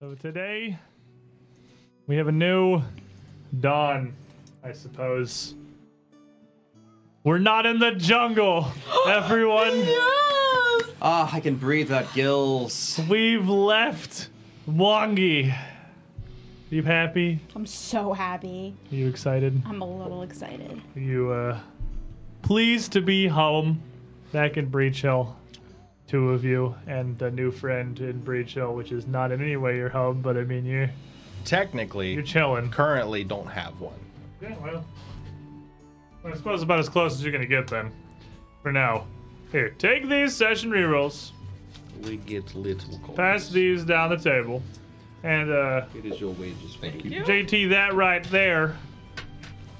So today we have a new dawn, I suppose. We're not in the jungle, everyone. Ah, I can breathe without gills. We've left Wongi. You happy? I'm so happy. Are you excited? I'm a little excited. Are you uh pleased to be home back in Breach Hill? Two of you and a new friend in Breach Hill, which is not in any way your home, but I mean you're you're Technically, chilling. currently don't have one. Yeah, well, I suppose about as close as you're gonna get then. For now, here, take these session rerolls, We get little coins. pass these down the table, and uh, It is your wages. Thank you. JT, that right there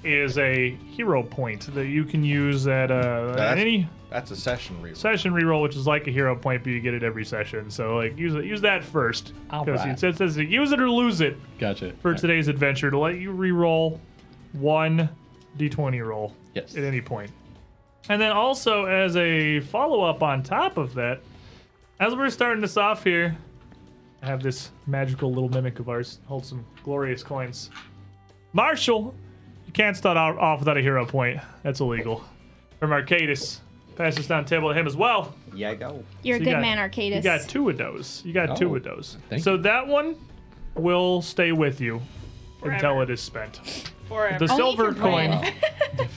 is a hero point that you can use at uh, at that's- any That's a session reroll. session reroll, which is like a hero point, but you get it every session. So like, use it, use that first because Alright. it says- says use it or lose it Gotcha. for today's adventure to let you reroll one d20 roll. Yes. at any point. And then also as a follow up on top of that, as we're starting this off here, I have this magical little mimic of ours hold some glorious coins. Marshall, you can't start out off without a hero point. That's illegal. From Arcadis, pass this down the table to him as well. Yeah, go. So You're you a good got- man, Arcadis. You got two of those. You got two Oh, of those. thank So that one will stay with you until it is spent. Forever. The silver coin Wow.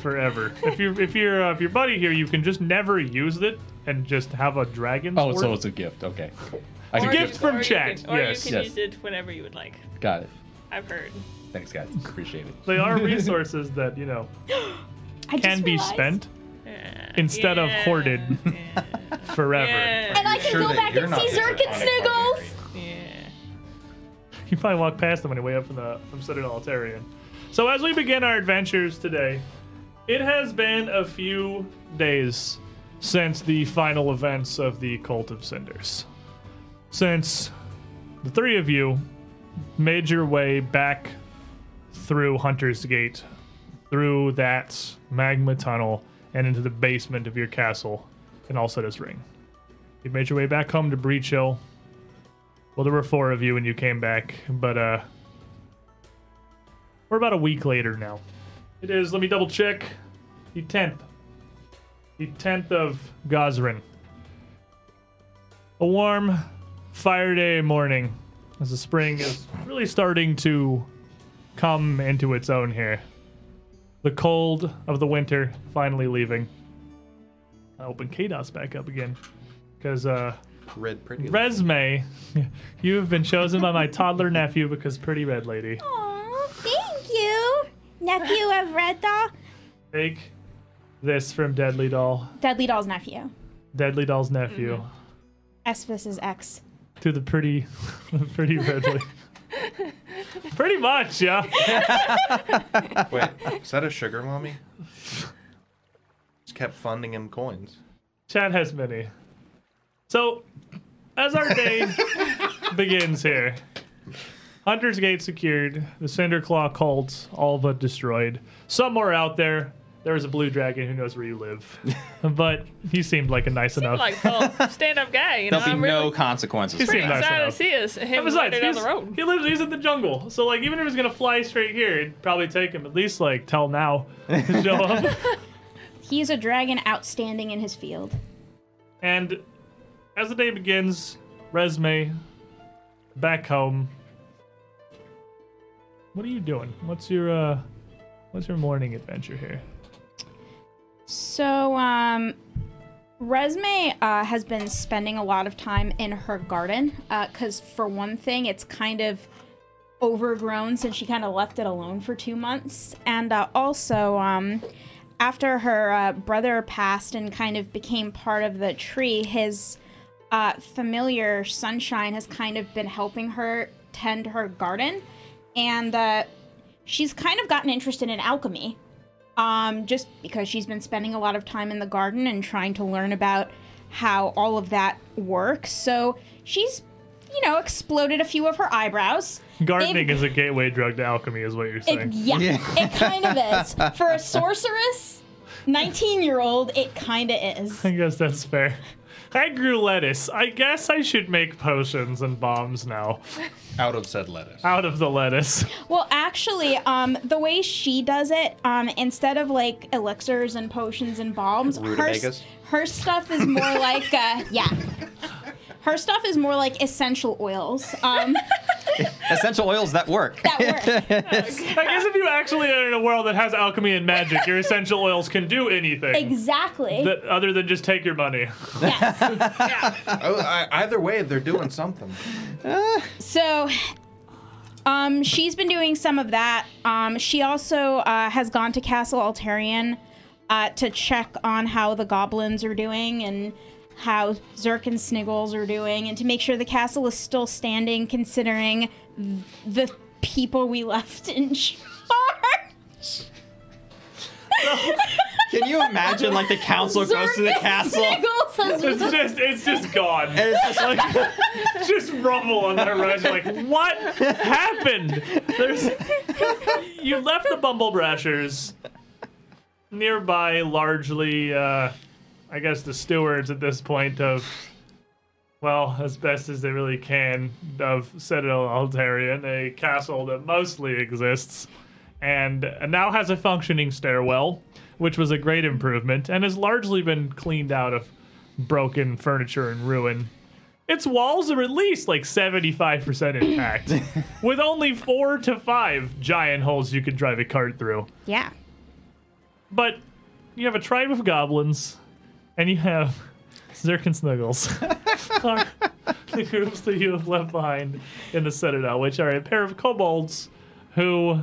forever. if you if you're uh, if your buddy here, you can just never use it and just have a dragon. Oh, sword. so it's a gift. Okay. I Or can you- gift from or you chat, can- Or yes. you can Yes. use it whenever you would like. Got it. I've heard. Thanks, guys. Appreciate it. they are resources that you know I just can be realized- spent Yeah. Instead of hoarded. Yeah. forever. yeah. And I can Sure go that back you're and not see Zerk and disappointed, Sniggles. yeah. You probably walk past them on your way up from the from Citadel Altarian. So as we begin our adventures today, it has been a few days since the final events of the Cult of Cinders. Since the three of you made your way back through Hunter's Gate, through that magma tunnel, and into the basement of your castle, and also this ring. You made your way back home to Breach Hill, well, there were four of you when you came back, but uh, we're about a week later now. It is. Let me double check. The tenth, the tenth of Gosrin. A warm, fire day morning, as the spring is really starting to come into its own here. The cold of the winter finally leaving. I open Kados back up again, because uh. Red pretty. Resume, you have been chosen by my toddler nephew because pretty red lady. Aw, thank you, nephew of Red Doll. Take this from Deadly Doll, Deadly Doll's nephew. Deadly Doll's nephew, Esphis's ex. to the pretty, the pretty red lady. pretty much, yeah. Wait, is that a sugar mommy? Just kept funding him coins. Chad has many. So, as our day begins here, Hunter's Gate secured, the Cinderclaw cult all but destroyed. Somewhere out there, there is a blue dragon who knows where you live. but he seemed like a nice enough. Like, well, stand up guy. You know, There'll be I'm no Um, really consequences. Pretty for nice that. excited to enough. see us. Him And besides, later down he's, the road. he lives. He's in the jungle, so like even if he's gonna fly straight here, it'd probably take him at least like till now to show up. He's a dragon outstanding in his field. And as the day begins, resume back home. What are you doing? What's your uh what's your morning adventure here? So, um, Resme uh, has been spending a lot of time in her garden because, for one thing, it's kind of overgrown since she kind of left it alone for two months, and uh, also, um, after her uh, brother passed and kind of became part of the tree, his uh, familiar Sunshine has kind of been helping her tend her garden, and uh, she's kind of gotten interested in alchemy um, just because she's been spending a lot of time in the garden and trying to learn about how all of that works. So she's, you know, exploded a few of her eyebrows. Gardening They've- is a gateway drug to alchemy, is what you're It, saying. yeah, it kind of is. For a sorceress, 19 year old, it kind of is. I guess that's fair. I grew lettuce. I guess I should make potions and bombs now Out of said lettuce. out of the lettuce. Well, actually, um, the way she does it, um, instead of like elixirs and potions and balms, her, s- Rutabagas? her stuff is more like uh, yeah. Her stuff is more like essential oils um, Essential oils that work. that work. I guess if you actually are in a world that has alchemy and magic, your essential oils can do anything Exactly. that, other than just take your money. yes. Oh, I, either way, they're doing something. So, um, she's been doing some of that. Um, she also uh, has gone to Castle Altarian uh, to check on how the goblins are doing and how Zerk and Sniggles are doing, and to make sure the castle is still standing, considering th- the people we left in charge. Can you imagine like the council goes to the Zerk and castle and Sniggles has It's just, it's just gone. it's just like It's just rubble on their horizon. Like, what happened? There's, you left the bumblebrashers nearby, largely, uh, I guess, the stewards at this point of, well, as best as they really can, of Citadel Altarian, a castle that mostly exists and now has a functioning stairwell, which was a great improvement and has largely been cleaned out of broken furniture and ruin. Its walls are at least like 75% intact, with only four to five giant holes you could drive a cart through. yeah. But you have a tribe of goblins, and you have Zerk and Snuggles. are the groups that you have left behind in the Citadel, which are a pair of kobolds who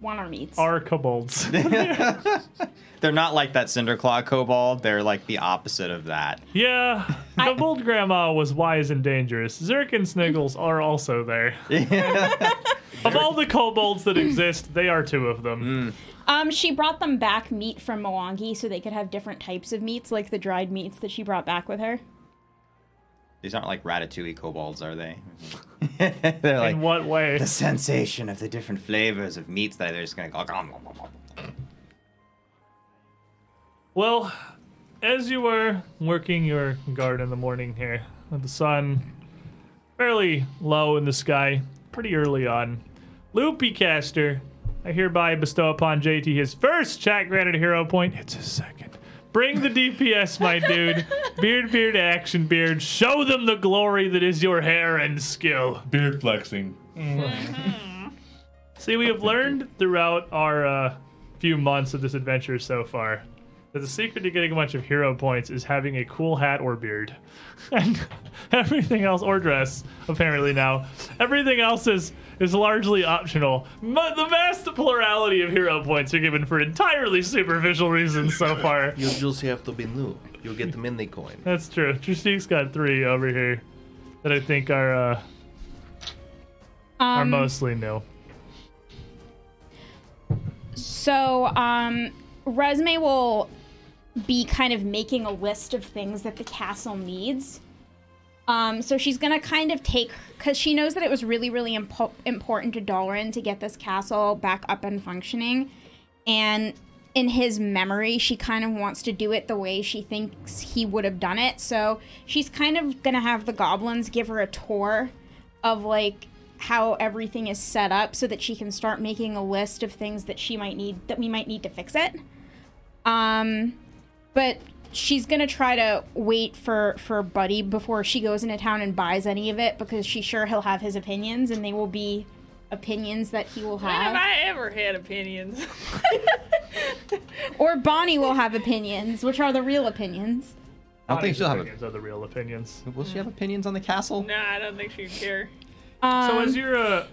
One arm eats. are kobolds. they're not like that Cinderclaw kobold. They're like the opposite of that. yeah, the bold grandma was wise and dangerous. Zerk and Snuggles are also there. of all the kobolds that exist, they are two of them. Um, she brought them back meat from Mwangi so they could have different types of meats, like the dried meats that she brought back with her. These aren't like ratatouille kobolds, are they? they're like In what way? the sensation of the different flavors of meats that they're just gonna go. "Gom, gom, gom, gom." Well, as you were working your guard in the morning here, with the sun fairly low in the sky, pretty early on, Loopy Caster, I hereby bestow upon JT his first chat granted hero point. It's his second. Bring the DPS, my dude. Beard, beard, action, beard. Show them the glory that is your hair and skill. Beard flexing. See, we have learned throughout our uh, few months of this adventure so far that the secret to getting a bunch of hero points is having a cool hat or beard. And everything else, or dress, apparently now. Everything else is, is largely optional. But the vast plurality of hero points are given for entirely superficial reasons so far. You just have to be new. You get the mini coin. That's true. Tristique's got three over here that I think are, uh, are Um, mostly new. so, um, Resume will be kind of making a list of things that the castle needs. Um, so she's gonna kind of take, because she knows that it was really, really impo- important to Dalrin to get this castle back up and functioning. And in his memory, she kind of wants to do it the way she thinks he would have done it. So she's kind of gonna have the goblins give her a tour of like how everything is set up so that she can start making a list of things that she might need that we might need to fix it. Um, but she's gonna try to wait for for Buddy before she goes into town and buys any of it because she's sure he'll have his opinions and they will be opinions that he will When have have, I ever had opinions? or Bonnie will have opinions, which are the real opinions. I don't think she'll have. opinions are the real opinions. A, will she have opinions on the castle? no, I don't think she'd care. Um, So as you're uh,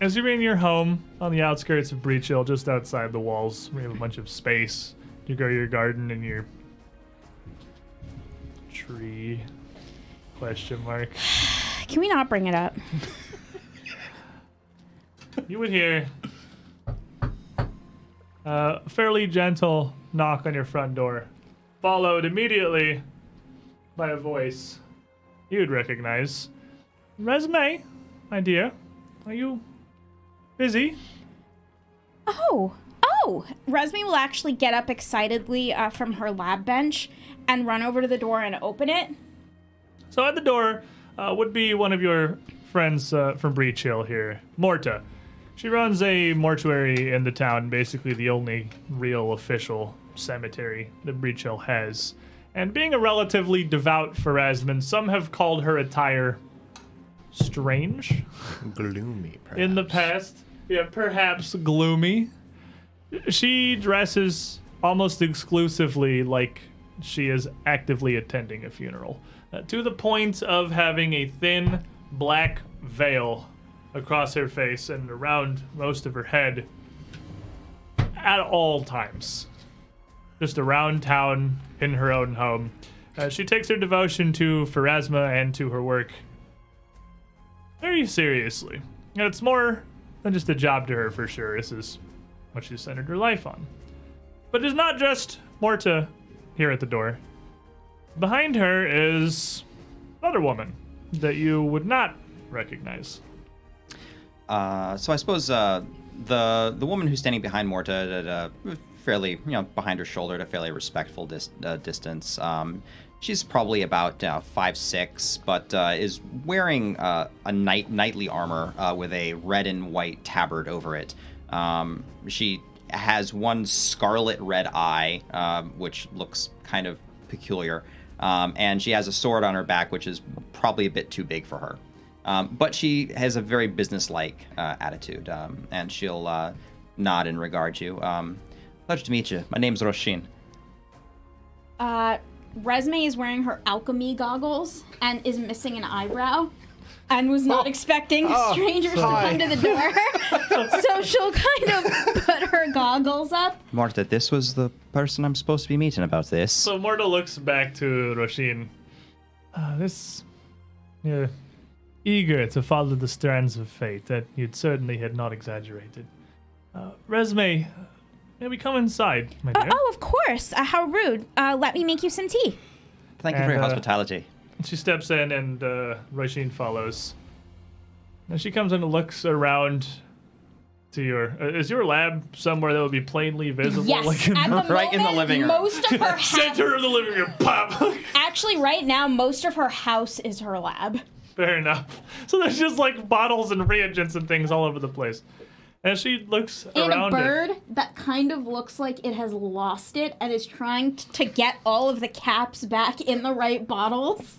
as you're in your home on the outskirts of Breach Hill, just outside the walls, we have a bunch of space. You grow your garden and your tree question mark. can we not bring it up? You would hear uh, a fairly gentle knock on your front door, followed immediately by a voice you'd recognize. Resume, my dear, are you busy? Oh, oh, Resmi will actually get up excitedly uh, from her lab bench and run over to the door and open it. So at the door uh, would be one of your friends uh, from Breach Hill here, Morta. She runs a mortuary in the town, basically the only real official cemetery that Breach Hill has. And being a relatively devout Pharasman, some have called her attire strange Gloomy. Perhaps. in the past. Yeah, perhaps gloomy. She dresses almost exclusively like she is actively attending a funeral, uh, to the point of having a thin black veil across her face and around most of her head at all times. Just around town, in her own home. Uh, she takes her devotion to Pharasma and to her work very seriously. And it's more than just a job to her, for sure. This is what she's centered her life on. But it's not just Morta here at the door. Behind her is another woman that you would not recognize. Uh, so I suppose uh, the the woman who's standing behind Morta at a fairly, you know, behind her shoulder at a fairly respectful dis- uh, distance. Um, she's probably about uh, five six, but uh, is wearing uh, a knight knightly armor uh, with a red and white tabard over it. Um, she has one scarlet red eye, um, which looks kind of peculiar, um, and she has a sword on her back, which is probably a bit too big for her. Um, but she has a very businesslike uh, attitude, um, and she'll uh, nod and regard you. Um, Pleasure to meet you. My name's Roshin. Uh, Resme is wearing her alchemy goggles and is missing an eyebrow and was Oh. not expecting strangers to come to the door. so she'll kind of put her goggles up. Marta, this was the person I'm supposed to be meeting about this. So Morta looks back to Roshin. Uh, this. You're eager to follow the strands of fate that you'd certainly had not exaggerated. Uh, Resme, may we come inside, my Uh, dear? oh, of course. Uh, how rude. Uh, let me make you some tea. Thank you for your and, uh, hospitality. She steps in and uh, Roisin follows. And she comes and looks around to your. uh, is your lab somewhere that would be plainly visible? Yes, Like in at the the right in the moment, living room. most of her house. center of the living room. Pop! Actually, right now, most of her house is her lab. Fair enough. So there's just like bottles and reagents and things all over the place. And she looks And a around. it. bird that kind of looks like it has lost it and is trying t- to get all of the caps back in the right bottles.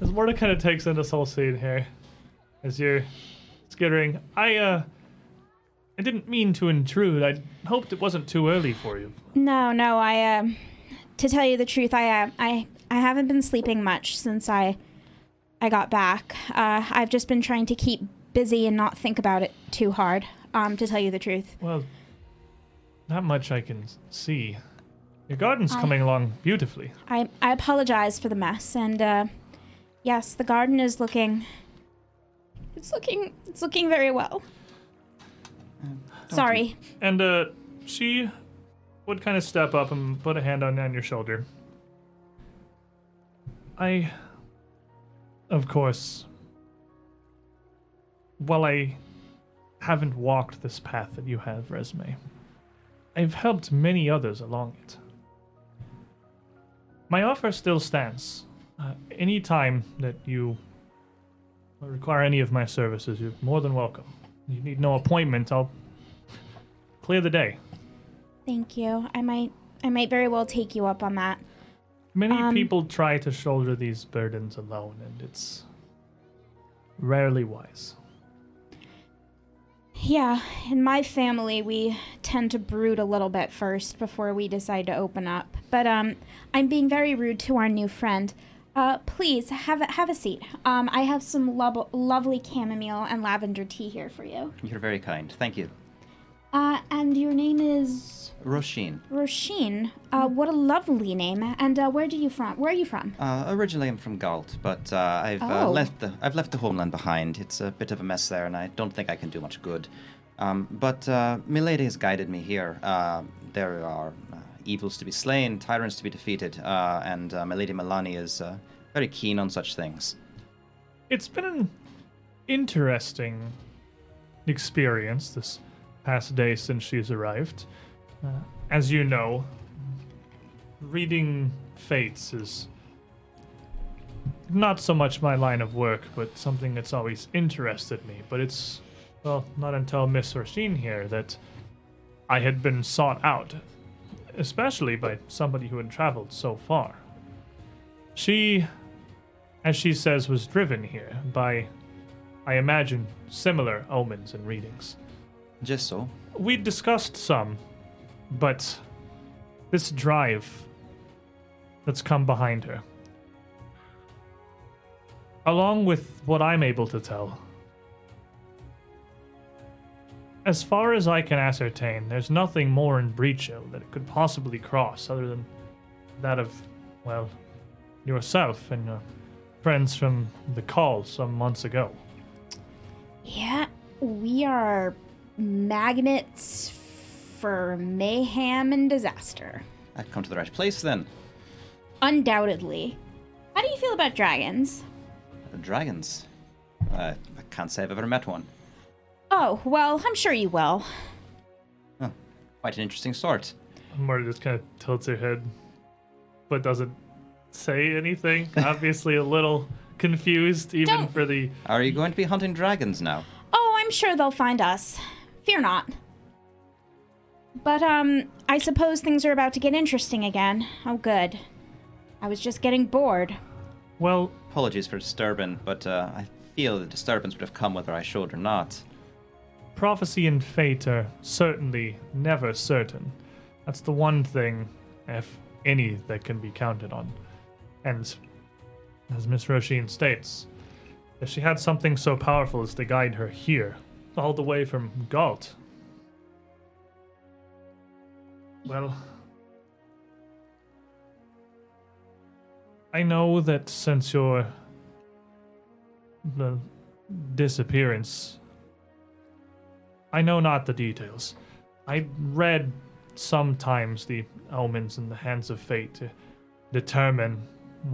As Morta kind of takes in this whole scene here, as you're skittering, I, uh. I didn't mean to intrude. I hoped it wasn't too early for you. No, no, I um to tell you the truth, I uh, I I haven't been sleeping much since I I got back. Uh, I've just been trying to keep busy and not think about it too hard. Um, to tell you the truth. Well, not much I can s- see. Your garden's coming along beautifully. I I apologize for the mess and uh yes, the garden is looking it's looking it's looking very well. Sorry. And uh, she would kind of step up and put a hand on, on your shoulder. I, of course, while I haven't walked this path that you have, Resume, I've helped many others along it. My offer still stands. Uh, any time that you require any of my services, you're more than welcome. You need no appointment. I'll clear the day. Thank you. I might I might very well take you up on that. Many Um, people try to shoulder these burdens alone, and it's rarely wise. Yeah, in my family, we tend to brood a little bit first before we decide to open up. But um, I'm being very rude to our new friend. Uh, please have a, have a seat. Um, I have some lob- lovely chamomile and lavender tea here for you. You're very kind. Thank you. Uh, and your name is Roshin. Roshin. Uh, what a lovely name. And uh, where do you from? Where are you from? Uh, originally, I'm from Galt, but uh, I've uh, Oh. left the I've left the homeland behind. It's a bit of a mess there, and I don't think I can do much good. Um, but uh, Milady has guided me here. Uh, there are uh, evils to be slain, tyrants to be defeated, uh, and uh, Milady Milani is uh, very keen on such things. It's been an interesting experience, this past day since she's arrived. Uh, as you know, reading fates is not so much my line of work, but something that's always interested me. But it's, well, not until Miss Rasheen here that I had been sought out, especially by somebody who had traveled so far. She, as she says, was driven here by, I imagine, similar omens and readings. Just so. We discussed some, but this drive that's come behind her, along with what I'm able to tell, as far as I can ascertain, there's nothing more in Breachill that it could possibly cross other than that of, well, yourself and your friends from the call some months ago. Yeah, we are magnets for mayhem and disaster. I've come to the right place then. Undoubtedly. How do you feel about dragons? Dragons. Uh, I can't say I've ever met one. Oh, well, I'm sure you will. Huh. Quite an interesting sort. Marta just kind of tilts her head, but doesn't say anything. Obviously, a little confused, even Don't- for the. Are you going to be hunting dragons now? Oh, I'm sure they'll find us. Fear not. But, um, I suppose things are about to get interesting again. Oh, good. I was just getting bored. Well, Apologies for disturbing, but uh, I feel the disturbance would have come whether I should or not. prophecy and fate are certainly never certain. That's the one thing, if any, that can be counted on. And as Miss Roisin states, if she had something so powerful as to guide her here, all the way from Galt, well, I know that since your the disappearance I know not the details. I read sometimes the omens in the hands of fate to determine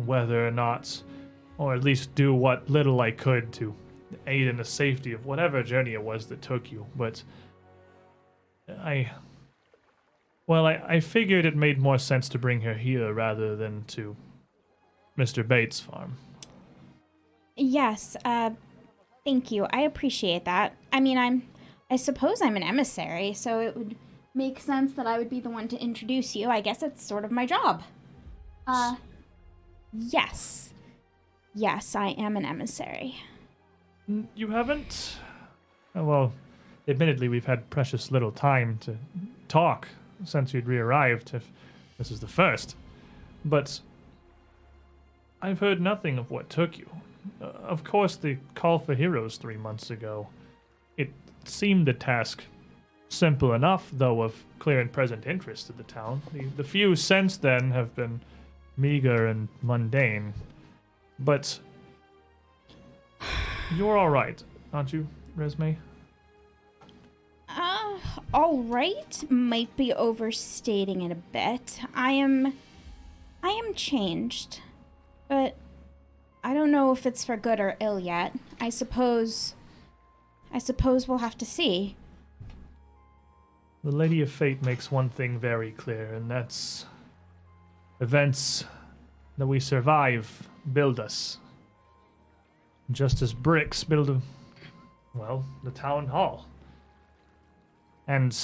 whether or not, or at least do what little I could to aid in the safety of whatever journey it was that took you. But I. Well, I, I figured it made more sense to bring her here rather than to Mr. Bates' farm. Yes, uh, thank you. I appreciate that. I mean, I'm, I suppose I'm an emissary, so it would make sense that I would be the one to introduce you. I guess it's sort of my job. Uh, yes. Yes, I am an emissary. N- You haven't? uh, Well, admittedly, we've had precious little time to talk since you'd re arrived, if this is the first. But I've heard nothing of what took you. Uh, of course, the call for heroes three months ago. It seemed a task simple enough, though, of clear and present interest to the town. The, the few since then have been meager and mundane. But you're all right, aren't you, Resme? Uh, all right. Might be overstating it a bit. I am. I am changed. But I don't know if it's for good or ill yet. I suppose. I suppose we'll have to see. The Lady of Fate makes one thing very clear, and that's events that we survive build us. Just as bricks build, a, well, the town hall. And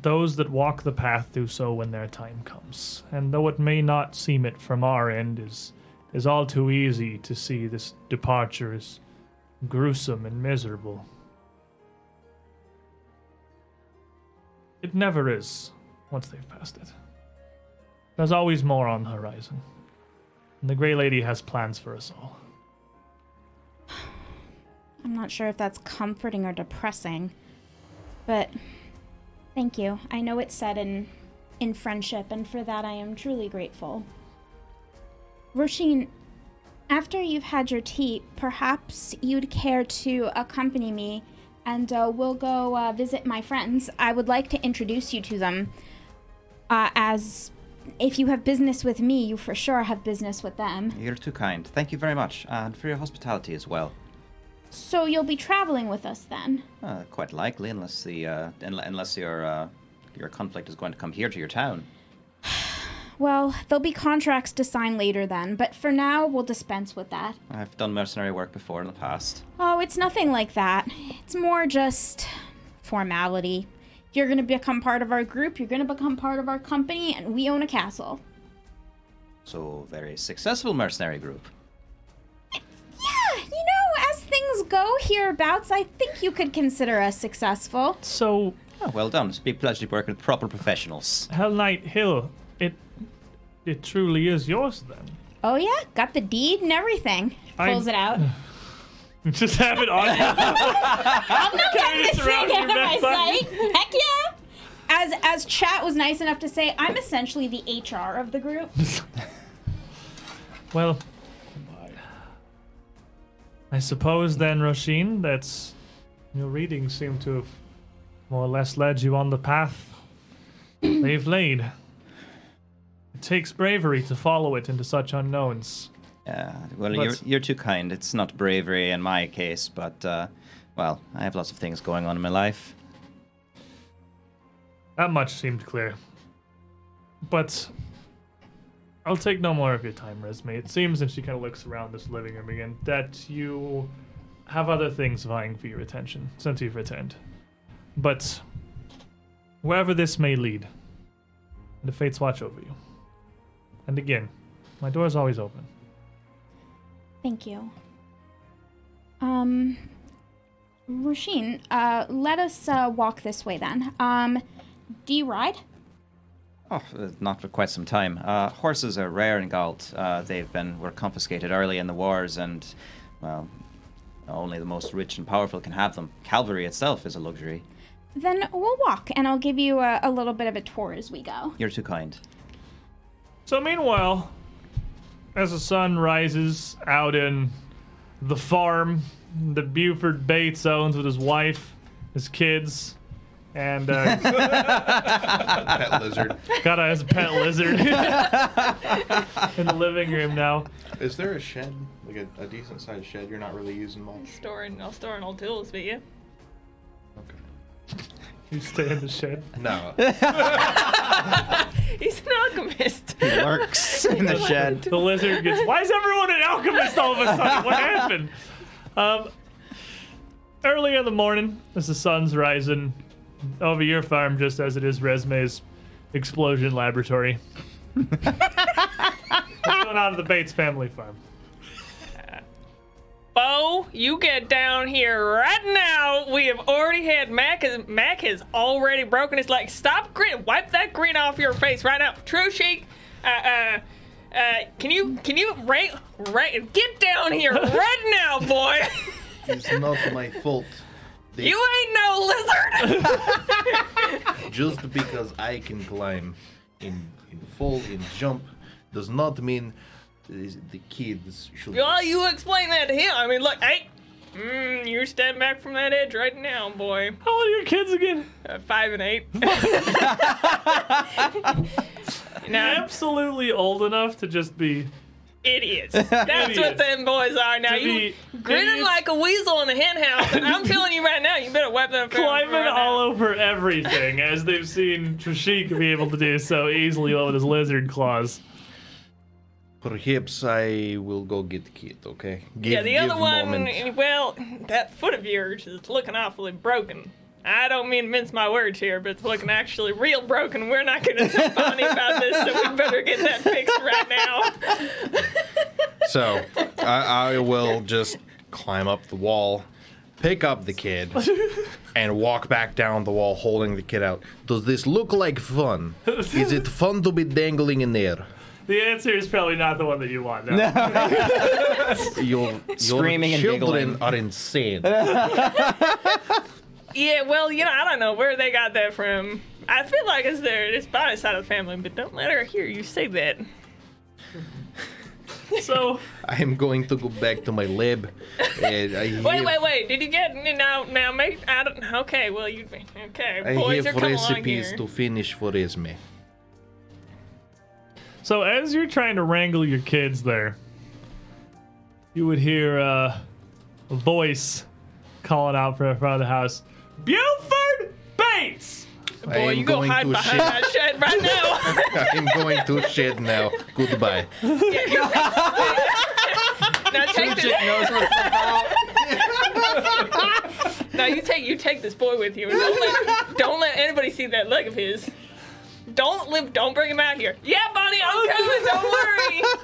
those that walk the path do so when their time comes. And though it may not seem it from our end, is is all too easy to see this departure is gruesome and miserable. It never is once they've passed it. There's always more on the horizon. And the Grey Lady has plans for us all. I'm not sure if that's comforting or depressing. But thank you. I know it's said in in friendship, and for that I am truly grateful. Roisin, after you've had your tea, perhaps you'd care to accompany me, and uh, we'll go uh, visit my friends. I would like to introduce you to them, uh, as if you have business with me, you for sure have business with them. You're too kind. Thank you very much, and for your hospitality as well. So you'll be traveling with us then? Uh, quite likely, unless the uh, unle- unless your uh, your conflict is going to come here to your town. Well, there'll be contracts to sign later then, but for now, we'll dispense with that. I've done mercenary work before in the past. Oh, it's nothing like that. It's more just formality. If you're going to become part of our group, you're going to become part of our company, and we own a castle. So very successful mercenary group. Yeah, you know, as things go hereabouts, I think you could consider us successful. So, Oh, well done. It's a big pleasure to work with proper professionals. Hell Knight Hill, it it truly is yours then. Oh, yeah, got the deed and everything. I- Pulls it out. Just have it on. you. I'm not Carry getting this this thing around out in of your my back pocket. sight. Heck yeah! As as chat was nice enough to say, I'm essentially the HR of the group. well, I suppose then, Roshin, that's your readings seem to have more or less led you on the path they've laid. It takes bravery to follow it into such unknowns. Yeah, Uh, well, But- you're, you're too kind. It's not bravery in my case, but, uh, well, I have lots of things going on in my life. That much seemed clear. But I'll take no more of your time, Resme. It seems, and she kind of looks around this living room again, that you have other things vying for your attention since you've returned. But wherever this may lead, the fates watch over you. And again, my door is always open. Thank you. Um, Rasheen, uh, let us uh, walk this way then. Um, do you ride? Oh, uh, not for quite some time. Uh, horses are rare in Galt. Uh, they've been were confiscated early in the wars, and well, only the most rich and powerful can have them. Calvary itself is a luxury. Then we'll walk, and I'll give you a, a little bit of a tour as we go. You're too kind. So meanwhile, as the sun rises out in the farm, the Buford Bates owns with his wife, his kids, and uh, Pet lizard. got his pet lizard in the living room now. Is there a shed, like a, a decent sized shed you're not really using I'm much? storing, I'll store an old tools, but yeah. Okay. You stay in the shed. No. He's an alchemist. He lurks in the shed. The lizard gets. Why is everyone an alchemist all of a sudden? What happened? Um, early in the morning, as the sun's rising over your farm, just as it is Resme's explosion laboratory. What's going on at the Bates family farm? Bo, you get down here right now. We have already had Mac. Is, Mac has already broken his leg. Stop grin. Wipe that grin off your face right now. True Sheik, uh, uh, uh, can you can you right right get down here right now, boy? it's not my fault. They- you ain't no lizard. Just because I can climb in, in fall, in jump, does not mean the the kids should. Well, you explain that to him. I mean, look, hey, mm, you step back from that edge right now, boy. How old are your kids again? Uh, five and eight. now, Absolutely old enough to just be. idiots. That's Idiots. what them boys are now. To You be grinning idiots. like a weasel in a hen house, and I'm telling you right now, you better wipe them. Climbing all over everything, as they've seen Trishik be able to do so easily with his lizard claws. Perhaps I will go get kid. Okay. Give, Yeah, the give other one. moment. Well, that foot of yours is looking awfully broken. I don't mean to mince my words here, but it's looking actually real broken. We're not going to be funny about this, so we better get that fixed right now. So I, I will just climb up the wall, pick up the kid, and walk back down the wall holding the kid out. Does this look like fun? Is it fun to be dangling in there? The answer is probably not the one that you want. No. Your, your Screaming and children giggling. are insane. Yeah, well, you know, I don't know where they got that from. I feel like it's their it's by the side of the family, but don't let her hear you say that. So. I am going to go back to my lab. And I hear, Wait, wait, wait! Did you get now? Now make I don't. Okay, well you. Okay, I boys are have coming along recipes here. to finish for Esme. So as you're trying to wrangle your kids there, you would hear uh, voice calling out from in front of the house Buford Bates! I Boy, am you go going hide to behind shit. that shed right now. I am going to shit now. Goodbye. now take this. Jake knows what it's about. Now you take you take this boy with you. And don't let don't let anybody see that leg of his. Don't live. Don't bring him out here. Yeah, Bonnie, Oh,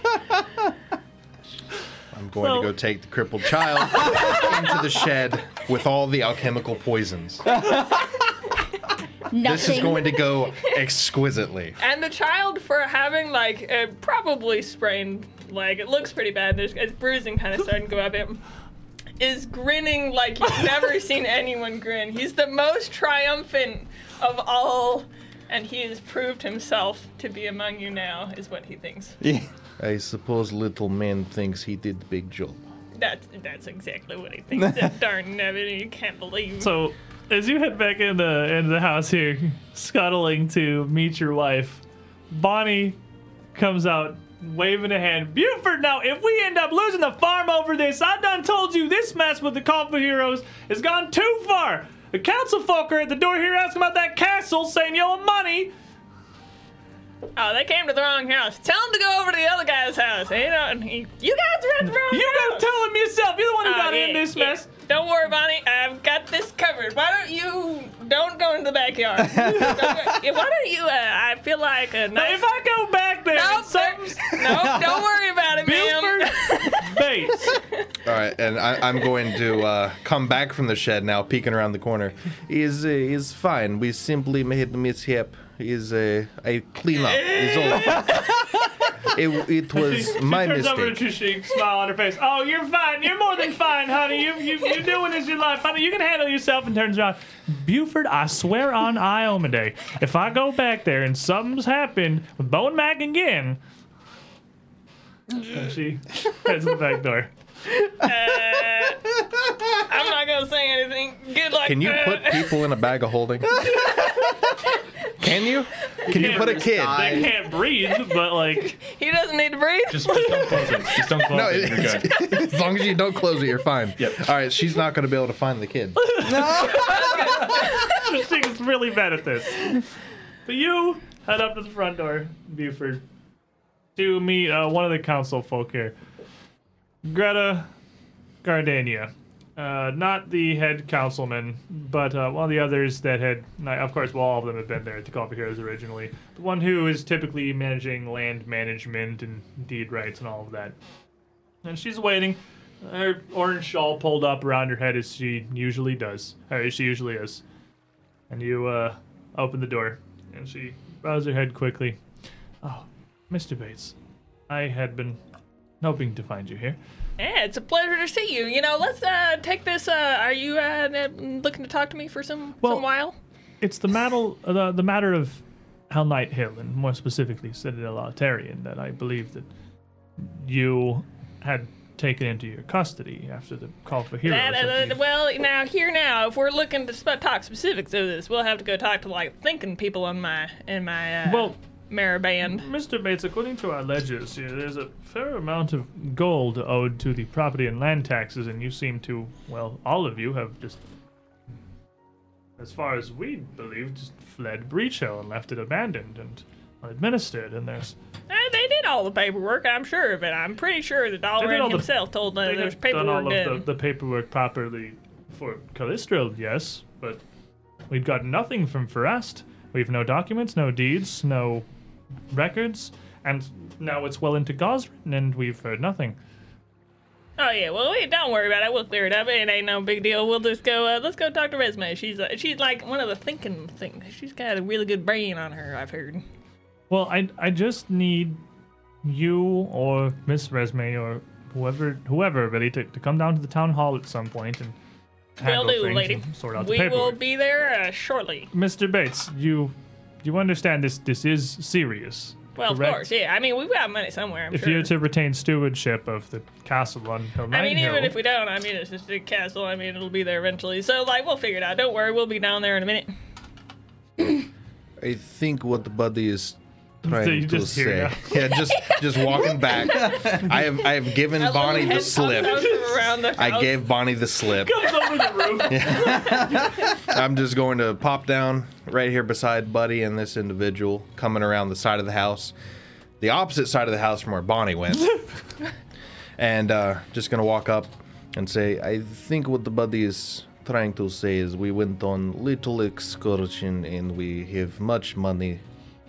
I'm coming. Don't worry. I'm going to go take the crippled child into the shed with all the alchemical poisons. Nothing. This is going to go exquisitely. And the child for having like a probably sprained leg. It looks pretty bad. There's it's bruising kind of starting to go up it. Is grinning like you've never seen anyone grin. He's the most triumphant of all, and he has proved himself to be among you now. Is what he thinks. Yeah. I suppose little man thinks he did the big job. That's that's exactly what he thinks. That darn Nevin, you can't believe. So, as you head back in the into the house here, scuttling to meet your wife, Bonnie comes out waving a hand. Buford, now if we end up losing the farm over this, I done told you this mess with the Confa heroes has gone too far. The council folk are at the door here asking about that castle, saying you owe 'em money. Oh, they came to the wrong house. Tell them to go over to the other guy's house. You know, and he, you guys are at the wrong You house. go tell them yourself. You're the one who Oh, got yeah, in this yeah. mess. Don't worry, Bonnie. I've got this covered. Why don't you don't go into the backyard? Don't go- yeah, Why don't you? Uh, I feel like a Now, nice. if I go back there, no, and something's sir. no, don't worry about it, ma'am. Buford Bates. All right, and I, I'm going to uh, come back from the shed now, peeking around the corner. Is uh, is fine. We simply made a mishap. Is uh, I clean up. Is all. It, it She, was she my turns over mistake. to Trishik, smile on her face. Oh, you're fine. You're more than fine, honey. You, you, you're doing this your life, honey. You can handle yourself. And turns around, Buford, I swear on Iomaday, if I go back there and something's happened with Bo and Mac again, and she heads to the back door. I'm not gonna say anything. Good luck. Can you uh, put people in a bag of holding? Can you? Can you Yeah, put a kid? They can't breathe, but like He doesn't need to breathe. Just, just don't close it. Just don't close No, it. You're it's- good. as long as you don't close it, you're fine. Yep. All right, she's not going to be able to find the kid. Trishik is really bad at this. But you head up to the front door, Buford, to meet uh, one of the council folk here. Greta Gardania. Uh, not the head councilman, but uh, one of the others that had, no, of course, well, all of them have been there at the Coffee Heroes originally. The one who is typically managing land management and deed rights and all of that. And she's waiting, her orange shawl pulled up around her head as she usually does, or as she usually is. And you uh, open the door, and she bows her head quickly. Oh, Mr. Bates, I had been hoping to find you here. Yeah, it's a pleasure to see you. You know, let's uh, take this. Uh, are you uh, looking to talk to me for some Well- some while? It's the matter, the, the matter of Hell Knight Hill, and more specifically Citadel Artarian, that I believe that you had taken into your custody after the call for heroes. That, that uh, you- well, now here now, if we're looking to sp- talk specifics of this, we'll have to go talk to like thinking people in my in my uh, well, Mara band. Mr. Bates, according to our ledgers here, there's a fair amount of gold owed to the property and land taxes, and you seem to, well, all of you have just, as far as we believe, just fled Breach Hill and left it abandoned and unadministered, and there's. Uh, they did all the paperwork, I'm sure, but I'm pretty sure that did all Dalren the- himself told them they there was have done paperwork all done. of the, the paperwork properly for Callistril, yes, but we've got nothing from Ferrast. We've no documents, no deeds, no records, and now it's well into Gosrin, and we've heard nothing. Oh yeah, well wait, don't worry about it. We'll clear it up. It ain't no big deal. We'll just go. Uh, let's go talk to Resma. She's uh, she's like one of the thinking things. She's got a really good brain on her. I've heard. Well, I I just need you or Miss Resme or whoever whoever really to, to come down to the town hall at some point and Will handle do, things lady. and sort out the we paperwork. will be there uh, shortly. Mr. Bates, you you understand this this is serious. Well, correct? of course, yeah. I mean, we've got money somewhere. I'm If sure. you're to retain stewardship of the castle on Hill I mean, Nightingale- even if we don't, I mean, it's just a castle. I mean, it'll be there eventually. So, like, we'll figure it out. Don't worry, we'll be down there in a minute. I think what Buddy is So trying you to just say. hear yeah, just just walking back. I have I have given I love Bonnie when the head pops slip. out from around the I house. gave Bonnie the slip. Comes over the roof. I'm just going to pop down right here beside Buddy and this individual coming around the side of the house, the opposite side of the house from where Bonnie went. and uh, just going to walk up and say, I think what the buddy is trying to say is we went on little excursion and we have much money.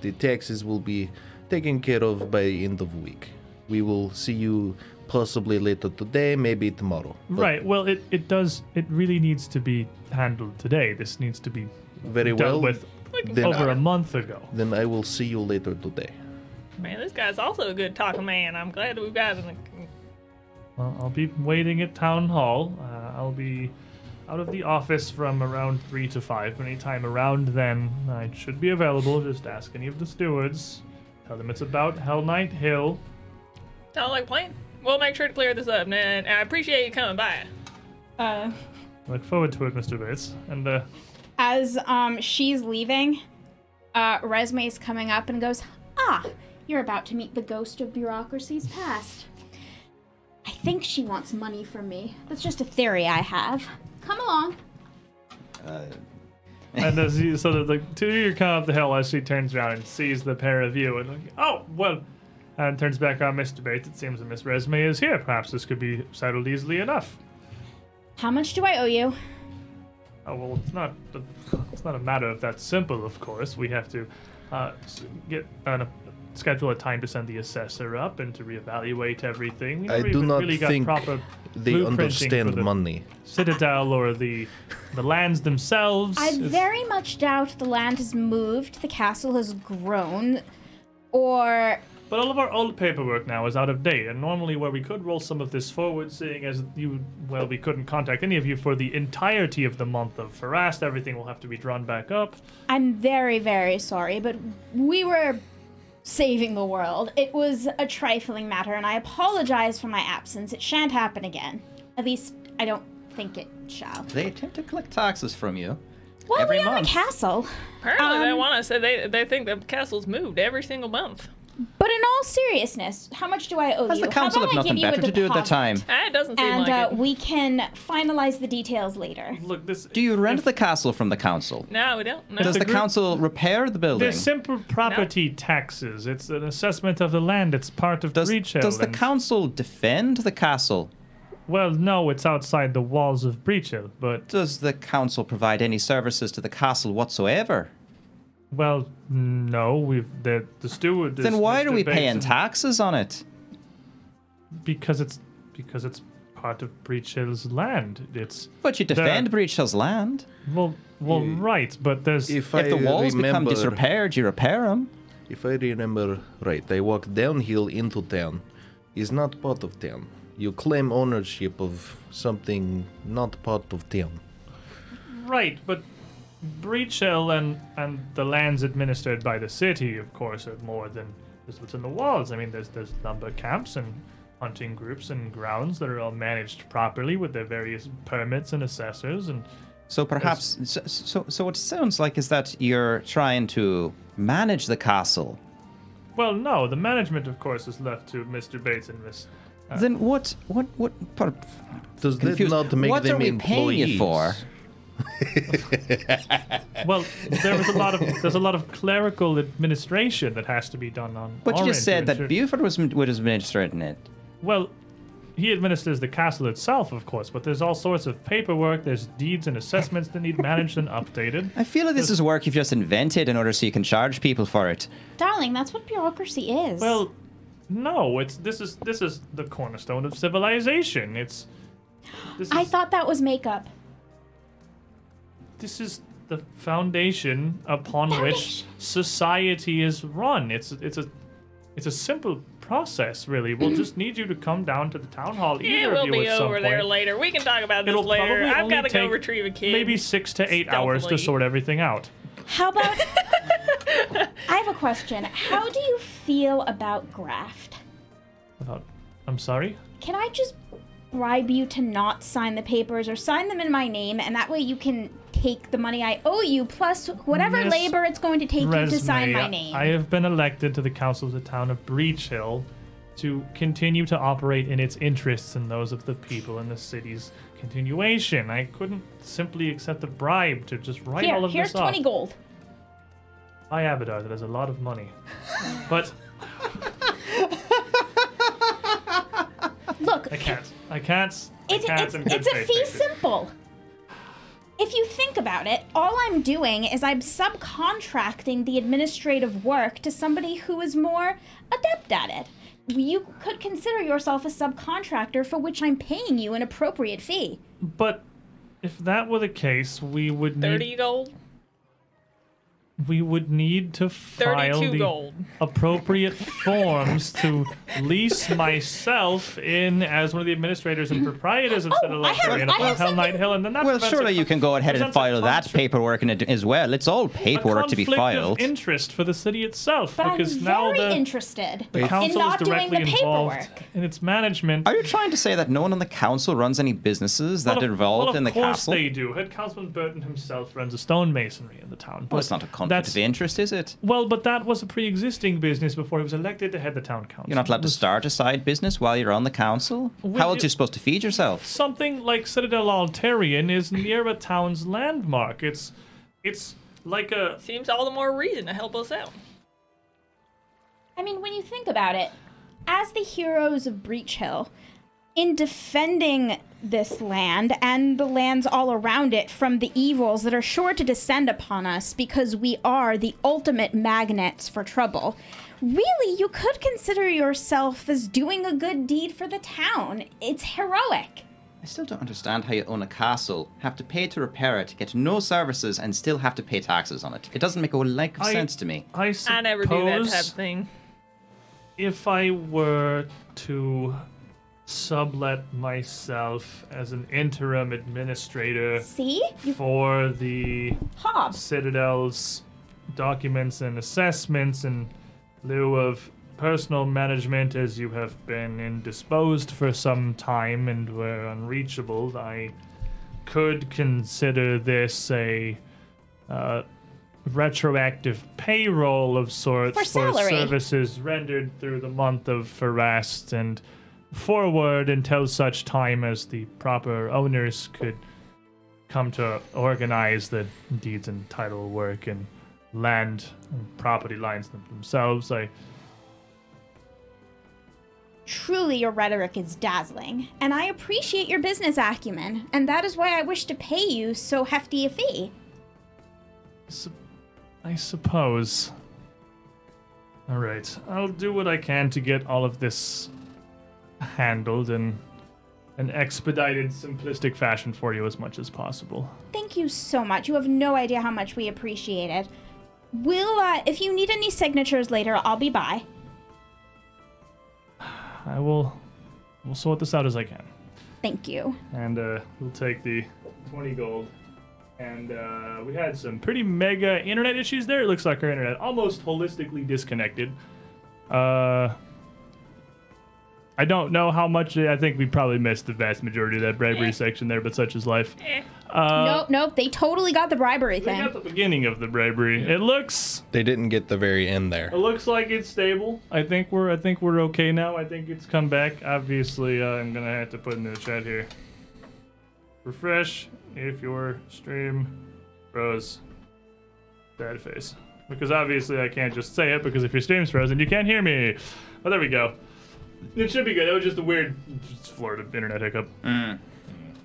The taxes will be taken care of by end of week. We will see you possibly later today, maybe tomorrow. But Right. Well, it, it does. It really needs to be handled today. This needs to be Very dealt well. with then over I- a month ago. then I will see you later today. Man, this guy's also a good talking man. I'm glad we've got an. Well, I'll be waiting at town hall. Uh, I'll be out of the office from around three to five. But anytime around then, I should be available. Just ask any of the stewards. Tell them it's about Hell Knight Hill. Sound like plan. We'll make sure to clear this up, man. I appreciate you coming by. Uh, Look forward to it, Mr. Bates. And uh, as um, she's leaving, uh, Resume's coming up and goes, Ah, you're about to meet the ghost of bureaucracy's past. I think she wants money from me. That's just a theory I have. Come along. Uh, and as you, so that the two of you come up the hill, as she turns around and sees the pair of you, and like, oh well, and turns back on Mr. Bates. It seems that Miss Resume is here. Perhaps this could be settled easily enough. How much do I owe you? Oh, well, it's not it's not a matter of that simple. Of course, we have to uh, s- get an, schedule a time to send the assessor up and to reevaluate everything. We I never do even not really got think proper They blueprinting for understand the money. Citadel or the the lands themselves. I It's- very much doubt the land has moved, the castle has grown, or But all of our old paperwork now is out of date, and normally where we could roll some of this forward, seeing as you, well, we couldn't contact any of you for the entirety of the month of Farast, everything will have to be drawn back up. I'm very, very sorry, but we were saving the world. It was a trifling matter, and I apologize for my absence. It shan't happen again. At least, I don't think it shall. they attempt to collect taxes from you. Well, Every we own month. a castle. Apparently, they Um, want us. They they think the castle's moved every single month. But in all seriousness, how much do I owe Has you? the council how about have I nothing give you a better to do at that deposit? time? Ah, it doesn't seem And like uh, it. we can finalize the details later. Look, this. Do you rent the castle from the council? No, we don't. No. Does the the group- council repair the building? They're simple property taxes. It's an assessment of the land. It's part of Does, Breach Hill. does the and- council defend the castle? Well, no, it's outside the walls of Breach Hill, but, Does the council provide any services to the castle whatsoever? well, no, we've. The, the steward is. then why Mr. do we pay in Bates, taxes on it? and- Because it's. Because it's part of Breach Hill's land. It's. But you defend Breach Hill's land. Well, well, right, but there's. If the walls become disrepaired, you repair them. if I remember right, they walk downhill into town. It's not part of town. You claim ownership of something not part of town. Right, but Breach Hill and, and the lands administered by the city, of course, are more than just what's in the walls. I mean, there's there's lumber camps and hunting groups and grounds that are all managed properly with their various permits and assessors. And So perhaps, so, so so what it sounds like is that you're trying to manage the castle. well, no, the management, of course, is left to Mr. Bates and Miss. Then what what what? per- Does Confused. that Uh, not make What them are we paying employees? you for? Well, there was a lot of there's a lot of clerical administration that has to be done on. But you our just end said to that ensure- Buford was was administrating it. Well, he administers the castle itself, of course, but there's all sorts of paperwork, there's deeds and assessments that need managed and updated. I feel like this is work you've just invented in order so you can charge people for it. Darling, that's what bureaucracy is. Well, no, it's this is this is the cornerstone of civilization. It's this is, I thought that was makeup. this is the foundation upon which society is run. It's it's a it's a simple process, really. We'll just need you to come down to the town hall. yeah, either we'll of you be at some over there point. later. We can talk about this It'll later. probably I've only got to go take retrieve a kid. Maybe six to eight hours to Stealthily. sort everything out. How about. I have a question. How do you feel about graft? Without, I'm sorry. Can I just bribe you to not sign the papers or sign them in my name, and that way you can take the money I owe you plus whatever Miss labor it's going to take you to sign Resume, my I- name? I have been elected to the council of the town of Breach Hill to continue to operate in its interests and those of the people in the city's continuation. I couldn't simply accept a bribe to just write Here, all of here's this off. 20 gold. I Abadar, that has a lot of money. but Look, I can't. I can't. I It, can't it's, in good it's a faith fee make this. simple. If you think about it, all I'm doing is I'm subcontracting the administrative work to somebody who is more adept at it. You could consider yourself a subcontractor for which I'm paying you an appropriate fee. But if that were the case, we would Thirty need, gold. we would need to file Thirty-two the gold. appropriate forms to lease myself in as one of the administrators and proprietors of Oh, Citadel I have- Library and I have upon Hell Knight something- Hill, and then that Well, prevents surely a- you can go ahead and prevents a file that conflict- paperwork in it as well. It's all a paperwork to be conflict Of filed. interest for the city itself But because I'm now very the interested the in council not is doing directly the involved paperwork. in its management. Are you trying to say that no one on the council runs any businesses that Well, are of- involved well, in the Of course castle? they do. Head Councilman Burton himself runs a stonemasonry in the town. Well, but it's not a conflict that's- of interest, is it? Well, but that was a pre-existing business before he was elected to head the town council. You're not allowed It to was start a side business while you're on the council? How you- else are you supposed to feed yourself? Something like Citadel Altarian is near a town's landmark. It's, it's like a. Seems all the more reason to help us out. I mean, when you think about it, as the heroes of Breach Hill, in defending this land and the lands all around it from the evils that are sure to descend upon us because we are the ultimate magnets for trouble, really, you could consider yourself as doing a good deed for the town. It's heroic. I still don't understand how you own a castle, have to pay to repair it, get no services, and still have to pay taxes on it. It doesn't make a lick of I- sense to me. I suppose I never do that type of thing. if I were to sublet myself as an interim administrator See? You for the hob. Citadel's documents and assessments in lieu of personal management as you have been indisposed for some time and were unreachable, I could consider this a uh, retroactive payroll of sorts For salary. services rendered through the month of Farast and forward until such time as the proper owners could come to organize the deeds and title work and land and property lines them- themselves. I Truly, your rhetoric is dazzling, and I appreciate your business acumen, and that is why I wish to pay you so hefty a fee. sup- I suppose. All right, I'll do what I can to get all of this handled in an expedited, simplistic fashion for you as much as possible. Thank you so much. You have no idea how much we appreciate it. We'll, uh, if you need any signatures later, I'll be by. I will. We'll sort this out as I can. Thank you. and uh, we'll take the 20 gold. And uh, we had some pretty mega internet issues there. It looks like our internet almost holistically disconnected. Uh, I don't know how much. I think we probably missed the vast majority of that bribery section there, but such is life. nope, nope. They totally got the bribery We got thing. the beginning of the bribery. It looks They didn't get the very end there. It looks like it's stable. I think we're I think we're okay now. I think it's come back. Obviously, uh, I'm gonna have to put into the chat here. Refresh if your stream froze. Bad face. Because obviously I can't just say it because if your stream's frozen, you can't hear me. But there we go. It should be good. That was just a weird just Florida internet hiccup.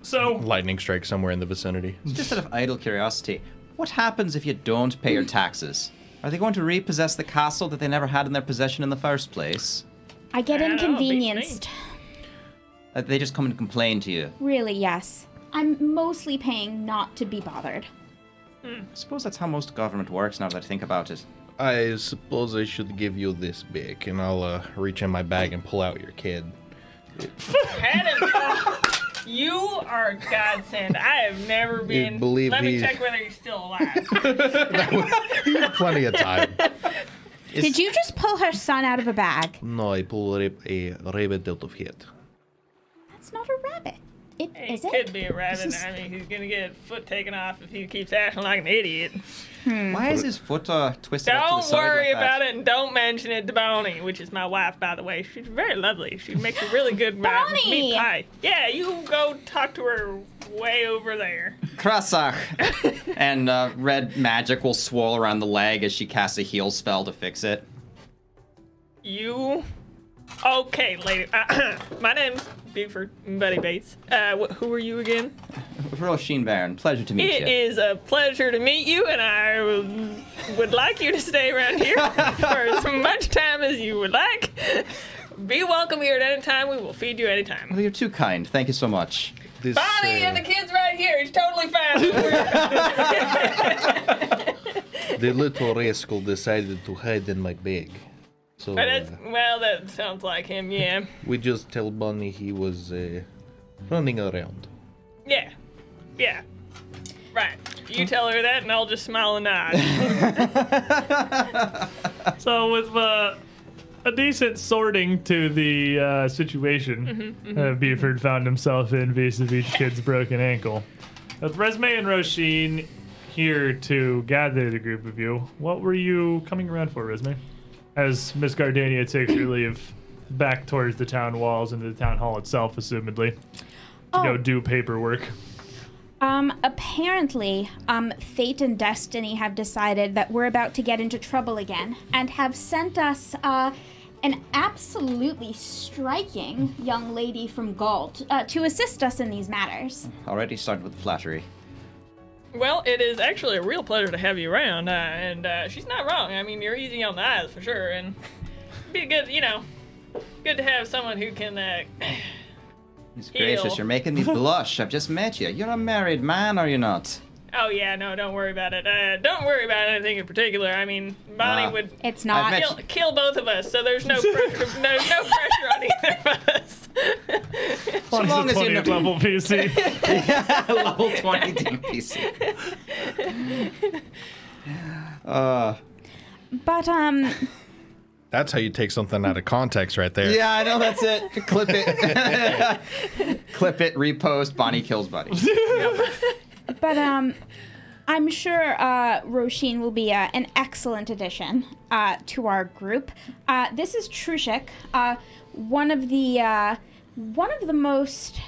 So Lightning strike somewhere in the vicinity. Just out of idle curiosity, what happens if you don't pay your taxes? Are they going to repossess the castle that they never had in their possession in the first place? I get don't know, beats inconvenienced. Uh, they just come and complain to you. Really, yes. I'm mostly paying not to be bothered. I suppose that's how most government works now that I think about it. I suppose I should give you this back, and I'll uh, reach in my bag and pull out your kid. Pat him down. You are a godsend. I have never been. believe Let me he- check whether he's still alive. Plenty of time. Did you just pull her son out of a bag? no, I pull a, rib- a rabbit out of head. That's not a rabbit. It He is could it? be a rabbit. This is- I mean, he's gonna get his foot taken off if he keeps acting like an idiot. Why is his foot uh, twisted up to the Hmm. Don't side worry like that? about it and don't mention it to Bonnie, which is my wife, by the way. She's very lovely. She makes a really good uh, Bonnie! meat pie. Yeah, you go talk to her way over there. Krasach. and uh, red magic will swirl around the leg as she casts a heal spell to fix it. You. Okay, lady. my name's Buford Buddy Bates. Uh, wh- who are you again? Roshin Baron, pleasure to meet It you. is a pleasure to meet you, and I would- would like you to stay around here for as much time as you would like. Be welcome here at any time. We will feed you anytime. Well, you're too kind. Thank you so much. This, uh, Bonnie and the kids right here. He's totally fine. the little rascal decided to hide in my bag. So but that's, uh, well, that sounds like him. Yeah, we just tell Bonnie he was uh, running around. yeah, yeah. Right. You tell her that, and I'll just smile and nod. So with uh, a decent sorting to the uh, situation Mm-hmm, uh, Buford found himself in vis-a-vis each kid's broken ankle, with Resme and Roshin here to gather the group of you, what were you coming around for, Resme? As Miss Gardania takes her leave back towards the town walls into the town hall itself, assumedly, to go Oh, do paperwork. um, apparently, um, fate and destiny have decided that we're about to get into trouble again and have sent us, uh, an absolutely striking young lady from Gaul t- uh, to assist us in these matters. Already started with flattery. Well, it is actually a real pleasure to have you around, uh, and uh, she's not wrong. I mean, you're easy on the eyes for sure, and it'd be good, you know, good to have someone who can. Uh, Miss Gracious, Ew. you're making me blush. I've just met you. You're a married man, are you not? oh yeah, no, don't worry about it. Uh, don't worry about anything in particular. I mean, Bonnie Ah. would It's not. met kill, kill both of us, so there's no pressure, no, no pressure on either of us. On long the as you 20th know- level PC. Level 20 DPC. Uh, But um, That's how you take something out of context, right there. yeah, I know that's it. Clip it. Clip it, repost, Bonnie kills Buddy. but um, I'm sure uh, Roshin will be uh, an excellent addition uh, to our group. Uh, this is Trushik, uh, one of the uh, one of the most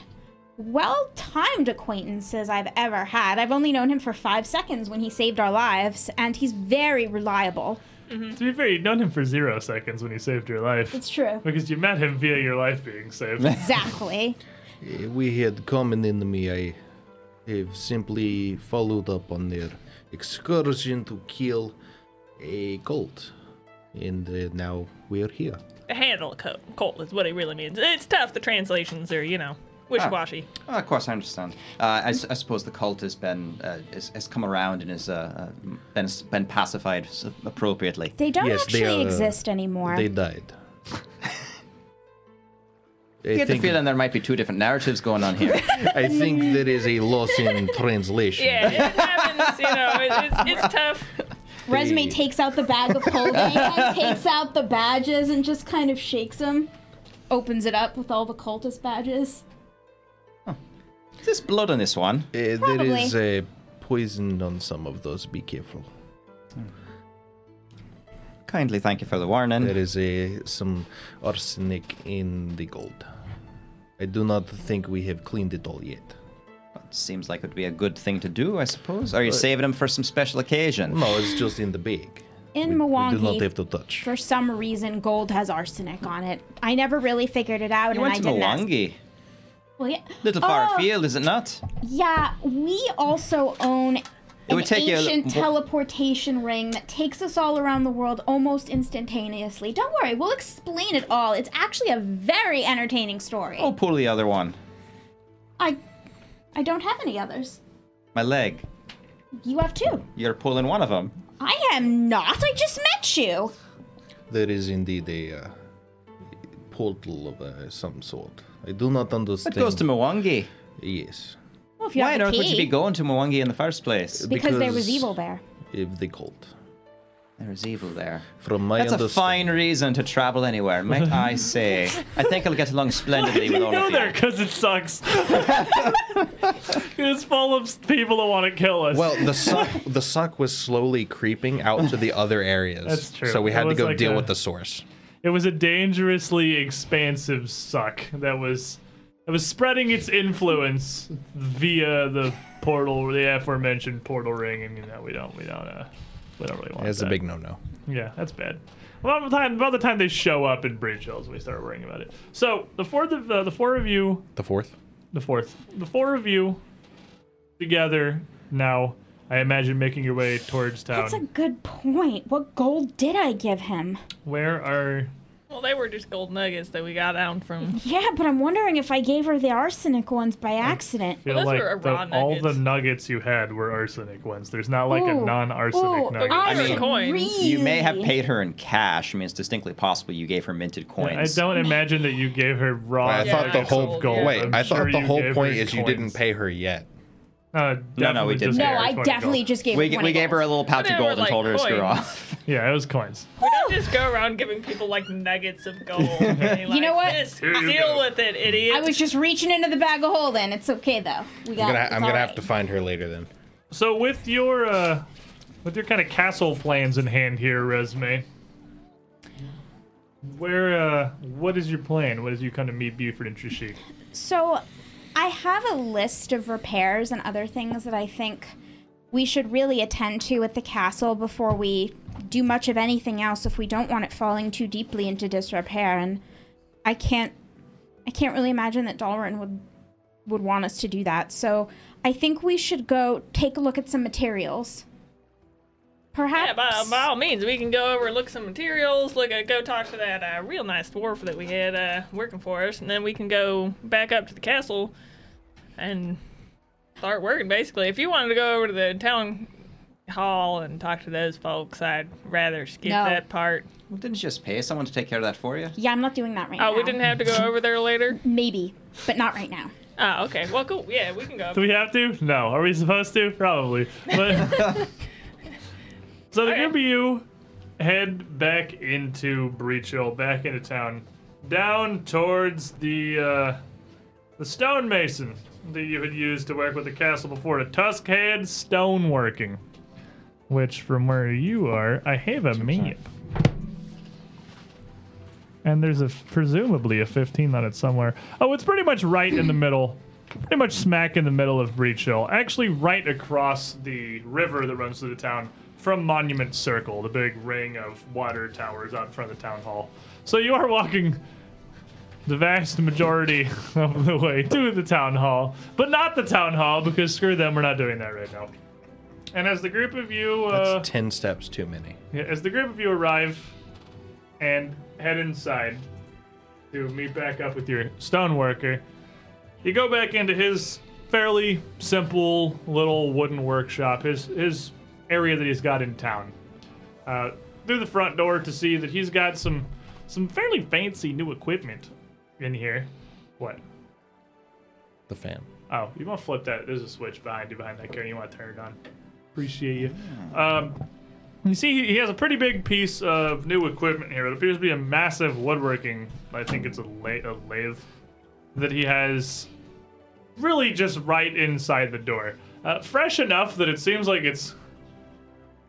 well-timed acquaintances I've ever had. I've only known him for five seconds when he saved our lives, and he's very reliable. to be fair, you'd known him for zero seconds when he saved your life. It's true. Because you met him via your life being saved. Exactly. Uh, We had common enemy. I have simply followed up on their excursion to kill a cult, and uh, now we're here. Handle co- Colt is what it really means. It's tough. The translations are, you know, wishy-washy. Oh, of course, I understand. Uh, I, s- I suppose the cult has been uh, has, has come around and has uh, uh, been been pacified s- appropriately. They don't Yes, they actually are- uh, exist anymore. They died. I I get the think, feeling there might be two different narratives going on here. I think there is a loss in translation. Uh, Yeah, it happens. You know, it, it's, it's tough. Resume They- takes out the bag of holding and takes out the badges and just kind of shakes them. Opens it up with all the cultist badges. Is this blood on this one? Uh, there Probably. is uh, poison on some of those. Be careful. Kindly thank you for the Mm. warning. There is uh, some arsenic in the gold. I do not think we have cleaned it all yet. Seems like it would be a good thing to do, I suppose. Are you saving them for some special occasion? No, it's just in the bag. In We- We do not Mwangi, have to touch. for some reason, gold has arsenic on it. I never really figured it out, You and went I to didn't ask. Mwangi. Well, yeah. Little far Oh, afield, is it not? Yeah, we also own an would take you a li- ancient wha- teleportation ring that takes us all around the world almost instantaneously. Don't worry, we'll explain it all. It's actually a very entertaining story. Oh, pull the other one. I, I don't have any others. My leg. You have two. You're pulling one of them. I am not. I just met you. There is indeed a uh, portal of uh, some sort. I do not It understand. goes to Mwangi. Yes. Well, if you Why on have the earth would you key. be going to Mwangi in the first place? Because there was Because- evil there. If the cult. There is evil there. From my That's a understanding. fine reason to travel anywhere, might I say. I think I'll get along splendidly with all go of you. there because it sucks. it's full of people that want to kill us. Well, the suck the suck was slowly creeping out to the other areas. That's true. So we It had to was go like deal a- with the source. it was a dangerously expansive suck that was that was spreading its influence via the portal, the aforementioned portal ring, and you know we don't we don't uh, we don't really want. That's that. a big no-no. Yeah, that's bad. About the time, about the time they show up in Breach Hills, we start worrying about it. So the fourth of uh, the four of you, The fourth. the fourth, the four of you, together now. I imagine making your way towards town. That's a good point. What gold did I give him? Where are? Well, they were just gold nuggets that we got down from. Yeah, but I'm wondering if I gave her the arsenic ones by accident. Feel those like were raw the, all the nuggets. nuggets you had were arsenic ones. There's not like a Ooh. non-arsenic Ooh, nugget. I I mean, coins. You may have really- paid her in cash. I mean, it's distinctly possible you gave her minted I coins. don't imagine that you gave her raw. I thought the it's nuggets whole of gold. wait. I'm I thought sure the you whole gave her point is you coins. didn't pay her yet. No, No, no, definitely we just didn't. gave her No, I 20 definitely gold. just gave We, her 20 we gave her a little pouch But of they were gold and like told her to screw coins. off. Yeah, it was coins. We don't just go around giving people like nuggets of gold. and be like, know what? "This, Here you deal go." with it, idiot. I was just reaching into the bag of holding. It's okay though. We got. I'm gonna, it's I'm gonna all have right. to find her later then. So with your uh with your kind of castle plans in hand here, resume. Where uh what is your plan? What is you kind of meet Buford and Trishik? So, I have a list of repairs and other things that I think we should really attend to at the castle before we do much of anything else if we don't want it falling too deeply into disrepair and I can't I can't really imagine that Dalrin would would want us to do that. So, I think we should go take a look at some materials. Perhaps yeah, by, by all means, we can go over and look some materials. Look, at, go talk to that uh, real nice dwarf that we had uh, working for us, and then we can go back up to the castle and start working. Basically, if you wanted to go over to the town hall and talk to those folks, I'd rather skip No. that part. Well, didn't you just pay someone to take care of that for you? Yeah, I'm not doing that right now. Oh, we didn't have to go over there later. maybe, but not right now. Oh, okay. Well, cool. Yeah, we can go. Do we have to? No. Are we supposed to? Probably. But So the Okay. group of you head back into Breach Hill, back into town, down towards the uh the stonemason that you had used to work with the castle before, the Tuskhead Stoneworking. Which, from where you are, I have a map. And there's a presumably a 15 on it somewhere. Oh, it's pretty much right in the middle, pretty much smack in the middle of Breach Hill. Actually, right across the river that runs through the town from Monument Circle, the big ring of water towers out in front of the town hall. So you are walking the vast majority of the way to the town hall, but not the town hall because screw them, we're not doing that right now. And as the group of you, uh, That's ten steps too many. yeah, as the group of you arrive and head inside to meet back up with your stoneworker, you go back into his fairly simple little wooden workshop, his his area that he's got in town. Uh, through the front door to see that he's got some some fairly fancy new equipment in here. What? The fan. Oh, you want to flip that? There's a switch behind you, behind that curtain. You want to turn it on? Appreciate you. Um, you see, he- he has a pretty big piece of new equipment here. It appears to be a massive woodworking. I think it's a, la- a lathe that he has, really just right inside the door. Uh, fresh enough that it seems like it's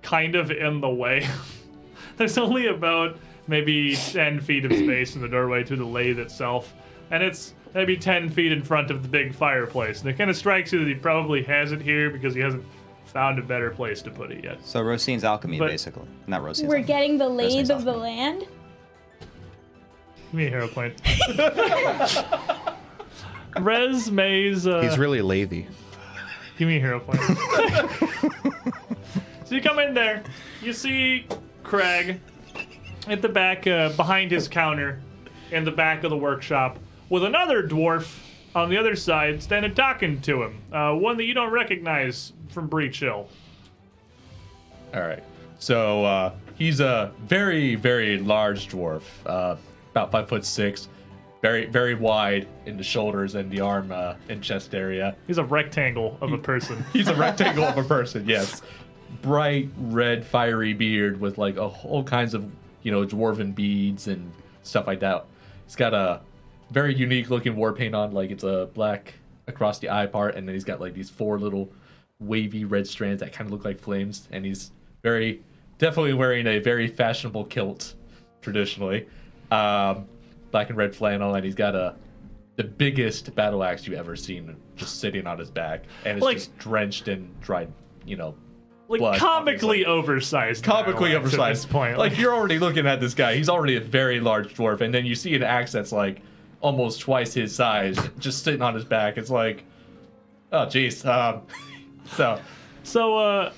kind of in the way. There's only about maybe 10 feet of space in the doorway to the lathe itself, and it's maybe 10 feet in front of the big fireplace. And it kind of strikes you that he probably has it here because he hasn't found a better place to put it yet. So Rosine's alchemy, But- basically. Not Rosine's We're alchemy. getting the lathe nice of the offer. land. Give me a hero point. Res May's. Uh, He's really lathy. Give me a hero point. so you come in there, you see Craig at the back, uh, behind his counter, in the back of the workshop, with another dwarf on the other side standing talking to him. Uh, one that you don't recognize from Breach Hill. All right. So uh, he's a very, very large dwarf, uh, about five foot six, very, very wide in the shoulders and the arm uh, and chest area. He's a rectangle of a person. He's a rectangle of a person, yes. bright red fiery beard with like a whole kinds of you know dwarven beads and stuff like that. He's got a very unique looking war paint on, like it's a black across the eye part, and then he's got like these four little wavy red strands that kind of look like flames, and he's very definitely wearing a very fashionable kilt traditionally, um, black and red flannel, and he's got a the biggest battle axe you ever seen just sitting on his back, and it's Like- just drenched in dried, you know, Like Blood, comically oversized. comically now, like, oversized. At this point, like you're already looking at this guy. He's already a very large dwarf, and then you see an axe that's like almost twice his size, just sitting on his back. It's like, oh jeez. Um, so So, uh,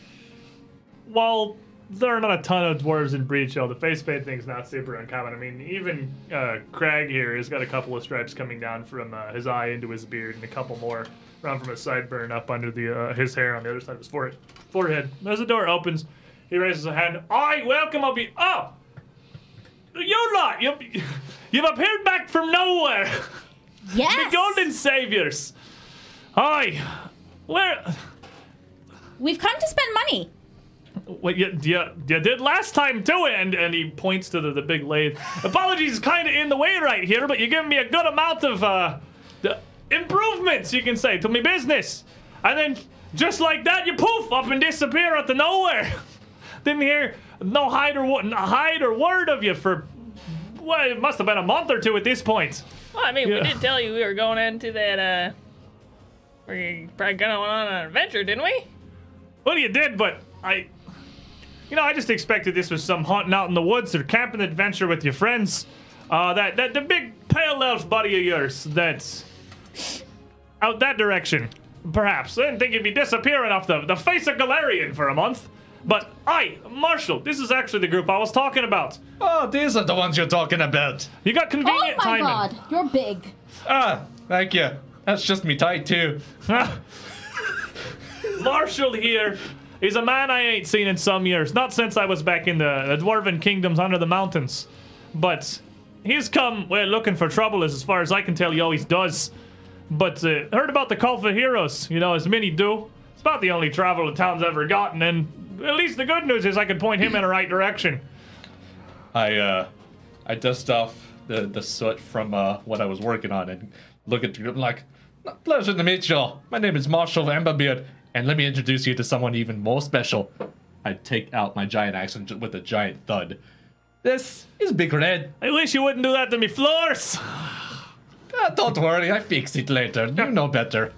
while there are not a ton of dwarves in Breach Hill, the face paint thing's not super uncommon. I mean, even uh, Crag here has got a couple of stripes coming down from uh, his eye into his beard, and a couple more around from his sideburn up under the uh, his hair on the other side of his forehead. forehead. And as the door opens, he raises a hand. I welcome up. ye- Oh, you lot, you, you've appeared back from nowhere. Yes. The Golden Saviors. Hi. Where? We've come to spend money. What you, you, you did last time too, and and he points to the, the big lathe. Apologies, kind of in the way right here, but you're giving me a good amount of uh, the improvements, you can say, to my business. And then just like that, you poof up and disappear out of nowhere. Didn't hear no hide or wo- hide or word of you for well, it must have been a month or two at this point. Well, I mean, we Yeah. did tell you we were going into that, uh. We probably going on an adventure, didn't we? Well, you did, but I. You know, I just expected this was some hunting out in the woods or camping adventure with your friends. Uh, that, that, the big pale elf buddy of yours that's out that direction, perhaps. I didn't think he'd be disappearing off the, the face of Galarian for a month. But I, Marshall, this is actually the group I was talking about. oh, these are the ones you're talking about. You got Oh convenient my timing. god, you're big. Ah, thank you. That's just me tight too. Marshall here is a man I ain't seen in some years. Not since I was back in the, the Dwarven Kingdoms under the mountains. But he's come, well, looking for trouble, as far as I can tell, he always does. But uh, heard about the call for heroes, you know, as many do. It's about the only travel the town's ever gotten, and at least the good news is I could point him in the right direction. I uh, I dust off the, the soot from uh, what I was working on and look at the group like, pleasure to meet y'all. My name is Marshall Amberbeard, and let me introduce you to someone even more special. I take out my giant axe and ju- with a giant thud. This is Big Red. I wish you wouldn't do that to me, Floors! Ah, don't worry, I fix it later. You know better.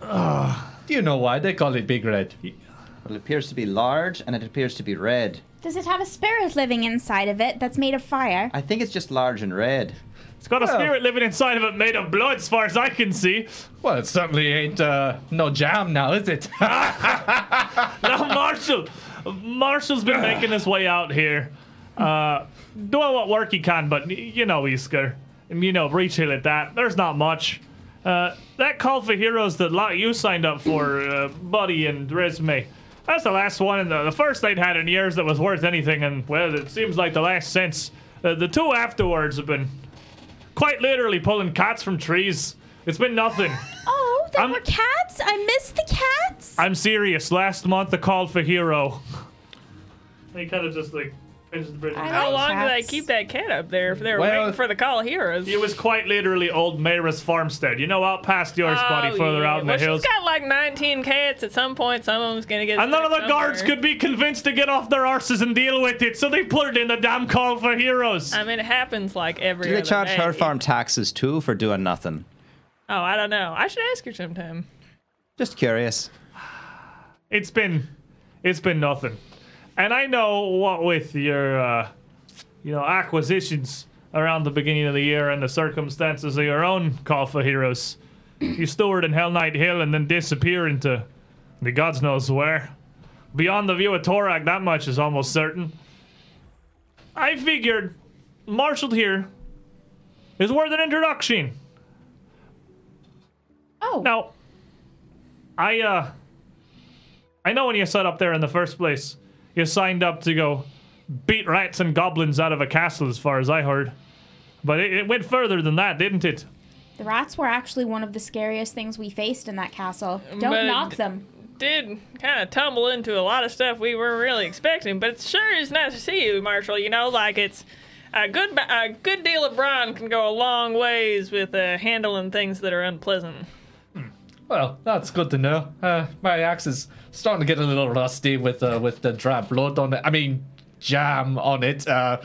Do you know why they call it Big Red? Well, it appears to be large and it appears to be red. Does it have a spirit living inside of it that's made of fire? I think it's just large and red. It's got a Well- spirit living inside of it made of blood, as far as I can see. Well, it certainly ain't uh, no jam now, is it? now Marshall, Marshall's been making his way out here, uh, doing what work he can. But y- you know, Isker, and you know, Breach Hill at that. There's not much. Uh, that call for heroes that lot you signed up for, uh, Buddy and Resme. That's the last one, and the, the first they'd had in years that was worth anything. And well, it seems like the last since. Uh, the two afterwards have been quite literally pulling cats from trees. It's been nothing. Oh, there I'm- were cats. I missed the cats. I'm serious. Last month, the call for hero. He kind of just like pinches the bridge. I How like long did I cats. keep that cat up there if they were Well- waiting for the call of heroes? It was quite literally old Mayra's farmstead. You know, out past yours, buddy, further out in the Oh, well, hills. She's got like 19 cats. At some point, some of them's gonna get. And none of stuck the guards somewhere. could be convinced to get off their arses and deal with it, so they put it in the damn call for heroes. I mean, it happens like every. Do they other charge day. her farm taxes too for doing nothing? Oh, I don't know. I should ask her sometime. Just curious. it's been, it's been nothing. And I know what with your, uh, you know, acquisitions around the beginning of the year and the circumstances of your own call for heroes. you stored in Hell Knight Hill and then disappear into the gods knows where. Beyond the view of Torak, that much is almost certain. I figured Marshall here is worth an introduction. Oh, Now, I uh, I know when you set up there in the first place, you signed up to go beat rats and goblins out of a castle, as far as I heard. But it, it went further than that, didn't it? Mm, the rats were actually one of the scariest things we faced in that castle. Don't But- knock them. did kind of tumble into a lot of stuff we weren't really expecting, but it sure is nice to see you, Marshall. You know, like it's a good ba- a good deal of brawn can go a long ways with uh, handling things that are unpleasant. Well, that's good to know. Uh, my axe is starting to get a little rusty with uh, with the dry blood on it. I mean, jam on it. Uh,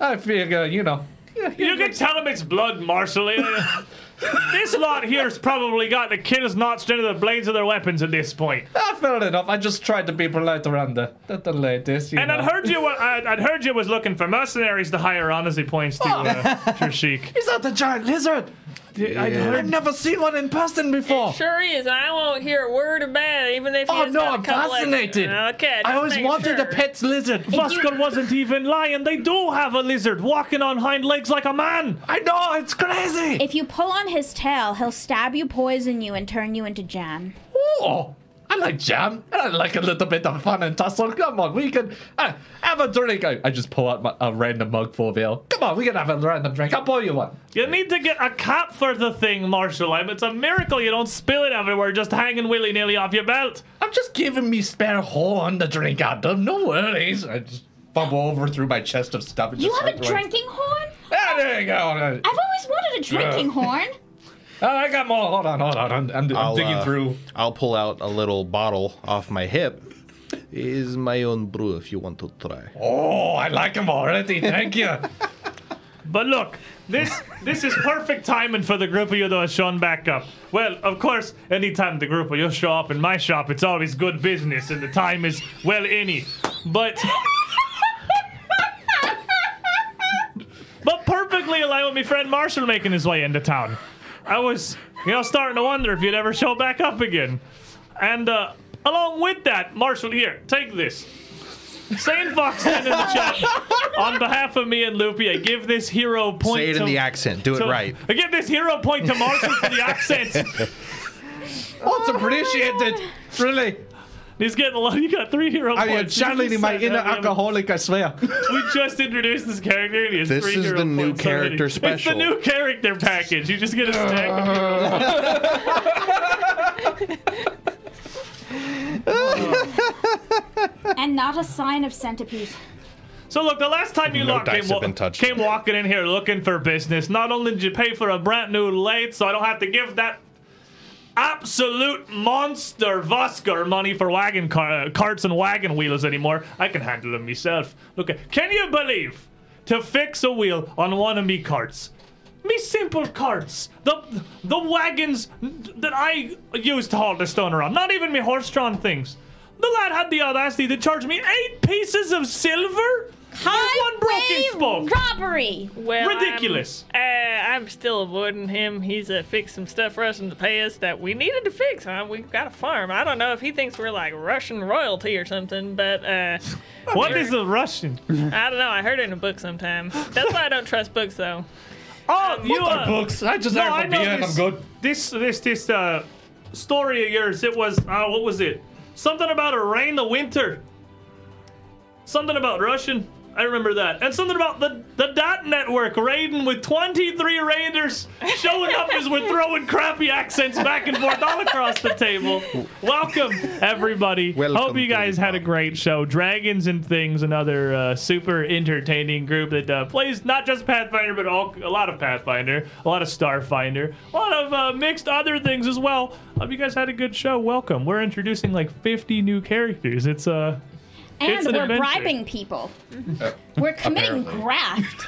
I figure, you know. yeah, You can tell him it's blood, Marshal. Uh, this lot here's probably got the killers notched into the blades of their weapons at this point. Ah, fair enough. I just tried to be polite around the the, the ladies. You And know. I'd heard you. Were, I'd, I'd heard you was looking for mercenaries to hire on, as he points to uh, Trishik. Is that the giant lizard? I'd I've heard. never seen one in person before. Sure is, and I won't hear a word about it, even if Oh it's no, got a I'm couple extra- fascinated. Okay, I just always making wanted a sure. pet lizard. Voskar wasn't even lying. They do have a lizard walking on hind legs like a man. I know it's crazy. If you pull on his tail, he'll stab you, poison you, and turn you into jam. Ooh, I like jam. and I like a little bit of fun and tussle. Come on, we can uh, have a drink. I, I just pull out my, a random mug full of ale. Come on, we can have a random drink. I'll pour you one. You need to get a cap for the thing, Marshal. I mean, It's a miracle you don't spill it everywhere, just hanging willy nilly off your belt. I'm just giving me spare horn to drink out of. No worries. I just fumble over through my chest of stuff. And You just have a start throwing- drinking horn? Ah, there you go. I've always wanted a drinking horn. Oh, I got more. Hold on, hold on. I'm, I'm, I'm I'll, digging uh, through. I'll pull out a little bottle off my hip. Is my own brew if you want to try. Oh, I like him already. Thank you. But look, this this is perfect timing for the group of you that have shown back up. Well, of course, anytime the group of you show up in my shop, it's always good business, and the time is well any. But but perfectly aligned with my friend Marshall making his way into town. I was you know starting to wonder if you'd ever show back up again. And uh, along with that, Marshall, here, take this. Saint Fox said in the chat, on behalf of me and Loopy, I give this hero point. Say it to- in the accent. Do it to- right. I give this hero point to Marshall for the accent. Much appreciated. Really. He's getting a lot. You got three hero I points. am You channeling just my said inner that, man. alcoholic, I swear. We just introduced this character. And he has This three is hero the new points character already. It's the special. new character package. You just get a stack of hero points. and not a sign of centipede. So look, the last time you No lot dice came, have wa- been touched. came walking in here looking for business, not only did you pay for a brand new lathe, so I don't have to give that absolute monster Vosker money for wagon car- uh, carts and wagon wheels anymore. I can handle them myself. Look, at- can you believe to fix a wheel on one of me carts? Me simple carts, the the wagons that I used to haul the stone around, not even me horse-drawn things. The lad had the audacity to charge me eight pieces of silver for one broken Highway spoke. robbery. Well, I'm- Ridiculous. uh, I'm still avoiding him. He's uh, fixed some stuff for us in the past that we needed to fix. Huh? We've got a farm. I don't know if he thinks we're like Russian royalty or something, but uh, What is a Russian? I don't know. I heard it in a book sometime. That's why I don't trust books, though. Um, Oh, you are. Books. I just No, had I a know beer and I'm this- good. This this this uh, story of yours. It was uh, what was it? Something about a rain the winter. Something about Russian. I remember that. And something about the the dot network raiding with 23 raiders showing up as we're throwing crappy accents back and forth all across the table. Welcome everybody. Hope Welcome you to guys the had a party. great show. Dragons and Things, another uh, super entertaining group that uh, plays not just Pathfinder, but all, a lot of Pathfinder, a lot of Starfinder, a lot of uh, mixed other things as well. Hope you guys had a good show. Welcome. We're introducing like 50 new characters. It's uh, And It's an we're adventure. bribing people. Oh, we're committing graft.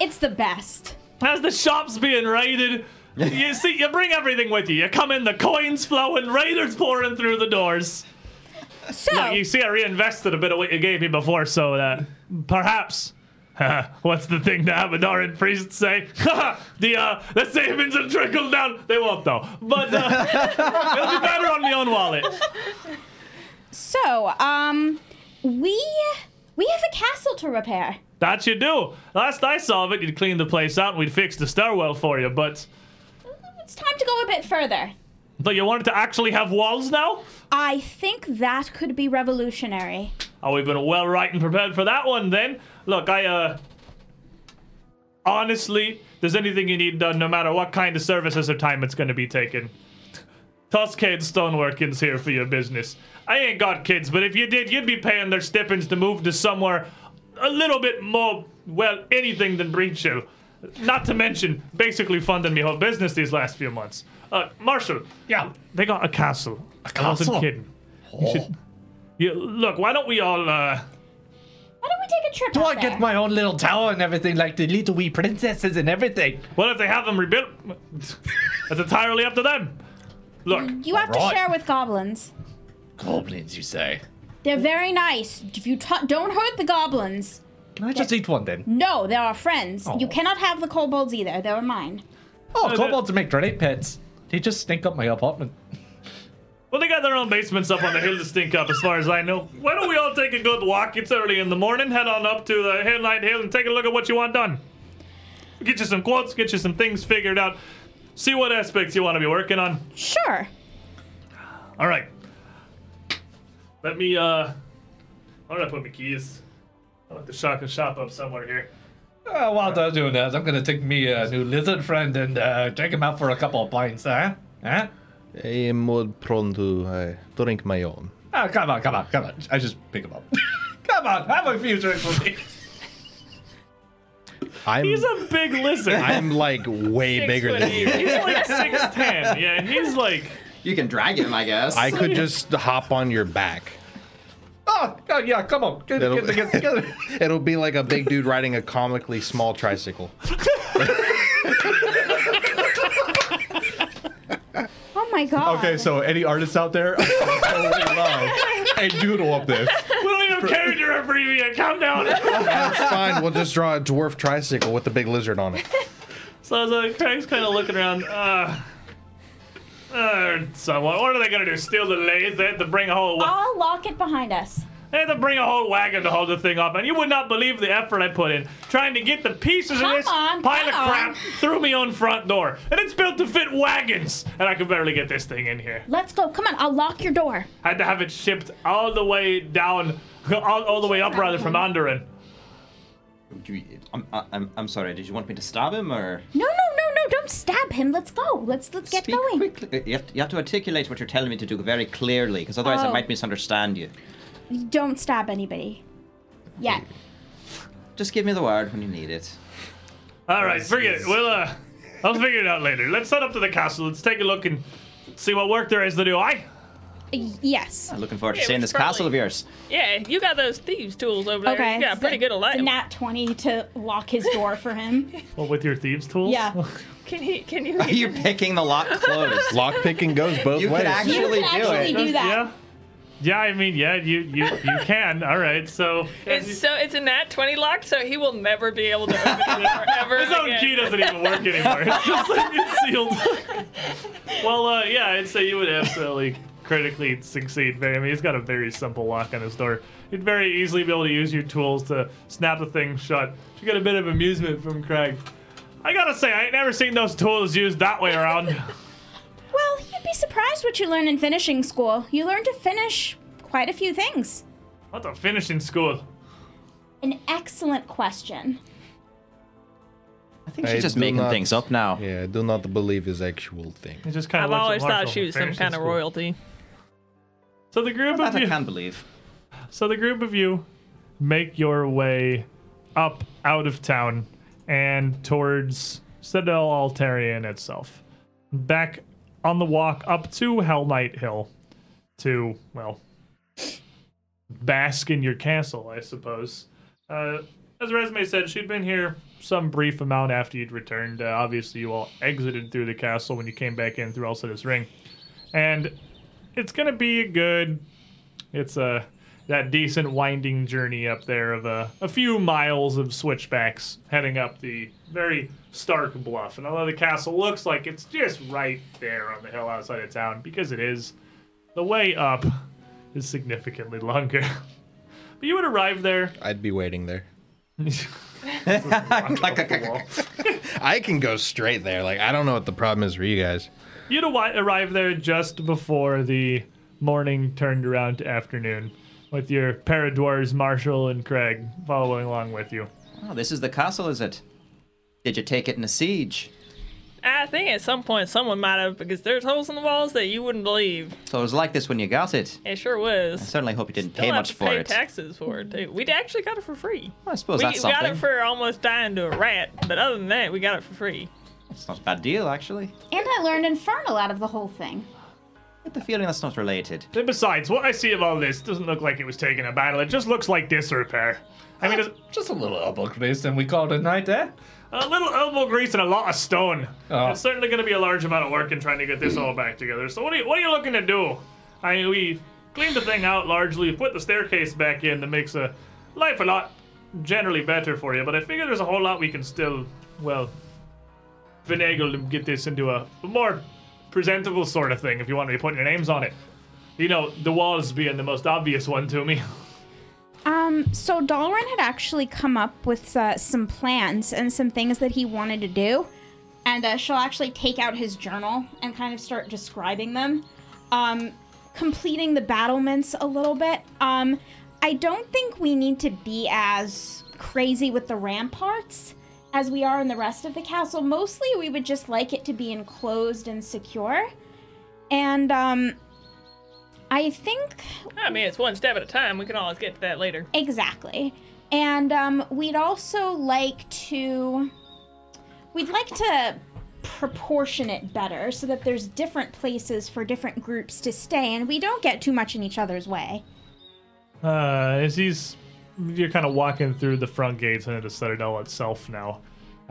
It's the best. as the shop's being raided. You see, you bring everything with you. You come in, the coins flowing, raiders pouring through the doors. So, You see, I reinvested a bit of what you gave me before, so that perhaps. What's the thing the Abadaran priests say? the uh, the savings will trickle down. They won't though, but uh, it'll be better on my own wallet. so, um, we we have a castle to repair. That you do. Last I saw of it, you'd clean the place out and we'd fix the stairwell for you. But It's time to go a bit further. but you wanted to actually have walls now? I think that could be revolutionary. Oh, we've been well right and prepared for that one then. Look, I, uh. Honestly, there's anything you need done, no matter what kind of services or time it's going to be taken. Tuscade Stoneworking's here for your business. I ain't got kids, but if you did, you'd be paying their stipends to move to somewhere a little bit more, well, anything than Breachill. Not to mention, basically funding me whole business these last few months. Uh, Marshall. Yeah. They got a castle. A I wasn't castle? kidding. You should. You, look, why don't we all, uh, Why don't we take a trip? Do out I there? get my own little tower and everything, like the little wee princesses and everything? what if they have them rebuilt? That's entirely up to them. Look, You have Alright. to share with goblins. Goblins, you say? They're very nice. If you t- don't hurt the goblins, Can I just eat one then? no, they're our friends. You Oh. cannot have the kobolds either. They were mine. Oh, that- kobolds make great pets. They just stink up my apartment. Well, they got their own basements up on the hill to stink up, as far as I know. Why don't we all take a good walk? It's early in the morning. Head on up to the Headlight Hill and take a look at what you want done. Get you some quotes, get you some things figured out, see what aspects you want to be working on. Sure. All right. Let me, uh. Where did I put my keys? I'll have to shock a shop up somewhere here. Uh, while they're doing that, I'm gonna take me a new lizard friend and uh, take him out for a couple of pints, huh? Huh? I am more prone to uh, drink my own. Oh, come on, come on, come on. I just pick him up. come on, have a few drinks with me. I'm He's a big lizard. I'm like way bigger than you. he's like 6'10. Yeah, he's like. You can drag him, I guess. I could just hop on your back. Oh, oh, yeah, come on. Get, That'll- get, get, get, get. It'll be like a big dude riding a comically small tricycle. Oh my god. Okay, so any artists out there, I totally love a doodle of this. We don't even have character abbreviation. Calm down. That's fine. We'll just draw a dwarf tricycle with the big lizard on it. So as uh, Craig's kind of looking around, uh, uh, someone, what are they gonna do? Steal the lathe? They had to bring a whole, wa- I'll lock it behind us. they had to bring a whole wagon to hold the thing up, and you would not believe the effort I put in trying to get the pieces Come of this on, pile of come crap on. through my own front door, and it's built to fit wagons, and I could barely get this thing in here. Let's go. Come on. I'll lock your door. had to have it shipped all the way down, all, all the way up rather from Onderin. Do you- I'm, I'm, I'm sorry. Did you want me to stab him or No, no, no, no. Don't stab him. Let's go. Let's let's get speak going. quickly? You have, to, you have to articulate what you're telling me to do very clearly, because otherwise I Oh. might misunderstand you. Don't stab anybody. Yet. Just give me the word when you need it. All right, forget it. We'll uh, I'll figure it out later. Let's head up to the castle. Let's take a look and see what work there is to do. Aye. Y- Yes. I'm looking forward to Yeah, seeing we this probably- castle of yours. Yeah, you got those thieves' tools over there. Okay. You got it's pretty a- good it's alive. a nat twenty to lock his door for him. Well, with your thieves tools? Yeah. Can he? Can you? You're picking the lock closed. Lock picking goes both You could ways. actually- you Really can do actually it. do that. Yeah. Yeah, I mean, yeah, you you you can. All right, so It's so it's a nat twenty lock, so he will never be able to open it forever. his own again. key doesn't even work anymore. It's just like it's sealed. well, uh, yeah, I'd say you would absolutely critically succeed. Very, I mean, he's got a very simple lock on his door. You'd very easily be able to use your tools to snap the thing shut. You get a bit of amusement from Craig. I gotta say, I ain't never seen those tools used that way around. Well, you'd be surprised what you learn in finishing school. You learn to finish quite a few things. What the finishing school? An excellent question. I think I she's just do making not- things up now. Yeah, I do not believe is actual thing. It just kind I've of. always thought she was some kind of royalty. So the group That of I you. can believe. So the group of you make your way up out of town and towards Citadel Altarian itself. Back on the walk up to Hell Knight Hill to, well, bask in your castle, I suppose. Uh, as Resume said, she'd been here some brief amount after you'd returned. Uh, obviously, you all exited through the castle when you came back in through Elsida's Ring. And it's going to be a good it's a that decent winding journey up there of uh, a, a few miles of switchbacks heading up the very stark bluff. And although the castle looks like it's just right there on the hill outside of town, because it is, the way up is significantly longer. but you would arrive there. I'd be waiting there. Clack, clack, clack, clack. I can go straight there. Like I don't know what the problem is for you guys. You'd awi- arrive there just before the morning turned around to afternoon, with your paradwars Marshall and Craig following along with you. Oh, this is the castle, is it? Did you take it in a siege? I think at some point someone might have because there's holes in the walls that you wouldn't believe. So it was like this when you got it. It sure I was. certainly hope you didn't Still pay have much to for pay it. taxes for it too. We actually got it for free. Well, I suppose we that's we something. got it for almost dying to a rat, but other than that, we got it for free. It's not a bad deal, actually. And I learned infernal out of the whole thing. I get the feeling that's not related. And besides, what I see of all this doesn't look like it was taken in battle. It just looks like disrepair. I mean, it's Just a little elbow grease, and we call it a night, eh? a little elbow grease and a lot of stone. Oh. It's certainly going to be a large amount of work in trying to get this all back together. So what are you, what are you looking to do? I mean, we cleaned the thing out largely, put the staircase back in that makes a life a lot generally better for you. But I figure there's a whole lot we can still, well, finagle to get this into a more presentable sort of thing. If you want to be putting your names on it, you know, the walls being the most obvious one to me. Um, so Dalrin had actually come up with uh, some plans and some things that he wanted to do, and uh, she'll actually take out his journal and kind of start describing them, um, completing the battlements a little bit. Um, I don't think we need to be as crazy with the ramparts as we are in the rest of the castle. Mostly, we would just like it to be enclosed and secure, and um, I think I mean, it's one step at a time. We can always get to that later. Exactly. And um, we'd also like to we'd like to proportion it better so that there's different places for different groups to stay and we don't get too much in each other's way. Uh, as he's, you're kind of walking through the front gates into the citadel itself now,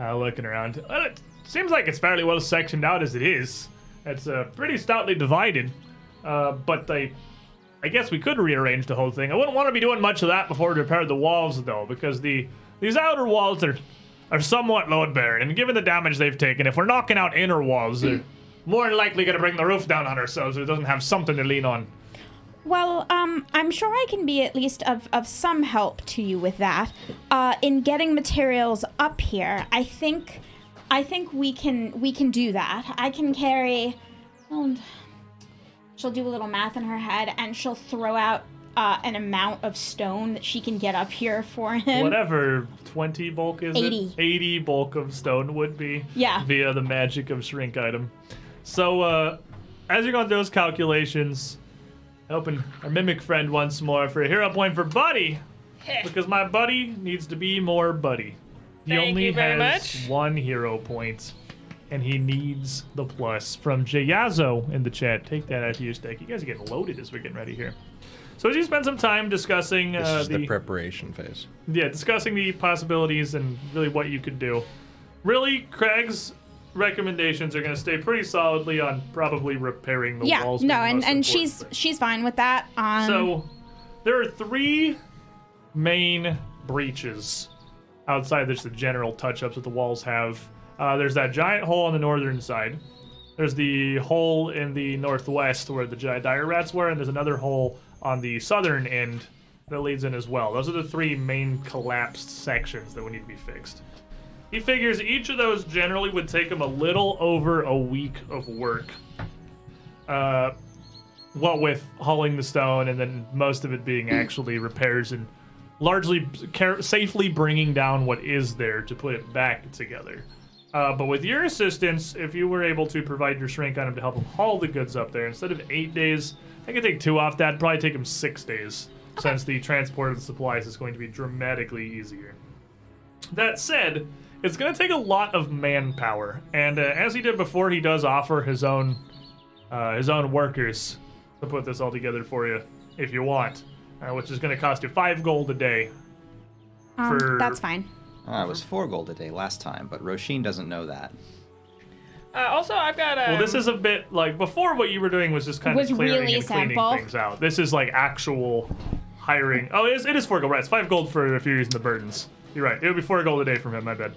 uh, looking around. Uh, it seems like it's fairly well sectioned out as it is. It's uh, pretty stoutly divided, uh, but I, I guess we could rearrange the whole thing. I wouldn't want to be doing much of that before we repair the walls, though, because the these outer walls are are somewhat load bearing, and given the damage they've taken, if we're knocking out inner walls, they're more than likely going to bring the roof down on ourselves. If it doesn't have something to lean on. Well, um, I'm sure I can be at least of, of some help to you with that. Uh, in getting materials up here, I think I think we can we can do that. I can carry well, she'll do a little math in her head and she'll throw out uh, an amount of stone that she can get up here for him. whatever 20 bulk is 80. it 80 bulk of stone would be Yeah. via the magic of shrink item so uh as you're going through those calculations helping our mimic friend once more for a hero point for buddy Heh. because my buddy needs to be more buddy he Thank only you very has much. one hero point and he needs the plus from Jayazo in the chat. Take that out of your stack. You guys are getting loaded as we're getting ready here. So as you spend some time discussing This uh, is the preparation phase. yeah, discussing the possibilities and really what you could do. Really, Craig's recommendations are going to stay pretty solidly on probably repairing the yeah, walls. no, being the and, most and important she's thing. she's fine with that. Um, So there are three main breaches outside. There's the general touch-ups that the walls have. Uh, there's that giant hole on the northern side. There's the hole in the northwest where the giant dire rats were, and there's another hole on the southern end that leads in as well. Those are the three main collapsed sections that would need to be fixed. He figures each of those generally would take him a little over a week of work. Uh, what with hauling the stone and then most of it being actually repairs and largely care- safely bringing down what is there to put it back together. Uh, but with your assistance, if you were able to provide your shrink item to help him haul the goods up there, instead of eight days, I could take two off that. Probably take him six days, since the transport of the supplies is going to be dramatically easier. That said, it's going to take a lot of manpower, and uh, as he did before, he does offer his own uh, his own workers to put this all together for you if you want, uh, which is going to cost you five gold a day. um, for- that's fine. Ah, it was four gold a day last time, but Roshin doesn't know that. Uh, also, I've got a. Well, this is a bit like before what you were doing was just kind Um, Was of clearing really and cleaning sample. things out. This is like actual hiring. Oh, it is, it is four gold, right? It's five gold for if you're using the burdens. You're right. It would be four gold a day from him. My bad.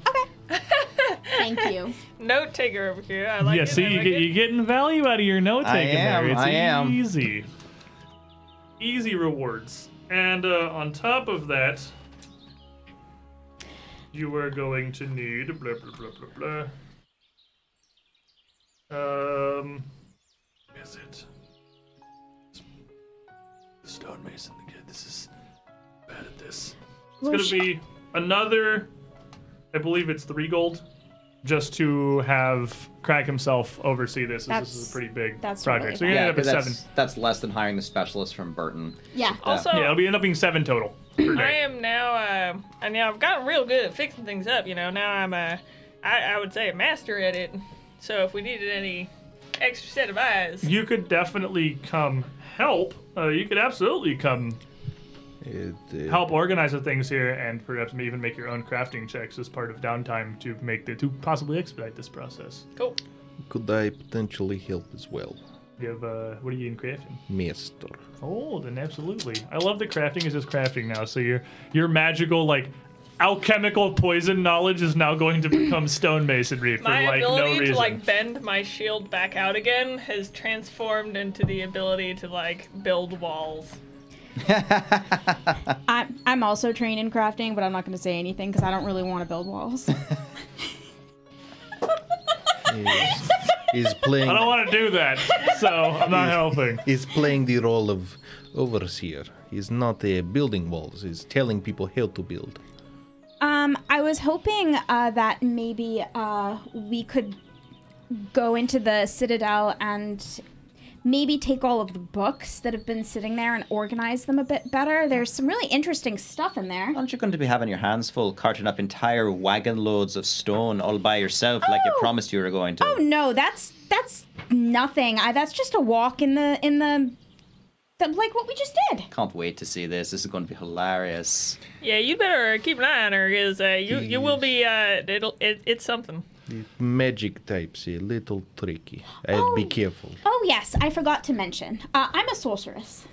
Thank you. note taker over here. I like yeah, it. see, I you like get, it. you're getting value out of your note I taking am, there. It's I am. easy. Easy rewards. And uh, on top of that, you are going to need blah blah blah blah blah. Um, is it stonemason? The kid. This is bad at this. It's gonna be another. I believe it's three gold just to have Craig himself oversee this. as This is That's- a pretty big that's project. really so you're Yeah, gonna end up 'cause at seven. that's, that's less than hiring the specialist from Burton. Yeah. Also, Yeah, it'll be end up being seven total. per I day. am now. Uh, I now I've gotten real good at fixing things up. You know, now I'm a. I, I would say a master at it. So if we needed any extra set of eyes, You could definitely come help. Uh, you could absolutely come It, uh, it- help organize the things here, and perhaps even make your own crafting checks as part of downtime to make the to possibly expedite this process. cool. Could I potentially help as well, You have uh, what are you in crafting? Mister? Oh, then absolutely. I love that crafting is just crafting now. So your your magical like alchemical poison knowledge is now going to become stonemasonry for My like no ability reason. to like bend my shield back out again has transformed into the ability to like build walls. I'm, I'm also trained in crafting, but I'm not going to say anything because I don't really want to build walls. Um, Is, is I don't playing want to do that, so I'm not helping. is playing the role of overseer. He's not uh, building walls. He's telling people how to build. Um, I was hoping uh, that maybe uh, we could go into the Citadel and maybe take all of the books that have been sitting there and organize them a bit better. There's some really interesting stuff in there. Aren't you going to be having your hands full carting up entire wagon loads of stone all by yourself like you Oh. promised you were going to? Oh no, that's that's nothing. I, that's just a walk in the in the, the like what we just did. Can't wait to see this. This is going to be hilarious. Yeah, you better keep an eye on her because uh, you you will be. Uh, it'll it, it's something. Magic types a little tricky. I'd be Oh. careful. Oh yes, I forgot to mention. Uh, I'm a sorceress.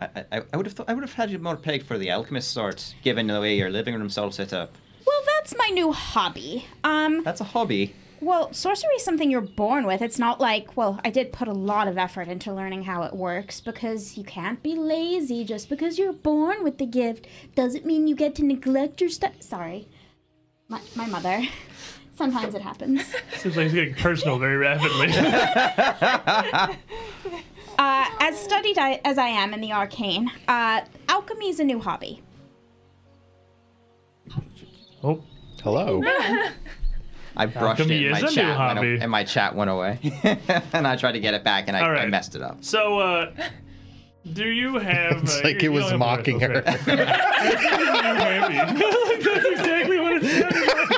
I, I, I would have thought I would have had you more pegged for the alchemist sort, given the way your living room all set up. Well, that's my new hobby. Um, That's a hobby. Well, sorcery is something you're born with. It's not like, well, I did put a lot of effort into learning how it works because you can't be lazy. Just because you're born with the gift doesn't mean you get to neglect your stuff. Sorry. My, my mother. Sometimes it happens. Seems like it's getting personal very rapidly. Uh, as studied I, as I am in the arcane, uh, alchemy is a new hobby. oh, Hello. I brushed it. Alchemy and my is a new chat went hobby. away, and my chat went away, and I tried to get it back, and I, All I right. messed it up. so uh, do you have? It's uh, like you- it you was don't have mocking one of those, right? Maybe. That's exactly what it sounded like.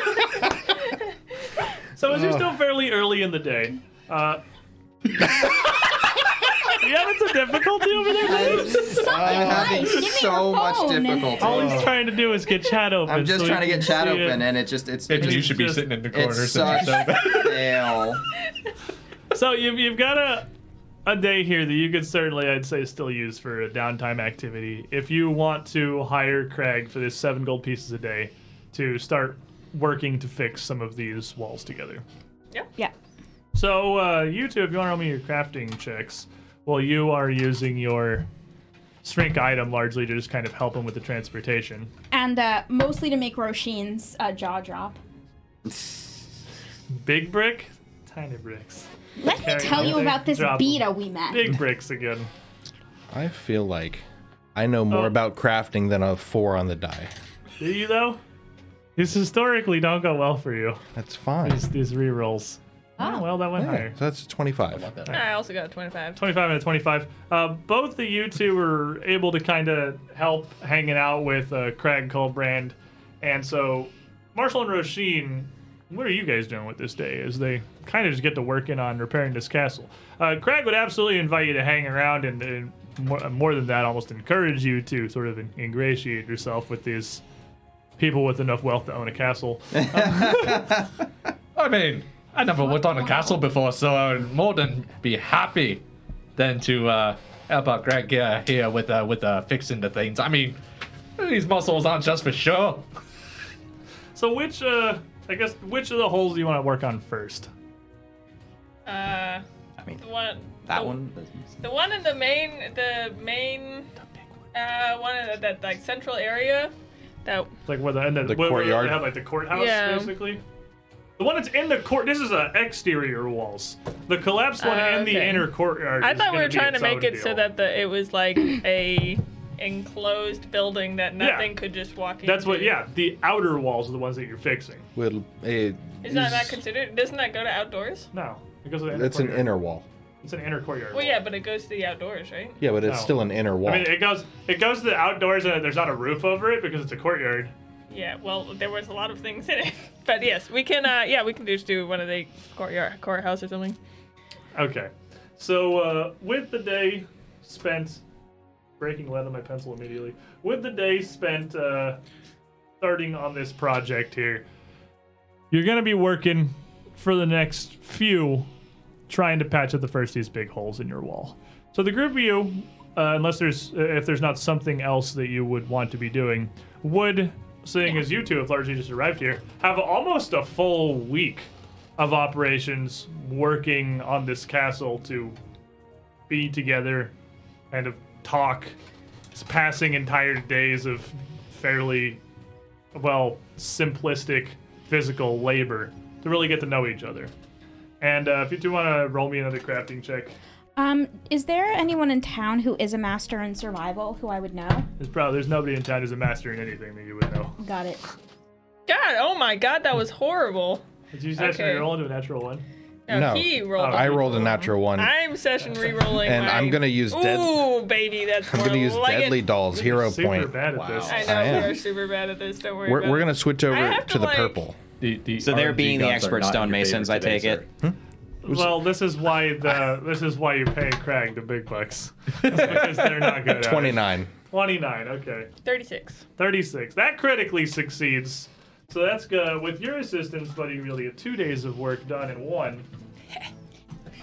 So as you're still fairly early in the day, uh, you having some difficulty over there? Blue? I'm having nice. Give me so your much phone. difficulty. All he's trying to do is get chat open. Oh. I'm just so he trying to can get chat see it. open, and it just it's And you it's should be just- sitting in the corner. it's since such you're so bad. fail. So you've, you've got a a day here that you could certainly, I'd say, still use for a downtime activity. If you want to hire Craig for this seven gold pieces a day to start working to fix some of these walls together. Yeah. So uh, you two, if you want to roll me your crafting checks, well, you are using your shrink item largely to just kind of help him with the transportation. And uh, mostly to make Roshin's uh, jaw drop. Big brick, tiny bricks. Let me Okay, tell you big about this drop. beta we met. Big bricks again. I feel like I know more Oh. about crafting than a four on the die. Do you though? These historically don't go well for you. That's fine. These these rerolls. Oh, well, that went Yeah, higher. so that's 25. I also got a twenty-five. 25 out of 25. Uh, both of you two were able to kind of help hanging out with uh, Craig Colbrand. And so, Marshall and Roshin, what are you guys doing with this day? As they kind of just get to working on repairing this castle. Uh, Craig would absolutely invite you to hang around and, and more, uh, more than that, almost encourage you to sort of ingratiate yourself with these people with enough wealth to own a castle. I mean, I never worked on a castle before, so I would more than be happy than to uh, help out Greg uh, here with uh, with uh, fixing the things. I mean, these muscles aren't just for show. So which, uh, I guess, which of the holes do you want to work on first? Uh, I mean, the one. that the- one. The one in the main, the main, uh, one in that, that like central area. That Like where the end of The where- where they courtyard? have like the courthouse, Yeah. basically. The one that's in the court. This is uh, exterior walls. The collapsed one Uh, in the okay. inner courtyard. I is thought we gonna were be trying to its make own it so deal. that the it was like a enclosed building that nothing could just walk into. That's what. Yeah, the outer walls are the ones that you're fixing. Well, uh, Is that not considered? Doesn't that go to outdoors? No, it goes to the inner It's an courtyard. inner wall. It's an inner courtyard. Well, yeah, but it goes to the outdoors, right? Yeah, but it's No. still an inner wall. Oh. I mean, it goes it goes to the outdoors and there's not a roof over it because it's a courtyard. Yeah. Well, there was a lot of things in it, but yes, we can. Uh, yeah, we can just do one of the courtyard courthouse or something. Okay. So uh, with the day spent breaking lead on my pencil immediately. With the day spent uh, starting on this project here, you're gonna be working for the next few trying to patch up the first of these big holes in your wall. So the group of you, uh, unless there's uh, if there's not something else that you would want to be doing, would seeing as you two have largely just arrived here, have almost a full week of operations working on this castle to be together, kind of talk. It's passing entire days of fairly, well, simplistic physical labor to really get to know each other. And uh, if you do want to roll me another crafting check, Um, is there anyone in town who is a master in survival who I would know? there's probably there's nobody in town who's a master in anything that you would know. Got it. God, oh my God, that was horrible. Did you actually Okay. roll into a natural one? No, No. he rolled. Oh, a I rolled a natural one. I'm session re-rolling, Mm. And I'm my- gonna use dead- Ooh, baby, that's. I'm more gonna use like it. Deadly Doll's hero Super Oh, point. bad at this. I I know am. we're super bad at this. Don't worry. We're, about we're it. gonna switch over I have to, to, the like- purple. The, the So they're RNG being the guns are expert not your stonemasons, favorite I today, take it. sir. Well, this is why the this is why you're paying Craig the big bucks because they're not good. at it. Twenty nine. Twenty nine. Okay. 36. 36. That critically succeeds. So that's good. With your assistance, buddy, you'll get two days of work done in one.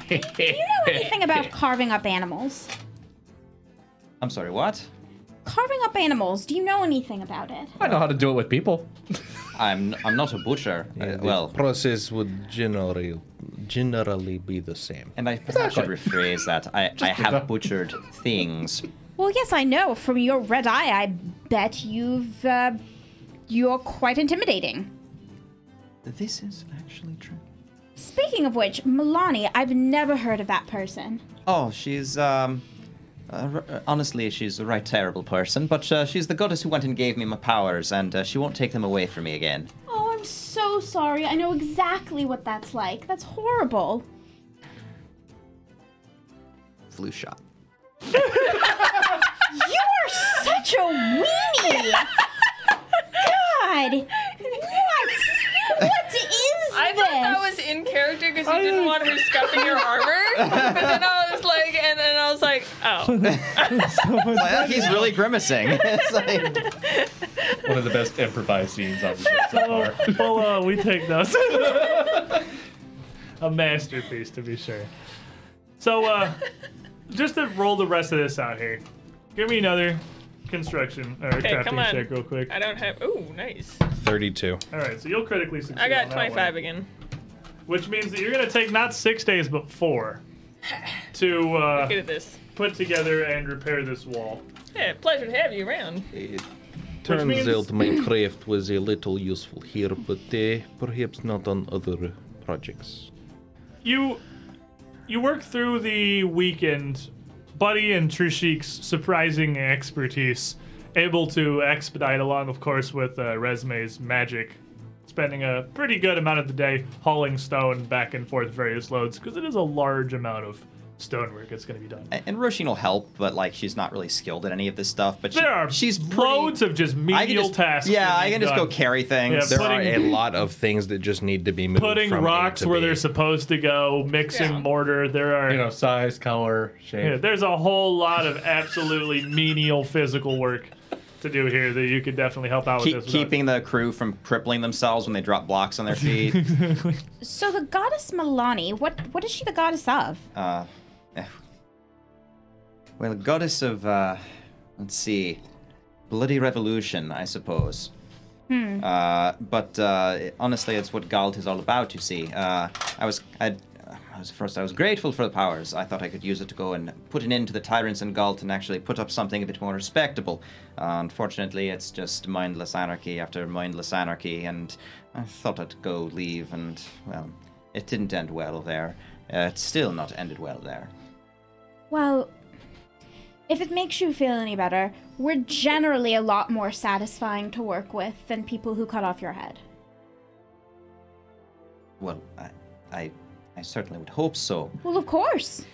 Anything about carving up animals? I'm sorry, what? Carving up animals. Do you know anything about it? I know how to do it with people. I'm I'm not a butcher. Uh, well, process would generally generally be the same. and I perhaps should rephrase that. I, I have butchered things. Well, yes, I know. From your red eye, I bet you've uh, you're quite intimidating. This is actually true. Speaking of which, Milani, I've never heard of that person. Oh, she's um, uh, r- honestly, she's a right terrible person. But uh, she's the goddess who went and gave me my powers, and uh, she won't take them away from me again. Oh, I'm so sorry. I know exactly what that's like. That's horrible. Flu shot. You're such a weenie. God, what? What is I this? thought that was in character because you didn't want her scuffing your armor. But then I was like, and then I was like, oh. Well, Uh, he's really grimacing. It's like- One of the best improvised scenes on the show so far. Well, uh, we take those. a masterpiece, to be sure. So, uh, just to roll the rest of this out here, give me another construction or Okay, come crafting on. check real quick. I don't have. Ooh, nice. Thirty two. All right, so you'll critically succeed. I on got that 25 one. again. which means that you're gonna take not six days but four to uh, Good at this. put together and repair this wall. Yeah, pleasure to have you around. It turns means- out my craft was a little useful here, but uh, perhaps not on other projects. you you work through the weekend buddy and trishik's surprising expertise able to expedite along of course with uh, resume's magic spending a pretty good amount of the day hauling stone back and forth various loads because it is a large amount of stonework that's going to be done and Roisin will help, but like she's not really skilled at any of this stuff. But she, there are she's pretty, loads of just I can menial just, tasks Yeah, that I need can just go done. carry things. Yeah, There There are- putting- are a lot of things that just need to be moved. putting from A rocks to where B. they're supposed to go mixing Yeah. mortar there are You know, size, color, shape. Yeah, there's a whole lot of absolutely menial physical work to do here that you could definitely help out keep- with this. without- keeping the crew from crippling themselves when they drop blocks on their feet. So the goddess Milani, what what is she the goddess of? uh, eh. well, goddess of uh, let's see, bloody revolution, I suppose. Uh, but uh, honestly, it's what Galt is all about. You see, uh, I was I, I was first I was grateful for the powers. I thought I could use it to go and put an end to the tyrants in Galt and actually put up something a bit more respectable. Uh, unfortunately, it's just mindless anarchy after mindless anarchy, and I thought I'd go leave, and well, it didn't end well there. Uh, it's still not ended well there. Well, if it makes you feel any better, we're generally a lot more satisfying to work with than people who cut off your head. Well, I, I, I certainly would hope so. Well, of course.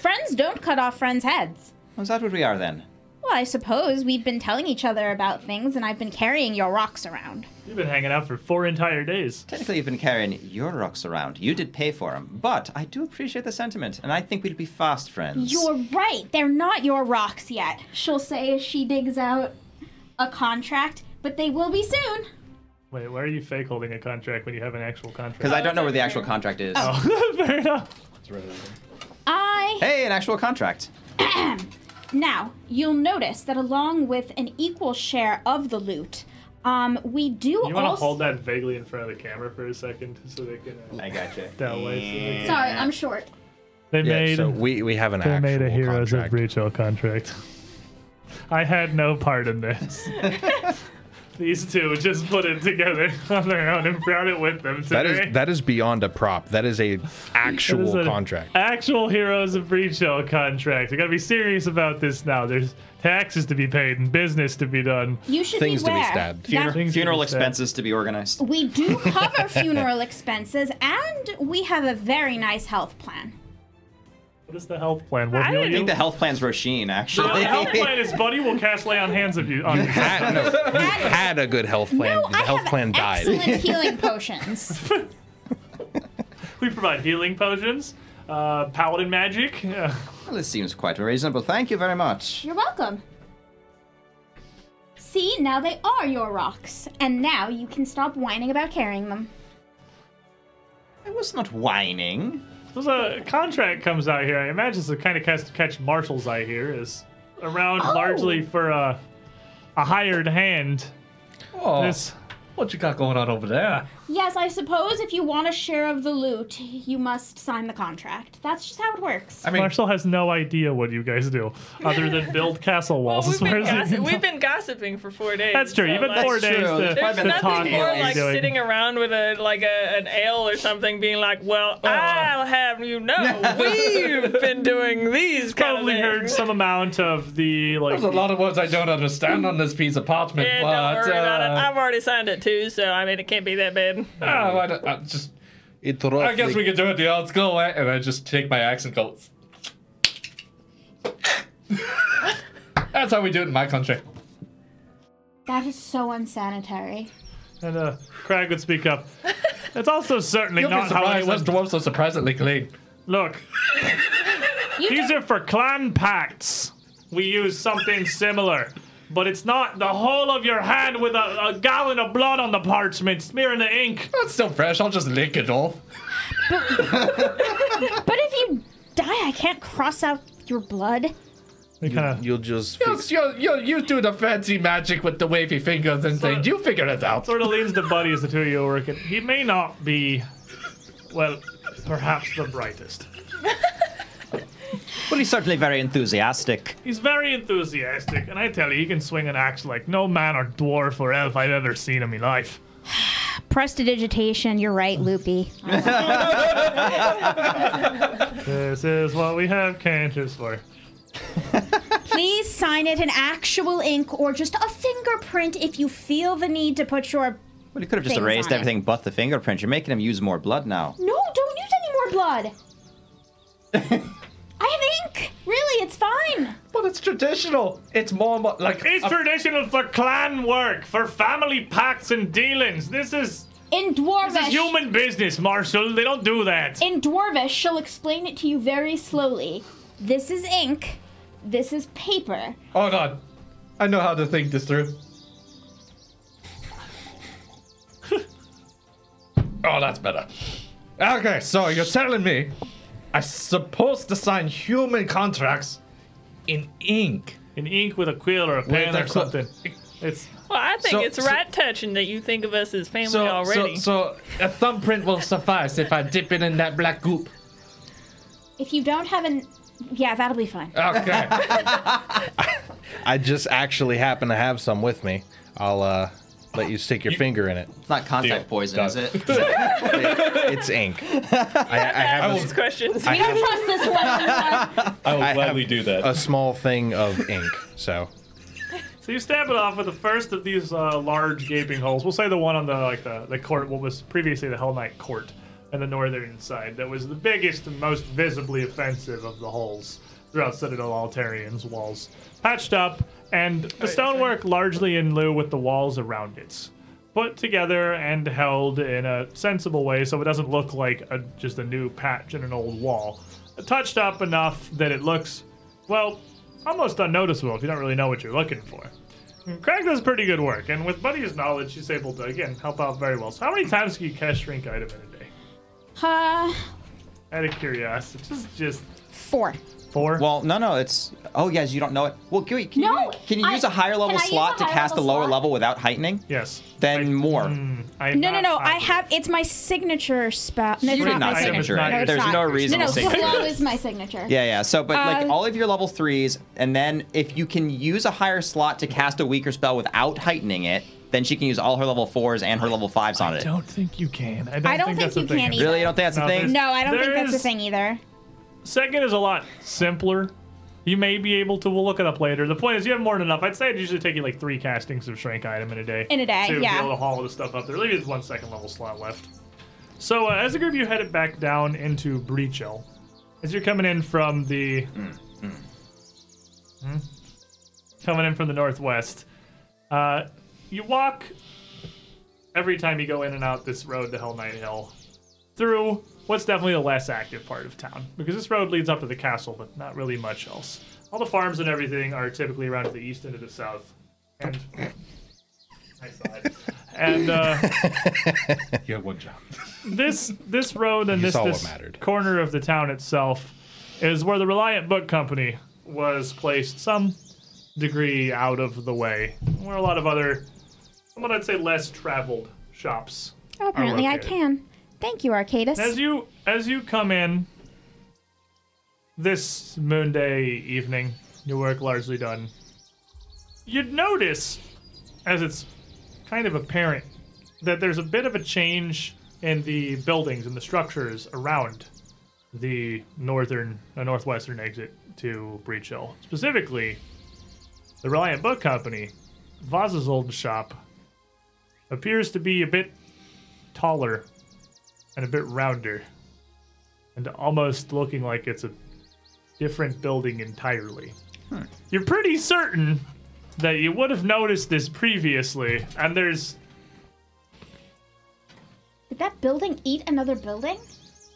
friends don't cut off friends' heads. Is that what we are then? Well, I suppose we've been telling each other about things, and I've been carrying your rocks around. You've been hanging out for four entire days. Technically, you've been carrying your rocks around. You did pay for them, but I do appreciate the sentiment, and I think we'll be fast friends. You're right. They're not your rocks yet. She'll say as she digs out a contract, but they will be soon. Wait, why are you fake holding a contract when you have an actual Because contract? I don't know where the actual contract is. Oh. Fair enough. I Hey, an actual contract. Now, you'll notice that along with an equal share of the loot, um, we do You want to also. hold that vaguely in front of the camera for a second so they can. Uh, I gotcha. That way, so they can- Sorry, I'm short. They Yeah, made so we, we have an they actual made a Heroes contract. of Rachel contract. I had no part in this. These two just put it together on their own and brought it with them today. That is that is beyond a prop. That is a That is actual an contract. Actual Heroes of Breach Hill contract. We gotta be serious about this now. There's taxes to be paid and business to be done. You should Things to beware. be stabbed. that Things to Funeral be said. expenses to be organized. we do cover funeral expenses, and we have a very nice health plan. What is the health plan? What I will didn't I you? think the health plan's Roshin, actually. No, the health plan is Buddy will cast lay on hands of you. On you. Had, no, you had a good health plan. No, the I health have plan excellent died. healing potions. we provide healing potions, uh, paladin magic. Uh, Well, this seems quite reasonable. Thank you very much. You're welcome. See, now they are your rocks, and now you can stop whining about carrying them. I was not whining. There's a contract comes out here. I imagine it's the kind of cast to catch Marshall's eye here is around Oh. largely for a, a hired hand. Oh, This what you got going on over there? Yes, I suppose if you want a share of the loot, you must sign the contract. That's just how it works. I mean, Marshall has no idea what you guys do other than build castle Well, walls. we've, as far been as he gossip- knows. we've been gossiping for four days. That's true. so, You've been like, four That's days true. to, There's to There's talk nothing talking more about like doing. sitting around with a like a, an ale or something, being like, "Well, Oh. I'll have you know, we've been doing these kind Probably of heard things." some amount of the like. There's a lot of words I don't understand on this piece of parchment, Yeah, but don't worry about it. uh, I've already signed it too, so I mean, it can't be that bad. oh, I, don't- I just it I guess we could do it the old school way, and I just take my axe and go. That's how we do it in my country. That is so unsanitary. And uh, Crag would speak up. It's also certainly You'll be not how surprised. anyone. Us dwarves are surprisingly clean. Look, You these are for clan pacts. We use something similar, but it's not the whole of your hand with a, a gallon of blood on the parchment, smearing the ink. It's still fresh. I'll just lick it off. don't- but if you die, I can't cross out your blood. We kind of You'll just You're, you're, you're, you do the fancy magic with the wavy fingers and things. You figure it out. sort of leans to Buddy as the two of you are working. He may not be, well, perhaps the brightest. Well, he's certainly very enthusiastic. He's very enthusiastic, and I tell you, he can swing an axe like no man or dwarf or elf I've ever seen in my life. Prestidigitation, you're right, Loopy. This is what we have cantrips for. Please sign it in actual ink or just a fingerprint if you feel the need to put your. Well, he could have just Things erased on it. everything but the fingerprint. You're making him use more blood now. No, don't use any more blood! I have ink! Really, it's fine! But it's traditional. It's more, more like It's traditional for clan work, for family pacts and dealings. This is In this Dwarvish. is human business, Marshall. They don't do that. in Dwarvish, she'll explain it to you very slowly. This is ink. This is paper. Hold on. Oh, I know how to think this through. oh, that's better. Okay, so you're telling me I'm supposed to sign human contracts in ink. In ink with a quill or a pen With a or quill. something. It's Well, I think So- it's so- right touching that you think of us as family So, so, already. so a thumbprint will suffice if I dip it in that black goop. If you don't have an. Yeah, that'll be fine. Okay. I just actually happen to have some with me. I'll uh, let you stick your finger in it. It's not contact Deal. poison, Done. is it? It's ink. I, I have these questions. We don't trust this one. I will I have gladly do that. a, a small thing of ink. So so you stab it off with the first of these uh, large gaping holes. We'll say the one on the like the, the court, what was previously the Hell Knight court. and the northern side that was the biggest and most visibly offensive of the holes throughout Citadel Altarian's walls, patched up, and the stonework largely in lieu with the walls around it. Put together and held in a sensible way so it doesn't look like a, just a new patch in an old wall. Touched up enough that it looks, well, almost unnoticeable if you don't really know what you're looking for. Craig does pretty good work, and with Buddy's knowledge, she's able to again help out very well. So, how many times can you cast shrink item in a day? Uh, Out of curiosity, just just four. four. Well, no, no, it's. Oh, yes, you don't know it. Well, can, we, can, No, you, can you I- use a higher can level I use slot a to higher cast a level lower slot? level without heightening? yes. Then I- more. Mm, I am No, no, not no. I positive. have. It's my signature spell. No, it's You did not not my signature. signature. it. No, it's There's not. no reason No, no. to signature. Slow is my signature. Yeah, yeah. So, but like Um, all of your level threes, and then if you can use a higher slot to cast a weaker spell without heightening it, then she can use all her level fours and her level fives on I it. don't think you can. I don't, I don't think, think that's a you thing. can either. Really, you don't think that's No, a thing? there's- No, I don't think There that's a is- thing either. Second is a lot simpler. You may be able to. We'll look it up later. The point is, you have more than enough. I'd say it usually take you like three castings of shrink item in a day. In a day, to yeah. be able to haul the stuff up there. Maybe there's one second level slot left. So uh, as a group, you headed back down into Breachill. As you're coming in from the, Hmm? coming in from the northwest, uh, you walk every time you go in and out this road to Hell Knight Hill through what's definitely the less active part of town because this road leads up to the castle, but not really much else. All the farms and everything are typically around to the east and to the south. And I saw it. And uh, You have one job. this this road and You this, saw what this mattered. corner of the town itself is where the Reliant Book Company was placed some degree out of the way, where a lot of other, what I'd say, less traveled shops Oh, apparently I located. can. Thank you, Arcadus. as you as you come in this moon day evening, your work largely done, you'd notice, as it's kind of apparent, that there's a bit of a change in the buildings and the structures around the northern uh, northwestern exit to Breach Hill. Specifically, the Reliant Book Company, Vaz's old shop, appears to be a bit taller and a bit rounder and almost looking like it's a different building entirely. You're pretty certain that you would have noticed this previously, and there's Did that building eat another building?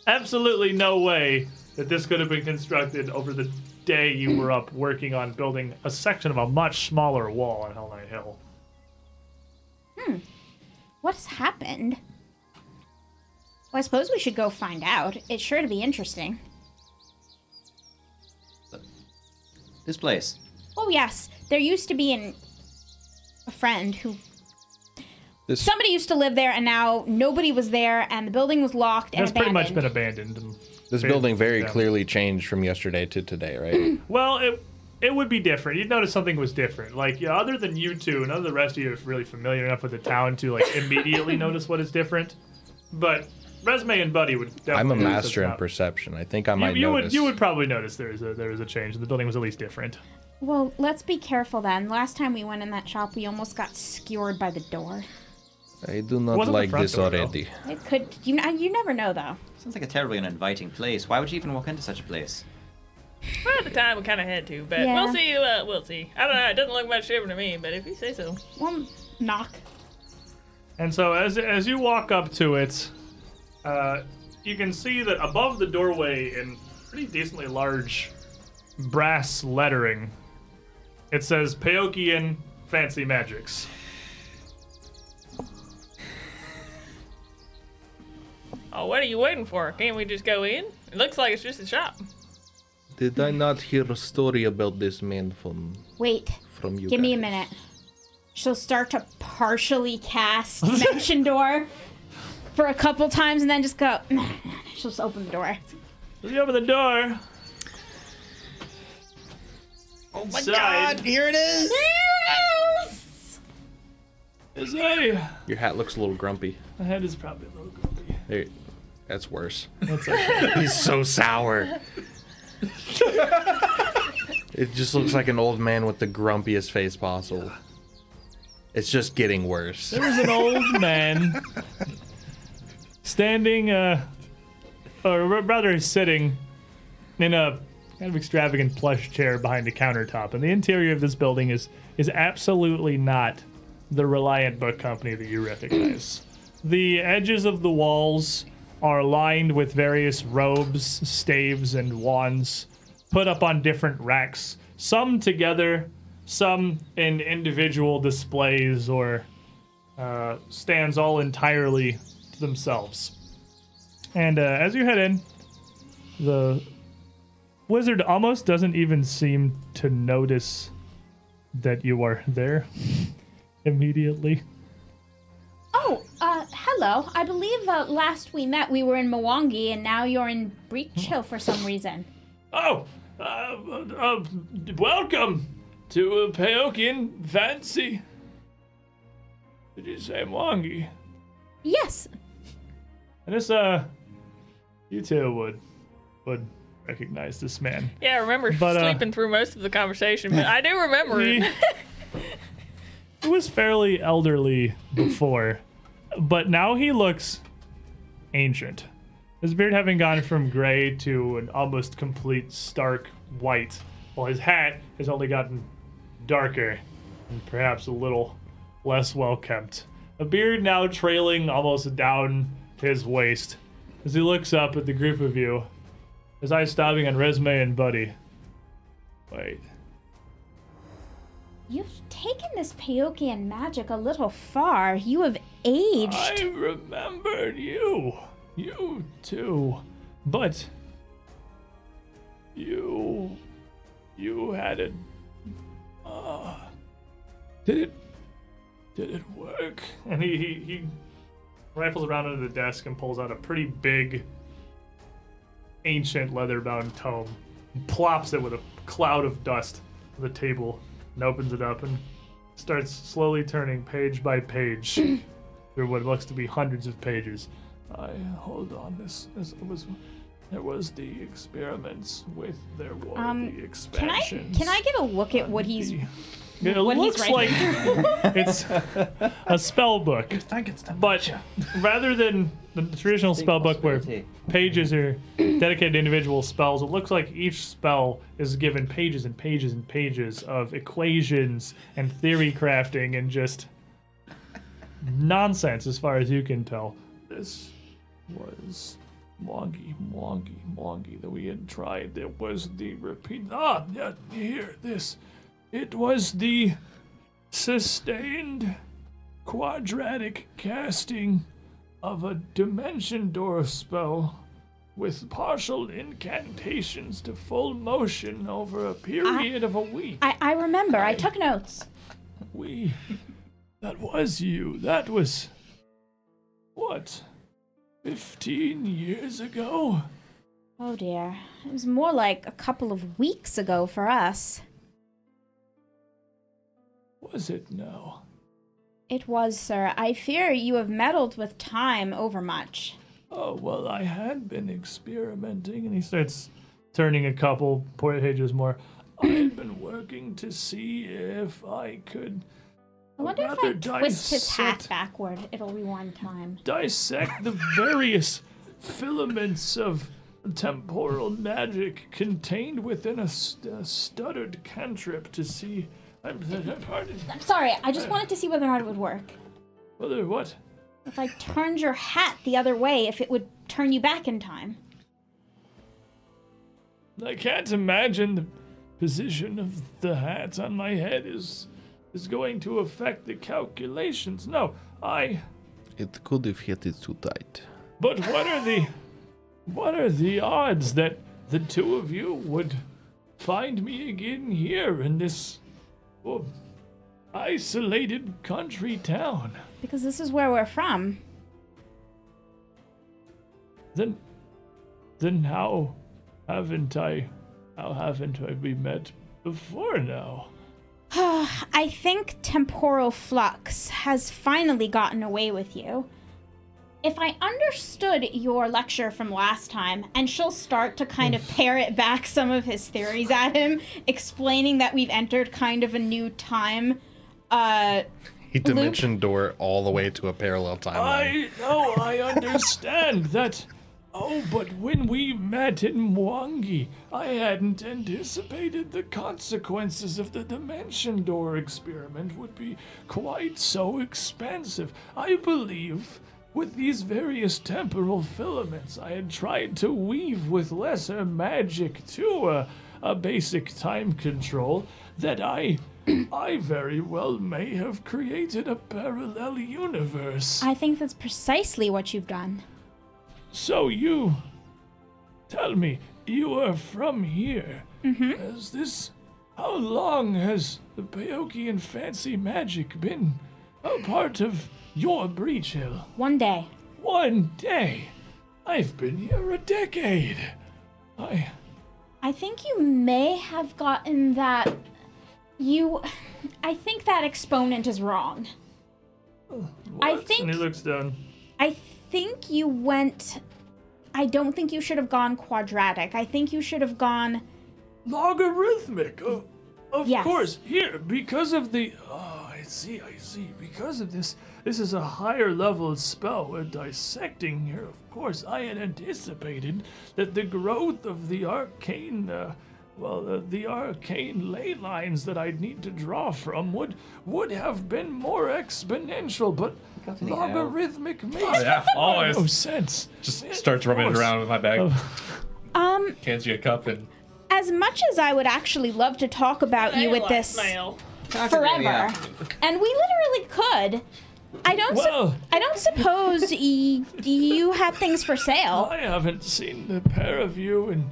absolutely no way that this could have been constructed over the day you were up working on building a section of a much smaller wall on Hell Knight Hill. What has happened? Well, I suppose we should go find out. It's sure to be interesting. This place. Oh yes, there used to be an a friend who This- somebody used to live there, and now nobody was there, and the building was locked and It's pretty much abandoned. been abandoned. and- This building very Yeah. clearly changed from yesterday to today, right? Well, it it would be different. You'd notice something was different. Like yeah, other than you two, none of the rest of you are really familiar enough with the town to like immediately notice what is different. But resume and buddy would. Definitely I'm a notice master it's in not- perception. I think I You, might you notice. would you would probably notice there is a there is a change. The building was at least different. Well, let's be careful then. Last time we went in that shop, we almost got skewered by the door. I do not Wasn't the like front this door, though. already. It could you know you never know though. Sounds like a terribly uninviting place. Why would you even walk into such a place? Well, at the time, we kind of had to, but Yeah. we'll see. Uh, we'll see. I don't know. It doesn't look much different to me, but if you say so. Well, knock. And so as as you walk up to it, uh, you can see that above the doorway in pretty decently large brass lettering, it says Paokian Fancy Magics. Oh, what are you waiting for? Can't we just go in? It looks like it's just a shop. Did I not hear a story about this man from Wait, from you? give me a guys? minute. She'll start to partially cast mention door for a couple times, and then just go. She'll just open the door. You open the door. Oh my God, Here it is. There's a. Your hat looks a little grumpy. My head is probably a little grumpy. There, that's worse. That's okay. He's so sour. it just looks like an old man with the grumpiest face possible. It's just getting worse. There was an old man standing uh, or ra- rather is sitting in a kind of extravagant plush chair behind a countertop. And the interior of this building is is absolutely not the Reliant Book Company that you recognize. the edges of the walls are lined with various robes, staves, and wands put up on different racks, some together, some in individual displays or uh, stands all entirely to themselves. And uh, as you head in, the wizard almost doesn't even seem to notice that you are there immediately. Oh, uh, hello. I believe uh, last we met we were in Mwangi and now you're in Breach Hill for some reason. Oh, uh, uh, welcome to a Paokian fancy. Did you say Mwangi? Yes. And this, uh, you two would would recognize this man. Yeah, I remember But, uh, sleeping through most of the conversation, but I do remember he, it. he was fairly elderly before, but now he looks ancient. His beard having gone from gray to an almost complete stark white, while his hat has only gotten darker and perhaps a little less well kept. A beard now trailing almost down his waist as he looks up at the group of you, his eyes stopping on Resume and Buddy. Wait. You've taken this Paokian magic a little far. You have aged. I remembered you. You too. But you you had it uh did it did it work? And he, he he rifles around under the desk and pulls out a pretty big ancient leather bound tome and plops it with a cloud of dust on the table and opens it up and starts slowly turning page by page through what looks to be hundreds of pages. I hold on. This, this was there was the experiments with there were Um, the Can I expansions. can I get a look at what he's It what he's looks like writing? it's a spell book, but rather than the traditional spell book where pages are dedicated to individual spells. It looks like each spell is given pages and pages and pages of equations and theory crafting and just nonsense as far as you can tell. This was Mongi, Mongi, Mongi that we had tried. There was the repeat. Ah, yeah, here, this. It was the sustained quadratic casting of a dimension door spell with partial incantations to full motion over a period of a week. I, I remember. I took notes. We. That was you. That was. What? 15 years ago? Oh dear. It was more like a couple of weeks ago for us. Was it now? It was, sir. I fear you have meddled with time overmuch. Oh, well, I had been experimenting. And he starts turning a couple pages more. I had been working to see if I could I wonder if I rather twist his hat dissect- backward, it'll rewind time. dissect the various filaments of temporal magic contained within a, st- a stuttered cantrip to see. I'm pardon. I'm sorry, I just wanted to see whether or not it would work. Whether what? If I turned your hat the other way, if it would turn you back in time. I can't imagine the position of the hat on my head is is going to affect the calculations. No, I. It could if hit it too tight. But what are the what are the odds that the two of you would find me again here in this oh, isolated country town? Because this is where we're from. Then then how haven't I how haven't I we met before now? I think temporal flux has finally gotten away with you. If I understood your lecture from last time, and she'll start to kind of parrot back some of his theories at him, explaining that we've entered kind of a new time. Uh, He dimension door all the way to a parallel I timeline. know I understand that Oh, but when we met in Mwangi, I hadn't anticipated the consequences of the dimension door experiment would be quite so expansive. I believe with these various temporal filaments I had tried to weave with lesser magic to a, a basic time control that I I very well may have created a parallel universe. I think that's precisely what you've done. So you tell me, you are from here. Mm-hmm. Has this how long has the Paokian fancy magic been a part of your breach hill? One day. One day. I've been here a decade. I I think you may have gotten that. You. I think that exponent is wrong. I think. looks down. I think you went. I don't think you should have gone quadratic. I think you should have gone. Logarithmic, of, of Yes. course. Here, because of the. Oh, I see, I see. Because of this, this is a higher level spell we're dissecting here. Of course, I had anticipated that the growth of the arcane. Uh, well, the, the arcane ley lines that I'd need to draw from would would have been more exponential, but any out? logarithmic makes Oh, Yeah, always. no sense. Just starts rubbing it around with my bag. Um, Hands you a cup and as much as I would actually love to talk about you with this Snail. forever, and we literally could. I don't. sup- Well- I don't suppose y- you have things for sale. I haven't seen the pair of you in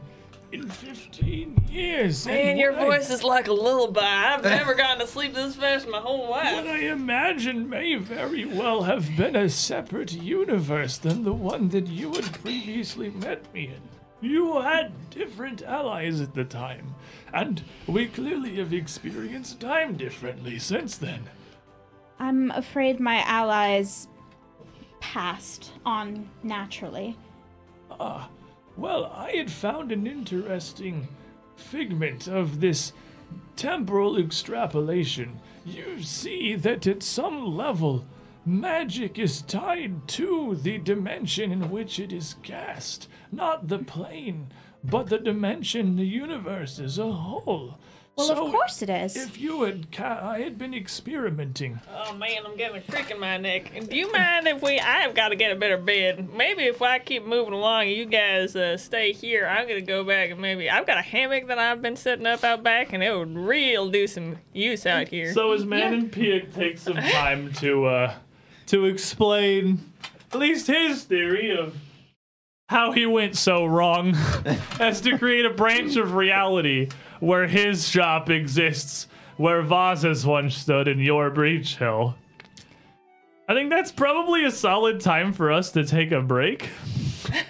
in 15 years. Man, your what I- voice is like a lullaby. I've never gotten to sleep this fast in my whole What life. I imagine may very well have been a separate universe than the one that you had previously met me in. You had different allies at the time, and we clearly have experienced time differently since then. I'm afraid my allies passed on naturally. Well, I had found an interesting figment of this temporal extrapolation. You see that at some level, magic is tied to the dimension in which it is cast, not the plane, but the dimension, the universe as a whole. Well, So, of course it is. If you had, ca- I had been experimenting. Oh man, I'm getting a crick in my neck. And Do you mind if we? I have got to get a better bed. Maybe if I keep moving along, and you guys uh, stay here. I'm gonna go back and maybe I've got a hammock that I've been setting up out back, and it would real do some use out here. So as Man and Pig take some time to uh, to explain at least his theory of how he went so wrong as to create a branch of reality where his shop exists where Vaz's once stood in your breach hill. I think that's probably a solid time for us to take a break.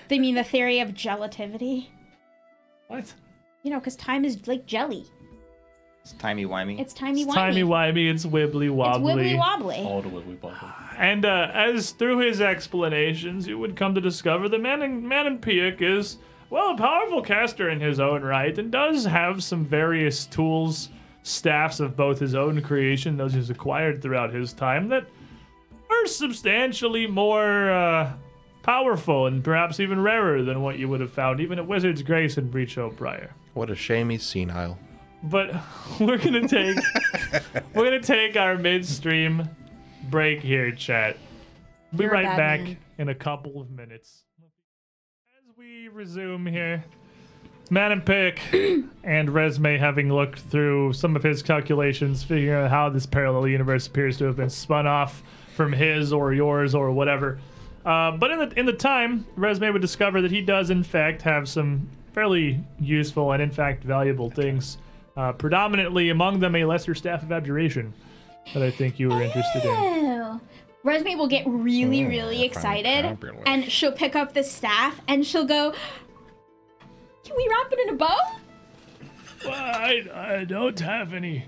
They mean the theory of gelativity. What? You know, because time is like jelly. It's timey wimey. It's timey wimey. Timey wimey, it's wibbly It's wobbly. wibbly wobbly. all the wibbly wobbly. And uh, as through his explanations, you would come to discover that Man and, Man and Piuk is, well, a powerful caster in his own right and does have some various tools, staffs of both his own creation, those he's acquired throughout his time, that are substantially more uh, powerful and perhaps even rarer than what you would have found even at Wizard's Grace and Breach Hope Prior What a shame he's senile. but we're gonna take we're gonna take our midstream break here, chat. Be You're a right bad back man. in a couple of minutes. As we resume here, Madam Pick and Resme having looked through some of his calculations, figuring out how this parallel universe appears to have been spun off from his or yours or whatever. Uh, but in the in the time, Resme would discover that he does in fact have some fairly useful and in fact valuable things. Uh, predominantly among them a lesser staff of abjuration that I think you were interested in. Mm, Oh. Resme will get really, really excited, fabulous. and she'll pick up the staff and she'll go, "Can we wrap it in a bow?" Well, I, I don't have any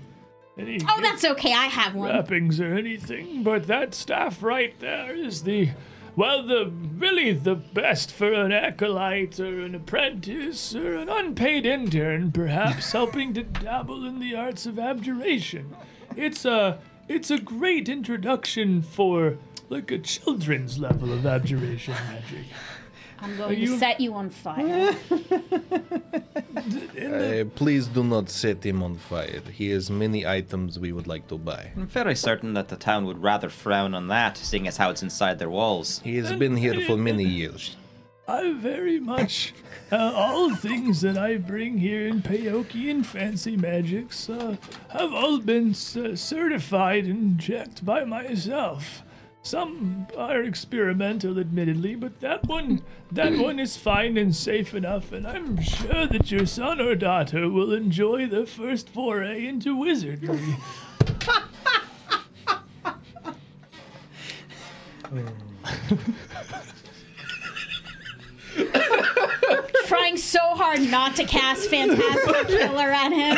any Oh, that's okay. I have one. wrappings or anything, but that staff right there is the, well, the really the best for an acolyte or an apprentice or an unpaid intern, perhaps helping to dabble in the arts of abjuration. It's a it's a great introduction for like a children's level of abjuration magic. I'm going you- to set you on fire. Uh, please do not set him on fire. He has many items we would like to buy. I'm very certain that the town would rather frown on that, seeing as how it's inside their walls. He has been here for many years. I very much. Uh, all things that I bring here in Payokian Fancy Magics uh, have all been c- certified and checked by myself. Some are experimental, admittedly, but that one, that one is fine and safe enough, and I'm sure that your son or daughter will enjoy their first foray into wizardry. Trying so hard not to cast Fantastic Killer at him.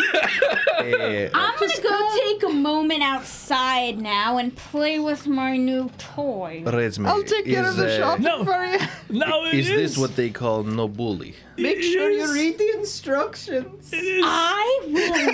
Eh, I'm gonna go take a moment outside now and play with my new toy. Resume. I'll take care is, of the uh, shop No. for you. now it Is this what they call no bully? Make sure is- you read the instructions. it is. I will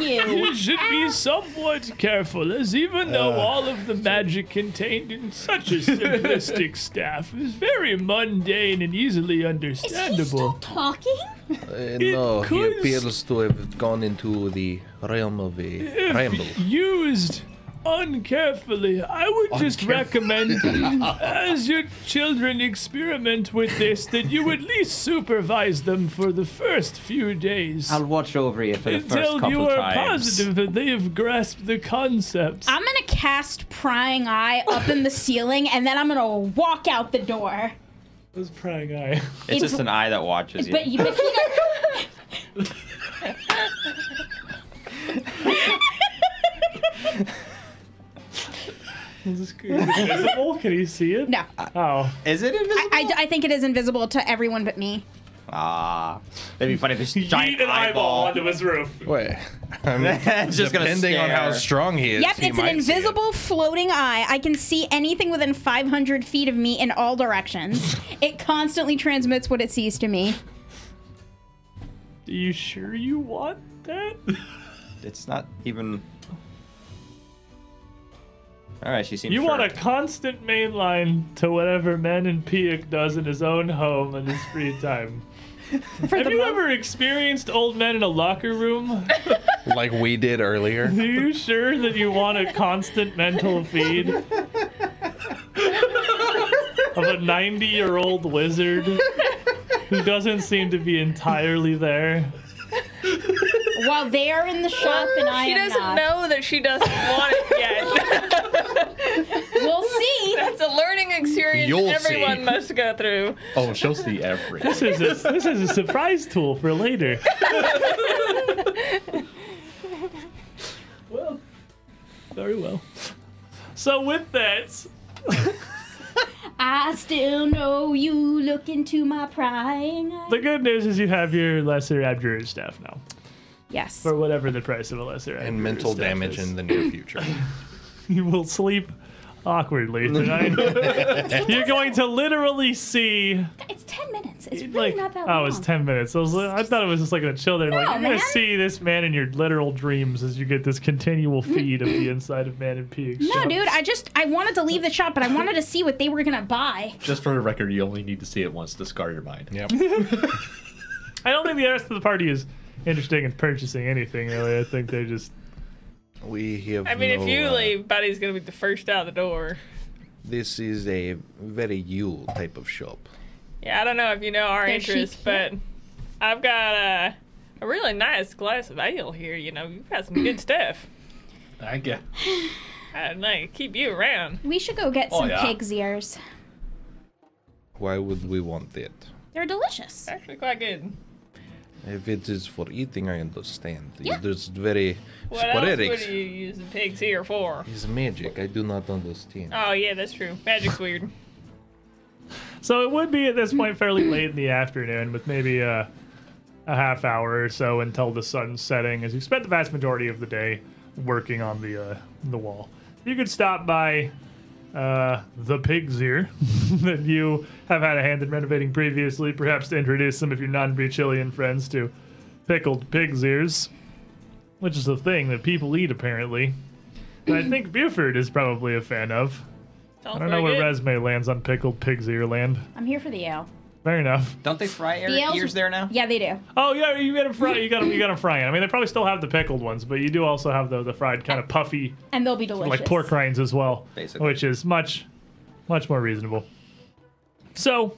you. You should be somewhat careful, as even though Uh, all of the magic contained in such a simplistic staff is very mundane and easily Is he still understandable. talking? Uh, no, could- he appears to have gone into the realm of a ramble. If used uncarefully, I would just recommend, as your children experiment with this, that you at least supervise them for the first few days. I'll watch over you for the first until couple you are times. positive that they have grasped the concepts. I'm gonna cast prying eye up in the ceiling and then I'm gonna walk out the door. Those prying eye. It's It's- just an eye that watches you. But you but he doesn't- Is it visible? Can you see it? No. Oh. Is it invisible? I, I think it is invisible to everyone but me. Ah, that'd be funny if this giant Yeet an eyeball eyeball. onto his roof. Wait, I mean, It's just gonna depending on how stare. strong he is. Yep, he it's an might see it. invisible floating eye. I can see anything within 500 feet of me in all directions. it constantly transmits what it sees to me. Are you sure you want that? It's not even. All right, she seems. You sure. want a constant mainline to whatever Man and Peak does in his own home in his free time. Have you ever experienced old men in a locker room? like we did earlier. Are you sure that you want a constant mental feed of a 90 year old wizard who doesn't seem to be entirely there? While they are in the shop and I She am doesn't not. know that she doesn't want it yet. We'll see. it's a learning experience You'll everyone see. must go through. Oh, she'll see everything. This is a, this is a surprise tool for later. well, very well. So with that, I still know you look into my prying eye. the good news is you have your lesser abjurer staff now, Yes. or whatever the price of a lesser And mental damage in the near future. you will sleep awkwardly tonight. You're going to literally see It's 10 minutes. It's really like not that long. oh, it's ten minutes. I was like- I thought it was just like a chill. They're like No, you're gonna man. see this man in your literal dreams as you get this continual feed of the inside of Man and Pig. No, dude, I just I wanted to leave the shop, but I wanted to see what they were gonna buy. Just for the record, you only need to see it once to scar your mind. yep. I don't think the rest of the party is interested in purchasing anything, really. I think they just. We have. I mean, no, if you uh, leave, Buddy's gonna be the first out the door. this is a very Yule type of shop. Yeah, I don't know if you know our Does she interests, but I've got a, a really nice glass of ale here. You know, you've got some good stuff. I get. I'd like to keep you around. We should go get Oh, some yeah. pig's ears. Why would we want that? They're delicious. Actually, quite good. If it is for eating, I understand. Yeah. There's very What sporadic. else would you use the pigs here for? It's magic. I do not understand. Oh yeah, that's true. Magic's weird. So it would be at this point fairly late in the afternoon, with maybe a, a half hour or so until the sun's setting, as you spent the vast majority of the day working on the uh, the wall. You could stop by uh, the pig's ear that you have had a hand in renovating previously, perhaps to introduce some of your non-Breachilian friends to pickled pig's ears, which is a thing that people eat apparently. And I think Buford is probably a fan of. Sounds I don't know very where good. resume lands on pickled pig's ear land. I'm here for the ale. Fair enough. Don't they fry The air, ale's- ears there now? Yeah, they do. Oh yeah, you got them fry. You got them. You got them frying. I mean, they probably still have the pickled ones, but you do also have the the fried kind of puffy And they'll be delicious. like pork rinds as well, Basically. which is much, much more reasonable. So,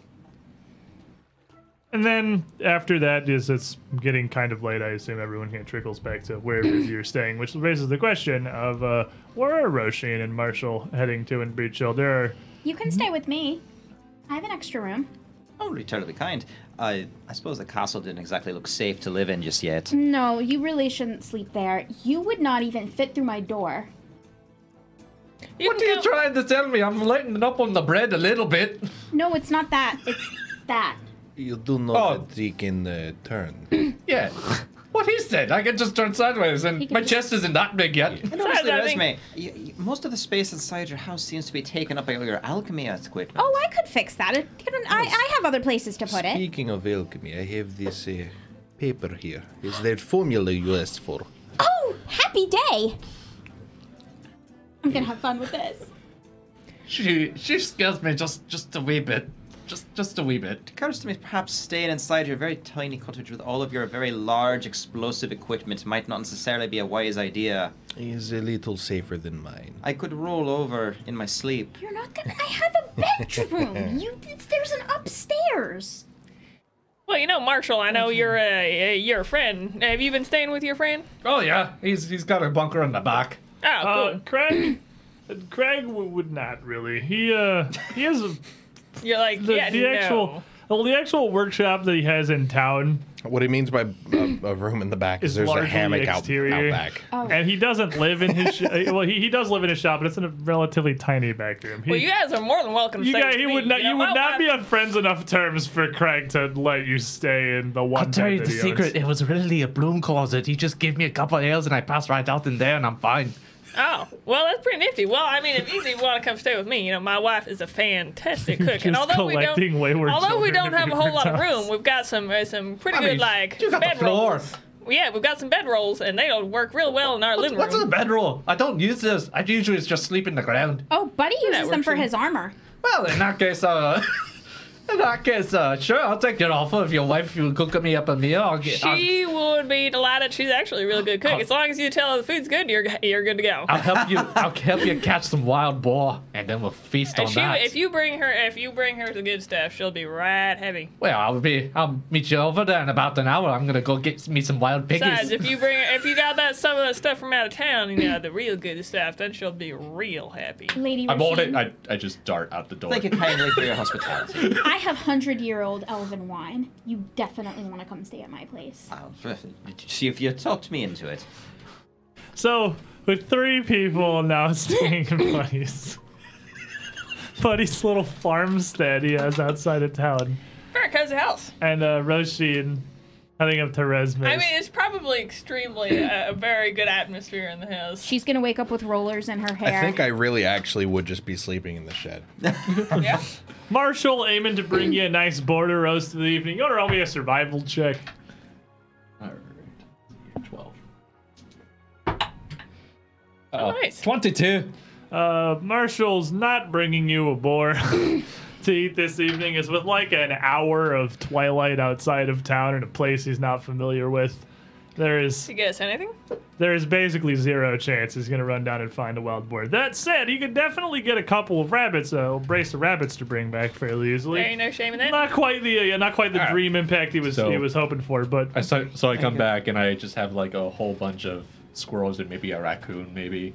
and then after that is it's getting kind of late. I assume everyone here trickles back to where it is you're staying, which raises the question of uh, where are Roshan and Marshall heading to in Breach Hill? There are You can stay with me. I have an extra room. Oh, really totally kind. Uh, I suppose the castle didn't exactly look safe to live in just yet. Mm. No, you really shouldn't sleep there. You would not even fit through my door. You What are can you go- trying to tell me? I'm lightening up on the bread a little bit. No, it's not that. It's that. You do know Oh. that he can uh, turn. Yeah. What is that? I can just turn sideways and can my just- chest isn't that big yet. I noticed the I think- resume. You, you- most of the space inside your house seems to be taken up by all your alchemy equipment. Oh, I could fix that. It, it- I, I have other places to put it. Speaking of alchemy, I have this uh, paper here. Is that formula you asked for? Oh, happy day! I'm gonna have fun with this. She she scares me just just a wee bit. Just just a wee bit. occurs to me perhaps staying inside your very tiny cottage with all of your very large explosive equipment might not necessarily be a wise idea. Is a little safer than mine. I could roll over in my sleep. You're not gonna. I have a bedroom. You, it's, there's an upstairs. Well, you know, Marshall, I know you're a, uh your friend. Have you been staying with your friend? Oh yeah, he's he's got a bunker on the back. Oh, uh, Craig. Craig w- would not really. He uh he has a cool. You're like, the, yeah, the no. actual well the actual workshop that he has in town What he means by uh, a, a room in the back Is is there's a largely hammock out, exterior. out back. Oh, and he doesn't live in his sh- uh, well he, he does live in his shop but it's in a relatively tiny back room he, Well, you guys are more than welcome to you stay guy, with he me. would not know, you my would not wife- be on friends enough terms for craig to let you stay in the one I'll tell you bed the that he owns. secret. It was really a bloom closet. He just gave me a couple of ales and I passed right out in there and I'm fine. Oh, well, that's pretty nifty. Well, I mean, if either you want to come stay with me, you know, my wife is a fantastic cook, and Just although we collecting don't, wayward although we children don't at have a different whole lot of times. room, we've got some uh, some pretty I good mean, like you got the bed floor. rolls. Yeah, we've got some bed rolls, and they don't work real well in our living What's in the room. bedroll? I don't use this. I usually just sleep in the ground. oh Buddy uses works them for too. his armor. Well, in that case, uh, in that case, uh, sure, I'll take your offer. If your wife will cook me up a meal, I'll get. I'll, She would be delighted. She's actually a real good cook. Oh. As long as you tell her the food's good, you're you're good to go. I'll help you. I'll help you catch some wild boar, and then we'll feast on If, she, that. if you bring her, if you bring her the good stuff, she'll be right heavy. well, I'll be. I'll meet you over there in about an hour. I'm gonna go get me some wild Besides, piggies. if you bring, if you got that some of that stuff from out of town, you know the real good stuff, then she'll be real happy. Lady Rasheen, I, I just dart out the door. Thank you kindly for your hospitality. I have hundred-year-old elven wine. You definitely want to come stay at my place. I'll see if you talked me into it. so with three people now staying in buddy's buddy's little farmstead he has outside of town Very cozy house. and uh roshin heading up to Resme's. I mean, it's probably extremely uh, a very good atmosphere in the house. She's gonna wake up with rollers in her hair. I think I really actually would just be sleeping in the shed. Yeah. Marshall aiming to bring you a nice border roast of the evening. You want to roll me a survival check? All right, twelve. Uh, Oh, nice. Twenty-two. Uh, Marshall's not bringing you a boar to eat this evening. Is with like an hour of twilight outside of town in a place he's not familiar with. There is Did you guess anything? there is basically zero chance he's gonna run down and find a wild boar. That said, he could definitely get a couple of rabbits, uh, a brace of rabbits to bring back fairly easily. There ain't no shame in that. Not quite the uh, not quite the All right. dream impact he was So- he was hoping for, but I so, so I come back and I just have like a whole bunch of squirrels and maybe a raccoon maybe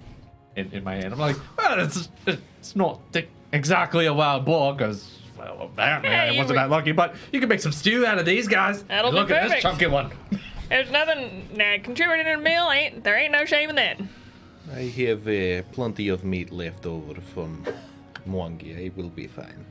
in, in my hand. I'm like, well, it's it's not di- exactly a wild boar because well apparently Hey, I wasn't we- that lucky, but you can make some stew out of these guys. That'll And be Look at perfect. this chunky one. There's nothing. Nah, contributing to the meal ain't. There ain't no shame in that. I have uh, plenty of meat left over from Mwangi. I will be fine.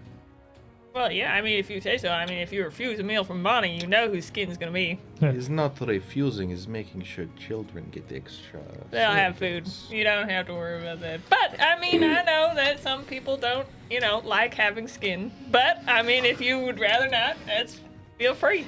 Well, yeah. I mean, if you say so. I mean, if you refuse a meal from Bonnie, you know whose skin's gonna be. It's not refusing, it's making sure children get extra. They'll have food. You don't have to worry about that. But I mean, I know that some people don't, you know, like having skin. But I mean, if you would rather not, that's feel free.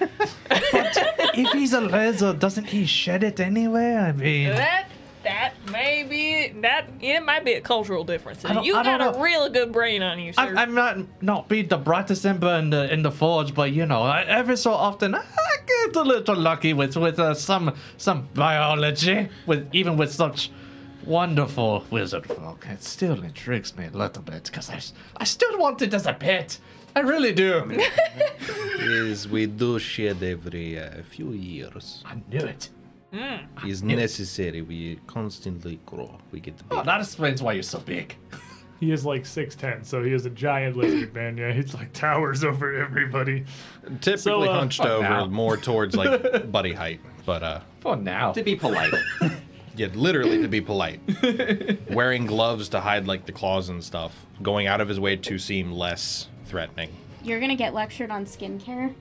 if he's a lizard, doesn't he shed it anyway? I mean, That that may be it, that it might be a cultural difference. I don't- You I don't got a know. real good brain on you, sir. I'm, I'm not not be the brightest ember in the in the forge, but you know, I, every so often I get a little lucky with with uh, some some biology, with even with such wonderful wizard folk. It still intrigues me a little bit because I s- I still want it as a pet. I really do. Is we do shed every uh, few years. I knew it. Is necessary. We constantly grow. We get Ah, big. Oh, that explains why you're so big. He is like 6'10, so he is a giant lizard man. Yeah, he's like towers over everybody. Typically So, uh, hunched fuck over, now. more towards like buddy height. But uh, For now. To be polite. yeah, literally to be polite, wearing gloves to hide like the claws and stuff, going out of his way to seem less threatening. You're gonna get lectured on skincare.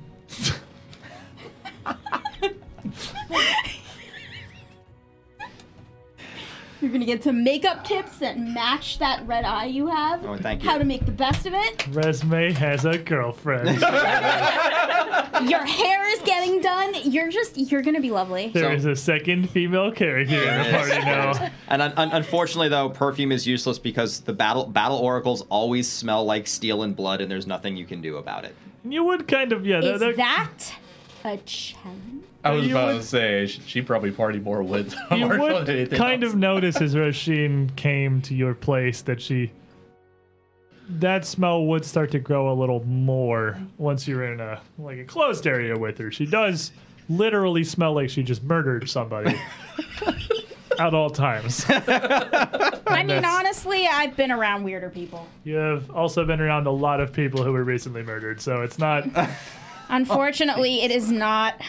You're gonna get some makeup tips that match that red eye you have. Oh, thank you. How to make the best of it. Resme has a girlfriend. Your hair is getting done. You're just, you're gonna be lovely. There is a second female character in the party now. And un- un- unfortunately, though, perfume is useless because the battle battle oracles always smell like steel and blood, and there's nothing you can do about it. You would kind of, yeah. Is that- that- that a challenge? I was You about would- to say she, she probably party more with you Marshall would than anything kind else. of notice as Roshin came to your place that she that smell would start to grow a little more once you're in a like a closed area with her. She does literally smell like she just murdered somebody at all times. I mean, that's- honestly, I've been around weirder people. You have also been around a lot of people who were recently murdered, so it's not Unfortunately, it is not,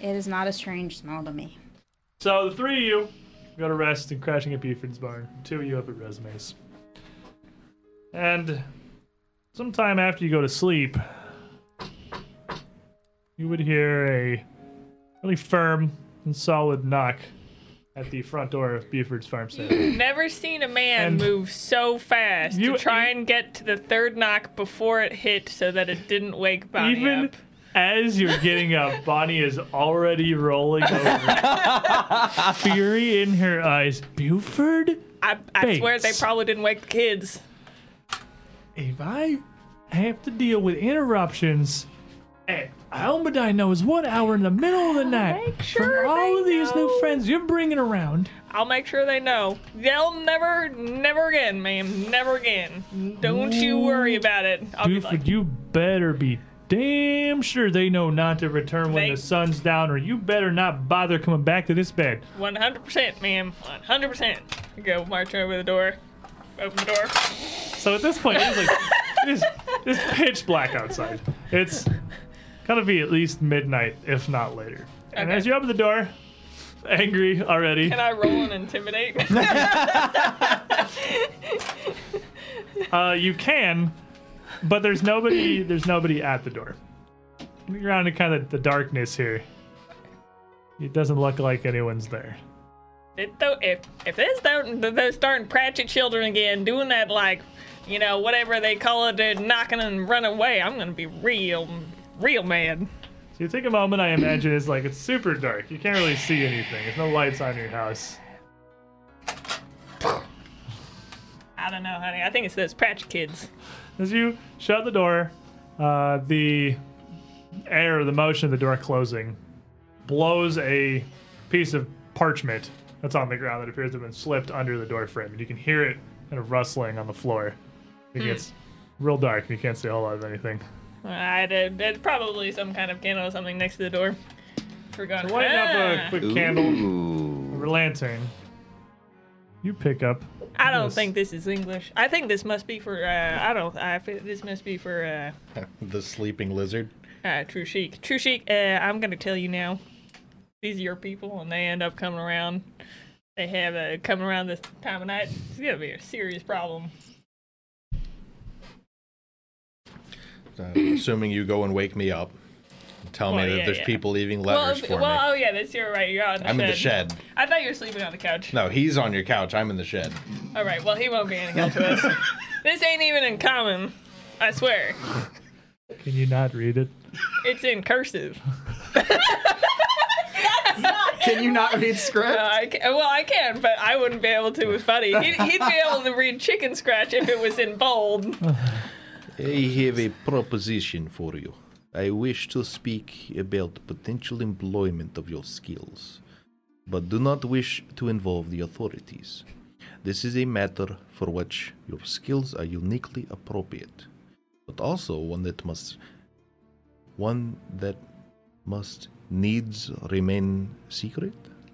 it is not a strange smell to me. So the three of you go to rest and crashing at Buford's barn. Two of you up at Resumes. And sometime after you go to sleep, you would hear a really firm and solid knock at the front door of Buford's farmstead. Never seen a man And- move so fast You- to e- try and get to the third knock before it hit so that it didn't wake Bonnie Even up. as you're getting up, Bonnie is already rolling over. Fury in her eyes. Buford? I, I swear they Bates. probably didn't wake the kids. if I have to deal with interruptions at Almadine knows what hour in the middle of the night Make sure from all they of these new know. friends you're bringing around, I'll make sure they know. They'll never, never again, ma'am. Never again. Don't you worry about it. I'll be Buford, like, you better be damn sure they know not to return when They- the sun's down, or you better not bother coming back to this bed. 100%, ma'am. 100%. Go march over the door. Open the door. So at this point, it's like it's, it's pitch black outside. It's gotta be at least midnight, if not later. And Okay. as you open the door, angry already. Can I roll and intimidate? Uh, you can, but there's nobody. There's nobody at the door. You're out in kind of the darkness here. It doesn't look like anyone's there. It though if if they start they starting Pratchett children again doing that like you know whatever they call it they're knocking and run away I'm gonna be real real mad. So you take a moment. I imagine it's like it's super dark. You can't really see anything. There's no lights on your house. I don't know, honey. I think it's those Pratchett kids. As you shut the door, uh, the air, the motion of the door closing, blows a piece of parchment that's on the ground that appears to have been slipped under the door frame. And you can hear it kind of rustling on the floor. It gets real dark and you can't see a whole lot of anything. I did. There's probably some kind of candle or something next to the door. Forgot. Light Ah. up a quick candle Ooh. or lantern. You pick up. I don't Yes. think this is English. I think this must be for. Uh, I don't. I fi- this must be for the sleeping lizard. uh, uh, True Sheik. True Sheik. Uh, I'm gonna tell you now. These are your people, and they end up coming around. They have uh, coming around this time of night. It's gonna be a serious problem. Uh, assuming you go and wake me up, and tell Well, me that yeah, there's yeah. people leaving Well, letters if- for well, me. oh yeah, that's you're right. You're out in the I'm shed. in the shed. I thought you were sleeping on the couch. No, he's on your couch. I'm in the shed. All right. Well, he won't be any help to us. This ain't even in common. I swear, Can you not read it? it's in cursive. That's not Can you not read script? I ca well, I can, but I wouldn't be able to with Buddy. He'd, he'd be able to read Chicken Scratch if it was in bold. I have a proposition for you. I wish to speak about potential employment of your skills, but do not wish to involve the authorities. This is a matter for which your skills are uniquely appropriate, but also one that must one that must needs remain secret.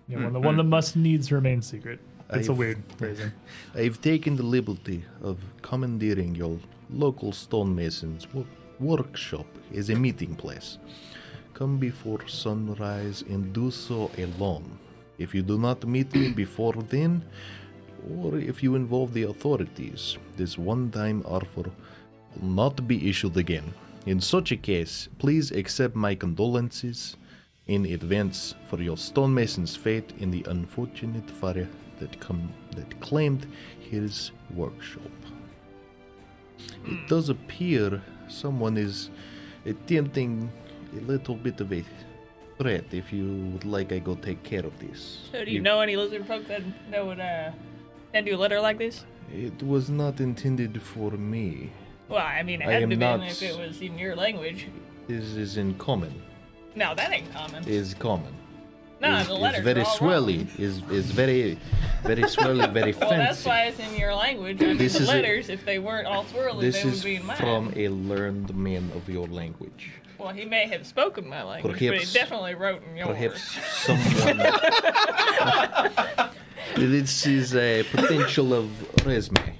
Yeah, one, the one that must needs remain secret. It's a I've- weird phrasing. I've taken the liberty of commandeering your local stonemason's wo- workshop as a meeting place. Come before sunrise and do so alone. If you do not meet me before then, or if you involve the authorities, this one time offer will not be issued again. In such a case, please accept my condolences in advance for your stonemason's fate in the unfortunate fire that com- that claimed his workshop. Hmm. It does appear someone is attempting a little bit of a threat. If you would like, I go take care of this. So do you know any lizard folk that, that would uh, that do litter like this? It was not intended for me. Well, I mean, it I had to am be not- if it was in your language. This is in common. No, that ain't common. Is common. no, is, the is letters are very all swirly. wrong. Is is very, very swirly. Very Well, fancy. that's why it's in your language. I mean, This the is a- letters, if they weren't all swirly, this they is would be in mine. from a learned man of your language. Well, he may have spoken my language, but Perhaps- he definitely wrote in yours. Perhaps someone. this is a potential of resume.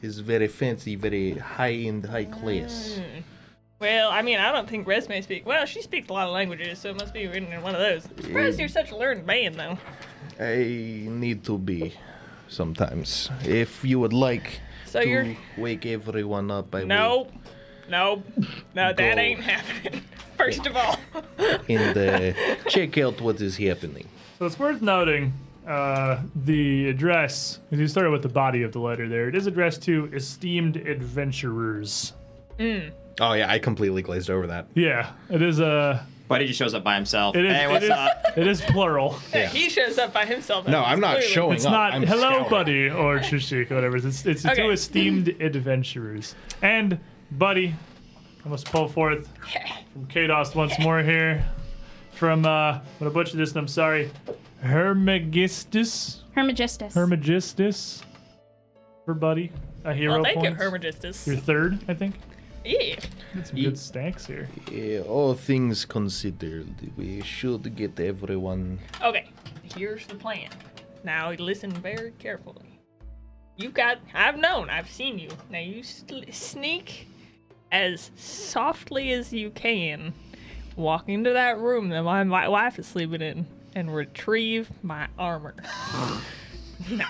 Is very fancy, very high end, high class. Mm. Well, I mean, I don't think Res may speak. Well, she speaks a lot of languages, so it must be written in one of those. I'm surprised you're such a learned man, though. I need to be sometimes. If you would like So to you're- wake everyone up, I Nope. Nope. No, that Go. ain't happening. First of all, will. And uh, check out what is happening. So it's worth noting uh, the address. If you started with the body of the letter there, it is addressed to esteemed adventurers. Oh yeah, I completely glazed over that. Yeah, it is a. Buddy just shows up by himself. It is, hey, what's it is, up? it is plural. he shows up by himself. No, I'm not Clearly. showing It's up. not I'm hello, scouting. buddy, or Trishik, or whatever. it is. It's, it's Okay. two esteemed adventurers. And, buddy, I must pull forth from Kados once more here. From, uh, I'm going to butcher this, and I'm sorry. Hermagistus? Hermagistus. Hermagistus? For buddy. A hero Well, thank you, points. Your Hermagistus. third, I think. Yeah. Some good stacks here. Yeah, all things considered, we should get everyone. Okay, here's the plan. Now listen very carefully. You've got, I've known, I've seen you. Now you sl- sneak as softly as you can, walk into that room that my, my wife is sleeping in, and retrieve my armor. no,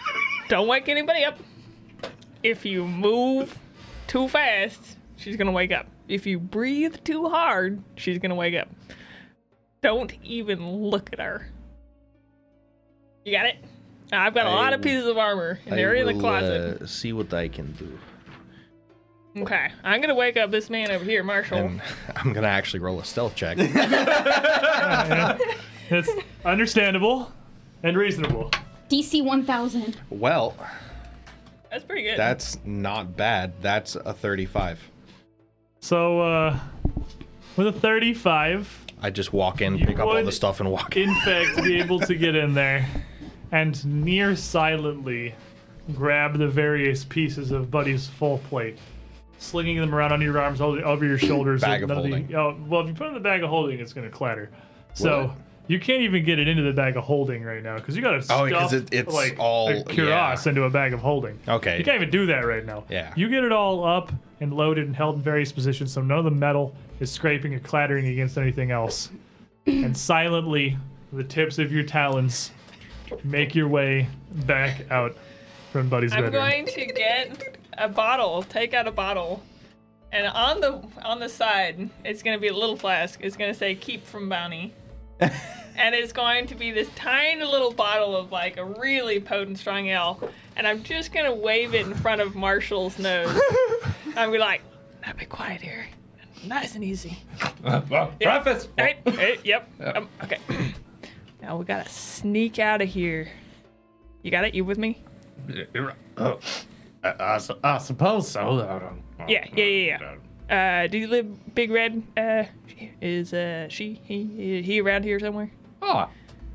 don't wake anybody up. If you move too fast, she's gonna wake up. If you breathe too hard, she's gonna wake up. Don't even look at her. You got it? I've got a I lot of will- pieces of armor, and they're I in the will, closet. Uh, see what I can do. uh, Okay, I'm gonna wake up this man over here, Marshall. I'm gonna actually roll a stealth check. It's understandable and reasonable. DC 1000. well, That's pretty good. that's not bad. That's a 35. So, uh, with a 35, I just walk in, You pick up all would- the stuff, and walk. in fact, be able to get in there and near silently grab the various pieces of Buddy's full plate, slinging them around on your arms, hold- over your shoulders. so Bag of none the- holding. oh, well, if you put it in the bag of holding, it's going to clatter. So. What? You can't even get it into the bag of holding right now because you got to Oh, stuff 'cause it- it's like all- a cuirass yeah. into a bag of holding. Okay. you can't even do that right now. Yeah. you get it all up and loaded and held in various positions, so none of the metal is scraping or clattering against anything else and silently, with the tips of your talons, make your way back out from Buddy's I'm bedroom. going to get a bottle, take out a bottle, and on the on the side, it's gonna be a little flask. It's gonna say "Keep from Bounty," and it's going to be this tiny little bottle of like a really potent strong ale, and I'm just gonna wave it in front of Marshall's nose. I'm gonna be like, "Now be quiet here, nice and easy." Preface. Right? Eh, yep. Um, okay. Now Now we gotta sneak out of here. You got it? You with me? Oh, I, I su- I suppose so. I don't- Yeah, yeah, yeah, yeah. Uh, do you live Big Red? Uh, is uh she he he around here somewhere? Oh,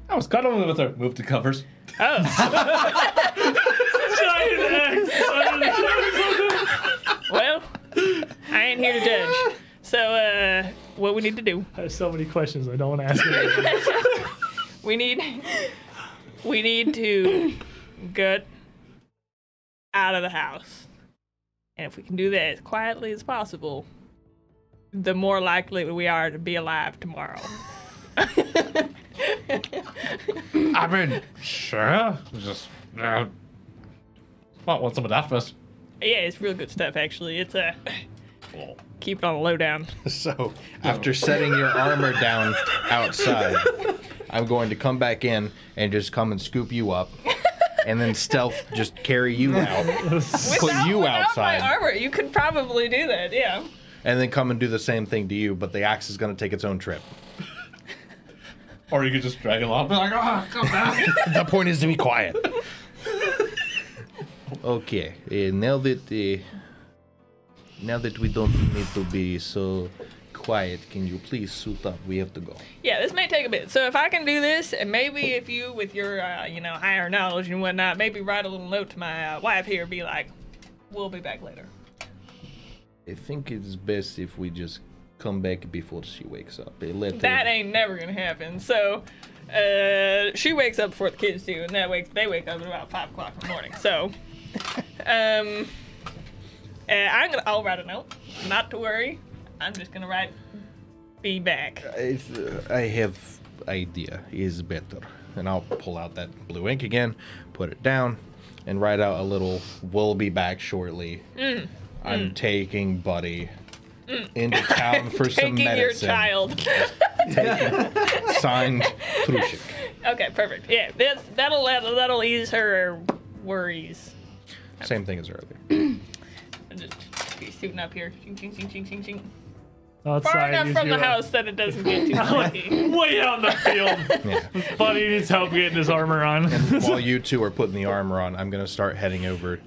I was cuddling with her. Move to covers. Oh, Giant X under the covers. well, I ain't here to judge. So uh, what we need to do? I have so many questions I don't want to ask. anymore. We need we need to get out of the house. And if we can do that as quietly as possible, the more likely we are to be alive tomorrow. I mean, sure. Just. Uh, might want some of that first. yeah, it's real good stuff actually. It's a keep it on the lowdown. So, after setting your armor down outside, I'm going to come back in and just come and scoop you up, and then stealth just carry you out, put you without my outside, armor, you could probably do that. Yeah. and then come and do the same thing to you. But the axe is going to take its own trip. Or you could just drag along. Be like, oh, come back. the point is to be quiet. okay, eh, now that eh, now that we don't need to be so quiet, can you please suit up? We have to go. Yeah, this may take a bit. So if I can do this, and maybe if you, with your, uh, you know, higher knowledge and whatnot, maybe write a little note to my uh, wife here, be like, "We'll be back later." I think it's best if we just come back before she wakes up. Eh, Let her- That ain't never gonna happen. So, uh, she wakes up before the kids do, and that wakes they wake up at about five o'clock in the morning. So, um, uh, I'm gonna I'll write a note. Not to worry. I'm just gonna write, "Be back." If uh, I have idea is better, and I'll pull out that blue ink again, put it down, and write out a little "We'll be back shortly." Mm. I'm taking Buddy into town for some Taking your medicine. child. Signed, Trushik. Okay, perfect. Yeah, that's, that'll that'll that'll ease her worries. Same thing as earlier. I'm just suiting up here. Ching, ching, ching, ching, ching, ching. Far Outside, enough you uh, from see the a- house that it doesn't get too smoky. Way out in the field. Yeah. Buddy needs help getting his armor on. While you two are putting the armor on, I'm gonna start heading over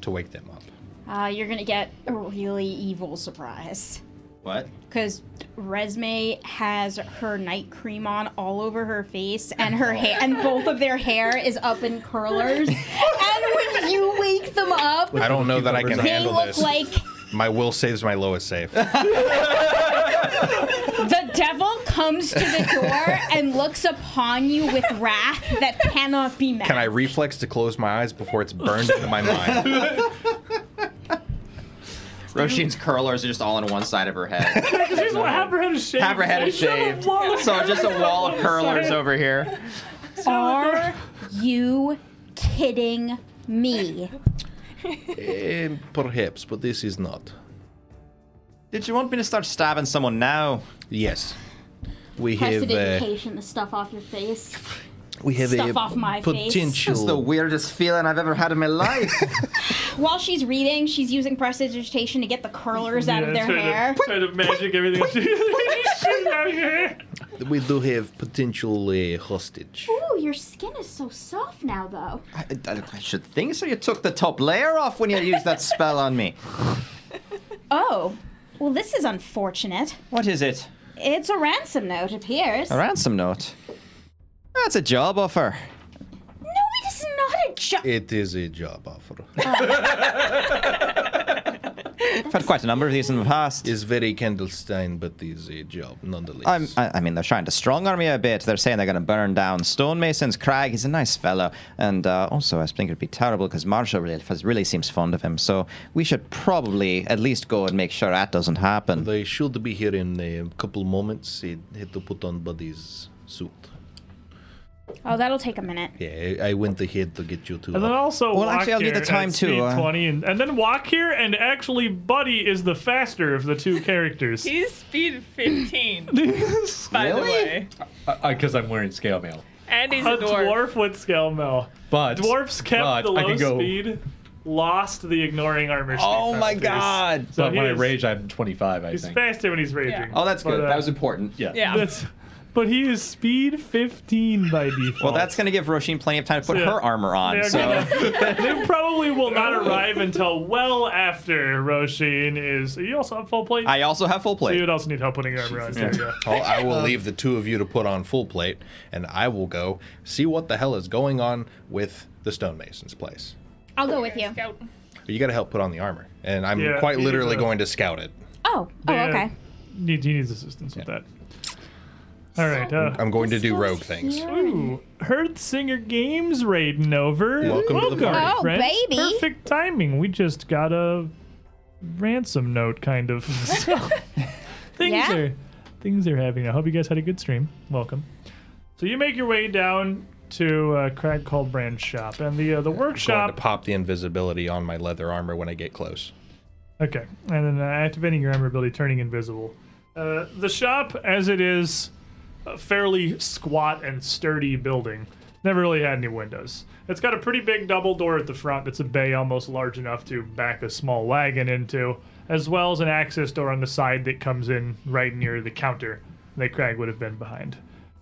to wake them up. Uh, you're gonna get a really evil surprise. What? Because Resme has her night cream on all over her face, and her ha- and both of their hair is up in curlers. and when you wake them up, I don't know that I can Cucumbers. they handle look this. like My will saves my lowest save. the devil comes to the door and looks upon you with wrath that cannot be met. Can I reflex to close my eyes before it's burned into my mind? Roshin's curlers are just all on one side of her head. Because here's what half her head is shaved. Have her head She's got a shaved. wall of So just a wall of curlers Sorry. over here. Are you kidding me? Eh, perhaps, but this is not. Did you want me to start stabbing someone now? Yes. We Tested have uh, education, the stuff off your face. we have stuff a off my face. It's the potential. weirdest feeling I've ever had in my life. While she's reading, she's using prestidigitation to get the curlers out Yeah, of their try to- hair. Try to magic everything. She's out of here. We do have potential uh, hostage. Ooh, your skin is so soft now, though. I, I- I should think so. You took the top layer off when you used that spell on me. Oh, well, this is unfortunate. What is it? It's a ransom note, appears. A ransom note. That's a job offer. No, it is not a joke. It is a job offer. Ah. I've had quite a number of these in the past. It's very Candlestein, but is a job nonetheless. I'm, I, I mean, they're trying to strong arm me a bit. They're saying they're going to burn down stonemasons. Crag, he's a nice fellow, and uh, also I think it'd be terrible because Marshall really, really seems fond of him. So we should probably at least go and make sure that doesn't happen. They should be here in a couple moments. He had to put on Buddy's suit. Oh, that'll take a minute. Yeah, I, I went ahead to get you two. And then up. also Well, walk actually, I'll need here the time at too, speed uh, Twenty, and, and then walk here, and actually, Buddy is the faster of the two characters. He's speed 15, by the way. Because I'm wearing scale mail. And he's a a dwarf. dwarf with scale mail. But Dwarfs kept but the I low can go, Oh speed, lost the ignoring armor. Speed Oh penalties. So But he when I is- rage, I'm 25. I he's think. faster when he's raging. Yeah. Oh, that's But, good. uh, That was important. Yeah. Yeah. That's, but he is speed 15 by default. Well, that's going to give Roisin plenty of time to put Yeah. her armor on. They're so gonna- they probably will not arrive until well after Roshin is. You also have full plate. I also have full you plate. would also need help putting armor on. too, Yeah. Well, I Um, will leave the two of you to put on full plate, and I will go see what the hell is going on with the stonemason's place. I'll go with you. Go. But you got to help put on the armor, and I'm Yeah, quite he's literally a- going to scout it. Oh, oh, Yeah. okay. Need, he needs assistance with that. All right. So- Uh, I'm going to do rogue things. ooh, Heard Singer Games raiding over. Welcome to the party. Oh, friends. baby. Perfect timing. We just got a ransom note, kind of. So, things Yeah. are things are happening. I hope you guys had a good stream. Welcome. So you make your way down to uh, Crag Brand's shop, and the uh, the Going to workshop. pop the invisibility on my leather armor when I get close. Okay, and then uh, activating your armor ability, turning invisible. Uh, the shop, as it is, a fairly squat and sturdy building. Never really had any windows. It's got a pretty big double door at the front. It's a bay almost large enough to back a small wagon into, as well as an access door on the side that comes in right near the counter that Crag would have been behind.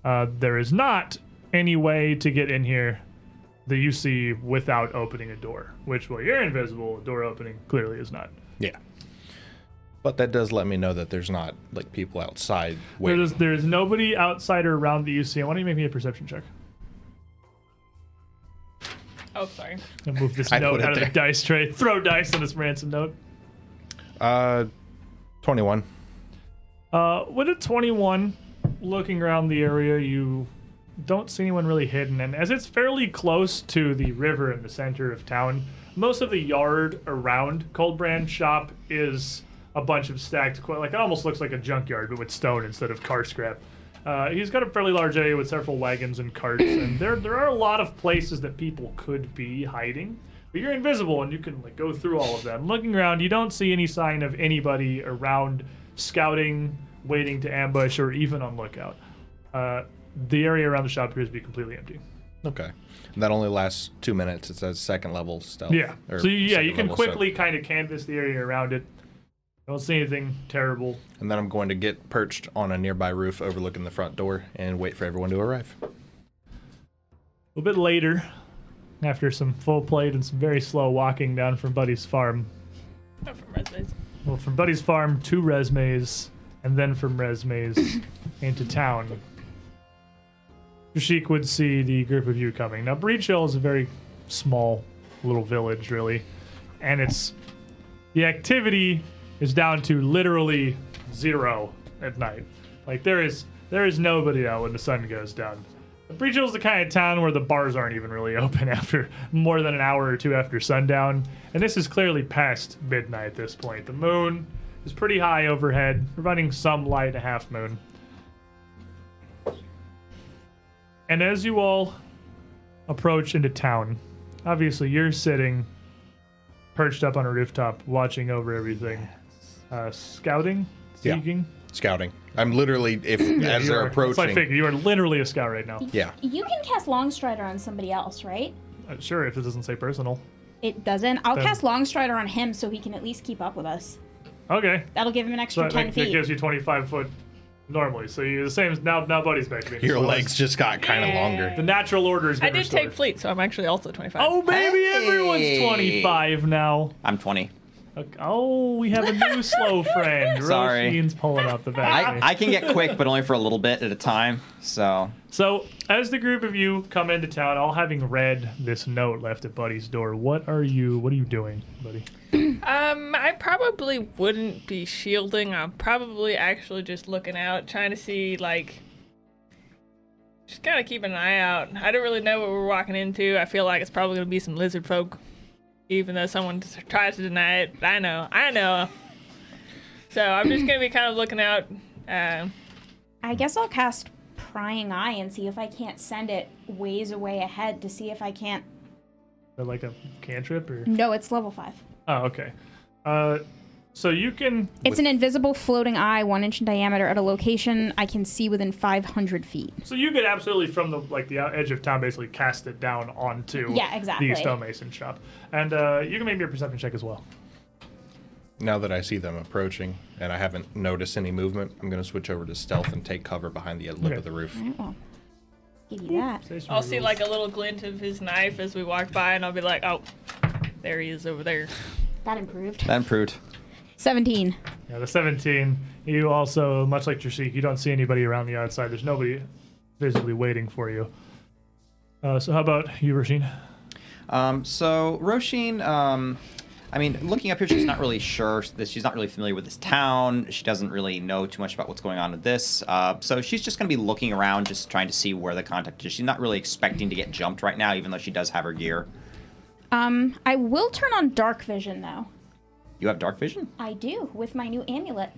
Uh, there is not any way to get in here that you see without opening a door, which, well, you're invisible. A door opening clearly is not. Yeah. But that does let me know that there's not like people outside waiting. There's there's nobody outside or around that you see. Why don't you make me a perception check? Oh, sorry. And move this I note put it out of the there. dice tray. Throw dice on this ransom note. Uh, 21. Uh, with a 21, looking around the area, you don't see anyone really hidden. And as it's fairly close to the river in the center of town, most of the yard around Coldbrand Shop is a bunch of stacked, qu- like it almost looks like a junkyard, but with stone instead of car scrap. Uh, he's got a fairly large area with several wagons and carts, and there there are a lot of places that people could be hiding. But you're invisible, and you can like go through all of them. Looking around, you don't see any sign of anybody around, scouting, waiting to ambush, or even on lookout. Uh, the area around the shop appears to be completely empty. Okay. And that only lasts two minutes. It says second level stealth. Yeah. or So you, yeah, second you can level stealth. quickly kind of canvas the area around it. Don't see anything terrible. And then I'm going to get perched on a nearby roof overlooking the front door and wait for everyone to arrive. A little bit later, after some full plate and some very slow walking down from Buddy's farm, Not from residence. well, from Buddy's farm to Resme's, and then from Resme's into town. Rashik would see the group of you coming. Now, Breed Hill is a very small little village, really, and it's the activity is down to literally zero at night. Like there is there is nobody out when the sun goes down. Breed Hill's the kind of town where the bars aren't even really open after more than an hour or two after sundown, and this is clearly past midnight at this point. The moon is pretty high overhead, providing some light, a half moon. And as you all approach into town, obviously you're sitting perched up on a rooftop, watching over everything, uh, scouting, Yeah. seeking. Scouting. I'm literally, if as You they're are- that's what I approaching. figure you are literally a scout right now. Yeah. You can cast Longstrider on somebody else, right? Uh, sure, if it doesn't say personal. It doesn't. I'll Then- cast Longstrider on him so he can at least keep up with us. Okay, That'll give him an so extra that, 10 that feet. gives you 25 foot normally. So you're the same as now. Now Buddy's back. being Your slow. legs just got kind of longer. The natural order is. I did take fleet, so I'm actually also 25. Oh baby, everyone's Hey. 25 now. I'm 20. Okay. Oh, we have a new slow friend. Sorry. Roshin's pulling up the back. I, I can get quick, but only for a little bit at a time. So so, as the group of you come into town, all having read this note left at Buddy's door, what are you? What are you doing, Buddy? Um, I probably wouldn't be shielding. I'm probably actually just looking out, trying to see like. Just gotta keep an eye out. I don't really know what we're walking into. I feel like it's probably gonna be some lizard folk, even though someone t- tries to deny it. I know, I know. So I'm just gonna be kind of looking out. Uh, I guess I'll cast Prying Eye and see if I can't send it ways away ahead to see if I can't. Is that like a cantrip or? No, it's level 5. Oh, okay. Uh, so you can It's an invisible floating eye, one inch in diameter, at a location I can see within 500 feet. So you could absolutely, from the like the out- edge of town, basically cast it down onto Yeah, exactly. the stonemason shop, and uh, you can make me a perception check as well. Now that I see them approaching and I haven't noticed any movement, I'm going to switch over to stealth and take cover behind the lip Okay. of the roof. Give you that. I'll see like a little glint of his knife as we walk by, and I'll be like, oh, there he is over there. That improved. That improved. 17. Yeah, the 17. You also, much like Trishik, you don't see anybody around the outside. There's nobody visibly waiting for you. Uh, so how about you, Rasheen? Um, so Roshin, um, I mean, looking up here, she's not really sure. That she's not really familiar with this town. She doesn't really know too much about what's going on with this. Uh, so she's just going to be looking around, just trying to see where the contact is. She's not really expecting to get jumped right now, even though she does have her gear. Um, I will turn on dark vision though. You have dark vision. I do with my new amulet.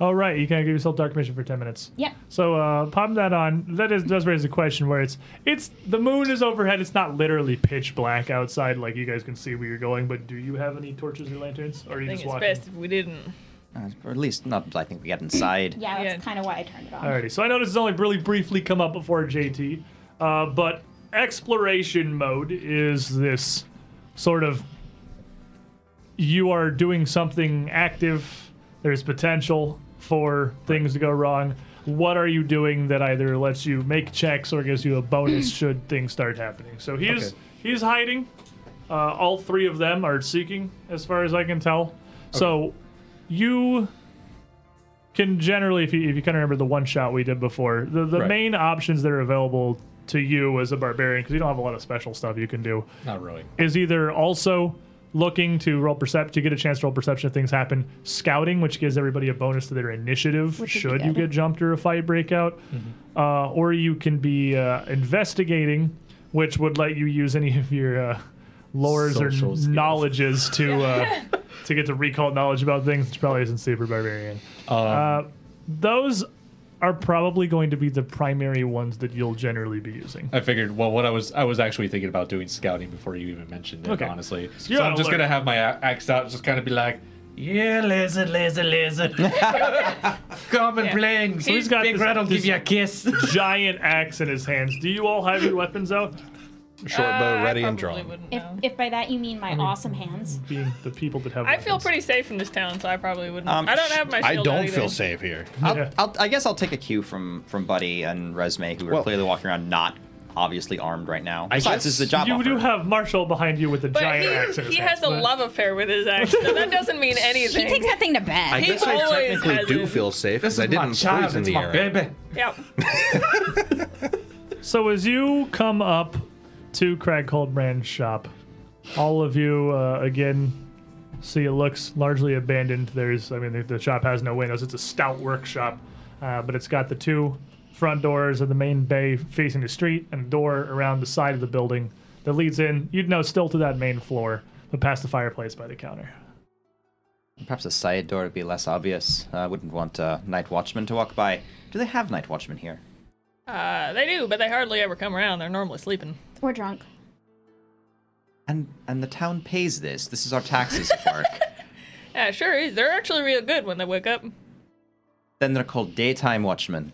Oh, right. You can give yourself dark vision for 10 minutes. Yep. So uh, pop that on. That is, does raise a question where it's it's the moon is overhead. It's not literally pitch black outside, like you guys can see where you're going. But do you have any torches or lanterns, or are I you think just it's walking? best if we didn't. Uh, or at least not. I think we got inside. Yeah, that's Yeah. kind of why I turned it on. Alrighty, so I know this has only really briefly come up before JT, uh, but exploration mode is this sort of you are doing something active, there's potential for things to go wrong. What are you doing that either lets you make checks or gives you a bonus should things start happening? So he's Okay. he's hiding. Uh, all three of them are seeking, as far as I can tell. So you can generally, if you, if you kind of remember the one shot we did before, the, the Right. main options that are available to you as a barbarian, because you don't have a lot of special stuff you can do, Not really. is either also looking to roll percept to get a chance to roll perception if things happen, scouting, which gives everybody a bonus to their initiative Which is should you good. get jumped or a fight breakout, Mm-hmm. uh, or you can be uh, investigating, which would let you use any of your uh, lores Social or skills. knowledges to uh, to get to recall knowledge about things, which probably isn't super barbarian Uh, Uh, those are probably going to be the primary ones that you'll generally be using. I figured. Well, what I was I was actually thinking about doing scouting before you even mentioned it. Okay. Honestly, You're so I'm just alert. gonna have my a- axe out, just kind of be like, "Yeah, lizard, lizard, lizard, come and play. and He's got Big this- Red will this- give you a kiss." Giant axe in his hands. Do you all have your weapons out? Short bow Uh, ready I and probably drawn. wouldn't If, know. if by that you mean my awesome hands. Being the people that have. I feel weapons. pretty safe in this town, so I probably wouldn't. Um, I don't have my I shield. out don't either. feel safe here. I'll, Yeah. I'll, I guess I'll take a cue from from Buddy and Resme, who are Well- clearly walking around not obviously armed right now. Besides, guess this is a job. You offer. do have Marshall behind you with a But giant axe he, in his he hands. has a love affair with his axe, so that doesn't mean anything. He takes that thing to bed. I guess I always technically has do it. feel safe This because I is my didn't child. poison It's the my area. baby. Yep. So as you come up to Crag Coldbrand's shop, all of you uh, again see it looks largely abandoned. There's, I mean, the, the shop has no windows. It's a stout workshop, uh, but it's got the two front doors of the main bay facing the street and a door around the side of the building that leads in. You'd know still to that main floor, but past the fireplace by the counter. Perhaps a side door would be less obvious. I wouldn't want uh, night watchmen to walk by. Do they have night watchmen here? Uh, they do, but they hardly ever come around. They're normally sleeping. We're drunk. And and the town pays this. This is our taxes park. Yeah, sure is. They're actually real good when they wake up. then they're called daytime watchmen.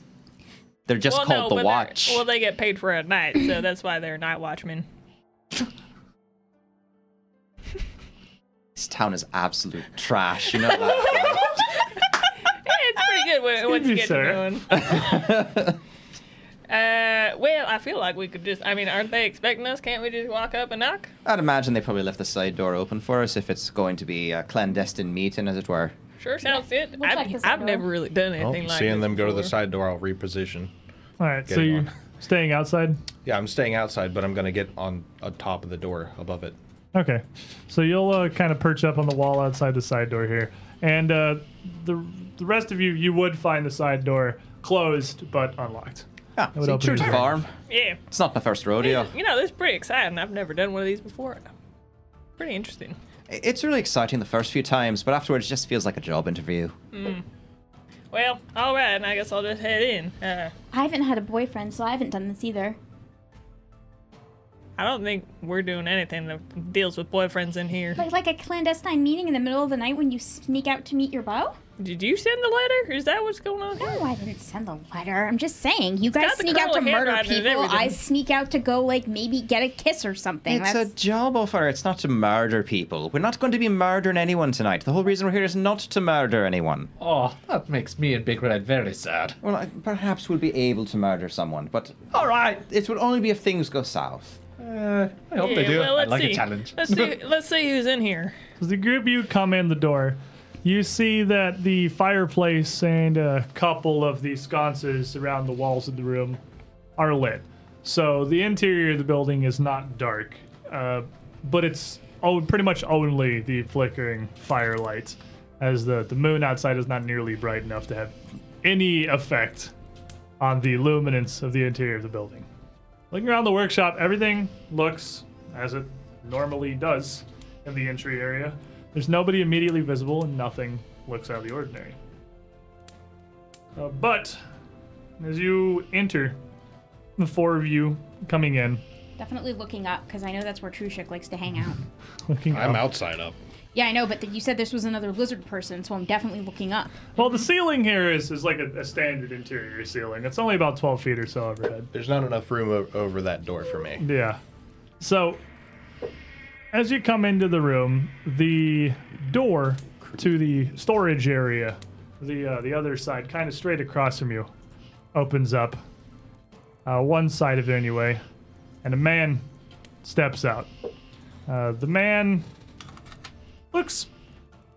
They're just well, no, called but the they're- watch. Well, they get paid for a night, so that's why they're night watchmen. This town is absolute trash. You know that. right? Yeah, it's pretty good when, once you me, get sir. to knowing. uh, well, I feel like we could just. I mean, aren't they expecting us? Can't we just walk up and knock? I'd imagine they probably left the side door open for us if it's going to be a clandestine meeting, as it were. Sure, sounds good. we'll check I've, this I've out. never really Oh, done Well, anything like seeing this them go to the before. side door, I'll reposition. All right, so Getting you on. staying outside? Yeah, I'm staying outside, but I'm going to get on a top of the door above it. Okay, so you'll uh, kind of perch up on the wall outside the side door here, and uh, the the rest of you you would find the side door closed but unlocked. Ah, would see, open true it to up. farm. Yeah. It's not my first rodeo. You know, this is pretty exciting. I've never done one of these before. Pretty interesting. It's really exciting the first few times, but afterwards it just feels like a job interview. Well, all right, and I guess I'll just head in. Uh, I haven't had a boyfriend, so I haven't done this either. I don't think we're doing anything that deals with boyfriends in here. Like like a clandestine meeting in the middle of the night when you sneak out to meet your beau? Did you send the letter? Is that what's going on? here? No, I didn't send the letter. I'm just saying, you guys got the sneak out to curly murder handwriting and people. I everything. sneak out to go, like, maybe get a kiss or something. It's That's- a job offer. It's not to murder people. We're not going to be murdering anyone tonight. The whole reason we're here is not to murder anyone. Oh, that makes me and Big Red very sad. Well, I- perhaps we'll be able to murder someone, but All right. it will only be if things go south. Uh, I hope they Yeah, do. well, I let's like see. a challenge. Let's see. Let's see who's in here. As the group you come in the door, you see that the fireplace and a couple of the sconces around the walls of the room are lit. So the interior of the building is not dark, uh, but it's oh, pretty much only the flickering firelight, as the, the moon outside is not nearly bright enough to have any effect on the luminance of the interior of the building. Looking around the workshop, everything looks as it normally does in the entry area. There's nobody immediately visible, and nothing looks out of the ordinary. Uh, but as you enter, the four of you coming in, Definitely looking up, because I know that's where Trushik likes to hang out. looking I'm up. outside up. yeah, I know, but th- you said this was another lizard person, so I'm definitely looking up. Well, the ceiling here is is like a, a standard interior ceiling. It's only about 12 feet or so overhead. There's not enough room o- over that door for me. Yeah. So, as you come into the room, the door to the storage area, the uh, the other side, kind of straight across from you, opens up. Uh, one side of it anyway, and a man steps out. Uh, the man looks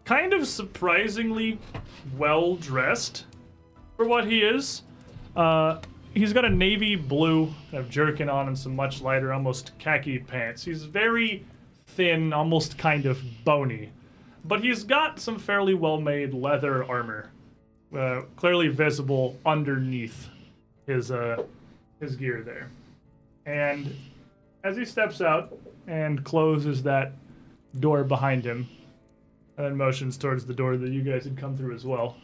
kind of surprisingly well dressed for what he is. Uh, he's got a navy blue kind of jerkin on and some much lighter, almost khaki pants. He's very thin, almost kind of bony, but he's got some fairly well-made leather armor, uh, clearly visible underneath his uh, his gear there. And as he steps out and closes that door behind him, and then motions towards the door that you guys had come through as well.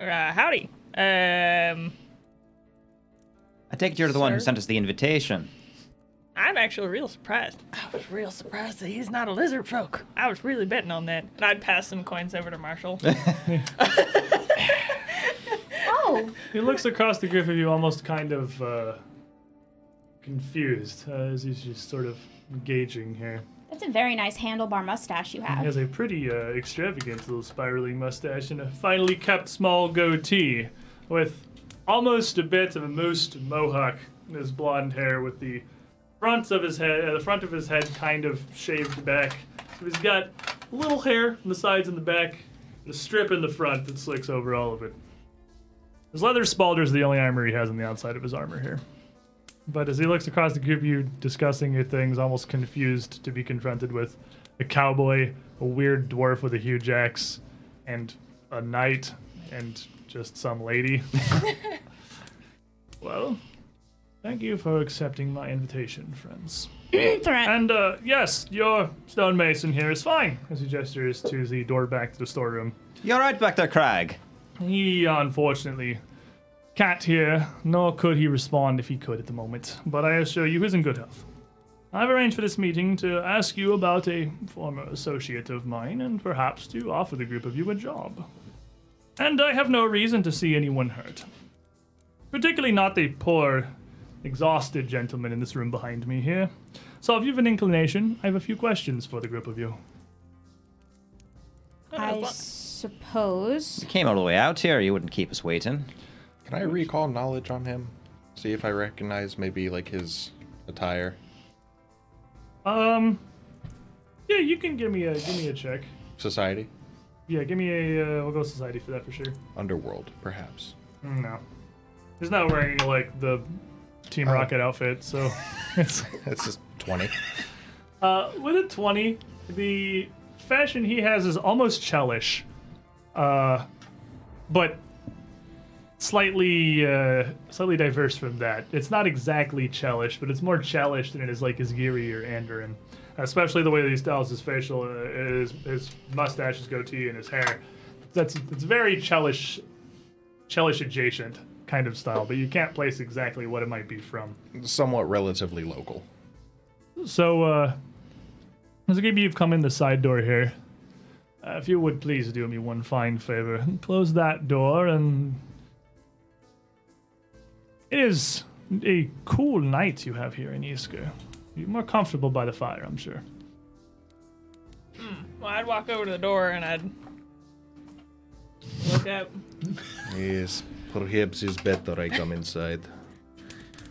Uh, howdy. Um, I take it you're the one who Sir? sent us the invitation. I'm actually real surprised. I was real surprised that he's not a lizard folk. I was really betting on that. And I'd pass some coins over to Marshall. Oh, He looks across the group of you, almost kind of uh, confused, uh, as he's just sort of gauging here. that's a very nice handlebar mustache you He have. has a pretty uh, extravagant little spiraling mustache and a finely kept small goatee, with almost a bit of a moosed mohawk in his blonde hair, with the fronts of his head, uh, the front of his head kind of shaved back. So he's got a little hair on the sides and the back, and a strip in the front that slicks over all of it. His leather spalder is the only armor he has on the outside of his armor here. But as he looks across the group, of you discussing your things, almost confused to be confronted with a cowboy, a weird dwarf with a huge axe, and a knight, and just some lady. well, thank you for accepting my invitation, friends. Mm, Threat. And uh, yes, your stonemason here is fine. As he gestures to the door back to the storeroom. You're right back there, Crag. He unfortunately can't hear, nor could he respond if he could at the moment, but I assure you he's in good health. I've arranged for this meeting to ask you about a former associate of mine and perhaps to offer the group of you a job. And I have no reason to see anyone hurt. Particularly not the poor, exhausted gentleman in this room behind me here. So if you've an inclination, I have a few questions for the group of you. I suppose. Came all the way out here. You wouldn't keep us waiting. Can I recall knowledge on him? See if I recognize maybe like his attire. Um Yeah, you can give me a give me a check. Society? Yeah, give me a. Uh, we'll go society for that for sure. Underworld, perhaps. No, he's not wearing like the Team Rocket outfit. So, it's, That's just 20. uh, with a twenty, the fashion he has is almost chellish, uh, but slightly uh, slightly diverse from that. It's not exactly chellish, but it's more chellish than it is like his Giri or Andorin. Especially the way that he styles his facial, uh, his, his mustache, his goatee, and his hair. That's it's very chellish Chellish adjacent kind of style, but you can't place exactly what it might be from. Somewhat relatively local. So, uh, as a game, you've come in the side door here. Uh, if you would please do me one fine favor, close that door and. It is a cool night you have here in Isker. You're more comfortable by the fire, I'm sure. Well, I'd walk over to the door and I'd look up. Yes, perhaps it's better I come inside.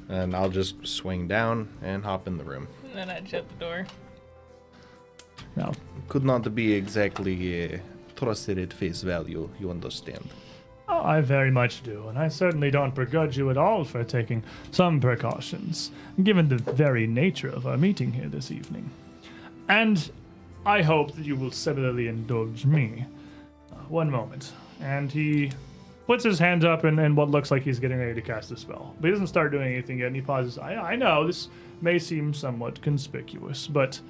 And I'll just swing down and hop in the room. And then I'd shut the door. Now, Could not be exactly uh, trusted at face value, you understand. Oh, I very much do, and I certainly don't begrudge you at all for taking some precautions, given the very nature of our meeting here this evening. And I hope that you will similarly indulge me. Uh, one moment. And he puts his hand up and, and what looks like he's getting ready to cast a spell. But he doesn't start doing anything yet, and he pauses. I, I know this may seem somewhat conspicuous, but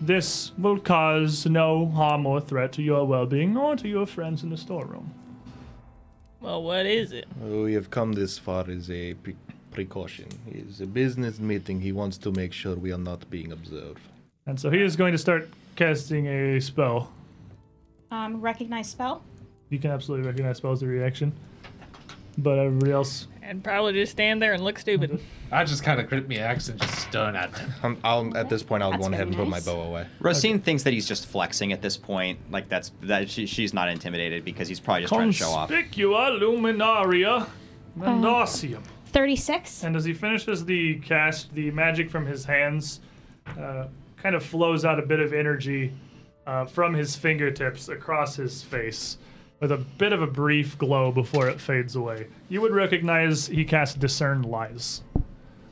this will cause no harm or threat to your well being nor to your friends in the storeroom. Well, what is it? We have come this far as a pre- precaution. It's a business meeting. He wants to make sure we are not being observed. And so he is going to start casting a spell. Um, recognize spell. You can absolutely recognize spells as a reaction. But everybody else, And probably just stand there and look stupid. I just kind of grip my axe and just stun at them. I'm, I'll, at this point, I'll That's go on ahead very and put my nice. bow away. Rosine thinks that he's just flexing at this point. Like that's that she, she's not intimidated because he's probably just trying to show off. Conspicua Luminaria Mendosium. 36. And as he finishes the cast, the magic from his hands uh, kind of flows out a bit of energy uh, from his fingertips across his face with a bit of a brief glow before it fades away. You would recognize he cast Discern Lies,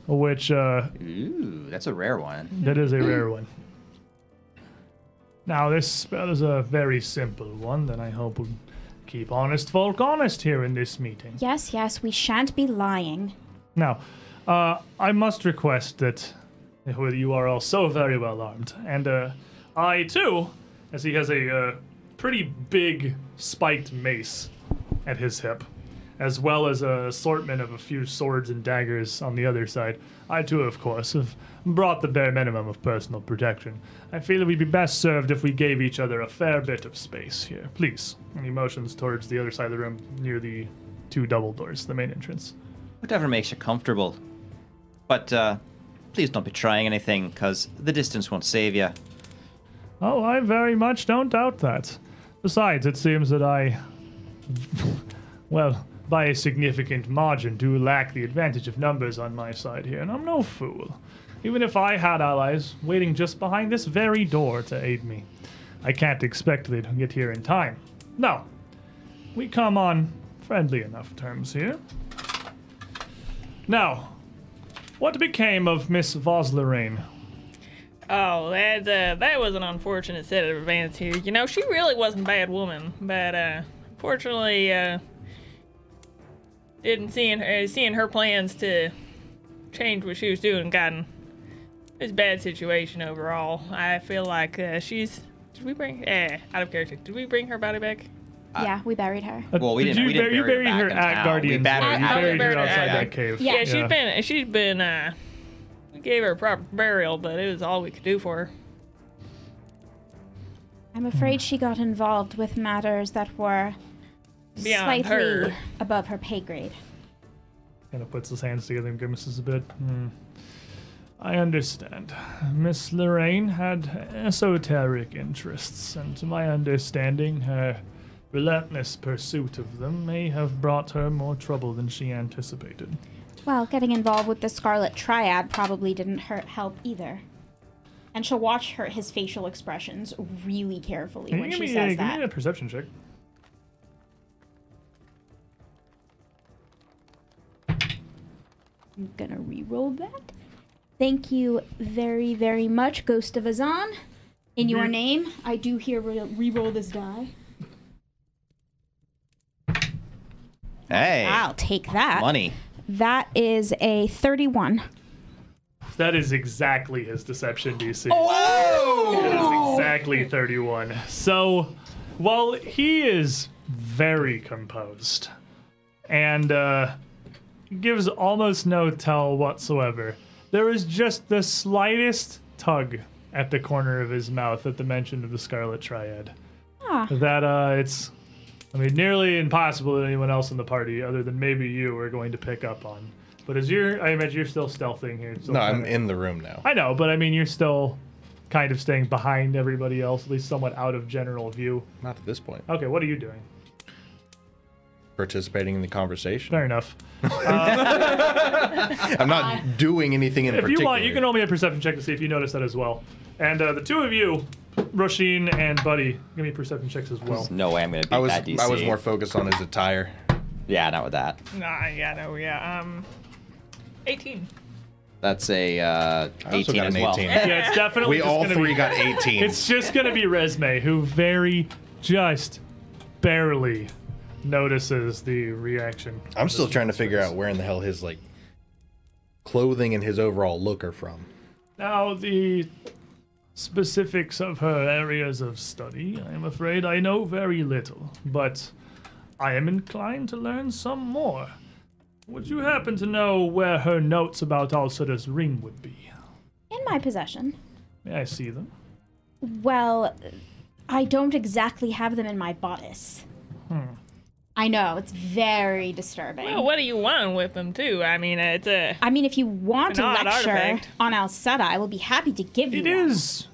which uh, Ooh, that's a rare one. That is a rare one. Now, this spell is a very simple one that I hope will keep honest folk honest here in this meeting. Yes, yes, we shan't be lying. Now, uh, I must request that well, you are all so very well armed, and uh, I too, as he has a uh, pretty big spiked mace at his hip, as well as an assortment of a few swords and daggers on the other side. I too, of course, have brought the bare minimum of personal protection. I feel we'd be best served if we gave each other a fair bit of space here, please. And he motions towards the other side of the room, near the two double doors, the main entrance. Whatever makes you comfortable. But uh, please don't be trying anything, because the distance won't save you. Oh, I very much don't doubt that. Besides, it seems that I, well, by a significant margin, do lack the advantage of numbers on my side here, and I'm no fool. Even if I had allies waiting just behind this very door to aid me, I can't expect they'd get here in time. No, we come on friendly enough terms here. Now, what became of Miss Voslerain? Oh, that uh, that was an unfortunate set of events here. You know, she really wasn't a bad woman, but uh, fortunately, uh, didn't seeing her, uh, seeing her plans to change what she was doing gotten it's a bad situation overall. I feel like uh, she's. Did we bring? Eh, out of character. Did we bring her body back? yeah, we buried her. Uh, Well, we did didn't- You we didn't bur- you bury buried her her back in at town. Guardian's We buried Lair. her You out- buried we her buried her outside out. that cave. Yeah, she's been. She's been. Uh, we gave her a proper burial, but it was all we could do for her. I'm afraid she got involved with matters that were Beyond slightly her. above her pay grade. Kind of puts his hands together and grimaces a bit. Hmm. I understand. Miss Lorraine had esoteric interests, and to my understanding, her relentless pursuit of them may have brought her more trouble than she anticipated. Well, getting involved with the Scarlet Triad probably didn't hurt help either. And she'll watch her his facial expressions really carefully Can you when give she me, says a, give that. me a perception check? I'm gonna reroll that. Thank you very, very much, Ghost of Azan. In your name, I do here re- reroll this die. Hey, I'll take that. money. That is a 31. That is exactly his deception DC. Oh, Whoa! That is exactly 31. Oh. So, while he is very composed and uh, gives almost no tell whatsoever, there is just the slightest tug at the corner of his mouth at the mention of the Scarlet Triad. Ah. that uh, it's, I mean, nearly impossible that anyone else in the party, other than maybe you, are going to pick up on. But as you're, I imagine you're still stealthing here. still No, trying I'm to- in the room now. I know, but I mean, you're still kind of staying behind everybody else, at least somewhat out of general view. Not at this point. Okay, what are you doing? Participating in the conversation. Fair enough. I'm Uh, not doing anything in If particular. you want, you can roll me a perception check to see if you notice that as well. And uh, the two of you, Roshin and Buddy, give me perception checks as well. There's no way I'm gonna beat I was that DC. I was more focused on his attire. Yeah, not with that. Nah, yeah, no, yeah. Um, 18. That's a uh, I also 18 got as an well. 18. Yeah, it's definitely We just all gonna three be, got 18. It's just gonna be Resme, who very just barely notices the reaction. I'm still trying to figure out where in the hell his like clothing and his overall look are from. Now the specifics of her areas of study, I am afraid I know very little, but I am inclined to learn some more. Would you happen to know where her notes about Alcida's ring would be? In my possession. May I see them? Well, I don't exactly have them in my bodice. I know, it's very disturbing. Hmm. Well, what do you want with them, too? I mean, it's a. I mean, if you want An a odd lecture artifact. on Alceta, I will be happy to give you It one. is,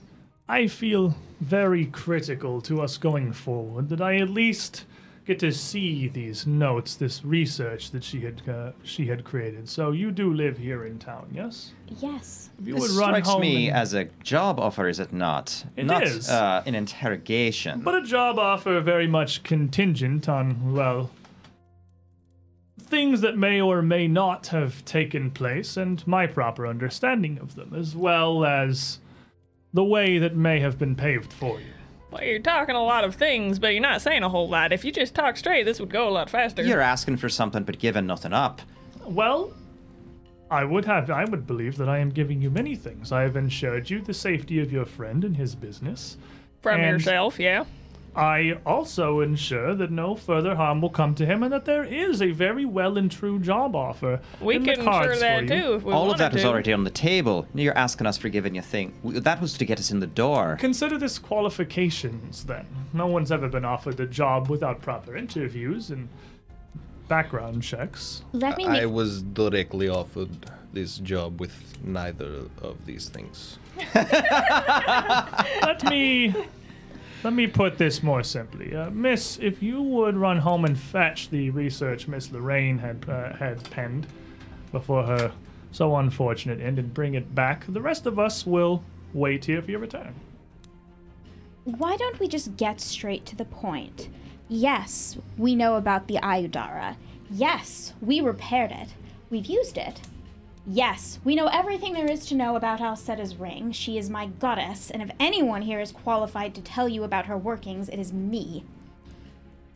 I feel, very critical to us going forward that I at least get to see these notes, this research that she had uh, she had created. So you do live here in town, yes? Yes. If you This strikes me and- as a job offer, is it not? It not is. Uh, an interrogation. But a job offer very much contingent on, well, things that may or may not have taken place and my proper understanding of them, as well as the way that may have been paved for you. Well, you're talking a lot of things, but you're not saying a whole lot. If you just talk straight, this would go a lot faster. You're asking for something but giving nothing up. Well, I would have I would believe that I am giving you many things. I have ensured you the safety of your friend and his business. From and- yourself, yeah. I also ensure that no further harm will come to him and that there is a very well and true job offer. We in could the cards ensure that, for you. too, if we All of wanted that was to. already on the table. You're asking us for giving you thing. w- That was to get us in the door. Consider this qualifications then. No one's ever been offered a job without proper interviews and background checks. Let me make I was directly offered this job with neither of these things. let me let me put this more simply, uh, Miss. If you would run home and fetch the research Miss Lorraine had uh, had penned before her so unfortunate end, and bring it back, the rest of us will wait here for your return. Why don't we just get straight to the point? Yes, we know about the Ayudara. Yes, we repaired it. We've used it. Yes, we know everything there is to know about Alcetta's ring. She is my goddess, and if anyone here is qualified to tell you about her workings, it is me.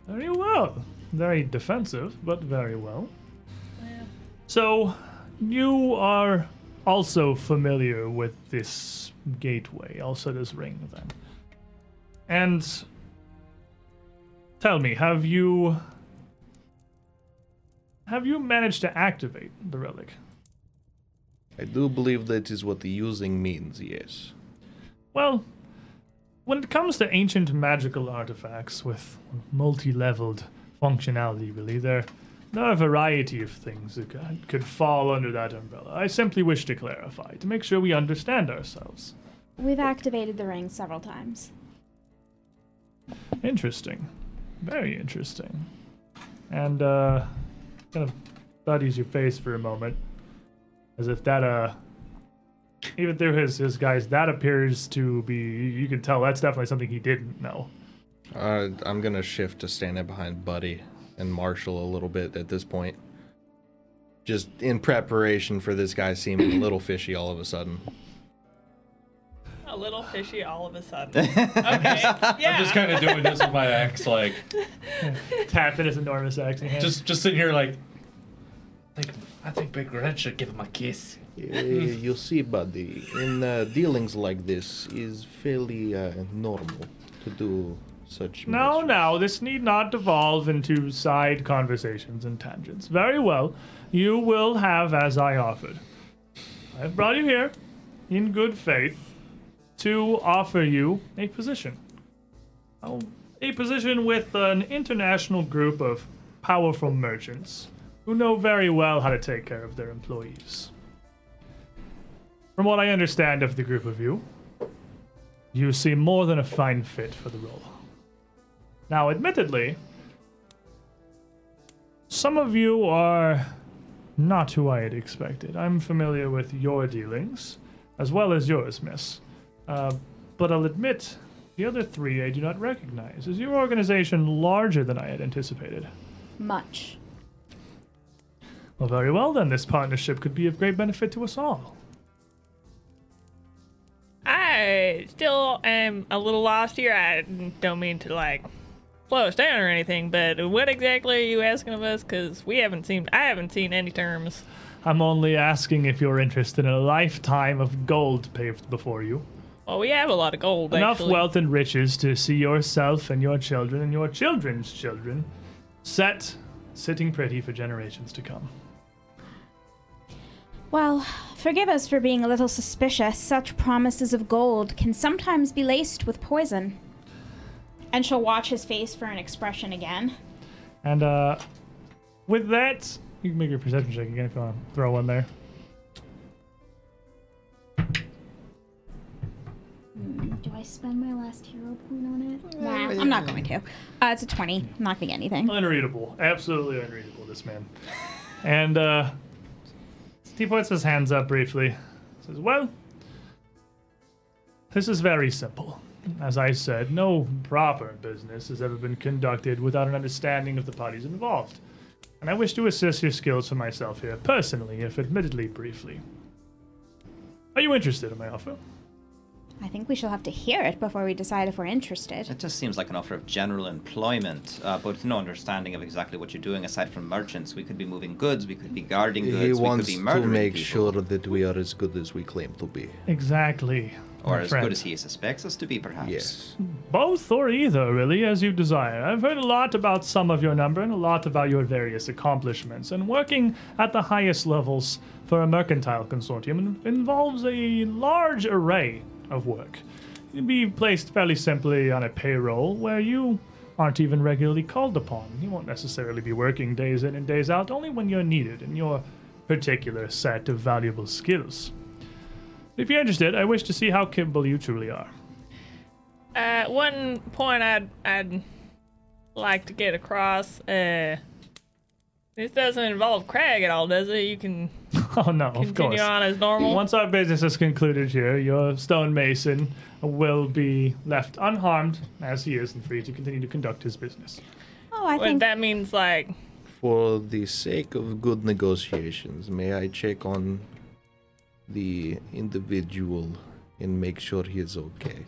Very well. Very defensive, but very well. So, you are also familiar with this gateway, also this ring, then. And tell me, have you have you managed to activate the relic? I do believe that is what the using means, yes. Well, when it comes to ancient magical artifacts with multi-leveled functionality, really, there there are a variety of things that could- could fall under that umbrella. I simply wish to clarify to make sure we understand ourselves. We've activated the ring several times. Interesting, very interesting. And uh, kind of studies your face for a moment, as if that uh, even through his his guys, that appears to be. You can tell that's definitely something he didn't know. Uh, I'm gonna shift to standing behind Buddy and Marshall a little bit at this point. Just in preparation for this guy seeming a little fishy all of a sudden. A little fishy all of a sudden. Okay. Yeah. I'm just kind of doing this with my axe, like tapping his enormous axe in hand. just just sitting here, like I think, I think Big Red should give him a kiss. you see, Buddy, in uh, dealings like this, is fairly uh, normal to do such. no, no, this need not devolve into side conversations and tangents. Very well, you will have as I offered. I have brought you here, in good faith, to offer you a position. How Oh, a position with an international group of powerful merchants who know very well how to take care of their employees. From what I understand of the group of you, you seem more than a fine fit for the role. Now, admittedly, some of you are not who I had expected. I'm familiar with your dealings, as well as yours, miss. Uh, but I'll admit, the other three I do not recognize. Is your organization larger than I had anticipated? Much. Well, very well then. This partnership could be of great benefit to us all. I still am a little lost here. I don't mean to like slow us down or anything, but what exactly are you asking of us? Because we haven't seen, I haven't seen any terms. I'm only asking if you're interested in a lifetime of gold paved before you. Well, we have a lot of gold. Enough actually. wealth and riches to see yourself and your children and your children's children set, sitting pretty for generations to come. Well, forgive us for being a little suspicious. Such promises of gold can sometimes be laced with poison. And she'll watch his face for an expression again. And uh, with that, you can make your perception check again if you want to throw one there. Do I spend my last hero point on it? Nah, I'm not going to. Uh, it's a 20. I'm not going to get anything. Unreadable. Absolutely unreadable, this man. and uh, he puts his hands up briefly. Says, Well, this is very simple. As I said, no proper business has ever been conducted without an understanding of the parties involved. And I wish to assess your skills for myself here, personally, if admittedly briefly. Are you interested in my offer? I think we shall have to hear it before we decide if we're interested. It just seems like an offer of general employment, uh, but no understanding of exactly what you're doing aside from merchants. We could be moving goods, we could be guarding goods, we He wants could be to murdering make people, sure that we are as good as we claim to be. Exactly. or my as friend. good as he suspects us to be, perhaps. Yes. Both or either, really, as you desire. I've heard a lot about some of your number and a lot about your various accomplishments, and working at the highest levels for a mercantile consortium in- involves a large array of work. You'd be placed fairly simply on a payroll where you aren't even regularly called upon. You won't necessarily be working days in and days out, only when you're needed in your particular set of valuable skills. If you're interested, I wish to see how capable you truly are. Uh, one point I'd I'd like to get across. Uh, this doesn't involve Craig at all, does it? You can Oh no, of continue course. on as normal. Once our business is concluded here, your stonemason will be left unharmed as he is and free to continue to conduct his business. Oh, I Well, think that means like For the sake of good negotiations, may I check on the individual and make sure he is okay?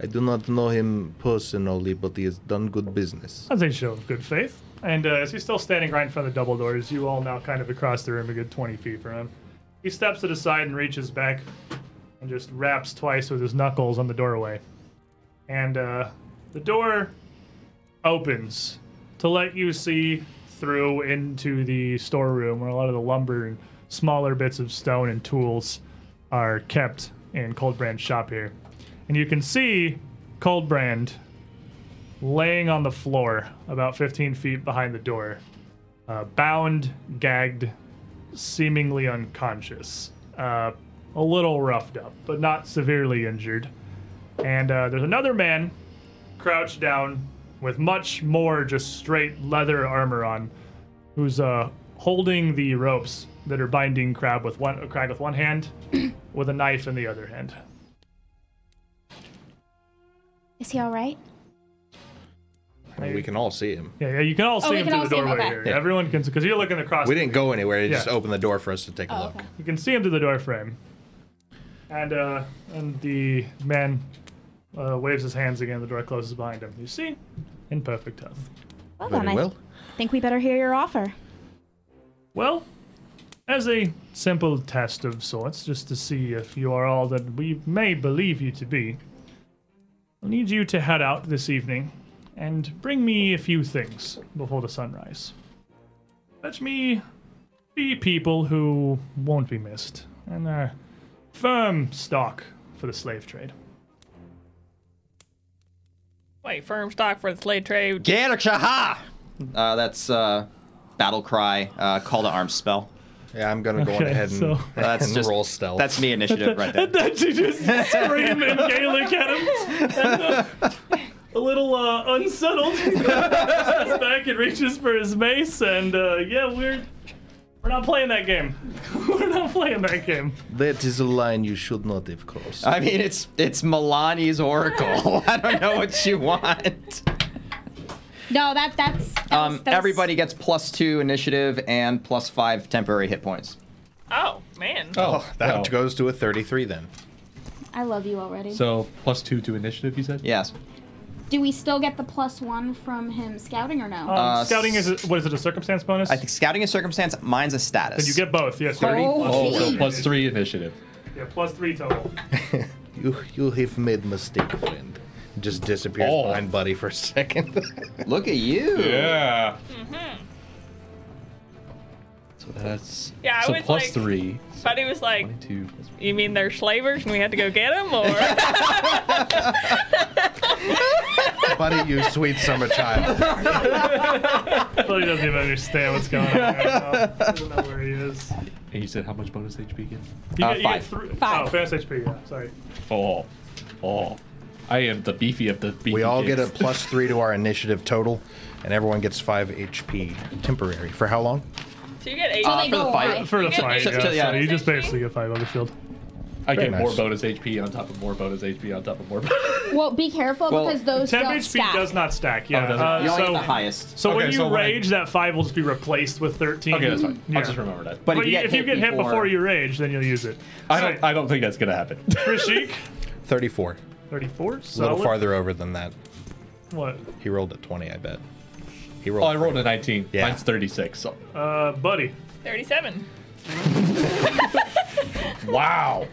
I do not know him personally, but he has done good business. That's a show of good faith. And uh, as he's still standing right in front of the double doors, you all now kind of across the room a good 20 feet from him. He steps to the side and reaches back and just raps twice with his knuckles on the doorway. And uh, the door opens to let you see through into the storeroom where a lot of the lumber and smaller bits of stone and tools are kept in Coldbrand's shop here. And you can see Coldbrand laying on the floor about 15 feet behind the door, uh, bound, gagged, seemingly unconscious, uh, a little roughed up, but not severely injured. And uh, there's another man crouched down with much more just straight leather armor on, who's uh, holding the ropes that are binding Crab with one Crag with one hand, with a knife in the other hand. is he all right? I mean, we can all see him. Yeah, yeah, you can all see Oh, we him can through all the see him, doorway okay. here. Yeah. Everyone can, because you're looking across. We didn't go anywhere. He just Yeah. opened the door for us to take a Oh, look. okay. You can see him through the doorframe. And uh, and the man uh, waves his hands again. The door closes behind him. You see, in perfect health. Well, Very then I well. think we better hear your offer. Well, as a simple test of sorts, just to see if you are all that we may believe you to be, I'll need you to head out this evening and bring me a few things before the sunrise. Fetch me the people who won't be missed and are firm stock for the slave trade. Wait, firm stock for the slave trade. Ganekshaha! Uh, that's uh, battle cry, uh, call to arms spell. Yeah, I'm gonna go on Okay, ahead and, so- That's and just roll stealth. That's me initiative right there. And then she just screamed in Gaelic at him. And, uh, a little uh, unsettled, he goes back and reaches for his mace, and uh, yeah, we're we're not playing that game. we're not playing that game. that is a line you should not have crossed. I mean, it's it's Milani's oracle. I don't know what you want. No, that that's. That was- Um, that was- everybody gets plus two initiative and plus five temporary hit points. Oh man. Oh, that wow. goes to a 33 then. I love you already. So plus two to initiative, you said? Yes. Do we still get the plus one from him scouting or no? Um, Uh, scouting is a, what is it? A circumstance bonus? I think scouting is circumstance. Mine's a status. And you get both. Yes, Oh, Oh, so plus three initiative. Yeah, plus three total. You you have made mistake, friend. Just disappears Oh. behind Buddy for a second. Look at you. Yeah. Mm-hmm. So that's Yeah, I so was plus like- three. So Buddy was like, two plus three. "You mean they're slavers and we had to go get them?" Or Buddy, you sweet summer child. Buddy doesn't even understand what's going on. Right now. Doesn't know where he is. You And you said how much bonus HP again? get, Uh, you five. Get three, Five. Oh, fast HP. Yeah, sorry. Oh, oh. I am the beefy of the beefy. We all get a kids. plus three to our initiative total, and everyone gets five HP temporary. For how long? so you get eight. So they Uh, for the go fight- away. For the You get fight, eight yeah, So- so, yeah. so you just HP? basically get five on the shield. I Very get nice. more bonus HP on top of more bonus HP on top of more. bonus- Well, be careful Well, because those Temp don't HP stack. does not stack. Yeah. doesn't? uh, You only so get the highest. so when Oh, Okay, you so when I- rage, that five will just be replaced with thirteen. okay, that's fine. Yeah. I'll just remember that. But But if you you- get, if you get hit before you rage, then you'll use it. I don't. I don't think that's gonna happen. Rashik, 34. thirty-four. A little farther over than that. What? He rolled a 20, I bet. He oh, rolled. I rolled a 19. Yeah. Mine's 36. So. Uh, buddy. Thirty-seven. Wow.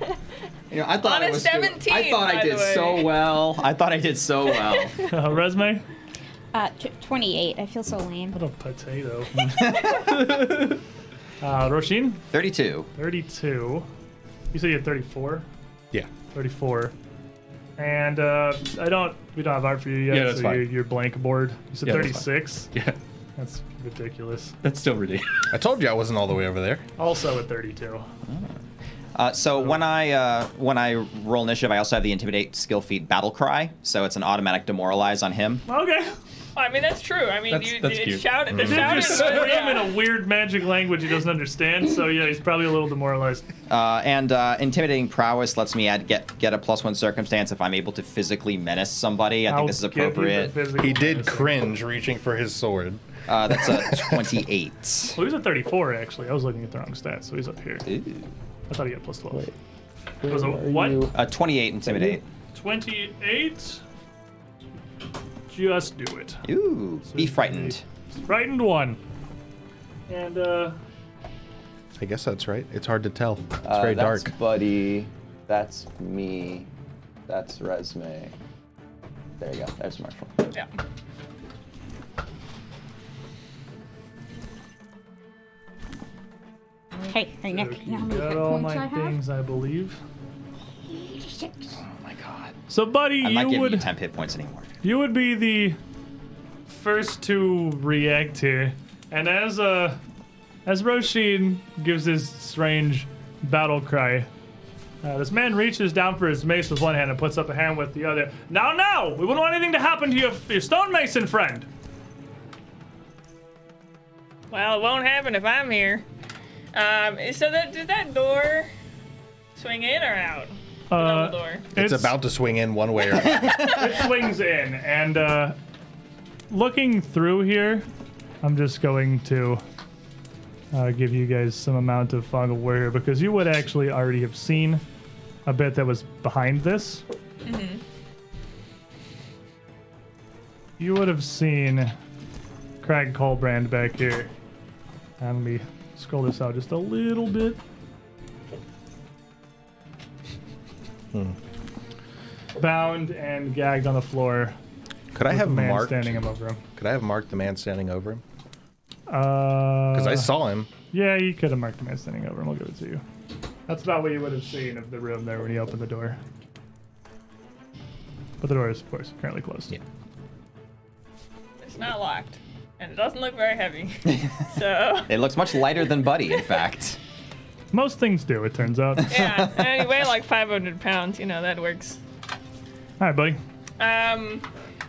You know, I thought On I a was doing- 17, I thought by I the did so way. well. I thought I did so well. Uh, resume. Uh, t- 28. I feel so lame. What a potato. uh, Roshin, Thirty-two. thirty-two. You said you had thirty-four. Yeah. 34. And uh, I don't, we don't have art for you yet, Yeah, that's so fine. You're, you're blank board. You said Yeah, that's fine. 36. Yeah. That's ridiculous. That's still ridiculous. I told you I wasn't all the way over there. Also at 32. Uh, so when I uh, when I roll initiative, I also have the intimidate skill feat battle cry. So it's an automatic demoralize on him. Okay. Well, I mean, that's true. I mean, That's- you, that's you cute. shouted. They Did shouted. just but, scream yeah. in a weird magic language he doesn't understand, so yeah, he's probably a little demoralized. Uh, and uh, intimidating prowess lets me add get get a plus one circumstance if I'm able to physically menace somebody. I think this is I'll give you the appropriate. physical He did medicine. cringe reaching for his sword. Uh, that's a twenty-eight. Well, he was at 34, actually. I was looking at the wrong stats, so he's up here. I thought he had plus 12. It was a what? Uh, twenty-eight intimidate. 28? Just do it. Ooh, be frightened. Frightened one. And, uh, I guess that's right. It's hard to tell. It's Uh, very that's dark. Buddy, that's me, that's Resme. There you go. There's Marshall. Yeah. Hey, I never know how You many got hit all points I my have. things, I believe. Oh my god. So, buddy, I'm not you giving you would temp hit points anymore. you would be the first to react here, and as uh as Roshin gives his strange battle cry, uh, this man reaches down for his mace with one hand and puts up a hand with the other. Now, now, we wouldn't want anything to happen to your, your stonemason friend. Well, it won't happen if I'm here. Um, so that did that door swing in or out? The double door. It's, about to swing in one way or another. swings in and uh, looking through here i'm just going to uh, give you guys some amount of fungal wear here because you would actually already have seen a bit that was behind this Mm-hmm. you would have seen crag colbrand back here and let me scroll this out just a little bit bound and gagged on the floor Could I have the man marked? standing above him Could I have marked the man standing over him? because Because Uh. I saw him. Yeah, you could have marked the man standing over him. I'll give it to you. That's about what you would have seen of the room there when you opened the door. But the door is, of course, currently closed. Yeah. not locked, and it doesn't look very heavy. so It looks much lighter than Buddy, in fact. Most things do, it turns out. All yeah, and you weigh like 500 pounds. You know that works. right, buddy. Um,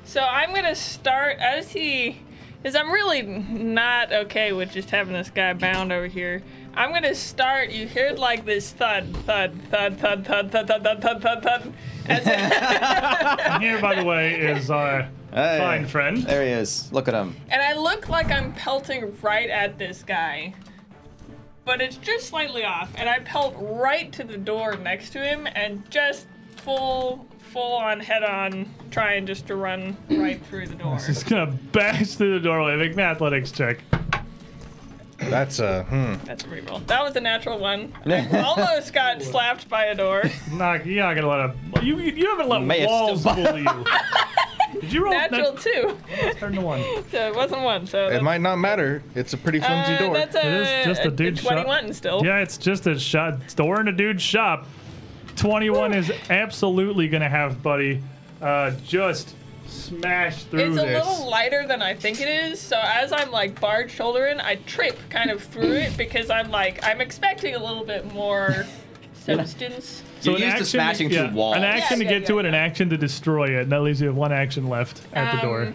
so I'm gonna start as he, because I'm really not okay with just having this guy bound over here. I'm gonna start. You heard like this thud, thud, thud, thud, thud, thud, thud, thud, thud, thud, thud. And here, by the way, is uh, our Hey. fine friend. There he is. Look at him. and I look like I'm pelting right at this guy. But it's just slightly off, and I pelt right to the door next to him and just full, full on head on, trying just to run right through the door. He's gonna bash through the doorway. Make an athletics check. That's a hmm. That's a reroll. That was a natural one. I almost got slapped by a door. Not, you're not gonna let a you. You haven't let May have walls still- bully you. Did you roll Natural that- two. turn to one? So it wasn't one. So It might not matter. It's a pretty flimsy uh, door. That's a, It is just a dude shot. 21 still. Yeah, it's just a shot. Store in a dude's shop. 21 is absolutely going to have Buddy uh, just smash through It's a this. little lighter than I think it is, so as I'm like barge shouldering, I trip kind of through it because I'm like I'm expecting a little bit more substance. So you an used to action- smashing yeah, through walls. An action Yeah, to yeah, get to yeah, it, an action to destroy it, and that leaves you with one action left at the door. Um,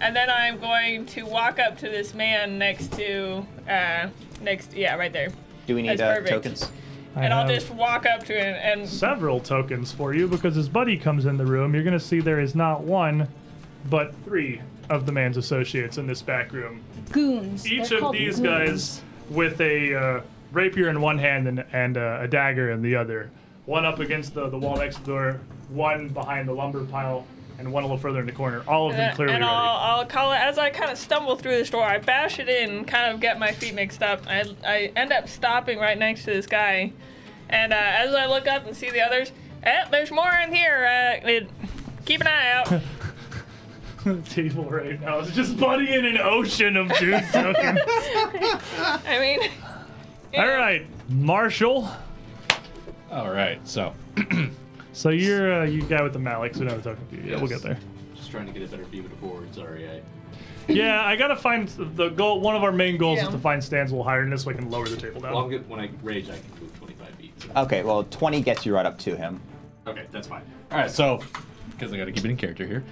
And then I'm going to walk up to this man next to uh next yeah, right there. Do we need That's uh, perfect. tokens? I And I'll have just walk up to him and several tokens for you because as Buddy comes in the room, you're going to see there is not one, but three of the man's associates in this back room. Goons. each They're of called these goons. guys with a uh, rapier in one hand and, and uh, a dagger in the other. One up against the, the wall next to the door, one behind the lumber pile, and one a little further in the corner. All of them And, clearly Uh, and ready. I'll, I'll call it as I kind of stumble through this door. I bash it in, kind of get my feet mixed up. I, I end up stopping right next to this guy, and uh, as I look up and see the others, eh, there's more in here. Uh, it- keep an eye out. The table right now is just Buddy in an ocean of dude tokens. I mean, All right, Marshall. All right, so So you're uh, you guy with the mallet, so another token. for you. Yeah, we'll Yes. get there. Just trying to get a better view of the board. Sorry, I. Yeah, I gotta find the goal. One of our main goals Yeah. is to find stands a little higher than this so I can lower the table down. Well, I'll get, when I rage, I can move 25 feet. so- Okay, well, 20 gets you right up to him. Okay, that's fine. All right, so because I got to keep it in character here.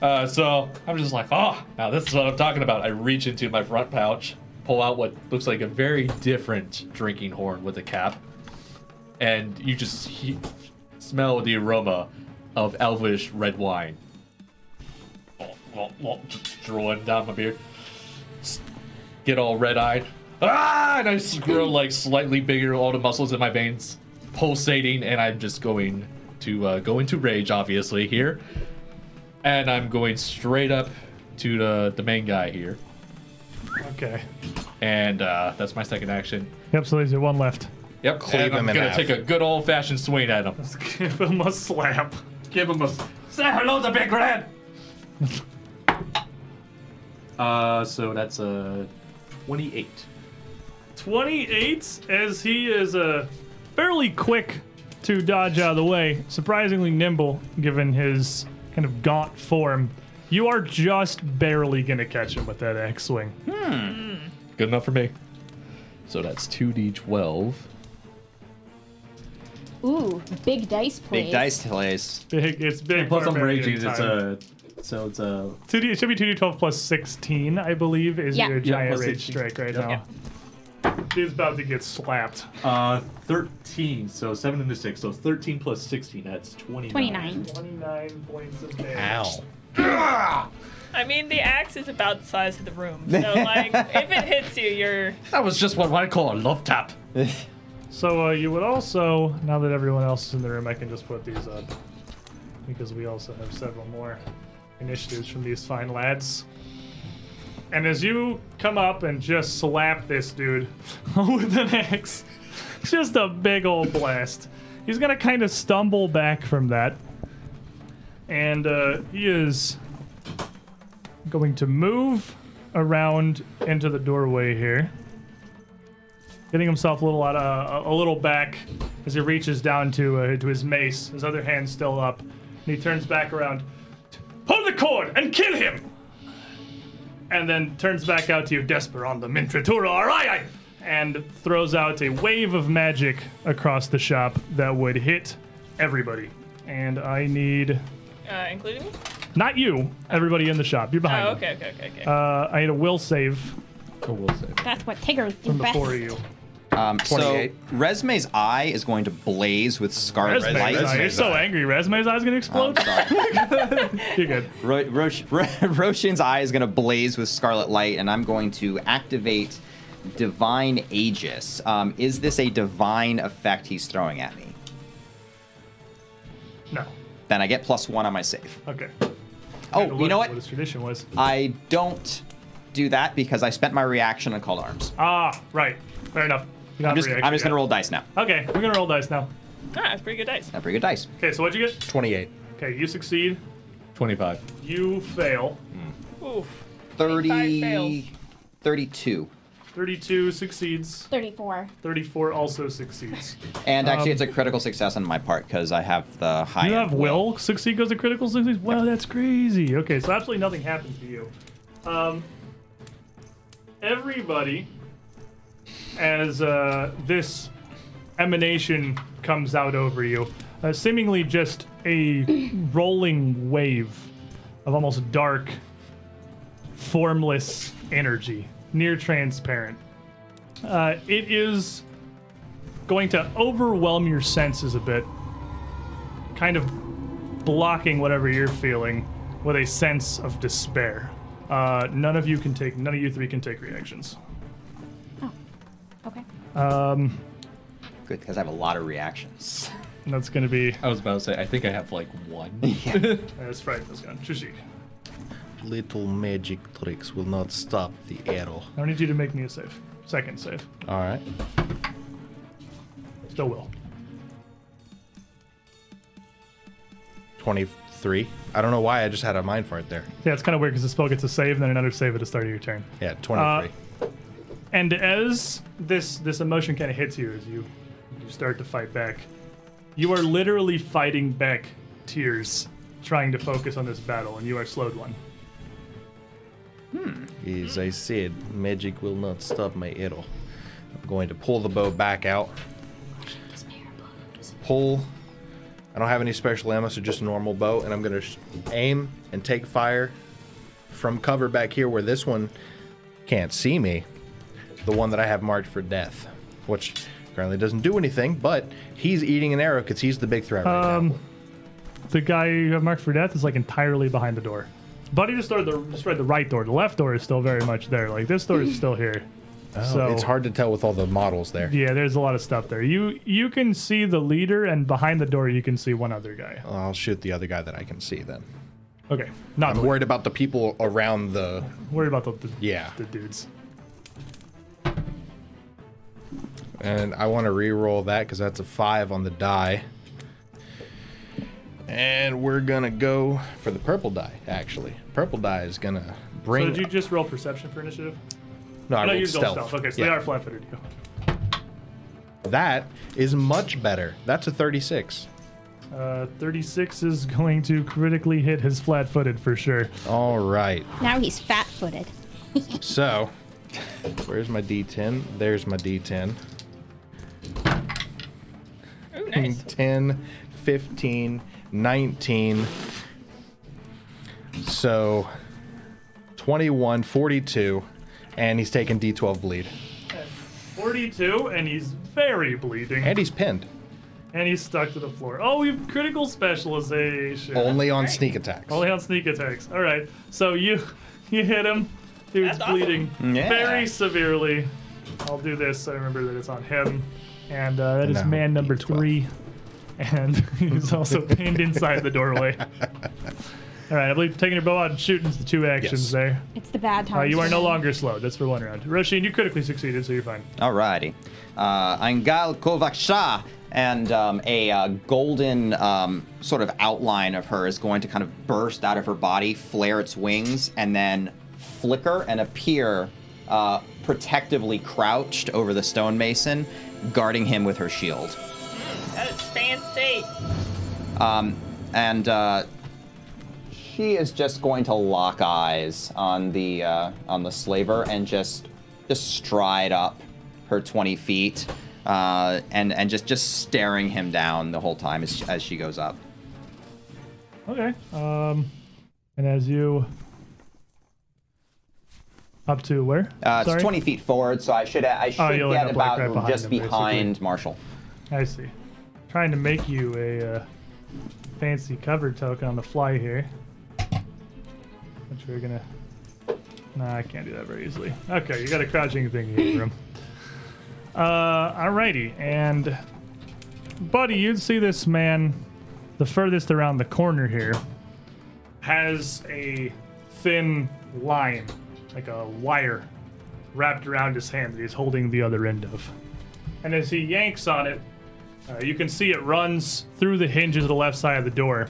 Uh, so I'm just like, oh, now this is what I'm talking about. I reach into my front pouch, pull out what looks like a very different drinking horn with a cap, and you just he- smell the aroma of elvish red wine. Oh, oh, oh, just drawing down my beard. S- Get all red-eyed. Ah! And I just grow like slightly bigger, all the muscles in my veins pulsating, and I'm just going to uh, go into rage, obviously, here. And I'm going straight up to the, the main guy here. Okay. And uh, that's my second action. Yep. So there's your one left. Yep, Cleave and I'm him in gonna half. take a good old-fashioned swing at him. Give him a slap. Give him a say hello to Big Red. Uh, so that's a 28. 28 as he is uh, fairly quick to dodge out of the way, surprisingly nimble given his kind of gaunt form. You are just barely going to catch him with that X swing. Good enough for me. So that's two d twelve. Ooh, big dice, please. Big dice plays. Big, it's big. Plus, I'm barbarian raging. It's uh, time. a. So it's a. 2D, it should be 2d12 plus 16, I believe, is Yeah. your Yeah, giant plus rage 16. strike right Yep. now. He's about to get slapped. Uh, 13. So 7 and a 6. So it's 13 plus 16. That's 29. 29. 29 points of damage. Ow. I mean the axe is about the size of the room, so like if it hits you, you're That was just what I call a love tap. So uh, you would also, now that everyone else is in the room, I can just put these up because we also have several more initiatives from these fine lads. And as you come up and just slap this dude with an axe, just a big old blast. He's gonna kind of stumble back from that, and uh, he is going to move around into the doorway here getting himself a little out of, a little back as he reaches down to uh, to his mace, his other hand still up, and he turns back around. Pull the cord and kill him. and then turns back out to you, Desperando Mintratura, alright! And throws out a wave of magic across the shop that would hit everybody. And I need Uh, including me? not you, everybody in the shop. You're behind. Oh, me. okay, okay, okay, okay. Uh, I need a will save Oh, we'll save. That's what Tigger's do from the best. four of you. Um, so 28. Resume's eye is going to blaze with scarlet Resume's light. eye. You're Resume's so eye. angry. Resume's eye's gonna Oh, explode. sorry. You're good. Ro- Rosh- Ro- Roshan's eye is going to blaze with scarlet light, and I'm going to activate Divine Aegis. Um, is this a divine effect he's throwing at me? No. Then I get plus one on my save. Okay. Oh, you know what? his tradition was. I don't do that because I spent my reaction on called arms. Ah, right. Fair enough. You don't have I'm just, a reaction I'm just going yet. to roll dice now. Okay, we're gonna roll dice now. ah, that's pretty good dice. Not very good dice. Okay, so what'd you get? 28. Okay, you succeed. 25. You fail. Oof. 25 fails. 30, 32. 32 succeeds. 34. 34 also succeeds. And actually, it's a critical success on my part because I have the high. Um, You end have will succeed goes to critical succeeds. Wow, that's crazy. Okay, so absolutely nothing happens to you. Um, everybody, as uh, this emanation comes out over you, uh, seemingly just a rolling wave of almost dark, formless energy, near transparent. Uh, it is going to overwhelm your senses a bit kind of blocking whatever you're feeling with a sense of despair. Uh, none of you can take, none of you three can take reactions. Okay. Um, Good because I have a lot of reactions. and that's gonna be, I was about to say, I think I have like one. that's right, that's gone. Chushik, Little magic tricks will not stop the arrow. I need you to make me a save. Second save. All right. Still will. 23. I don't know why I just had a mind fart there. Yeah, it's kind of weird because the spell gets a save and then another save at the start of your turn. Yeah, 23. And as this this emotion kind of hits you as you you start to fight back, you are literally fighting back tears, trying to focus on this battle, and you are slowed one. As I said, magic will not stop my arrow. I'm going to pull the bow back out. Pull. I don't have any special ammo, so just a normal bow, and I'm going to sh- aim and take fire from cover back here where this one can't see me. The one that I have marked for death, which currently doesn't do anything, but he's eating an arrow because he's the big threat right now. Um, the guy you have marked for death is like entirely behind the door. Buddy destroyed the destroyed the right door. The left door is still very much there. Like this door is still here. so Oh, it's hard to tell with all the models there. Yeah, there's a lot of stuff there. You you can see the leader, and behind the door you can see one other guy. I'll shoot the other guy that I can see then. Okay, not I'm worry. worried about the people around the. worry about the, the Yeah. the dudes. And I want to re-roll that because that's a five on the die. And we're gonna go for the purple die. Actually, purple die is gonna So bring. did you just roll perception for initiative? no, I no, rolled you rolled stealth. stealth. Okay, so Yeah. they are flat footed. That is much better. That's a 36. Uh, 36 is going to critically hit his flat footed for sure. All right. Now he's fat footed. So, where's my D10? There's my D10. Ooh, hmm. nice. 10, 15, 19. So 21, 42, and he's taking D12 bleed. 42, and he's very bleeding. And he's pinned. And he's stuck to the floor. Oh, we have critical specialization. Only on sneak attacks. Only on sneak attacks. All right. So you you hit him. Dude's That's awesome. bleeding Yeah. very severely. I'll do this. I remember that it's on him. And uh, that is Now, man number D12. three. And he's also pinned inside the doorway. All right. I believe taking your bow out and shooting is the two actions Yes. there. It's the bad time. Uh, you are no longer slowed. That's for one round. Roshin, you critically succeeded, so you're fine. Alrighty. Uh, Angal Kovaksha and um, a uh, golden um, sort of outline of her is going to kind of burst out of her body, flare its wings, and then flicker and appear uh, protectively crouched over the stonemason, guarding him with her shield. That is fancy. Um, and uh, he is just going to lock eyes on the uh, on the slaver and just just stride up her 20 feet uh, and and just just staring him down the whole time as, as she goes up. Okay. Um, and as you up to where? Uh, Sorry? it's 20 feet forward, so I should I should you'll end get up, like, about right behind just him, basically. behind Marshall. I see. Trying to make you a uh, fancy cover token on the fly here. Which we're gonna. Nah, I can't do that very easily. Okay, you got a crouching thing in room. Uh, alrighty, and buddy, you'd see this man the furthest around the corner here has a thin line, like a wire, wrapped around his hand that he's holding the other end of and as he yanks on it, uh, you can see it runs through the hinges of the left side of the door.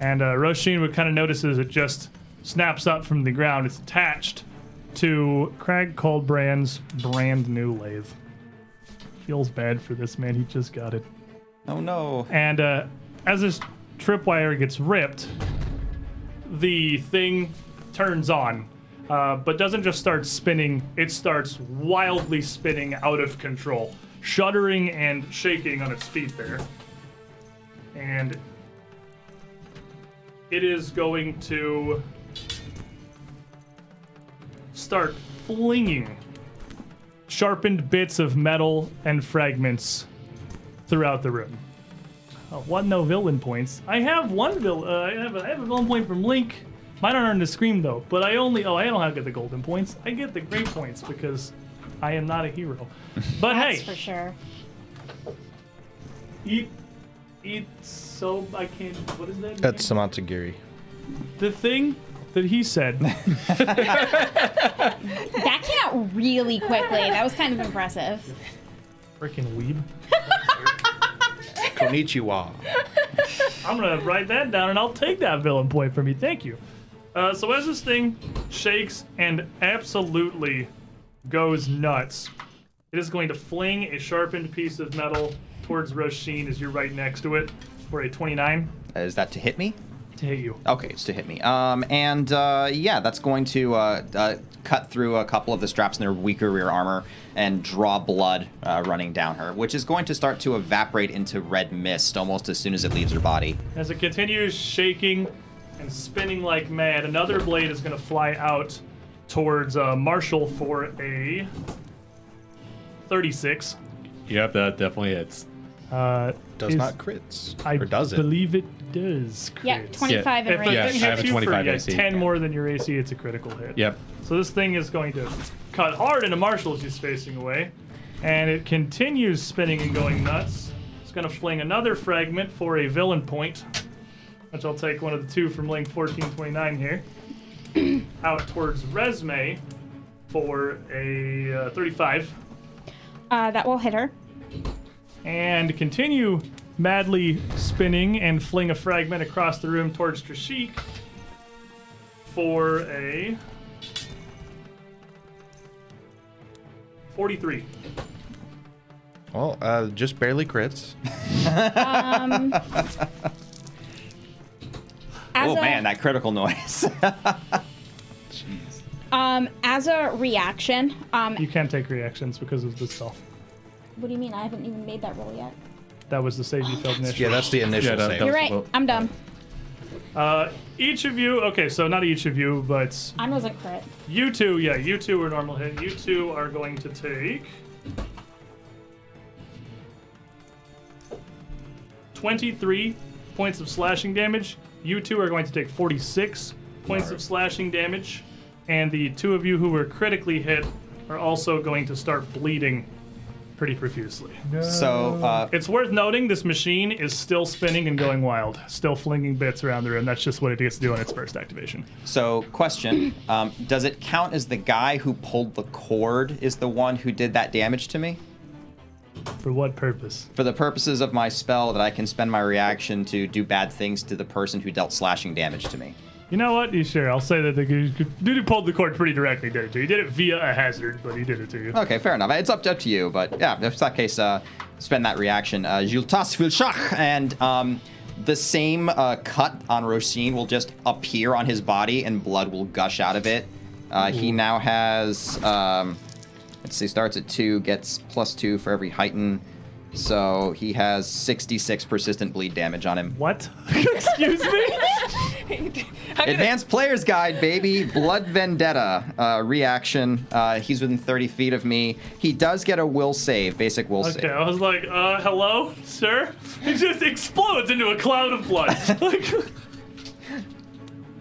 And uh, Roshin would kind of notices it just snaps up from the ground. It's attached to Crag Coldbrand's brand new lathe. Feels bad for this man. He just got it. Oh no! And uh, as this tripwire gets ripped, the thing turns on, uh, but doesn't just start spinning, it starts wildly spinning out of control, shuddering and shaking on its feet there. And it is going to start flinging sharpened bits of metal and fragments throughout the room. Uh, one no villain points. I have one villain. Uh, I, have a, I have a villain point from Link. Mine aren't earned to scream though. But I only. Oh, I don't have to get the golden points. I get the great points because I am not a hero. But That's hey, for sure. eat, eat. So I can't. What is that? That's Samatagiri. name? the thing that he said. That came out really quickly. That was kind of impressive. Freaking weeb. Konichiwa. I'm gonna write that down and I'll take that villain point from you. Thank you. Uh, so as this thing shakes and absolutely goes nuts, it is going to fling a sharpened piece of metal towards Roshin as you're right next to it for a 29 Is that to hit me? to hit you. Okay, it's to hit me. Um, and uh, yeah, that's going to uh, uh, cut through a couple of the straps in their weaker rear armor and draw blood uh, running down her, which is going to start to evaporate into red mist almost as soon as it leaves her body. As it continues shaking and spinning like mad, another blade is going to fly out towards uh, Marshall for a 36. Yep, that definitely hits. Uh, Does is- not crits. I or does it? believe it does. Yeah, Chris. 25 in If range. yeah, Yeah, hits I have a you for, 25 yeah, AC. 10 more than your AC, it's a critical hit. Yep. So this thing is going to cut hard into Marshall as he's facing away. And it continues spinning and going nuts. It's going to fling another fragment for a villain point, which I'll take one of the two from Link 1429 here, out towards Resme for a uh, 35 Uh, that will hit her. and continue madly spinning and fling a fragment across the room towards Trishik for a 43. Well, uh, just barely crits. Um, as oh a- man, that critical noise. Um, as a reaction, um, You can't take reactions because of the self. what do you mean? I haven't even made that roll yet. That was the save you failed initially. Yeah, that's the initial that- save. that You're was- right. well- I'm dumb. Uh, each of you, okay, so not each of you, but I was a crit. you two, yeah, you two are normal hit. You two are going to take 23 points of slashing damage. You two are going to take 46 points of slashing damage. And the two of you who were critically hit are also going to start bleeding pretty profusely. so uh, It's worth noting this machine is still spinning and going wild, still flinging bits around the room. That's just what it gets to do on its first activation. So, question: um, Does it count as the guy who pulled the cord is the one who did that damage to me? For what purpose? For the purposes of my spell, that I can spend my reaction to do bad things to the person who dealt slashing damage to me. You know what? You sure? I'll say that the dude who pulled the cord pretty directly did it to you. He did it via a hazard, but he did it to you. Okay, fair enough. It's up, up to you, but yeah, if it's that case, uh, spend that reaction. Uh, Jultas Vilshach, and um, the same uh, cut on Rosine will just appear on his body and blood will gush out of it. Uh, he now has, um, let's see, starts at two, gets plus two for every heighten. So he has 66 persistent bleed damage on him. What? Excuse me? I'm gonna- Advanced Player's Guide, baby. Blood Vendetta uh, reaction. Uh, he's within 30 feet of me. He does get a will save, basic will Okay, save. I was like, uh, hello, sir? It just explodes into a cloud of blood. Like-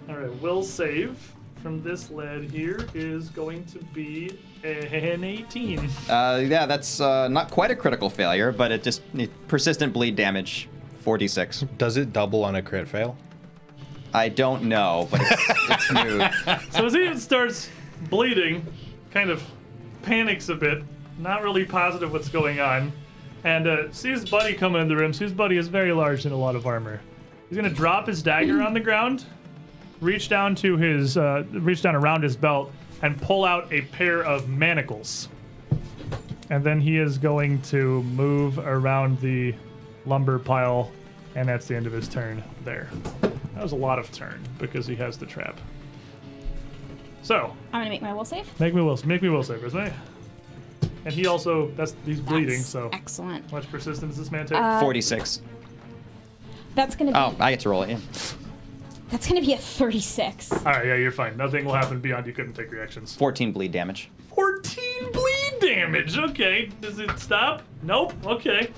All right, will save from this lad here is going to be an 18. Uh, yeah, that's uh, not quite a critical failure, but it just it, persistent bleed damage, 46. Does it double on a crit fail? I don't know, but it's, it's new. So as he starts bleeding, kind of panics a bit, not really positive what's going on, and uh, sees Buddy come in the room. Sees Buddy is very large in a lot of armor. He's gonna drop his dagger on the ground, reach down to his, uh, reach down around his belt, and pull out a pair of manacles. And then he is going to move around the lumber pile, and that's the end of his turn. There, that was a lot of turn because he has the trap. So I'm gonna make my will save. Make me will make me will savers, right? And he also that's he's bleeding, That's so excellent. Uh, much persistence this man take? 46. That's gonna be Oh, I get to roll it. yeah. that's gonna be a 36. Alright, yeah, you're fine. Nothing will happen beyond you couldn't take reactions. 14 bleed damage. 14 bleed damage. Okay. Does it stop? Nope. Okay.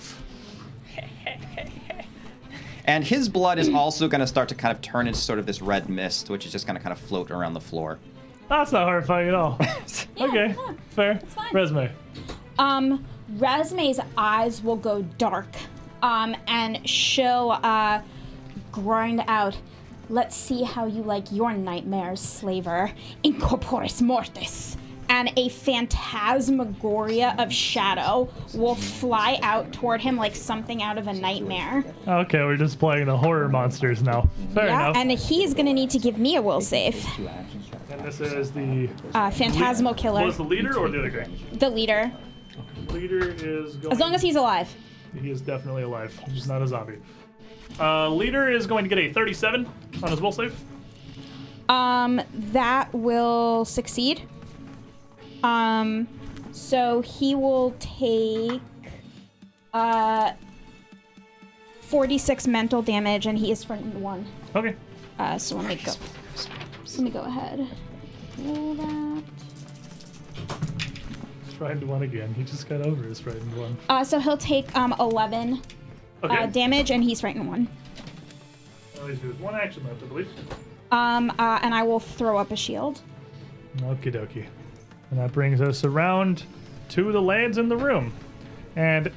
And his blood is also going to start to kind of turn into sort of this red mist, which is just going to kind of float around the floor. That's not horrifying at all. Yeah, okay. yeah. Fair. fine. Resume. Um, Resume's eyes will go dark. Um, and she'll uh, grind out. Let's see how you like your nightmares, slaver. Incorporis mortis. And a phantasmagoria of shadow will fly out toward him like something out of a nightmare. Okay, we're just playing the horror monsters now. Fair Yeah, enough. and he's gonna need to give me a will save. And this is the Uh, Phantasmo killer, was the leader or the other guy? the leader. Leader is going As long as he's alive. He is definitely alive. He's not a zombie. Uh, leader is going to get a 37 on his will save. Um, that will succeed. Um, so he will take uh 46 mental damage, and he is frightened one. Okay. Uh, so let me go. So let me go ahead. Roll that. Frightened one again. He just got over his frightened one. Uh, so he'll take um 11 Okay. uh, damage, and he's frightened one. All he's doing is one action left, I believe. Um, uh, and I will throw up a shield. Okie dokie. And that brings us around to the lads in the room. And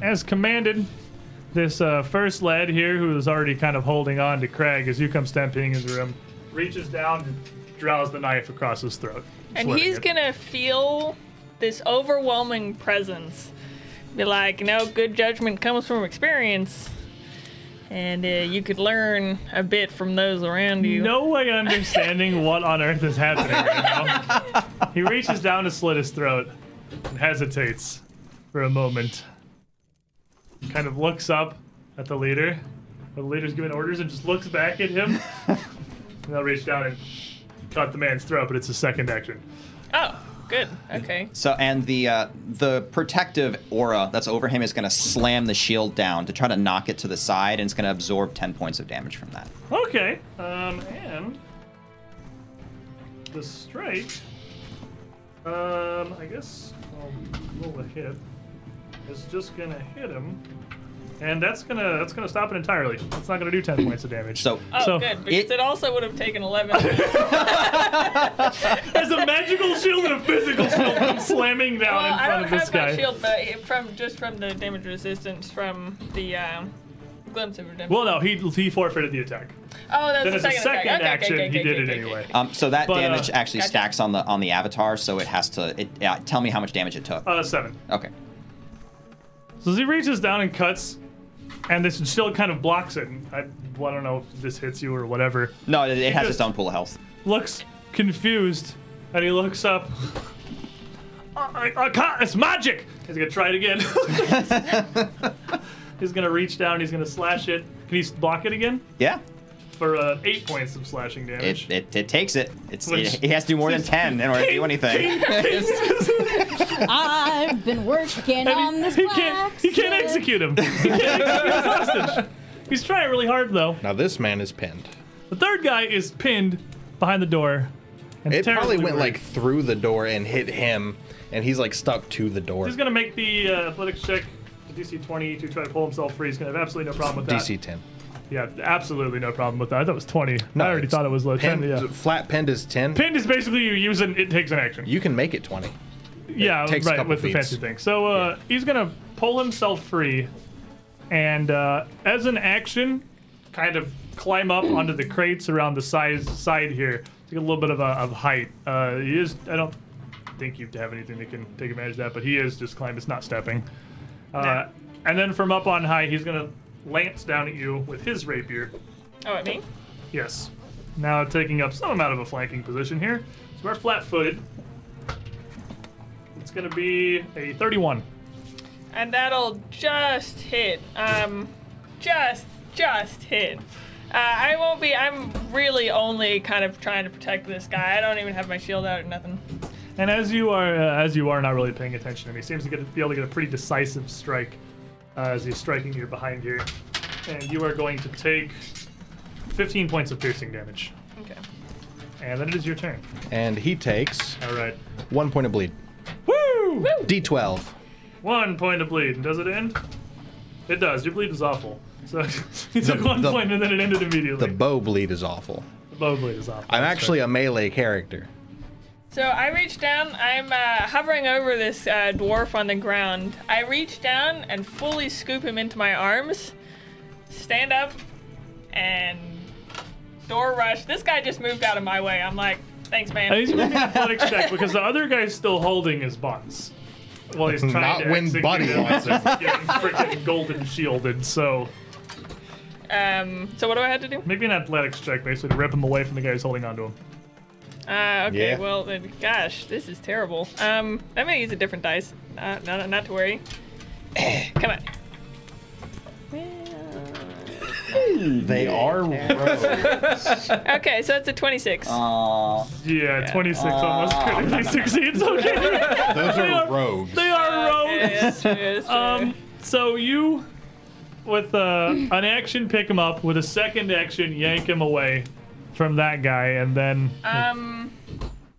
as commanded, this uh, first lad here, who is already kind of holding on to Craig as you come stampeding into the room, reaches down and draws the knife across his throat. and slitting he's it. gonna feel this overwhelming presence. Be like, you know, good judgment comes from experience, and uh, you could learn a bit from those around you. No way understanding what on earth is happening right now. He reaches down to slit his throat and hesitates for a moment. Kind of looks up at the leader. The leader's giving orders and just looks back at him. and they'll reach down and cut the man's throat, but it's a second action. Oh, good. Okay. So, and the uh, the protective aura that's over him is going to slam the shield down to try to knock it to the side, and it's going to absorb 10 points of damage from that. Okay. Um, and the strike. Um, I guess I'll roll a hit. It's just gonna hit him, and that's gonna that's gonna stop it entirely. It's not gonna do ten points of damage. So, Oh, So- good. Because It- it, also would have taken 11. there's a magical shield and a physical shield come slamming down Well, in I front don't of this have my guy. shield, but it- from just from the damage resistance from the um, glimpse of redemption. Well, no, he he forfeited the attack. oh, that Then it's was the a second second, attack. Okay, action. Okay, okay, he okay, did okay, it okay, anyway. okay. um, so that But, uh, damage actually gotcha. stacks on the on the avatar, so it has to. It, uh, tell me how much damage it took. Uh, seven. okay. So as he reaches down and cuts, and this still kind of blocks it. And I, I don't know if this hits you or whatever. No, it, it has just- its own pool of health. looks confused and he looks up. I, I, I can't, it's magic! He's gonna try it again. He's gonna reach down. He's gonna slash it. Can he block it again Yeah. for uh, eight points of slashing damage? It, it, it takes it. It's Which- he has to do more than ten in order to do anything. I've been And working he- on this he can't. He can't blacksmith. execute him. He can't execute his hostage. He's trying really hard though. Now this man is pinned. The third guy is pinned behind the door. And It terribly probably went worried. like through the door and hit him, and he's like stuck to the door. He's gonna make the uh, athletics check, the DC 20 to try to pull himself free. He's gonna have absolutely no problem with that. DC 10. Yeah, absolutely no problem with that. I thought it was 20. I already it's thought it was low. 10, pinned- yeah. Flat pinned is 10. Pinned is basically you use an it takes an action. You can make it 20. yeah, takes a right couple with the beats. fancy thing. So uh, he's gonna pull himself free, and uh, as an action, kind of climb up onto the crates around the side side here to get a little bit of a of height. Uh, he is. I don't think you have anything that can take advantage of that, but he is just climbing. It's not stepping. Uh, And then from up on high, he's gonna lance down at you with his rapier. Oh, at me? Yes. Now taking up some amount of a flanking position here. So we're flat footed. It's going to be a 31. And that'll just hit. Um, just, just hit. Uh, I won't be. I'm really only kind of trying to protect this guy. I don't even have my shield out or nothing. And as you are uh, as you are not really paying attention to me, seems to get, be able to get a pretty decisive strike uh, as he's striking you behind here. And you are going to take 15 points of piercing damage. Okay. And then it is your turn. And he takes All right. one point of bleed. Woo! D12. One point of bleed. And does it end? It does. Your bleed was awful. So you took one the- point and then it ended immediately. The bow bleed is awful. Bow blade is off. I'm actually a melee character. So I reach down. I'm uh, hovering over this uh, dwarf on the ground. I reach down and fully scoop him into my arms. Stand up and door rush. This guy just moved out of my way. I'm like, thanks, man. And he's gonna make an athletics check because the other guy's still holding his buns. Well, he's trying Not to when execute Buddy him. wants He's getting freaking golden shielded. So Um, so what do I have to do? maybe an athletics check basically to rip him away from the guy who's holding onto him. Uh, okay, Yeah. well then, gosh, this is terrible. Um, I'm gonna use a different dice. Uh, not, not to worry. Come on. They are Okay, so it's a 26. Uh, Aw. Yeah, 26 almost critically succeeds. Okay, those are rogues. they are Oh. rogues. Yes, yes, Um, so you, with uh, an action, pick him up. With a second action, yank him away from that guy, and then Um,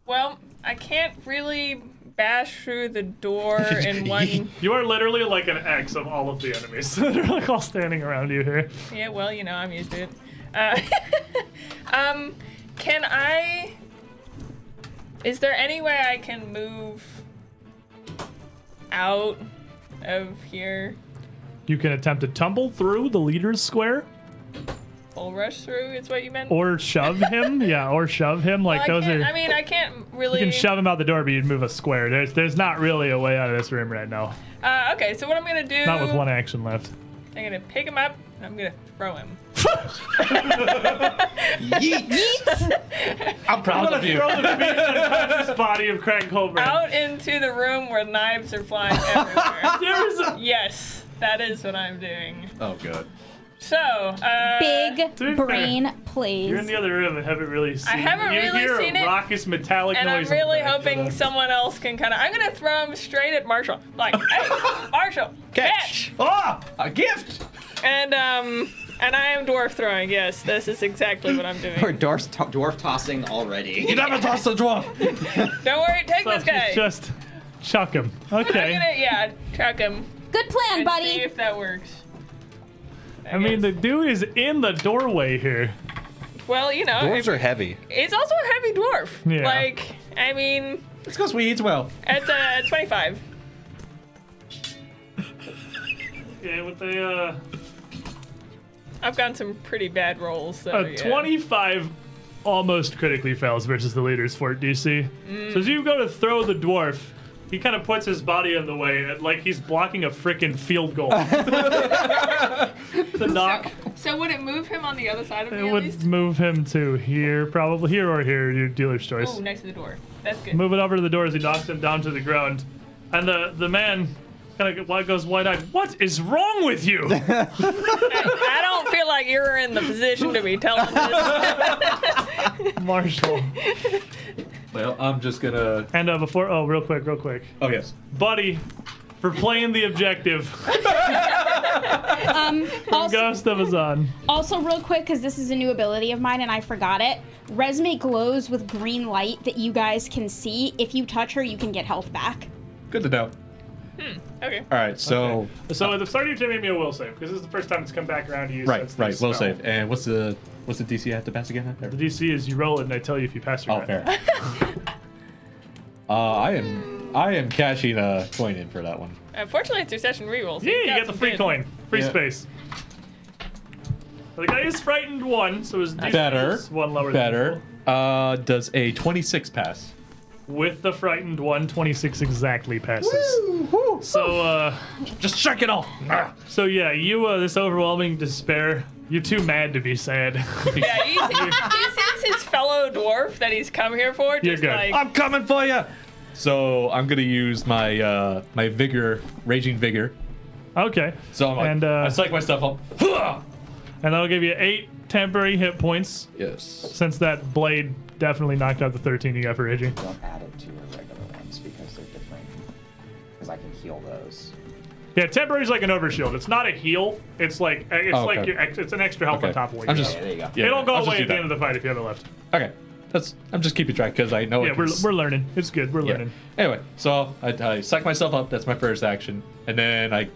well, I can't really bash through the door in one. you are literally like an X of all of the enemies. They're like all standing around you here. Yeah, well, you know, I'm used to it. Uh, um, can I? Is there any way I can move out of here? You can attempt to tumble through the leader's square Bull rush through? Is what you meant? or shove him. yeah, or shove him. I, Like those can't, are. I mean, I can't really. you can shove him out the door, but you'd move a square. There's there's not really a way out of this room right now. uh, okay, so what I'm gonna do? Not with one action left. I'm gonna pick him up. and I'm gonna throw him. I'm proud of you. This body of Craig Colburn. Out into the room where knives are flying everywhere. There's a yes, that is what I'm doing. Oh, good. So, uh, fair, Big brain, please. You're in the other room and haven't really seen. haven't you really hear seen a it, raucous metallic and I'm noise. in the really back. uh, hoping someone else can kind of. I'm gonna throw him straight at Marshall. Like, hey, Marshall, catch. Ah, a gift. And um, and I am dwarf throwing. Yes, this is exactly what I'm doing. We're dwarf, to- dwarf tossing already. Never toss the dwarf. Don't worry, take So this guy. Just chuck him. I'm Okay. gonna, yeah, track him Good plan, and see buddy. if that works. I mean, the dude is in the doorway here. Well, you know, Dwarves are heavy. it's also a heavy dwarf. Yeah. Like, I mean, It's because we eat well. it's a 25. Yeah, with the uh, I've gotten some pretty bad rolls. So, A yeah. 25 almost critically fails versus the leader's fort DC. So as you go to throw the dwarf, he kind of puts his body in the way, and, like he's blocking a freaking field goal. the knock So would it move him on the other side of me it at would least? move him to here, probably here or here. Your dealer's Oh, choice. Ooh, next to the door. That's good. Moving over to the door as he knocks him down to the ground, and the the man kind of goes wide eyed. What is wrong with you? I don't feel like you're in the position to be telling this. Marshall. Well, I'm just gonna. And uh, before, oh, real quick, real quick. Oh yes. Buddy, for playing the objective, Um, also, Ghost of Azan. also, real quick, because this is a new ability of mine and I forgot it. Resme glows with green light that you guys can see. If you touch her, you can get health back. Good to know. Okay. All right. So So at the start of your turn, make me a will save, because this is the first time it's come back around to you. right, since the right. Well spell. saved. And what's the what's the DC I have to pass again? The DC is you roll it, and I tell you if you pass or Oh, not. fair. uh, I am I am cashing a coin in for that one. Unfortunately, it's your session rerolls. Yeah, you got the free coin, free Yeah. space. The guy is frightened one, so his DC Better. is one lower. than Better. usual. Uh, does a 26 pass? With the frightened one, 26 exactly passes. So, uh, Just shake it off. so yeah, you uh, this overwhelming despair. You're too mad to be sad. Yeah, he sees, he sees his fellow dwarf that he's come here for. Just You're good. Like, I'm coming for you. So I'm gonna use my uh, my vigor, raging vigor. okay, So I'm like, And, uh, I psych myself up. Hua! and that'll give you eight temporary hit points Yes. since that blade definitely knocked out the 13 you got for Iggy. Don't add it to your regular ones because they're different. Because I can heal those. Yeah, temporary is like an overshield. It's not a heal. It's like it's Oh, okay. like your ex, it's an extra health Okay. on top of what you I'm got. just. Yeah, there you go. yeah, It'll go I'll just away do at the that. end of the fight if you have it left. Okay. That's. I'm just keeping track because I know. I Yeah, can we're, s- we're learning. It's good. We're Yeah. learning. Anyway, so I, I psych myself up. That's my first action, and then I,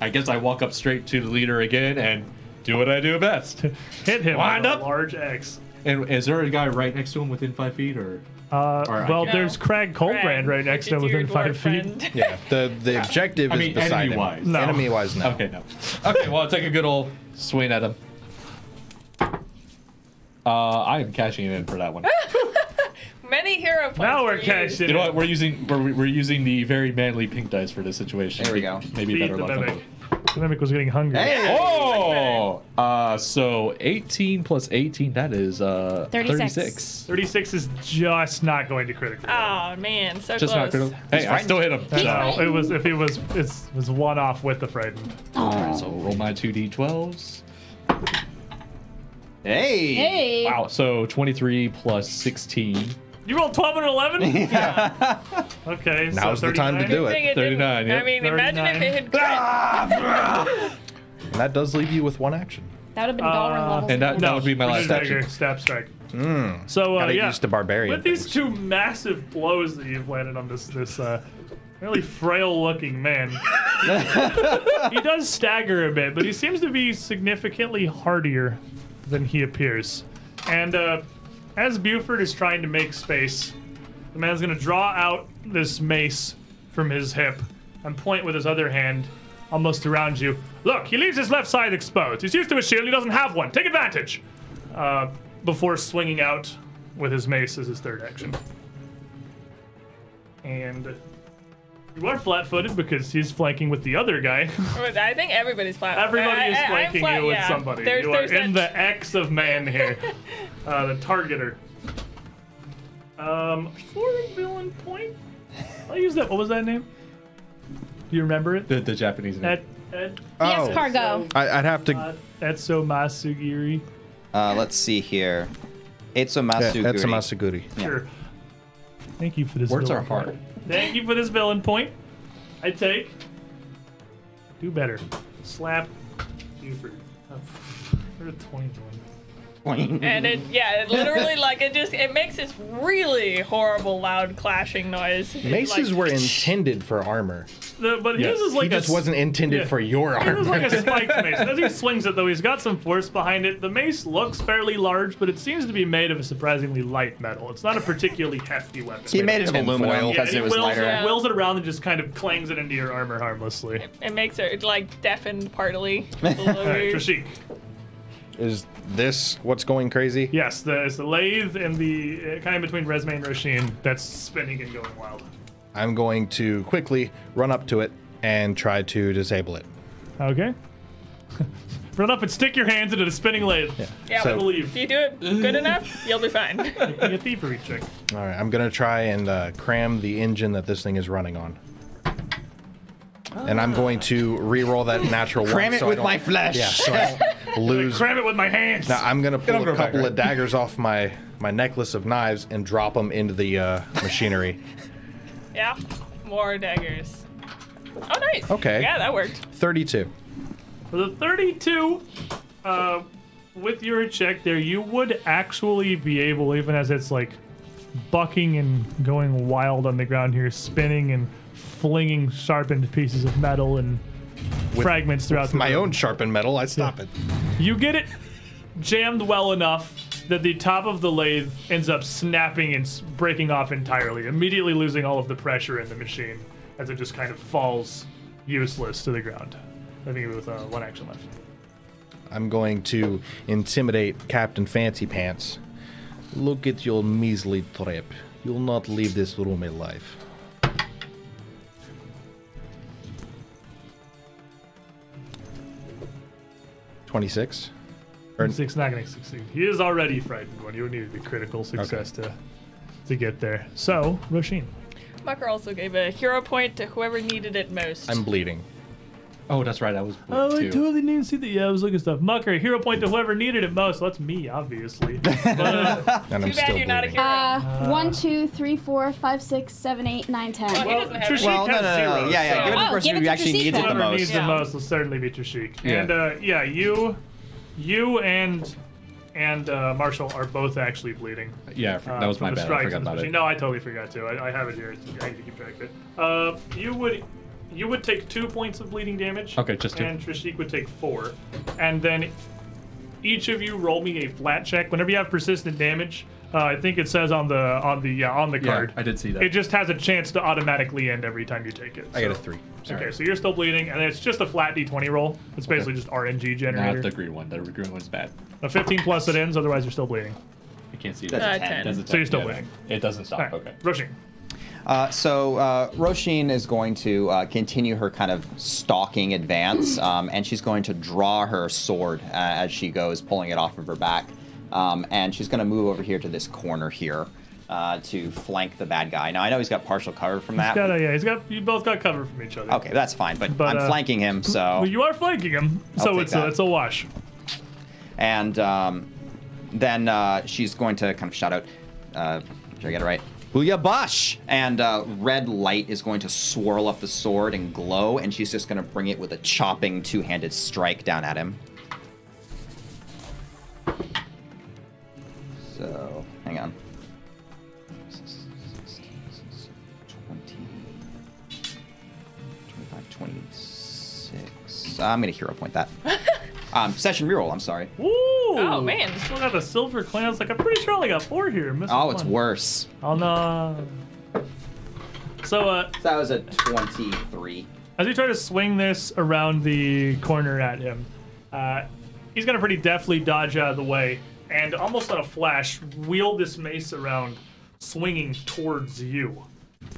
I guess I walk up straight to the leader again and do what I do best. Hit him. Wind with a up. Large X. and is there a guy right next to him within five feet, or? Uh, right. well, No. there's Crag Coldbrand right next to him it's your within five dwarf feet. friend. Yeah, the the objective I is mean, beside him. enemy-wise. No. Enemy wise, no. Okay, no. Okay, well, I'll take a good old swing at him. Uh, I am cashing in for that one. Many hero points. Now were we're used. cashing. You know what? We're using we're, we're using the very manly pink dice for this situation. There we Be- go. Maybe Feed better the luck. mimic. than- The mimic was getting hungry. Hey! Oh, uh, so 18 plus 18, that is uh, 36. 36. 36 is just not going to critical. Oh man, so Just not close. critical. Hey, I frightened. still hit I him. know. frightened. It was if he was it's was one off with the frightened. So roll my 2d12s. Hey! Hey. Wow, so 23 plus 16. You rolled 12 and 11. Okay. Now's so the time to 39? do Thing it. it didn't- 39, yep. I mean, imagine if 39. it had crit. And that does leave you with one action. That would have been Dalrin Uh, levels. And that, of that No, would be my which last is action. bigger, Stab strike. So uh, Hmm. Gotta yeah, use the barbarian. with these things. two massive blows that you've landed on this this uh, really frail-looking man, he does stagger a bit, but he seems to be significantly hardier than he appears. And uh, as Buford is trying to make space, the man's going to draw out this mace from his hip and point with his other hand almost around you. Look, he leaves his left side exposed. He's used to a shield. He doesn't have one. Take advantage. Uh, before swinging out with his mace as his third action. And you are flat-footed because he's flanking with the other guy. I think everybody's flat. I- I- Ah! Everybody is I'm flanking flat, you with yeah. somebody. There's, you are there's in that- the X of man here. uh, the targeter. Um, for a villain point, I'll use that. What was that name? Do you remember it? The, the Japanese name. Ed, Ed, yes, Oh. cargo. I, I'd have to. uh, Etso Masugiri. Uh, let's see here. yeah, Etsumasu. that's a Masaguri. Sure. Thank you for this. Words are villain point. hard. Thank you for this villain point. I take. Do better. Slap Buford. Oh, We're at 21. And it, yeah, it literally like it just it makes this really horrible loud clashing noise. It's Maces like, were intended for armor. The, but Yes, his is he like He a just s- wasn't intended yeah. for your It armor. was like a spiked mace. As he swings it, though, he's got some force behind it. The mace looks fairly large, but it seems to be made of a surprisingly light metal. It's not a particularly hefty weapon. He made it of Tin aluminum foil. because he it was wills, lighter. Yeah. wills it around and just kind of clangs it into your armor harmlessly. It makes her it's like deafened partly. All right, Trishik. Is this what's going crazy? Yes, the, it's the lathe and the uh, kind of between Resme and Roshin that's spinning and going wild. I'm going to quickly run up to it and try to disable it. Okay. Run up and stick your hands into the spinning lathe. yeah, so- I if believe. you do it good enough, you'll be fine. Give me a thievery check. All right, I'm gonna try and uh, cram the engine that this thing is running on. and I'm going to re-roll that natural one. Cram it so I with don't- my flesh. Yeah, so I don't lose. Cram it with my hands. Now I'm gonna pull over here, a couple Tiger. of daggers off my my necklace of knives and drop them into the uh, machinery. Yeah. More daggers. Oh, nice. Okay. Yeah, that worked. Thirty-two. For the 32, uh, with your check there, you would actually be able, even as it's like bucking and going wild on the ground here, spinning and flinging sharpened pieces of metal and fragments throughout With the my room. own sharpened metal, I stop it. You get it jammed well enough that the top of the lathe ends up snapping and s- breaking off entirely, immediately losing all of the pressure in the machine as it just kind of falls useless to the ground. I think it was uh, one action left. I'm going to intimidate Captain Fancy Pants. Look at your measly trip. You'll not leave this room alive. Twenty-six. Six not going to succeed. He is already frightened when you would need to be critical success to to get there. So, Roshin. Mucker also gave a hero point to whoever needed it most. I'm bleeding. Oh, that's right. I was. bleeding Oh, I too. totally didn't see that. Yeah, I was looking stuff. Mucker, hero point to whoever needed it most. that's me, obviously. uh, And I'm Too bad still you're not a bleeding. hero. Uh, one, two, three, four, five, six, seven, eight, nine, ten. Well, Oh, He doesn't have Trishik it. Well, no, no, has no, no. zero, Yeah, yeah. so- Give it to the Oh, person give it who to actually Trishik needs it the then. Whoever most. needs the Yeah. most will certainly be Trishik. Yeah. And uh, yeah, you, you and and uh, Marshall are both actually bleeding. Yeah, I for- uh, that was from my the bad. I strikes forgot and about especially- it. No, I totally forgot too. I, I have it here. I need to keep track of it. Uh, you would, you would take two points of bleeding damage. Okay, just two. And Trishik would take four, and then each of you roll me a flat check. Whenever you have persistent damage, uh, I think it says on the on the yeah, on the Yeah, card. I did see that. It just has a chance to automatically end every time you take it. I got a so. three. Okay, so you're still bleeding, and it's just a flat d20 roll. It's basically just RNG generator. Not the green one. The green one's bad. A 15 plus it ends, otherwise you're still bleeding. I can't see That's that. Uh, a 10. Doesn't So you're still yeah, winning. It doesn't stop. All right, Okay. Rushing. Uh, so uh, Roshin is going to uh, continue her kind of stalking advance, um, and she's going to draw her sword uh, as she goes, pulling it off of her back, um, and she's going to move over here to this corner here uh, to flank the bad guy. Now I know he's got partial cover from that. Got a, yeah, he's got. You both got cover from each other. okay, that's fine, but, But, I'm uh, flanking him, so Well, you are flanking him, I'll so take it's a, that. it's a wash. and um, then uh, she's going to kind of shout out. Uh, did I get it right? Booyah Bosh! And uh, red light is going to swirl up the sword and glow, and she's just going to bring it with a chopping two handed strike down at him. So, hang on. 20, 25, 26. I'm going to hero point that. Um, session reroll, I'm sorry. Ooh. Oh man. Still got the silver clans. Like I'm pretty sure I only got four here. Missing Oh, it's one. worse. Oh no. So uh, So that was a 23. As you try to swing this around the corner at him, uh, he's going to pretty deftly dodge out of the way and almost on a flash wheel this mace around, swinging towards you.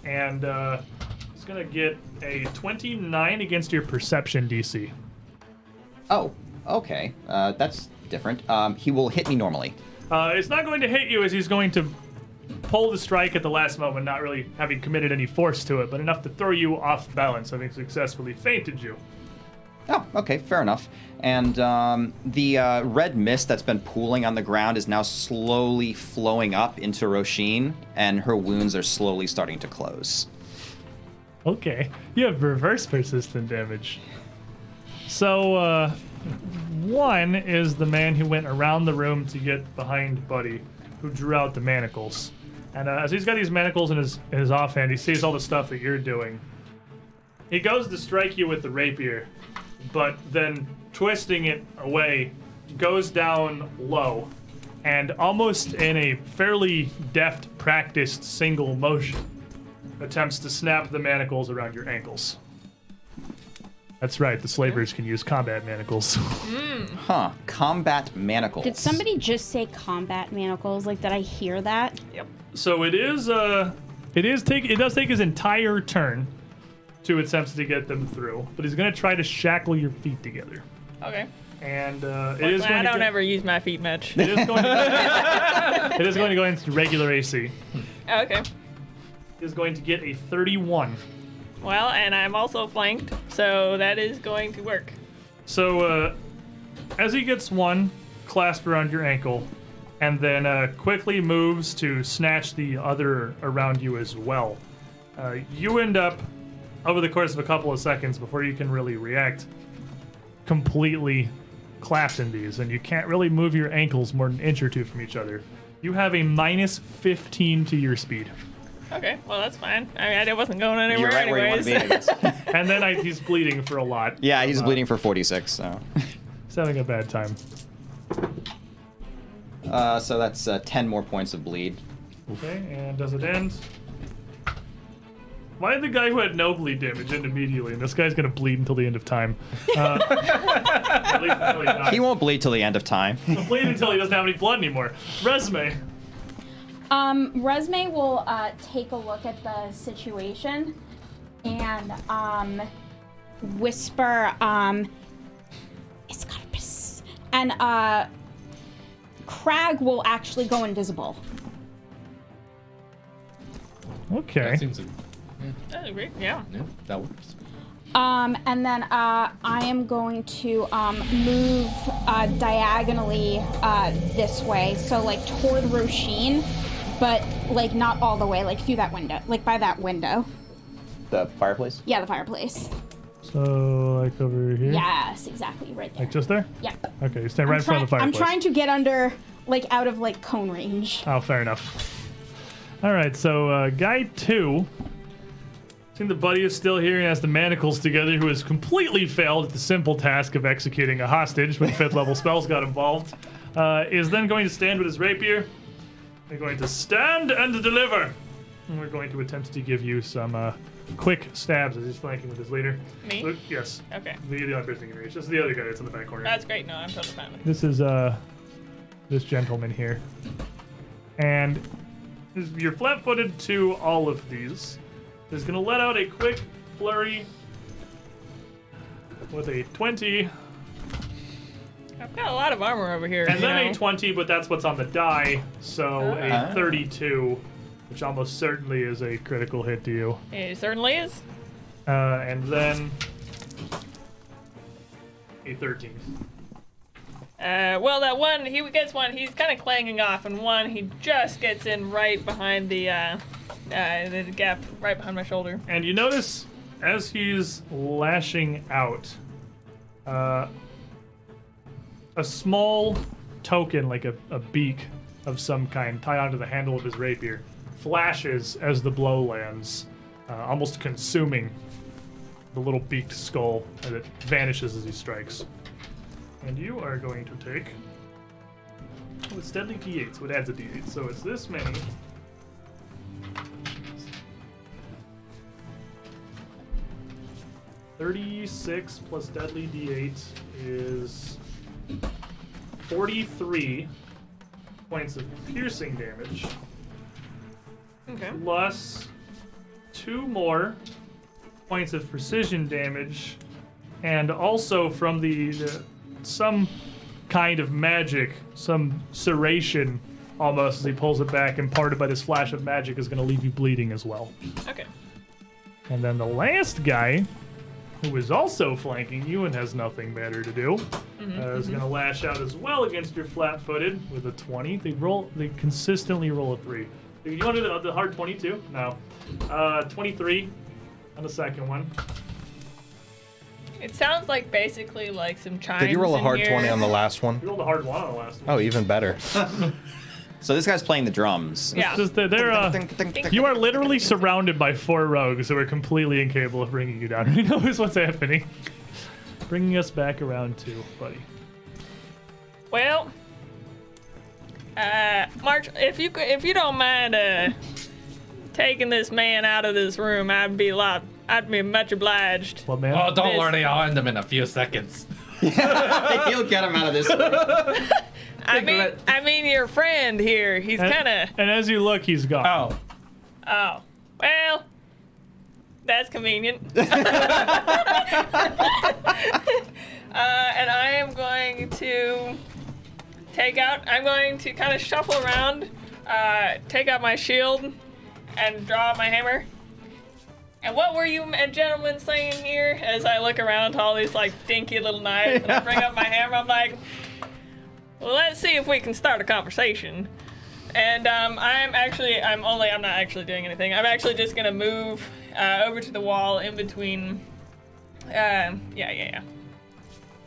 And uh, he's going to get a 29 against your perception DC. Oh, okay. Uh, that's different. Um, he will hit me normally. Uh, it's not going to hit you as he's going to pull the strike at the last moment, not really having committed any force to it, but enough to throw you off balance, having successfully fainted you. Oh, okay, fair enough. And um, the uh, red mist that's been pooling on the ground is now slowly flowing up into Roshin, and her wounds are slowly starting to close. Okay. You have reverse persistent damage. So, uh, one is the man who went around the room to get behind Buddy, who drew out the manacles. And uh, as he's got these manacles in his, in his offhand, he sees all the stuff that you're doing. He goes to strike you with the rapier, but then twisting it away, goes down low, and almost in a fairly deft, practiced single motion, attempts to snap the manacles around your ankles. That's right, the slavers can use combat manacles. Huh, combat manacles. Did somebody just say combat manacles? Like, did I hear that? Yep. so it is uh it is take it does take his entire turn to attempts to get them through, but he's gonna try to shackle your feet together. Okay. And uh, it Well, is I going don't to go- ever use my feet much. it is going to it is going to go into regular AC. okay. It is going to get a 31 Well, and I'm also flanked, so that is going to work. So, uh, as he gets one, clasp around your ankle, and then uh, quickly moves to snatch the other around you as well. Uh, you end up, over the course of a couple of seconds before you can really react, completely clasped in these, and you can't really move your ankles more than an inch or two from each other. You have a minus 15 to your speed. Okay, well that's fine. I mean, I wasn't going You're anywhere right where you want anyways. to be. I guess. And then I, he's bleeding for a lot. yeah, he's bleeding for 46. So, He's having a bad time. uh, so that's uh, 10 more points of bleed. Okay, and does it end? Why did the guy who had no bleed damage end immediately? And this guy's gonna bleed until the end of time. Uh, at least until he's not- He won't bleed till the end of time. He'll bleed until he doesn't have any blood anymore. Resume. Um, Resme will uh, take a look at the situation and um, whisper, um, "It's got a piss." And uh, Crag will actually go invisible. Okay. That seems like, That's great, Yeah. yeah, that works. Um, and then uh, I am going to um, move uh, diagonally uh, this way, so like toward Roshin, but like not all the way, like through that window, like by that window. The fireplace? Yeah, the fireplace. So like over here. Yes, exactly, right there. Like just there. Yep. Okay, you stand right in front of the Try- I'm fireplace. trying to get under, like, out of like cone range. Oh, fair enough. All right, so uh, guy two. I think the buddy is still here and has the manacles together, who has completely failed at the simple task of executing a hostage when fifth level spells got involved. Uh, is then going to stand with his rapier. We're going to stand and deliver. And we're going to attempt to give you some uh, quick stabs as he's flanking with his leader. Me? Look- yes. Okay. The, the other person can reach. This is the other guy that's in the back corner. That's great. No, I'm totally fine. with it. This is uh this gentleman here. And this- you're flat-footed to all of these. Is going to let out a quick flurry with a 20 I've got a lot of armor over here. and you then know. a 20, but that's what's on the die. So Ah. a 32, which almost certainly is a critical hit to you. It certainly is. Uh, and then a 13. Uh, well, that one he gets one. He's kind of clanging off, and one he just gets in right behind the uh, uh, the gap right behind my shoulder. And you notice as he's lashing out, uh, a small token, like a, a beak of some kind, tied onto the handle of his rapier, flashes as the blow lands, uh, almost consuming the little beaked skull, and it vanishes as he strikes. And you are going to take. Oh, it's deadly d8, so it adds a d8. So it's this many. Thirty-six plus deadly d8 is forty-three points of piercing damage, Okay. plus two more points of precision damage, and also from the, the some kind of magic, some serration, almost as he pulls it back, and part of this flash of magic is going to leave you bleeding as well. Okay. And then the last guy, who is also flanking you and has nothing better to do, uh, is going to lash out as well against your flat-footed with a 20. They roll. They consistently roll a three. Do You want to do the, the hard 22? No. Uh, 23 on the second one. It sounds like basically like some chimes. Did you roll a in hard here. 20 on the last You one? rolled a hard one on the last one. Oh, even better. So this guy's playing the drums. Yeah. Just that they're, uh, you are literally surrounded by four rogues who are completely incapable of bringing you down. Who knows what's happening? Bringing us back around to, buddy. Well, uh, March, if you could- if you don't mind uh, taking this man out of this room, I'd be lot, I'd be much obliged. Well, man. Oh, don't This- worry, I'll end them in a few seconds. He'll get him out of this. I mean, let- I mean your friend here, he's And- kind of And as you look, he's gone. Oh, oh, well, that's convenient. uh, and I am going to take out. I'm going to kind of shuffle around, uh, take out my shield, and draw my hammer. And what were you uh, gentlemen saying here? As I look around to all these like dinky little knives, and I bring up my hammer, I'm like, well, let's see if we can start a conversation. And um, I'm actually, I'm only, I'm not actually doing anything. I'm actually just gonna move uh, over to the wall in between. Um, yeah, yeah,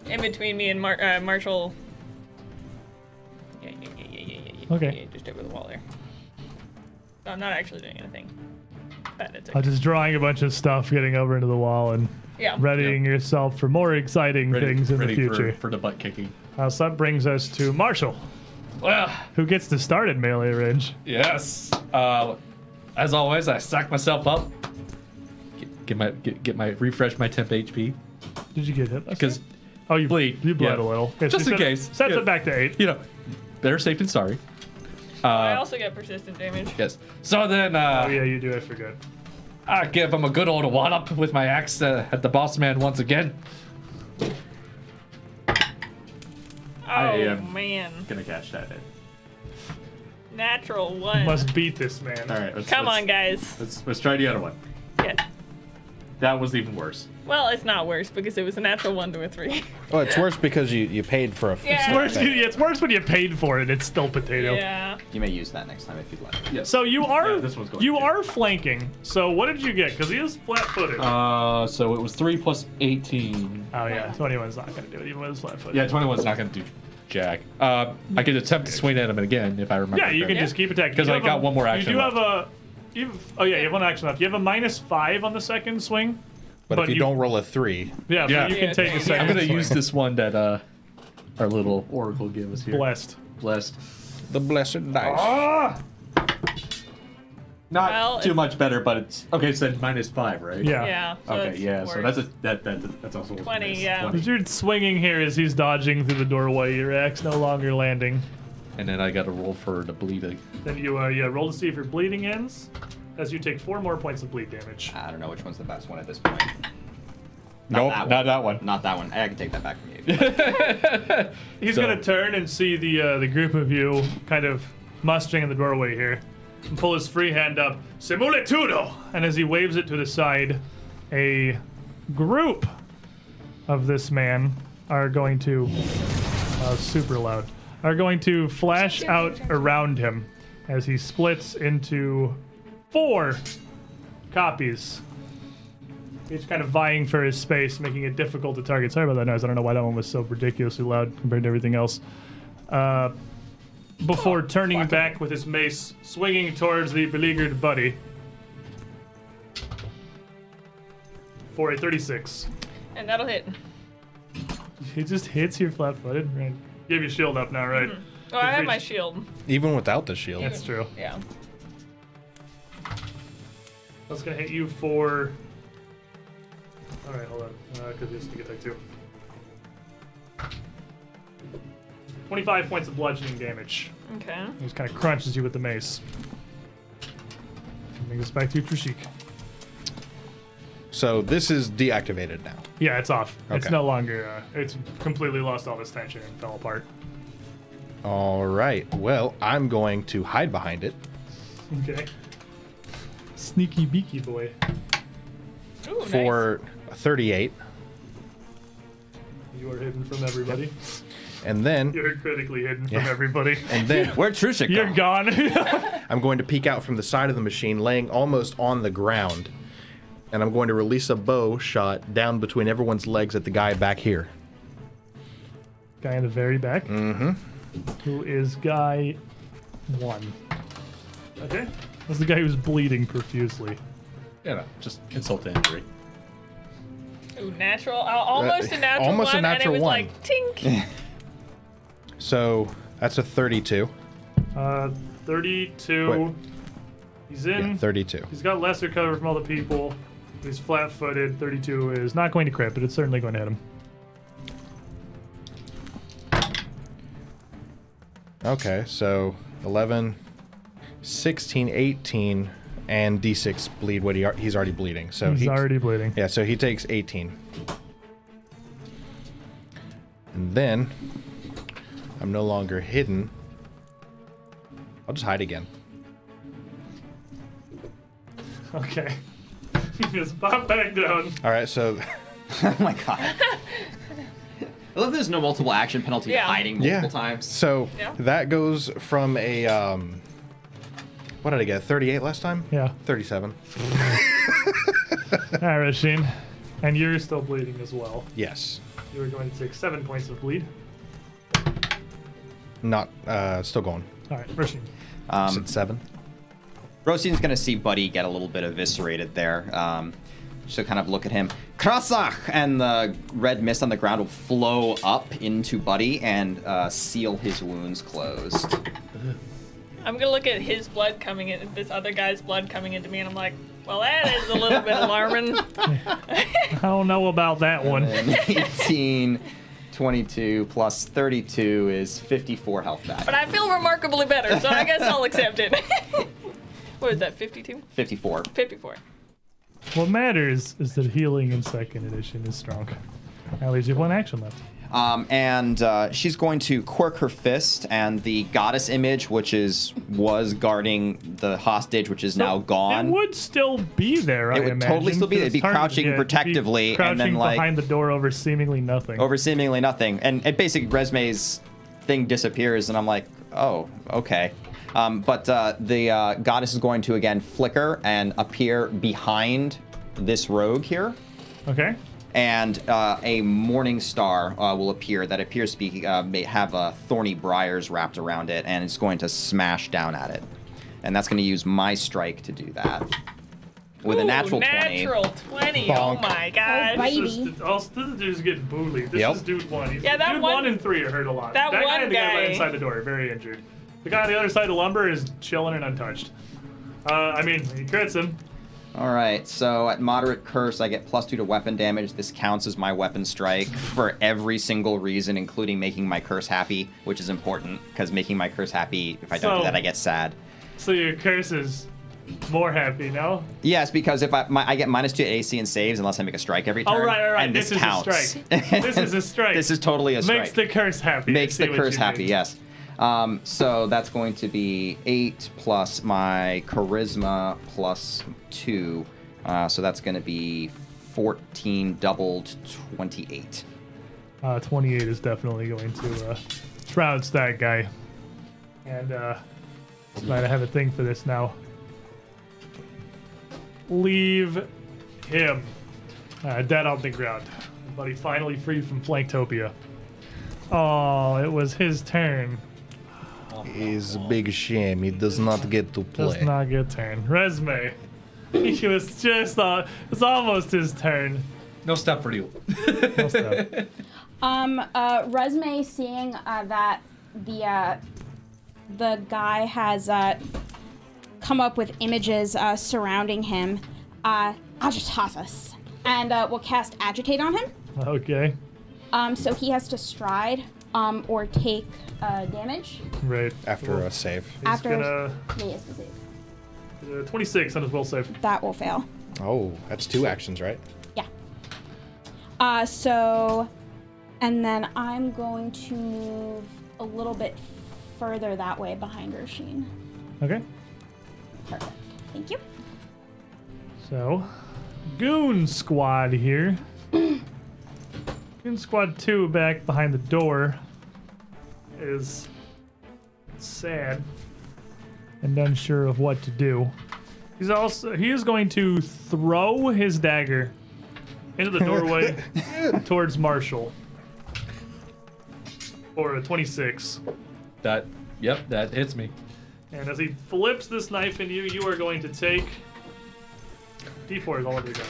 yeah. In between me and Mar- uh, Marshall. Yeah, yeah, yeah, yeah, yeah, yeah, yeah. Okay. Yeah, just over the wall there. So I'm not actually doing anything. But it's okay. I'm just drawing a bunch of stuff, getting over into the wall, and yeah. readying yourself for more exciting Ready- things in the ready for- future. for the butt kicking. Uh, so that brings us to Marshall, Well, who gets to start at melee range. Yes. Uh, as always, I sack myself up. Get, get my get, get my refresh my temp HP Did you get hit? because oh, you bleed, You bled a yeah. little. Okay, Just she in set- case, Sets yeah. it back to eight. you know better safe than sorry. I Uh, also get persistent damage. yes. So then uh, Oh yeah, you do. I forgot. I give him a good old wallop with my axe uh, at the boss man once again. Oh I am- man, Gonna cash that in. natural one. Must beat this man. All right. Let's, Come let's- on, guys. Let's let's try the other one. Yeah. That was even worse. Well, it's not worse because it was a natural one to a three. Well, it's worse because you, you paid for a. Yeah. It's worse, it's worse when you paid for it. It's still potato. Yeah. You may use that next time if you'd like. Yes. So you are Yeah, this one's going you to. are flanking. So what did you get? Because he is flat-footed. Uh, so it was three plus eighteen. oh yeah, twenty-one's not gonna do it even with his flat-footed. Yeah, twenty one's not gonna do jack. Uh, I could attempt to swing at him again if I remember. Yeah, you can correctly. just keep attacking. 'Cause You I have got a- one more action You do left. have a. You've, oh yeah, you have one action left. You have a minus five on the second swing. But, if But you, you- don't roll a three, Yeah, but Yeah. you can Yeah, take yeah. a second. I'm gonna swing. use this one that uh, our little oracle gave us here. blessed. Blessed. the blessed dice. Ah! Not Well, too it's- much better, but it's okay. So then minus five, right? Yeah. Yeah. so Okay. it's Yeah. So worse. that's a that, that that's also a 20, miss. yeah. The 20. dude swinging here as he's dodging through the doorway. Your axe no longer landing. And then I got to roll for the bleeding. Then you uh, yeah roll to see if your bleeding ends, as you take four more points of bleed damage. I don't know which one's the best one at this point. nope, that one. not that one. Not that one. I can take that back from you. if you'd like. He's So- gonna turn and see the uh, the group of you kind of mustering in the doorway here, and pull his free hand up, simulitudo, and as he waves it to the side, a group of this man are going to uh, super loud are going to flash out around him as he splits into four copies. Each kind of vying for his space, making it difficult to target. Sorry about that noise. I don't know why that one was so ridiculously loud compared to everything else. Uh, before turning back with his mace, swinging towards the beleaguered buddy. For a 36. And that'll hit. He just hits you flat footed. Right. You have your shield up now, right? Oh, I have reach- my shield. Even without the shield. That's true. Yeah. That's gonna hit you for. All right, hold on, because he has to get that too. Twenty-five points of bludgeoning damage. Okay. He just kind of crunches you with the mace. Bring this back to you, Trishik. So this is deactivated now. Yeah, it's off. It's Okay. no longer. Uh, it's completely lost all its tension and fell apart. All right. Well, I'm going to hide behind it. Okay. Sneaky beaky boy. Oh, Ooh, nice. for 38 You are hidden from everybody. and then You're critically hidden from Yeah. everybody. and then Where'd Trushik You're go? gone. I'm going to peek out from the side of the machine laying almost on the ground and I'm going to release a bow shot down between everyone's legs at the guy back here. guy in the very back. Mm-hmm. who is guy one. Okay. That's the guy who's bleeding profusely. You know, just insult to injury. Ooh, natural. Uh, almost a natural almost a one. natural and it was one. like tink. So that's a 32. Uh, 32. Wait. He's in. Yeah, 32. He's got lesser cover from all the people. He's flat footed. 32 is not going to crit, but it's certainly going to hit him. Okay, so 11 16 18 and d6 bleed what he ar- he's already bleeding. So He's he- already bleeding. Yeah, so he takes 18. And then I'm no longer hidden. I'll just hide again. Okay. Just pop back down. All right, so oh my god. I love there's no multiple action penalty Yeah. to hiding yeah. multiple times. So Yeah. that goes from a um, what did I get? 38 last time. Yeah. 37. All right, Rasheen. And you're still bleeding as well. Yes. You are going to take seven points of bleed. Not uh, still going. All right, Rasheen. Um, Is it seven? Rosine's gonna see Buddy get a little bit eviscerated there. Um, she'll kind of look at him, Krasach, and the red mist on the ground will flow up into Buddy and uh, seal his wounds closed. I'm gonna look at his blood coming in, this other guy's blood coming into me, and I'm like, well, that is a little bit alarming. I don't know about that one. And 18, 22 plus 32 is 54 health back. But I feel remarkably better, so I guess I'll accept it. what is that, 52? 54. 54. What matters is that healing in second edition is strong. That leaves you with one action left. Um, and uh, she's going to quirk her fist, and the goddess image, which is was guarding the hostage, which is now gone. It would still be there. I It would imagine, totally still be there. It'd be It's targeted- crouching yeah, it'd be protectively and crouching then, like- behind the door over seemingly nothing. over seemingly nothing. And, and basically, Resme's thing disappears, and I'm like, oh, okay. Um, but uh, the uh, goddess is going to again flicker and appear behind this rogue here, Okay. and uh, a morning star uh, will appear that appears to be uh, may have uh, thorny briars wrapped around it, and it's going to smash down at it. And that's going to use my strike to do that with a Ooh, natural, natural 20. Bonk. Oh my gosh. bite. This is, also, this is just getting bullied. This Yep. is dude one. He's, Yeah, that dude one- and three are hurt a lot. that guy one and the guy right guy- inside the door are very injured. The guy on the other side of lumber is chilling and untouched. Uh, I mean, he crits him. 20. All right, so at moderate curse, I get plus two to weapon damage. This counts as my weapon strike for every single reason, including making my curse happy, which is important because making my curse happy, if I don't So- do that, I get sad. So your curse is more happy now. Yes, because if I my, I get minus two AC and saves unless I make a strike every turn. Oh, right, right, right. And this, This is a counts. strike. This is a strike. this is totally a strike. Makes the curse happy. I Makes see the what curse you happy. mean. Yes. Um, so that's going to be eight plus my charisma plus two. Uh, so that's going to be fourteen doubled twenty-eight. Uh, 28 is definitely going to uh, trounce that guy. And uh, glad I have a thing for this now. Leave him uh, dead on the ground. Buddy finally freed from Flanktopia. Oh, it was his turn. Is a big shame. He does not get to play. Does not get turn. Resume. He was just uh, it's almost his turn. No stop for you. Almost up. Um, uh, Resme seeing uh, that the uh, the guy has uh, come up with images uh, surrounding him, uh, agitatus, and uh, will cast agitate on him. okay. Um, so he has to stride um, or take uh, damage Right. After a save. He's after. gonna Yeah, yes, yes, yes. uh, 26 on his will save. That will fail. Oh, that's two actions, right? Yeah. Uh, so, and then I'm going to move a little bit further that way behind Roshin. Okay. Perfect. Thank you. So, Goon Squad here. Goon Squad 2 back behind the door is sad and unsure of what to do. He's also he is going to throw his dagger into the doorway towards Marshall. Or a 26. That, yep, that hits me. And as he flips this knife in you, you are going to take. D4 is all over your gun.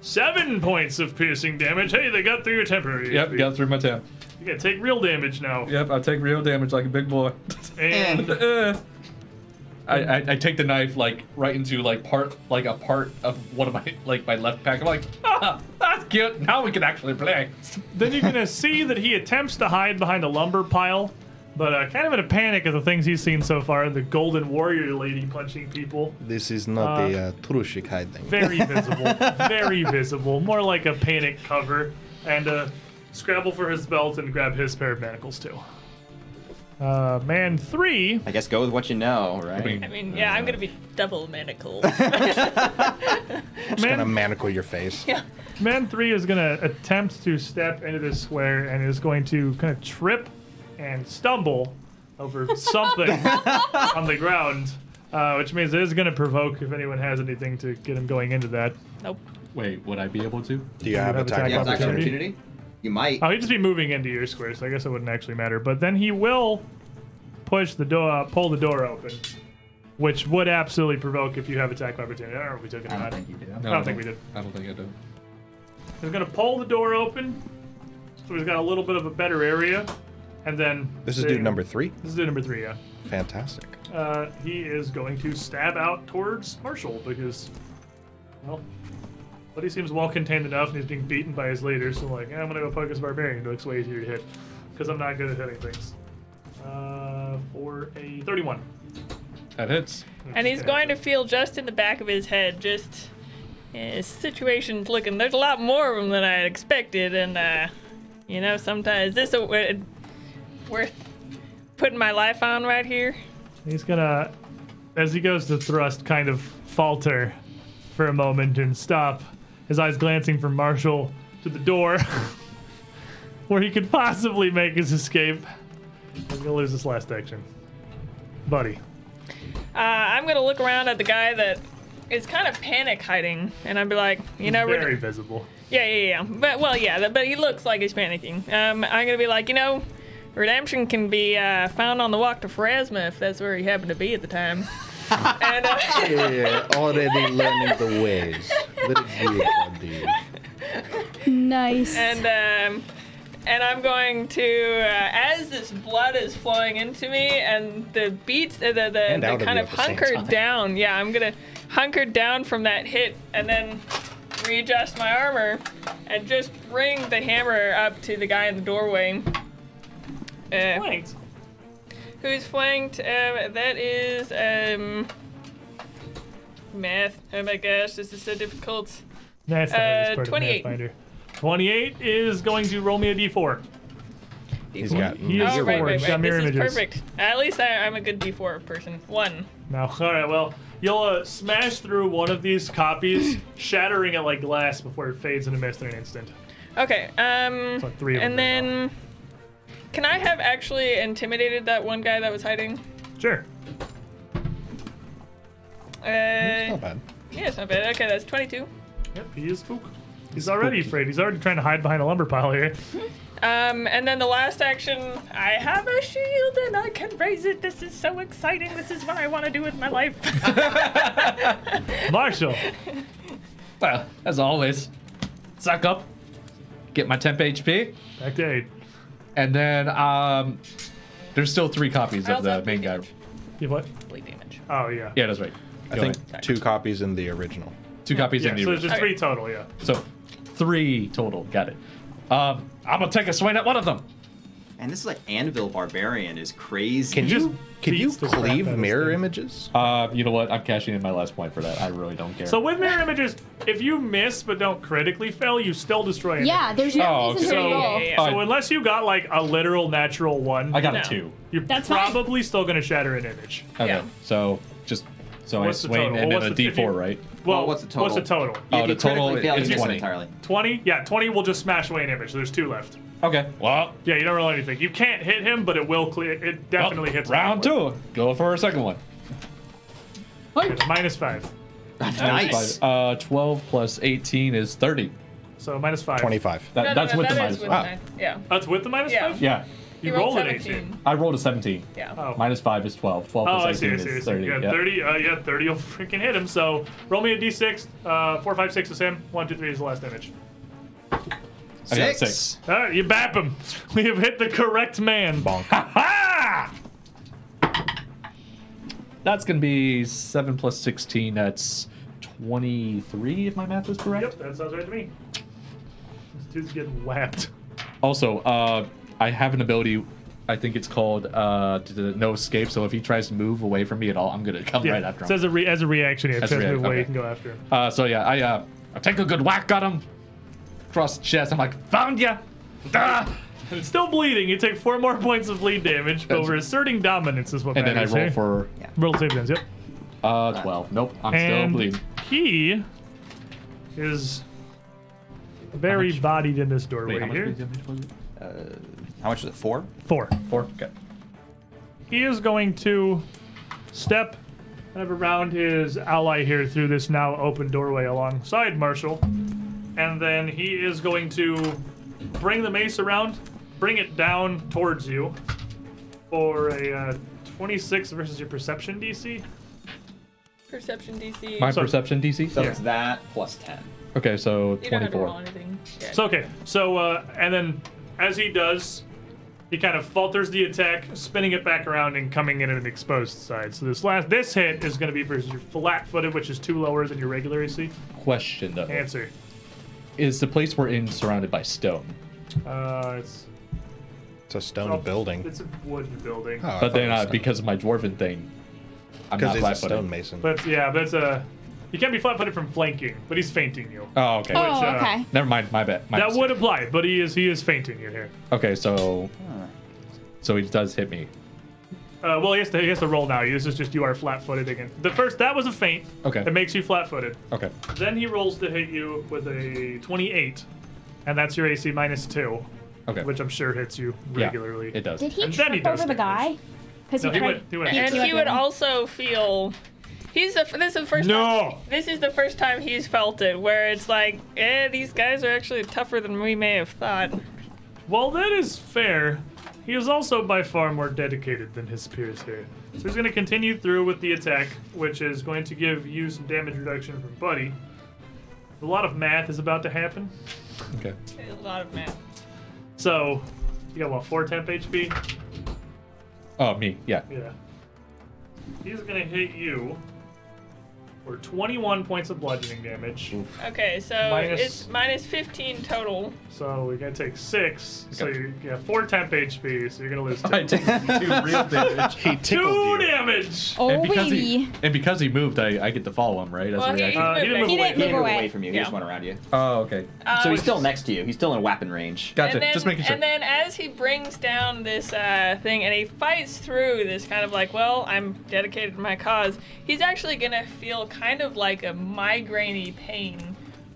Seven points of piercing damage. Hey, they got through your temporary. Yep, HP. got through my temp. You're gonna take real damage now. Yep, I take real damage like a big boy. And Eh. I, I, I take the knife like right into like part like a part of one of my like my left pack. I'm like, ah, that's cute. Now we can actually play. then you're gonna see that he attempts to hide behind a lumber pile, but uh, kind of in a panic at the things he's seen so far. The golden warrior lady punching people. This is not a uh, Turushik hide thing. Very visible. very visible. More like a panic cover. And uh, scrabble for his belt and grab his pair of manacles too. Uh, man three. I guess go with what you know, right? I mean, yeah, I'm gonna be double manacled. Gonna Man, manacle your face. man three is gonna attempt to step into this square and is going to kind of trip and stumble over something on the ground, uh, which means it is gonna provoke if anyone has anything to get him going into that. nope. Wait, would I be able to? Do you have have attack? attack Yeah, attack Opportunity. opportunity. Uh, You might. Oh, he'd just be moving into your square, so I guess it wouldn't actually matter. But then he will push the door, pull the door open, which would absolutely provoke if you have attack of opportunity. I don't know if we took it or I don't not. think you did. I don't think we did. I don't think I do. He's gonna pull the door open, so he's got a little bit of a better area, and then This is they- dude number three. This is dude number three, yeah. Fantastic. Uh, he is going to stab out towards Marshall because, well, but he seems well contained enough, and he's being beaten by his leader. So like, eh, I'm gonna go focus barbarian. It looks way easier to hit because I'm not good at hitting things. Uh, for a 31. That hits. And he's going to feel just in the back of his head, just his situation's looking. There's a lot more of them than I expected, and uh, you know, sometimes this a w- worth putting my life on right here. He's gonna, as he goes to thrust, kind of falter for a moment and stop, his eyes glancing from Marshall to the door where he could possibly make his escape. He's gonna lose this last action. Buddy. Uh, I'm gonna look around at the guy that is kind of panic hiding, and I'd be like, you know, we're- Very visible. Yeah, yeah, yeah. But well, yeah, th- but he looks like he's panicking. Um, I'm gonna be like, you know, redemption can be uh, found on the walk to Phrasma if that's where he happened to be at the time. and uh, Yeah, already learning the ways. Very good, buddy. Nice. and um, and I'm going to, uh, as this blood is flowing into me and the beats, uh, the the, And out the of kind you of at the same hunkered time. down. Yeah, I'm gonna hunker down from that hit and then readjust my armor and just bring the hammer up to the guy in the doorway. Uh, Flanked. Who's flanked? Um, that is um, math. Oh my gosh, this is so difficult. That's the Uh, hardest part 28. of Pathfinder. 28 is going to roll me a d4. He's got. He is Oh, right, right, forged. right. I'm your This is images. perfect. At least I, I'm a good D4 person. One. No. All right. Well, you'll uh, smash through one of these copies, shattering it like glass before it fades into mist in an instant. Okay. Um, like three of and them right then, can I have actually intimidated that one guy that was hiding? Sure. Uh, Not bad. yeah, it's not bad. Okay, that's 22. Yep. He is spook. He's already afraid. He's already trying to hide behind a lumber pile here. Um, and then the last action, I have a shield and I can raise it. This is so exciting. This is what I want to do with my life. Marshall. Well, as always, suck up, get my temp HP, Back to eight. and then um, there's still three copies I of also the have main guy. damage. You what? Bleed damage. Oh yeah. Yeah, that's right. I Go think ahead. two copies in the original. two copies Yeah, in the so original. there's just three total, yeah. So three total. Got it. Um, I'm gonna take a swing at one of them. And this is like Anvil Barbarian is crazy. Can just you can you beats the crap out cleave of mirror this thing. images? Uh, you know what? I'm cashing in my last point for that. I really don't care. So with mirror images, if you miss but don't critically fail, you still destroy it. yeah, there's no Oh, reason so- to roll. yeah, yeah. So unless you got like a literal natural one, I got No. a two. you're That's fine. probably still gonna shatter an image. Okay. Yeah. So just so What's I the swing total? and Well, then a what's the- if D4, you- right? Well, Well, what's the total? What's the total? If Oh, you the total critically fail, is you miss it 20. entirely. 20? Yeah, 20 will just smash away an image. So there's two left. Okay. Well, Yeah, you don't roll anything. You can't hit him, but it will clear. It definitely well, hits. round him. two. Go for a second one. It's minus five. nice. Uh, 12 plus 18 is 30. So minus five. Twenty five. That, No, no, that's no, with that the is minus with five. mine. Yeah. That's with the minus Yeah. five? Yeah. You rolled rolled an 17. 18. I rolled a 17. Yeah. Oh. Minus 5 is 12. 12 Oh, plus I see, 18 I see, I is see. 30. Yeah, yeah. 30, uh, yeah, 30 will freaking hit him. So roll me a d6. Uh, 4, 5, 6 is him. 1, 2, 3 is the last image. I got Six. six. All right, you bap him. We have hit the correct man. Bonk. Ah! That's going to be 7 plus 16. That's 23, if my math is correct. Yep, that sounds right to me. This dude's getting whapped. Also, uh, I have an ability. I think it's called uh, d- d- No Escape. So if he tries to mmove away from me at all, I'm going to come Yeah. right after him. so as a, re- as a reaction, yeah, As a tries to react- move away, okay. you can go after him. Uh, so yeah, I uh, I take a good whack at him, cross the chest. I'm like, found ya. Ah! And it's still bleeding. You take four more points of bleed damage, but we're asserting dominance is what And then I matters roll here. for roll save downs. Yep. uh, 12. Nope, I'm and still bleeding. he is very bodied in this doorway Wait, how much here. bleed damage was it? How much was it? Four? Four. Four. Okay. He is going to step kind of around his ally here through this now open doorway alongside Marshall. And then he is going to bring the mace around, bring it down towards you for a uh, 26 versus your perception DC. Perception DC. My So- perception DC? So it's that plus ten. Okay, so you don't have to roll 24. anything. Yeah. So okay. So uh, and then as he does, he kind of falters the attack, spinning it back around and coming in at an exposed side. So this last this hit is going to be versus your flat-footed, which is two lower than your regular AC. Question though. Answer. Is the place we're in surrounded by stone? Uh, it's It's a stone building. Oh, It's a wooden building. Oh, I but thought they're it was not, stone. because of my dwarven thing. I'm because not it's a flat footed. stonemason. But yeah, that's a. He can't be flat-footed from flanking, but he's fainting you. Oh, okay. Oh, uh, okay. Never mind, my bad. my That mistake. would apply, but he is he is fainting you here. Okay, so. So he does hit me. Uh, well, he has to he has to roll now. This is just you are flat-footed again. The first that was a feint. Okay. It makes you flat-footed. Okay. Then he rolls to hit you with a 28, and that's your AC minus two, Okay. which I'm sure hits you Yeah, regularly. it does. Did he And then trip he does over the guy? damage. Because No, he he tried. went. He went. And Yeah. he would also feel. He's the. f- This is the first. No. Time, this is the first time he's felt it, where it's like, eh, these guys are actually tougher than we may have thought. While that is fair, he is also by far more dedicated than his peers here. So he's going to continue through with the attack, which is going to give you some damage reduction from Buddy. A lot of math is about to happen. Okay. A lot of math. So you got what four temp HP? Oh, me. Yeah. Yeah. He's going to hit you for 21 points of bludgeoning damage. Okay, so Minus- it's minus 15 total. So we're gonna take six. So you got four temp HP. So you're gonna lose two, I take two real damage. he tickled two you. damage. Oh, and, because baby. he, and because he moved, I, I get to follow him, right? As Well, a he- reaction. Uh, he didn't move He away. didn't move Move away. away from you. He Yeah. just went around you. oh, okay. so he's still next to you. He's still in weapon range. Gotcha. and then, Just making sure. And then as he brings down this uh, thing and he fights through this kind of like, well, I'm dedicated to my cause, he's actually going to feel kind of like a migrainey pain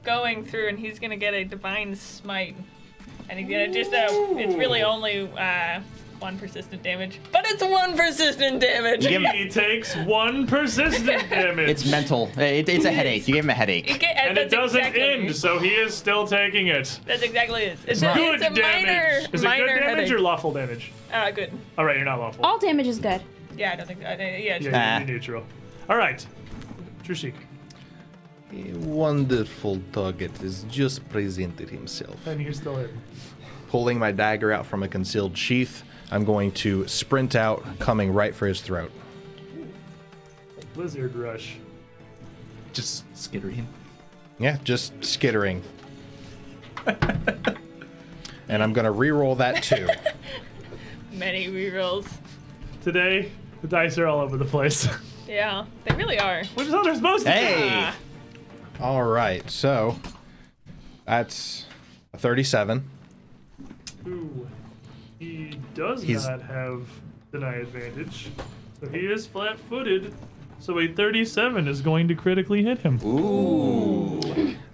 going through and he's going to get a divine smite. And he's going to just, uh, it's really only uh, one persistent damage, but it's one persistent damage. You give him, He takes one persistent damage. it's mental. It, it's a headache. You gave him a headache. It ca- And it that's doesn't exactly- end, so he is still taking it. That's exactly it. It's, a, Good it's a damage. minor, is it minor good damage headache. Oh. or lawful damage? Uh, good. All right, you're not lawful. All damage is good. Yeah, I don't think. I think Yeah, yeah, yeah. you're- Nah. you're neutral. All right, Trishik. Wonderful target has just presented himself. And you're still hidden. Pulling my dagger out from a concealed sheath, I'm going to sprint out, coming right for his throat. Blizzard rush. just skitter him. Yeah, just skittering. and I'm gonna re-roll that too. many rerolls. Today, the dice are all over the place, Yeah, they really are. which is how they're supposed to. be. Hey! Ah. All right, so that's a 37. Ooh. He does He's- not have deny advantage. So he is flat footed. So a 37 is going to critically hit him.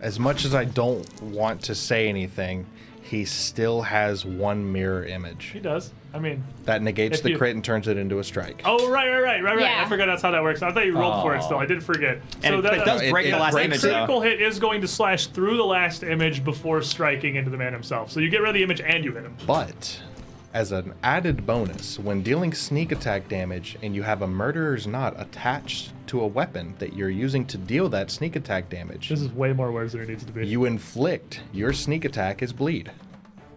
As much as I don't want to say anything, he still has one mirror He image does. I mean. that negates If the you- crit and turns it into a strike. Oh, right, right, right, right, right. Yeah. I forgot that's how that works. I thought you rolled for it Aw. still. I did forget. And it, but it does it- break it the last breaks image, it. though. critical hit is going to slash through the last image before striking into the man himself. So you get rid of the image and you hit him. But as an added bonus, when dealing sneak attack damage and you have a murderer's knot attached to a weapon that you're using to deal that sneak attack damage, This is way more words than it needs to be. you inflict your sneak attack is bleed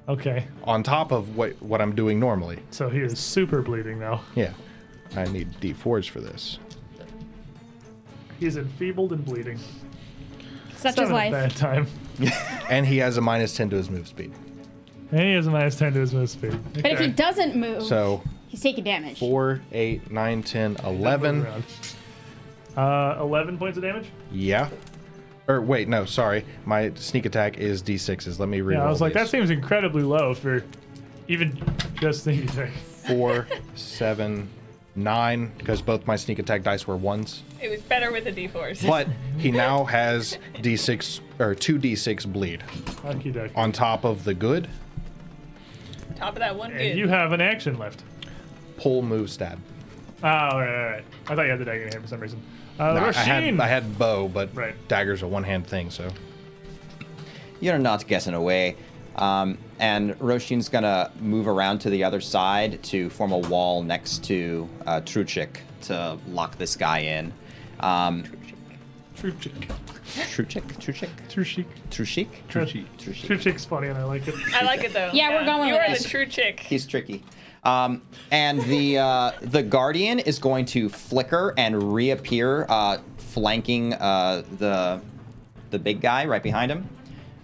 okay. on top of what what I'm doing normally. So he is super bleeding now. Yeah. I need d4s for this. He's enfeebled and bleeding. Such It's is having a life. bad time. And he has a minus 10 to his move speed. And he has a minus 10 to his move speed. But if he doesn't move, So he's taking damage. 4, 8, 9, 10, 11. Uh, 11 points of damage? Yeah. Or wait, no, sorry. My sneak attack is d6s. Let me reroll. Yeah, I was like, that these. seems incredibly low for Even just anything. Four, seven, nine, because both my sneak attack dice were ones. It was better with the d4s. But he now has d6 or 2d6 bleed Okie dokie. on top of the good Top of that one good. And you have an action left. pull move stab. Oh, all right, all right. I thought you had the dagger in your hand for some reason. Oh, Uh, Now, I had Rasheen. I had bow, but Right. dagger's a one hand thing, so You're not guessing away. Um, and Roshin's gonna move around to the other side to form a wall next to uh, Truchik to lock this guy in. Um, Truchik. Truchik? Truchik? Truchik. Truchik? Truchik. Truchik. Truchik's funny and I like it. I like it though. Yeah, we're going You with are it. the true chick. He's tricky. Um, and the uh, the guardian is going to flicker and reappear, uh, flanking uh, the the big guy right behind him.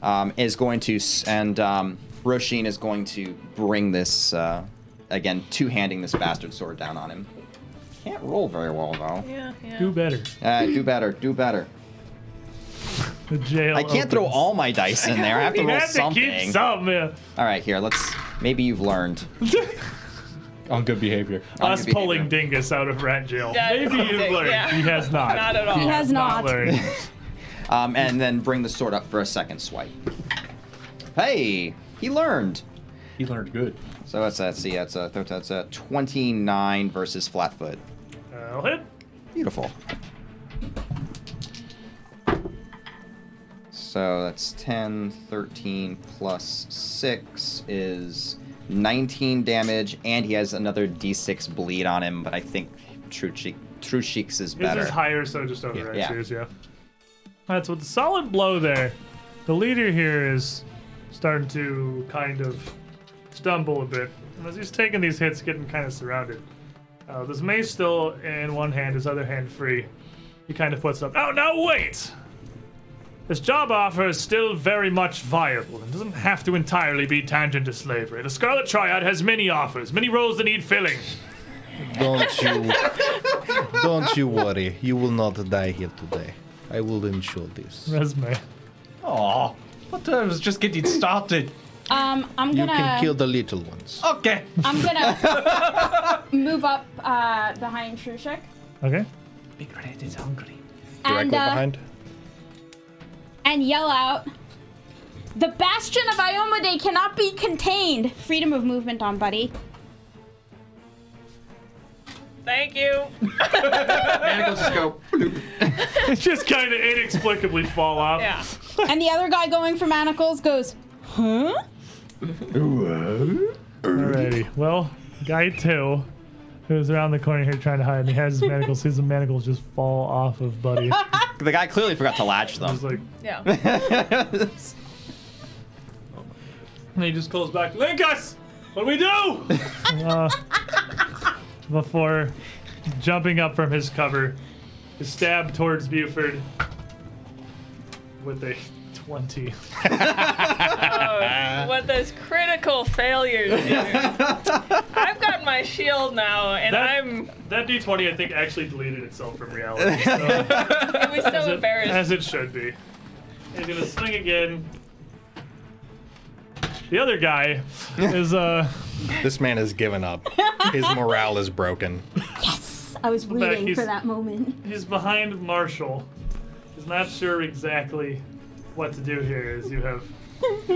Um, is going to s- and um, Roshin is going to bring this uh, again, two handing this bastard sword down on him. Can't roll very well though. Yeah, yeah. Do better. Uh, do better, do better. The jail. I can't throw opens. all my dice in there. I have to You roll have to keep something. something. in. All right, here. Let's. Maybe you've learned. On good behavior. Us behavior. pulling Dingus out of rat jail. Yeah, Maybe okay, you've learned. yeah. He has not. Not at all. He has not. learned. Um, and then bring the sword up for a second swipe. Hey, he learned. He learned good. So that's that's see that's a that's a 29 versus flatfoot. Uh, I'll hit. Beautiful. So that's 10, 13 plus 6 is 19 damage, and he has another d6 bleed on him, but I think True Cheek, True Cheeks is His better. is higher, so just over Yeah. X yeah. That's with a solid blow there. The leader here is starting to kind of stumble a bit. And as he's taking these hits, getting kind of surrounded. Uh, this mace still in one hand, his other hand free. He kind of puts up. Oh, no, wait! This job offer is still very much viable and doesn't have to entirely be tangent to slavery. The Scarlet Triad has many offers, many roles that need filling. don't you don't you worry. You will not die here today. I will ensure this. Resume. Oh, what I was just getting started. Um, I'm You gonna. can kill the little ones. Oh. Okay. I'm gonna move up uh, behind Trushik. Okay. Big Red is hungry. and, Directly uh, behind. and yell out The Bastion of Iomade cannot be contained! Freedom of movement on Buddy. Thank you. just kind of inexplicably fall off. Yeah. and the other guy going for manacles goes, Huh? Alrighty. Well, guy two, who's around the corner here trying to hide, and he has his manacles. His manacles just fall off of Buddy. The guy clearly forgot to latch them. He's like, Yeah. and he just calls back, "Link us! What do we do?" uh, before jumping up from his cover, is stabbed towards Buford with a twenty. Oh, what those critical failures do. I've got my shield now, and That- I'm. That D twenty, I think, actually deleted itself from reality. So. It was As so it- embarrassed. As it should be. He's gonna swing again. The other guy is uh This man has given up. His morale is broken. I was waiting he's- for that moment. he's behind Marshall. He's not sure exactly what to do here as you have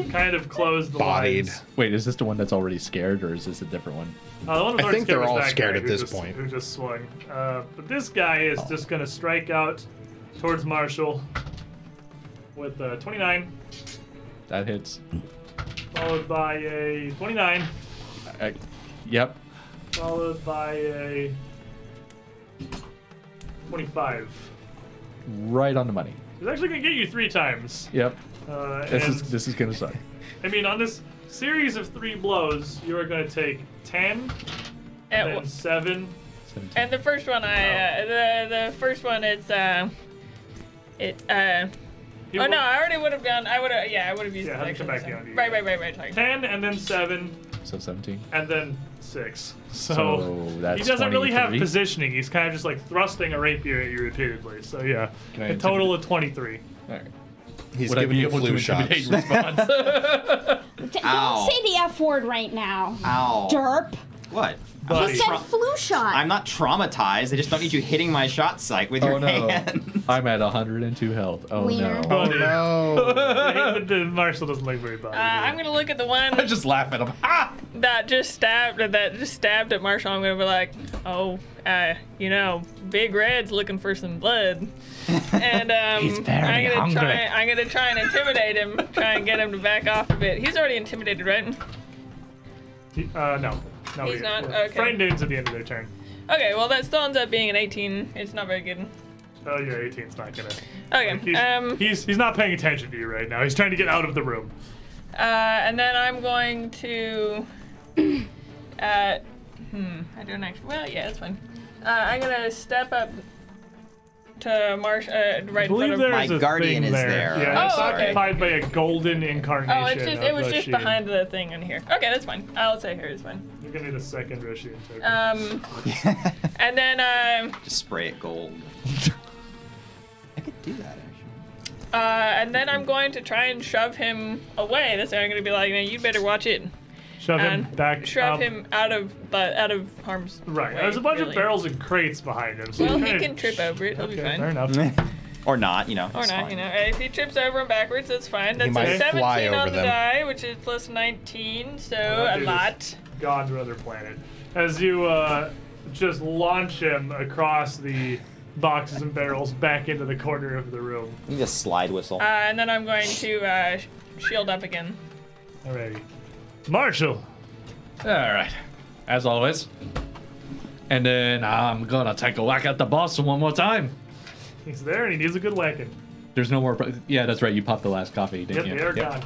kind of closed the Bodied. lines. Wait, is this the one that's already scared, or is this a different one? Uh, the one with I orange think they're skin was all that scared guy at who this just- point. Oh. Who just swung. Uh, but this guy is just gonna strike out towards Marshall with uh, 29, That hits. followed by a 29. I, yep. followed by a 25. Right on the money. He's actually gonna get you three times. Yep. Uh, This and, is this is gonna suck. I mean, on this series of three blows, you are gonna take 10, At then w- 7. Seventeen. And the first one, I uh, the the first one, it's uh, it uh. You oh will- no, I already would have done. I would have. Yeah, I would have used. Yeah, the have next to come one, back so- down to you. Right, right, right, right. right. 10, and then 7, So seventeen. and then 6. So, So that's he doesn't really have 23. positioning. He's kind of just like thrusting a rapier at you repeatedly. So, yeah, Can I a total of 23. All right. He's Would I giving be you able flu to shots. intimidate response? D- Ow. Don't say the F word right now. Ow. Derp. What? He said flu shot. I'm not traumatized. I just don't need you hitting my shot psych with Oh your no. hand. I'm at 102 health. Oh Wiener. no. Oh, dude. no. But the Marshall doesn't look very bothered. Uh, I'm gonna look at the one I just laugh at him. Ah! that just stabbed that just stabbed at Marshall. I'm gonna be like, oh, uh, you know, Big Red's looking for some blood, and um, He's very I'm gonna hungry. try. I'm gonna try and intimidate him. try and get him to back off a bit. He's already intimidated, right? He- uh, no. No, He's we- not? we're- Okay. Frightened dudes at the end of their turn. Okay, well that still ends up being an 18. It's not very good. Oh, your 18's not gonna. Okay. He's, Um. he's he's not paying attention to you right now. He's trying to get out of the room. Uh. And then I'm going to. Uh. Hmm. I don't actually. Well, yeah, that's fine. Uh, I'm gonna step up to Marsh. Uh, right I in front believe of there's My a thing guardian is there. there. Yeah, Oh, it's okay. occupied by a golden incarnation. Oh, it's just of it was the just Rashid. behind the thing in here. Okay, that's fine. I'll say here is fine. You're gonna need a second Roshian token. Um, and then um, just spray it gold. I could do that actually. uh, and then I'm going to try and shove him away. That's how I'm going to be like, now you better watch it. shove him And back. shove up. him out of but out of harm's Right. way, There's a bunch really. of barrels and crates behind him. So Well, you he kinda- can trip over it. He'll Okay, be fine. fair enough. or not, you know. Or it's not, fine. you know. If he trips over and backwards, that's fine. That's might a 17 fly on over the them. die, which is plus 19, so Oh, that a dude is- lot. gone to another planet. As you uh, just launch him across the boxes and barrels back into the corner of the room. You need a slide whistle. Uh, and then I'm going to uh, sh- shield up again. Alrighty. Marshall, All right, as always. And then I'm gonna take a whack at the boss one more time. he's there and he needs a good whacking. There's no more. pro- Yeah, that's right. You popped the last coffee, Yep, didn't they you? are Yep. gone.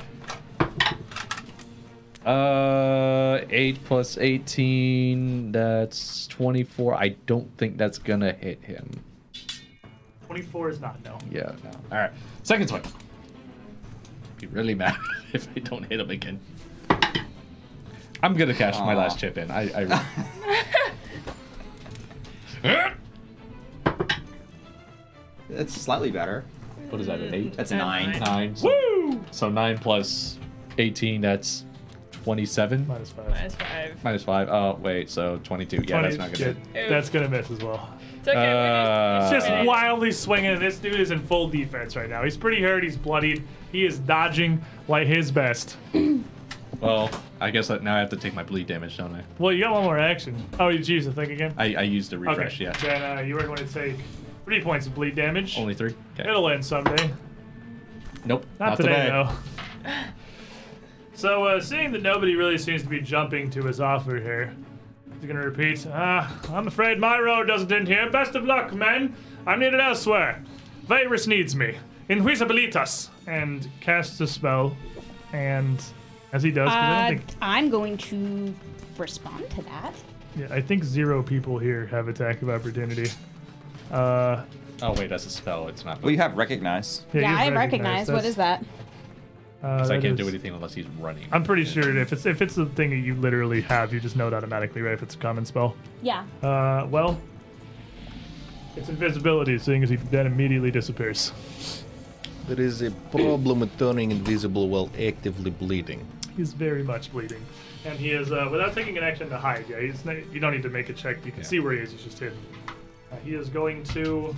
Uh, 8 plus 18, that's 24. I don't think that's gonna hit him. 24 is not, no. Yeah, no. Alright, second swing. Be really mad if I don't hit him again. I'm gonna cash my Aw. last chip in. I. I It's slightly better. what is that, an 8? That's Nine. nine. Nine. So, Woo! so 9 plus 18, that's 27. Minus five. Minus 5. Minus 5. Oh, wait, so 22. Yeah, that's 20 not gonna hit. yeah, that's gonna miss as well. It's okay. we're It's just, just Uh, wildly swinging, and this dude is in full defense right now. He's pretty hurt. He's bloodied. He is dodging like his best. Well, I guess that now I have to take my bleed damage, don't I? Well, you got one more action. Oh, you used the thing again. I, I used the refresh, yeah. Then uh, you are going to take three points of bleed damage. Only three? Okay. It'll end someday. nope. Not, today, though. So, uh, seeing that nobody really seems to be jumping to his offer here, he's going to repeat, Ah, I'm afraid my road doesn't end here. Best of luck, men. I'm needed elsewhere. Virus needs me. Inhuisabilitas. And casts a spell. And as he does, 'cause I Uh, don't think I'm going to respond to that. Yeah, I think zero people here have attack of opportunity. Uh, Oh, wait, that's a spell. It's not. Well, you have recognize. yeah, Yeah, you I recognize. What That's- is that? Uh, 'cause I that can't is- do anything unless he's running. I'm pretty sure if it's if it's the thing that you literally have, you just know it automatically, right? If it's a common spell. Yeah. Uh, well, it's invisibility, seeing as he then immediately disappears. There is a problem with turning invisible while actively bleeding. He's very much bleeding, and he is uh, without taking an action to hide. Yeah, he's not, you don't need to make a check. You can Yeah. see where he is. He's just hidden. Uh, he is going to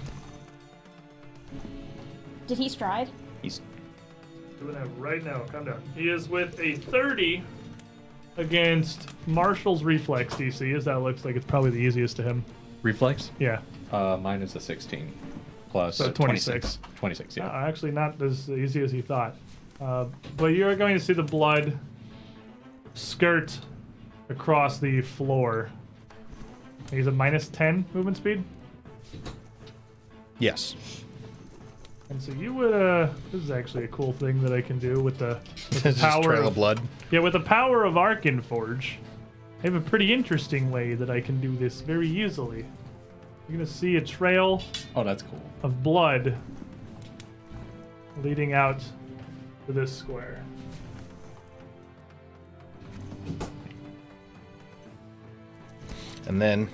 Did he stride? He's doing that right now. Calm down. He is with a 30 against Marshall's reflex DC. As that looks like it's probably the easiest to him. Reflex? Yeah, Uh, mine is a 16. Plus so 26. 26, yeah. Uh, actually, not as easy as he thought. Uh, but you're going to see the blood skirt across the floor. He's a minus 10 movement speed. Yes. And so you would, uh, this is actually a cool thing that I can do with the, with the Just power trail of of blood. Yeah, with the power of Arkin Forge, I have a pretty interesting way that I can do this very easily. You're gonna see a trail oh, that's cool. of blood leading out to this square. And then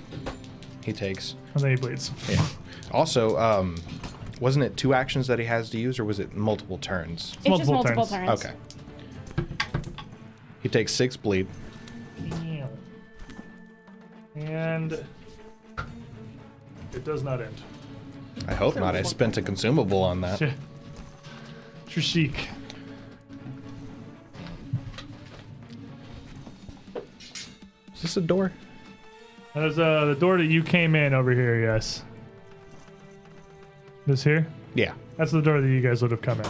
he takes. And then he bleeds. Also, um, Wasn't it two actions that he has to use, or was it multiple It's turns? just Multiple multiple turns. turns. Okay. He takes six bleed. Meow. And it does not end. I hope not. I spent a consumable on that. Trishik. Is this a door? There's uh, the door that you came in over here, yes. This here? Yeah. That's the door that you guys would have come in.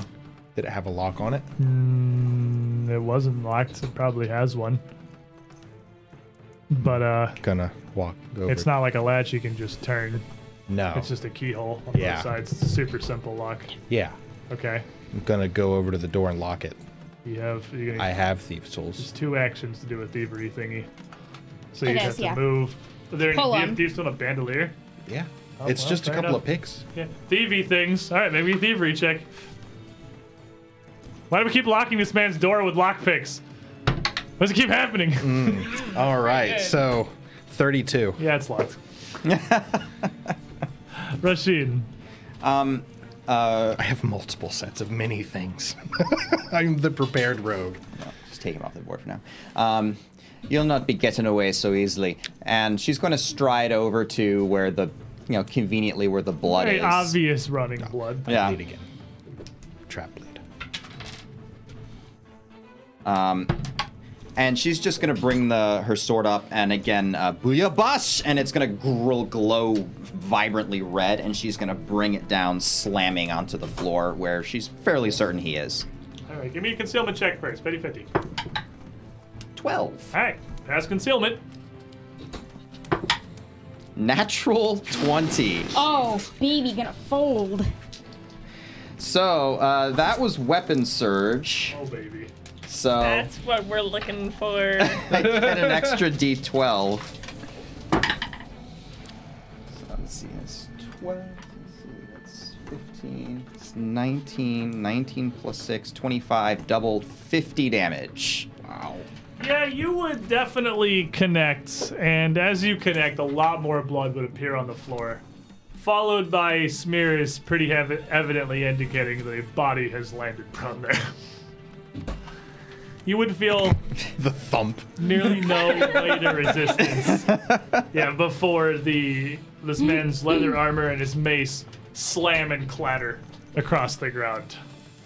Did it have a lock on it? Mm, it wasn't locked. It probably has one. But uh, Gonna walk over. it's not like a latch you can just turn. No. It's just a keyhole on Yeah. both sides. It's a super simple lock. Yeah. Okay. I'm gonna go over to the door and lock it. You have you're gonna I have thieves' tools. It's two actions to do a thievery thingy. So It you is, have to yeah. move. Are there Pull any 'em. thie- thieves on a bandolier? Yeah. it's Oh, well, just a fair couple enough. of picks. Yeah. Thievy things. All right, maybe a thievery check. Why do we keep locking this man's door with lockpicks? Why does it keep happening? All right. So, 32. Yeah, it's locked. Rashid. Um, uh, I have multiple sets of many things. I'm the prepared rogue. just take him off the board for now. Um, you'll not be getting away so easily. And she's going to stride over to where the, you know, conveniently where the blood Very is. obvious running blood. Yeah. Bleed again. Trap bleed. Um, and she's just gonna bring the her sword up, and again, uh, booyah bus, and it's gonna gr- glow vibrantly red, and she's gonna bring it down, slamming onto the floor where she's fairly certain he is. All right, give me a concealment check first. Betty 50. All Twelve, right, pass concealment. natural twenty. Oh, baby, gonna fold. So uh, that was weapon surge. Oh, baby. So That's what we're looking for. I get an extra d12. So let's see, that's 12. Let's see, that's 15. It's 19. 19 plus 6, 25, doubled 50 damage. Wow. Yeah, you would definitely connect, and as you connect, a lot more blood would appear on the floor, followed by smears pretty hev- evidently indicating that a body has landed prone there. You would feel The thump. nearly no later resistance. Yeah, before the this man's leather armor and his mace slam and clatter across the ground,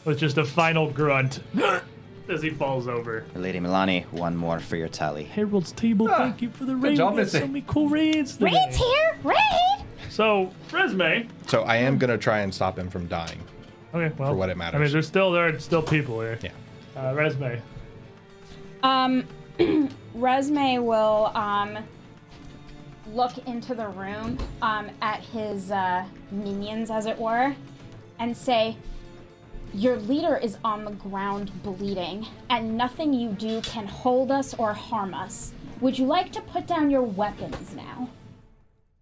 with just a final grunt as he falls over. Lady Milani, one more for your tally. Harold's table. Ah, Thank you for the raid. job, We got so Missy. many cool raids. today. Raid's here! Raid! So, resume. So I am gonna try and stop him from dying. Okay, well, For what it I mean, matters. there's still there are still people here. Yeah. Uh, resume. Um, Resme will um, look into the room um, at his uh, minions, as it were, and say, Your leader is on the ground bleeding, and nothing you do can hold us or harm us. Would you like to put down your weapons now?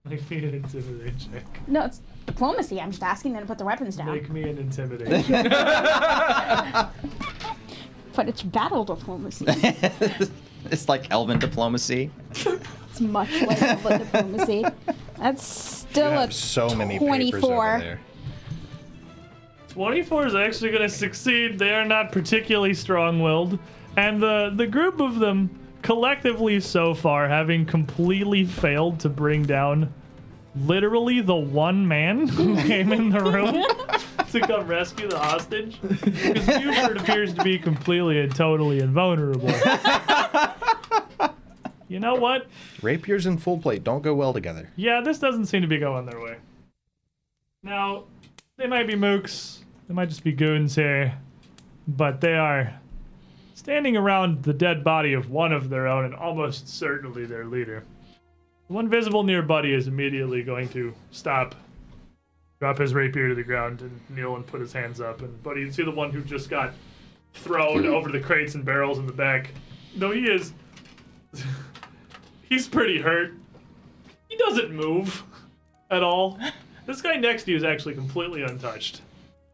Make me an intimidate check. No, it's diplomacy. I'm just asking them to put the weapons down. Make me an intimidate. check. But it's battle diplomacy. it's like elven diplomacy. it's much like battle diplomacy. That's still I a have so many papers over 24. there. 24 is actually going to succeed. They are not particularly strong-willed, and the the group of them collectively so far having completely failed to bring down literally the one man who came in the room to come rescue the hostage. Because Buford appears to be completely and totally invulnerable. you know what? Rapiers and full plate don't go well together. Yeah, this doesn't seem to be going their way. Now, they might be mooks, they might just be goons here, but they are standing around the dead body of one of their own and almost certainly their leader. The one visible near Buddy is immediately going to stop, drop his rapier to the ground, and kneel and put his hands up. And Buddy, you see the one who just got thrown over the crates and barrels in the back. Though he is. he's pretty hurt. He doesn't move at all. This guy next to you is actually completely untouched.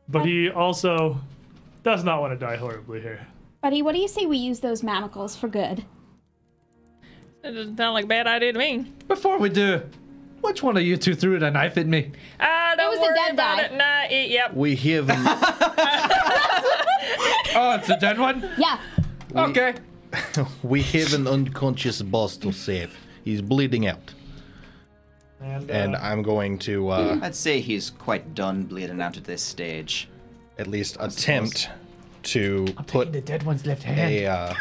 But he also does not want to die horribly here. Buddy, what do you say we use those manacles for good? That doesn't sound like a bad idea to me. Before we do, Which one of you two threw the knife at me? Uh, don't was the worry dead about guy. it. Nah, it, yep. We hear them. Oh, it's the dead one? Yeah. Mm. Okay. we have an unconscious boss to save. He's bleeding out, And, uh, and I'm going to uh, I'd say he's quite done bleeding out at this stage. at least attempt to put the dead one's left hand. a uh,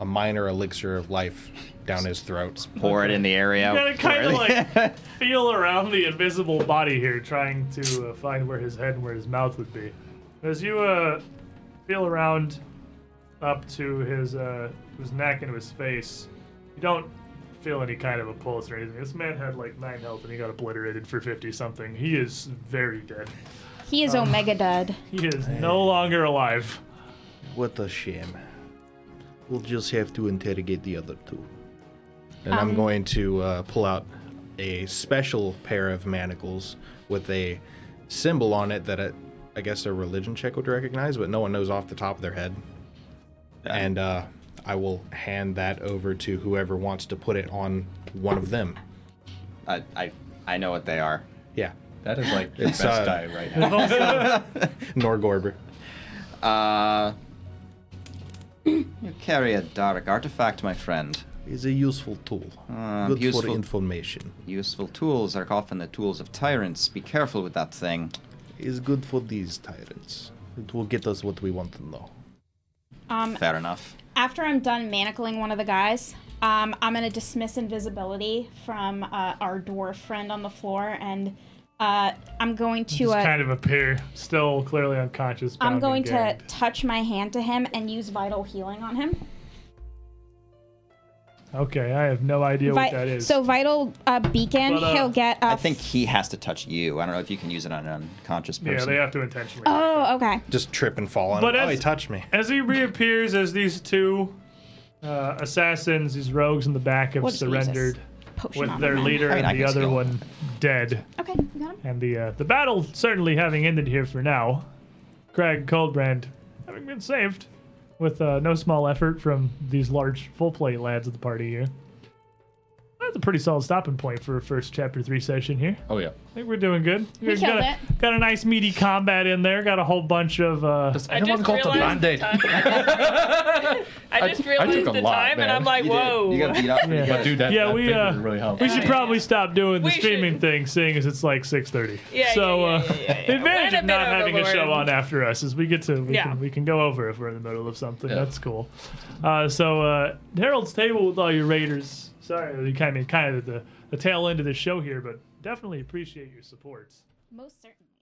a minor elixir of life down his throat. Pour it in the area. gotta kind where of the- like feel around the invisible body here, trying to uh, find where his head and where his mouth would be. As you uh, feel around up to his uh, his neck and to his face, you don't feel any kind of a pulse or anything. This man had like nine health and he got obliterated for fifty something. He is very dead. He Oh. is Omega Dud. He is no longer alive. What a shame. We'll just have to interrogate the other two. And Um, I'm going to uh, pull out a special pair of manacles with a symbol on it that I, I guess a religion check would recognize, but no one knows off the top of their head. And uh, I will hand that over to whoever wants to put it on one of them. I, I, I know what they are. Yeah, That is like It's, the best uh, die right now. Norgorber. Uh, you carry a dark artifact, my friend. It's a useful tool. Ah, Um, Good for useful- information. Useful tools are often the tools of tyrants. Be careful with that thing. It's good for these tyrants. It will get us what we want to know. Um, Fair enough. after I'm done manacling one of the guys, um, I'm gonna dismiss invisibility from uh, our dwarf friend on the floor, and uh, I'm going to. Just Uh, kind of appear, still clearly unconscious. I'm bound going and to gagged. touch my hand to him and use vital healing on him. Okay, I have no idea Vi- what that is. So vital uh, beacon, But, uh, he'll get. Uh, I think he has to touch you. I don't know if you can use it on an unconscious person. yeah, they have to intentionally. Oh, okay. just trip and fall on But him. oh, as- he touched me. As he reappears as these two uh, assassins, these rogues in the back have We'll just use this surrendered, Potion with on their him. leader I mean, I and the can other steal. one dead. Okay, you got him. And the uh, the battle certainly having ended here for now. Greg Coldbrand having been saved with uh, no small effort from these large full plate lads of the party here. That's a pretty solid stopping point for a first chapter three session here. Oh yeah. I think we're doing good. We killed got a, it. Got a nice meaty combat in there. Got a whole bunch of uh, I Anyone just got a realized the band-aid? time. I just I took realized a the lot, time, and man. I'm like, You did. whoa. You got beat up. pretty Yeah. good. But dude, that, Yeah, that we, finger uh, really helped. We should Yeah. probably stop doing the We should. streaming thing, seeing as it's like 6:30. Yeah, so yeah, uh, yeah, yeah, yeah, yeah. the advantage Way to of not bend having a show overboard. on after us is we get to we, Yeah. can, we can go over if we're in the middle of something. Yeah. That's cool. Uh, so uh, Harold's table with all your raiders. Sorry, we kind of kind of the the tail end of the show here, but definitely appreciate your support. Most certainly.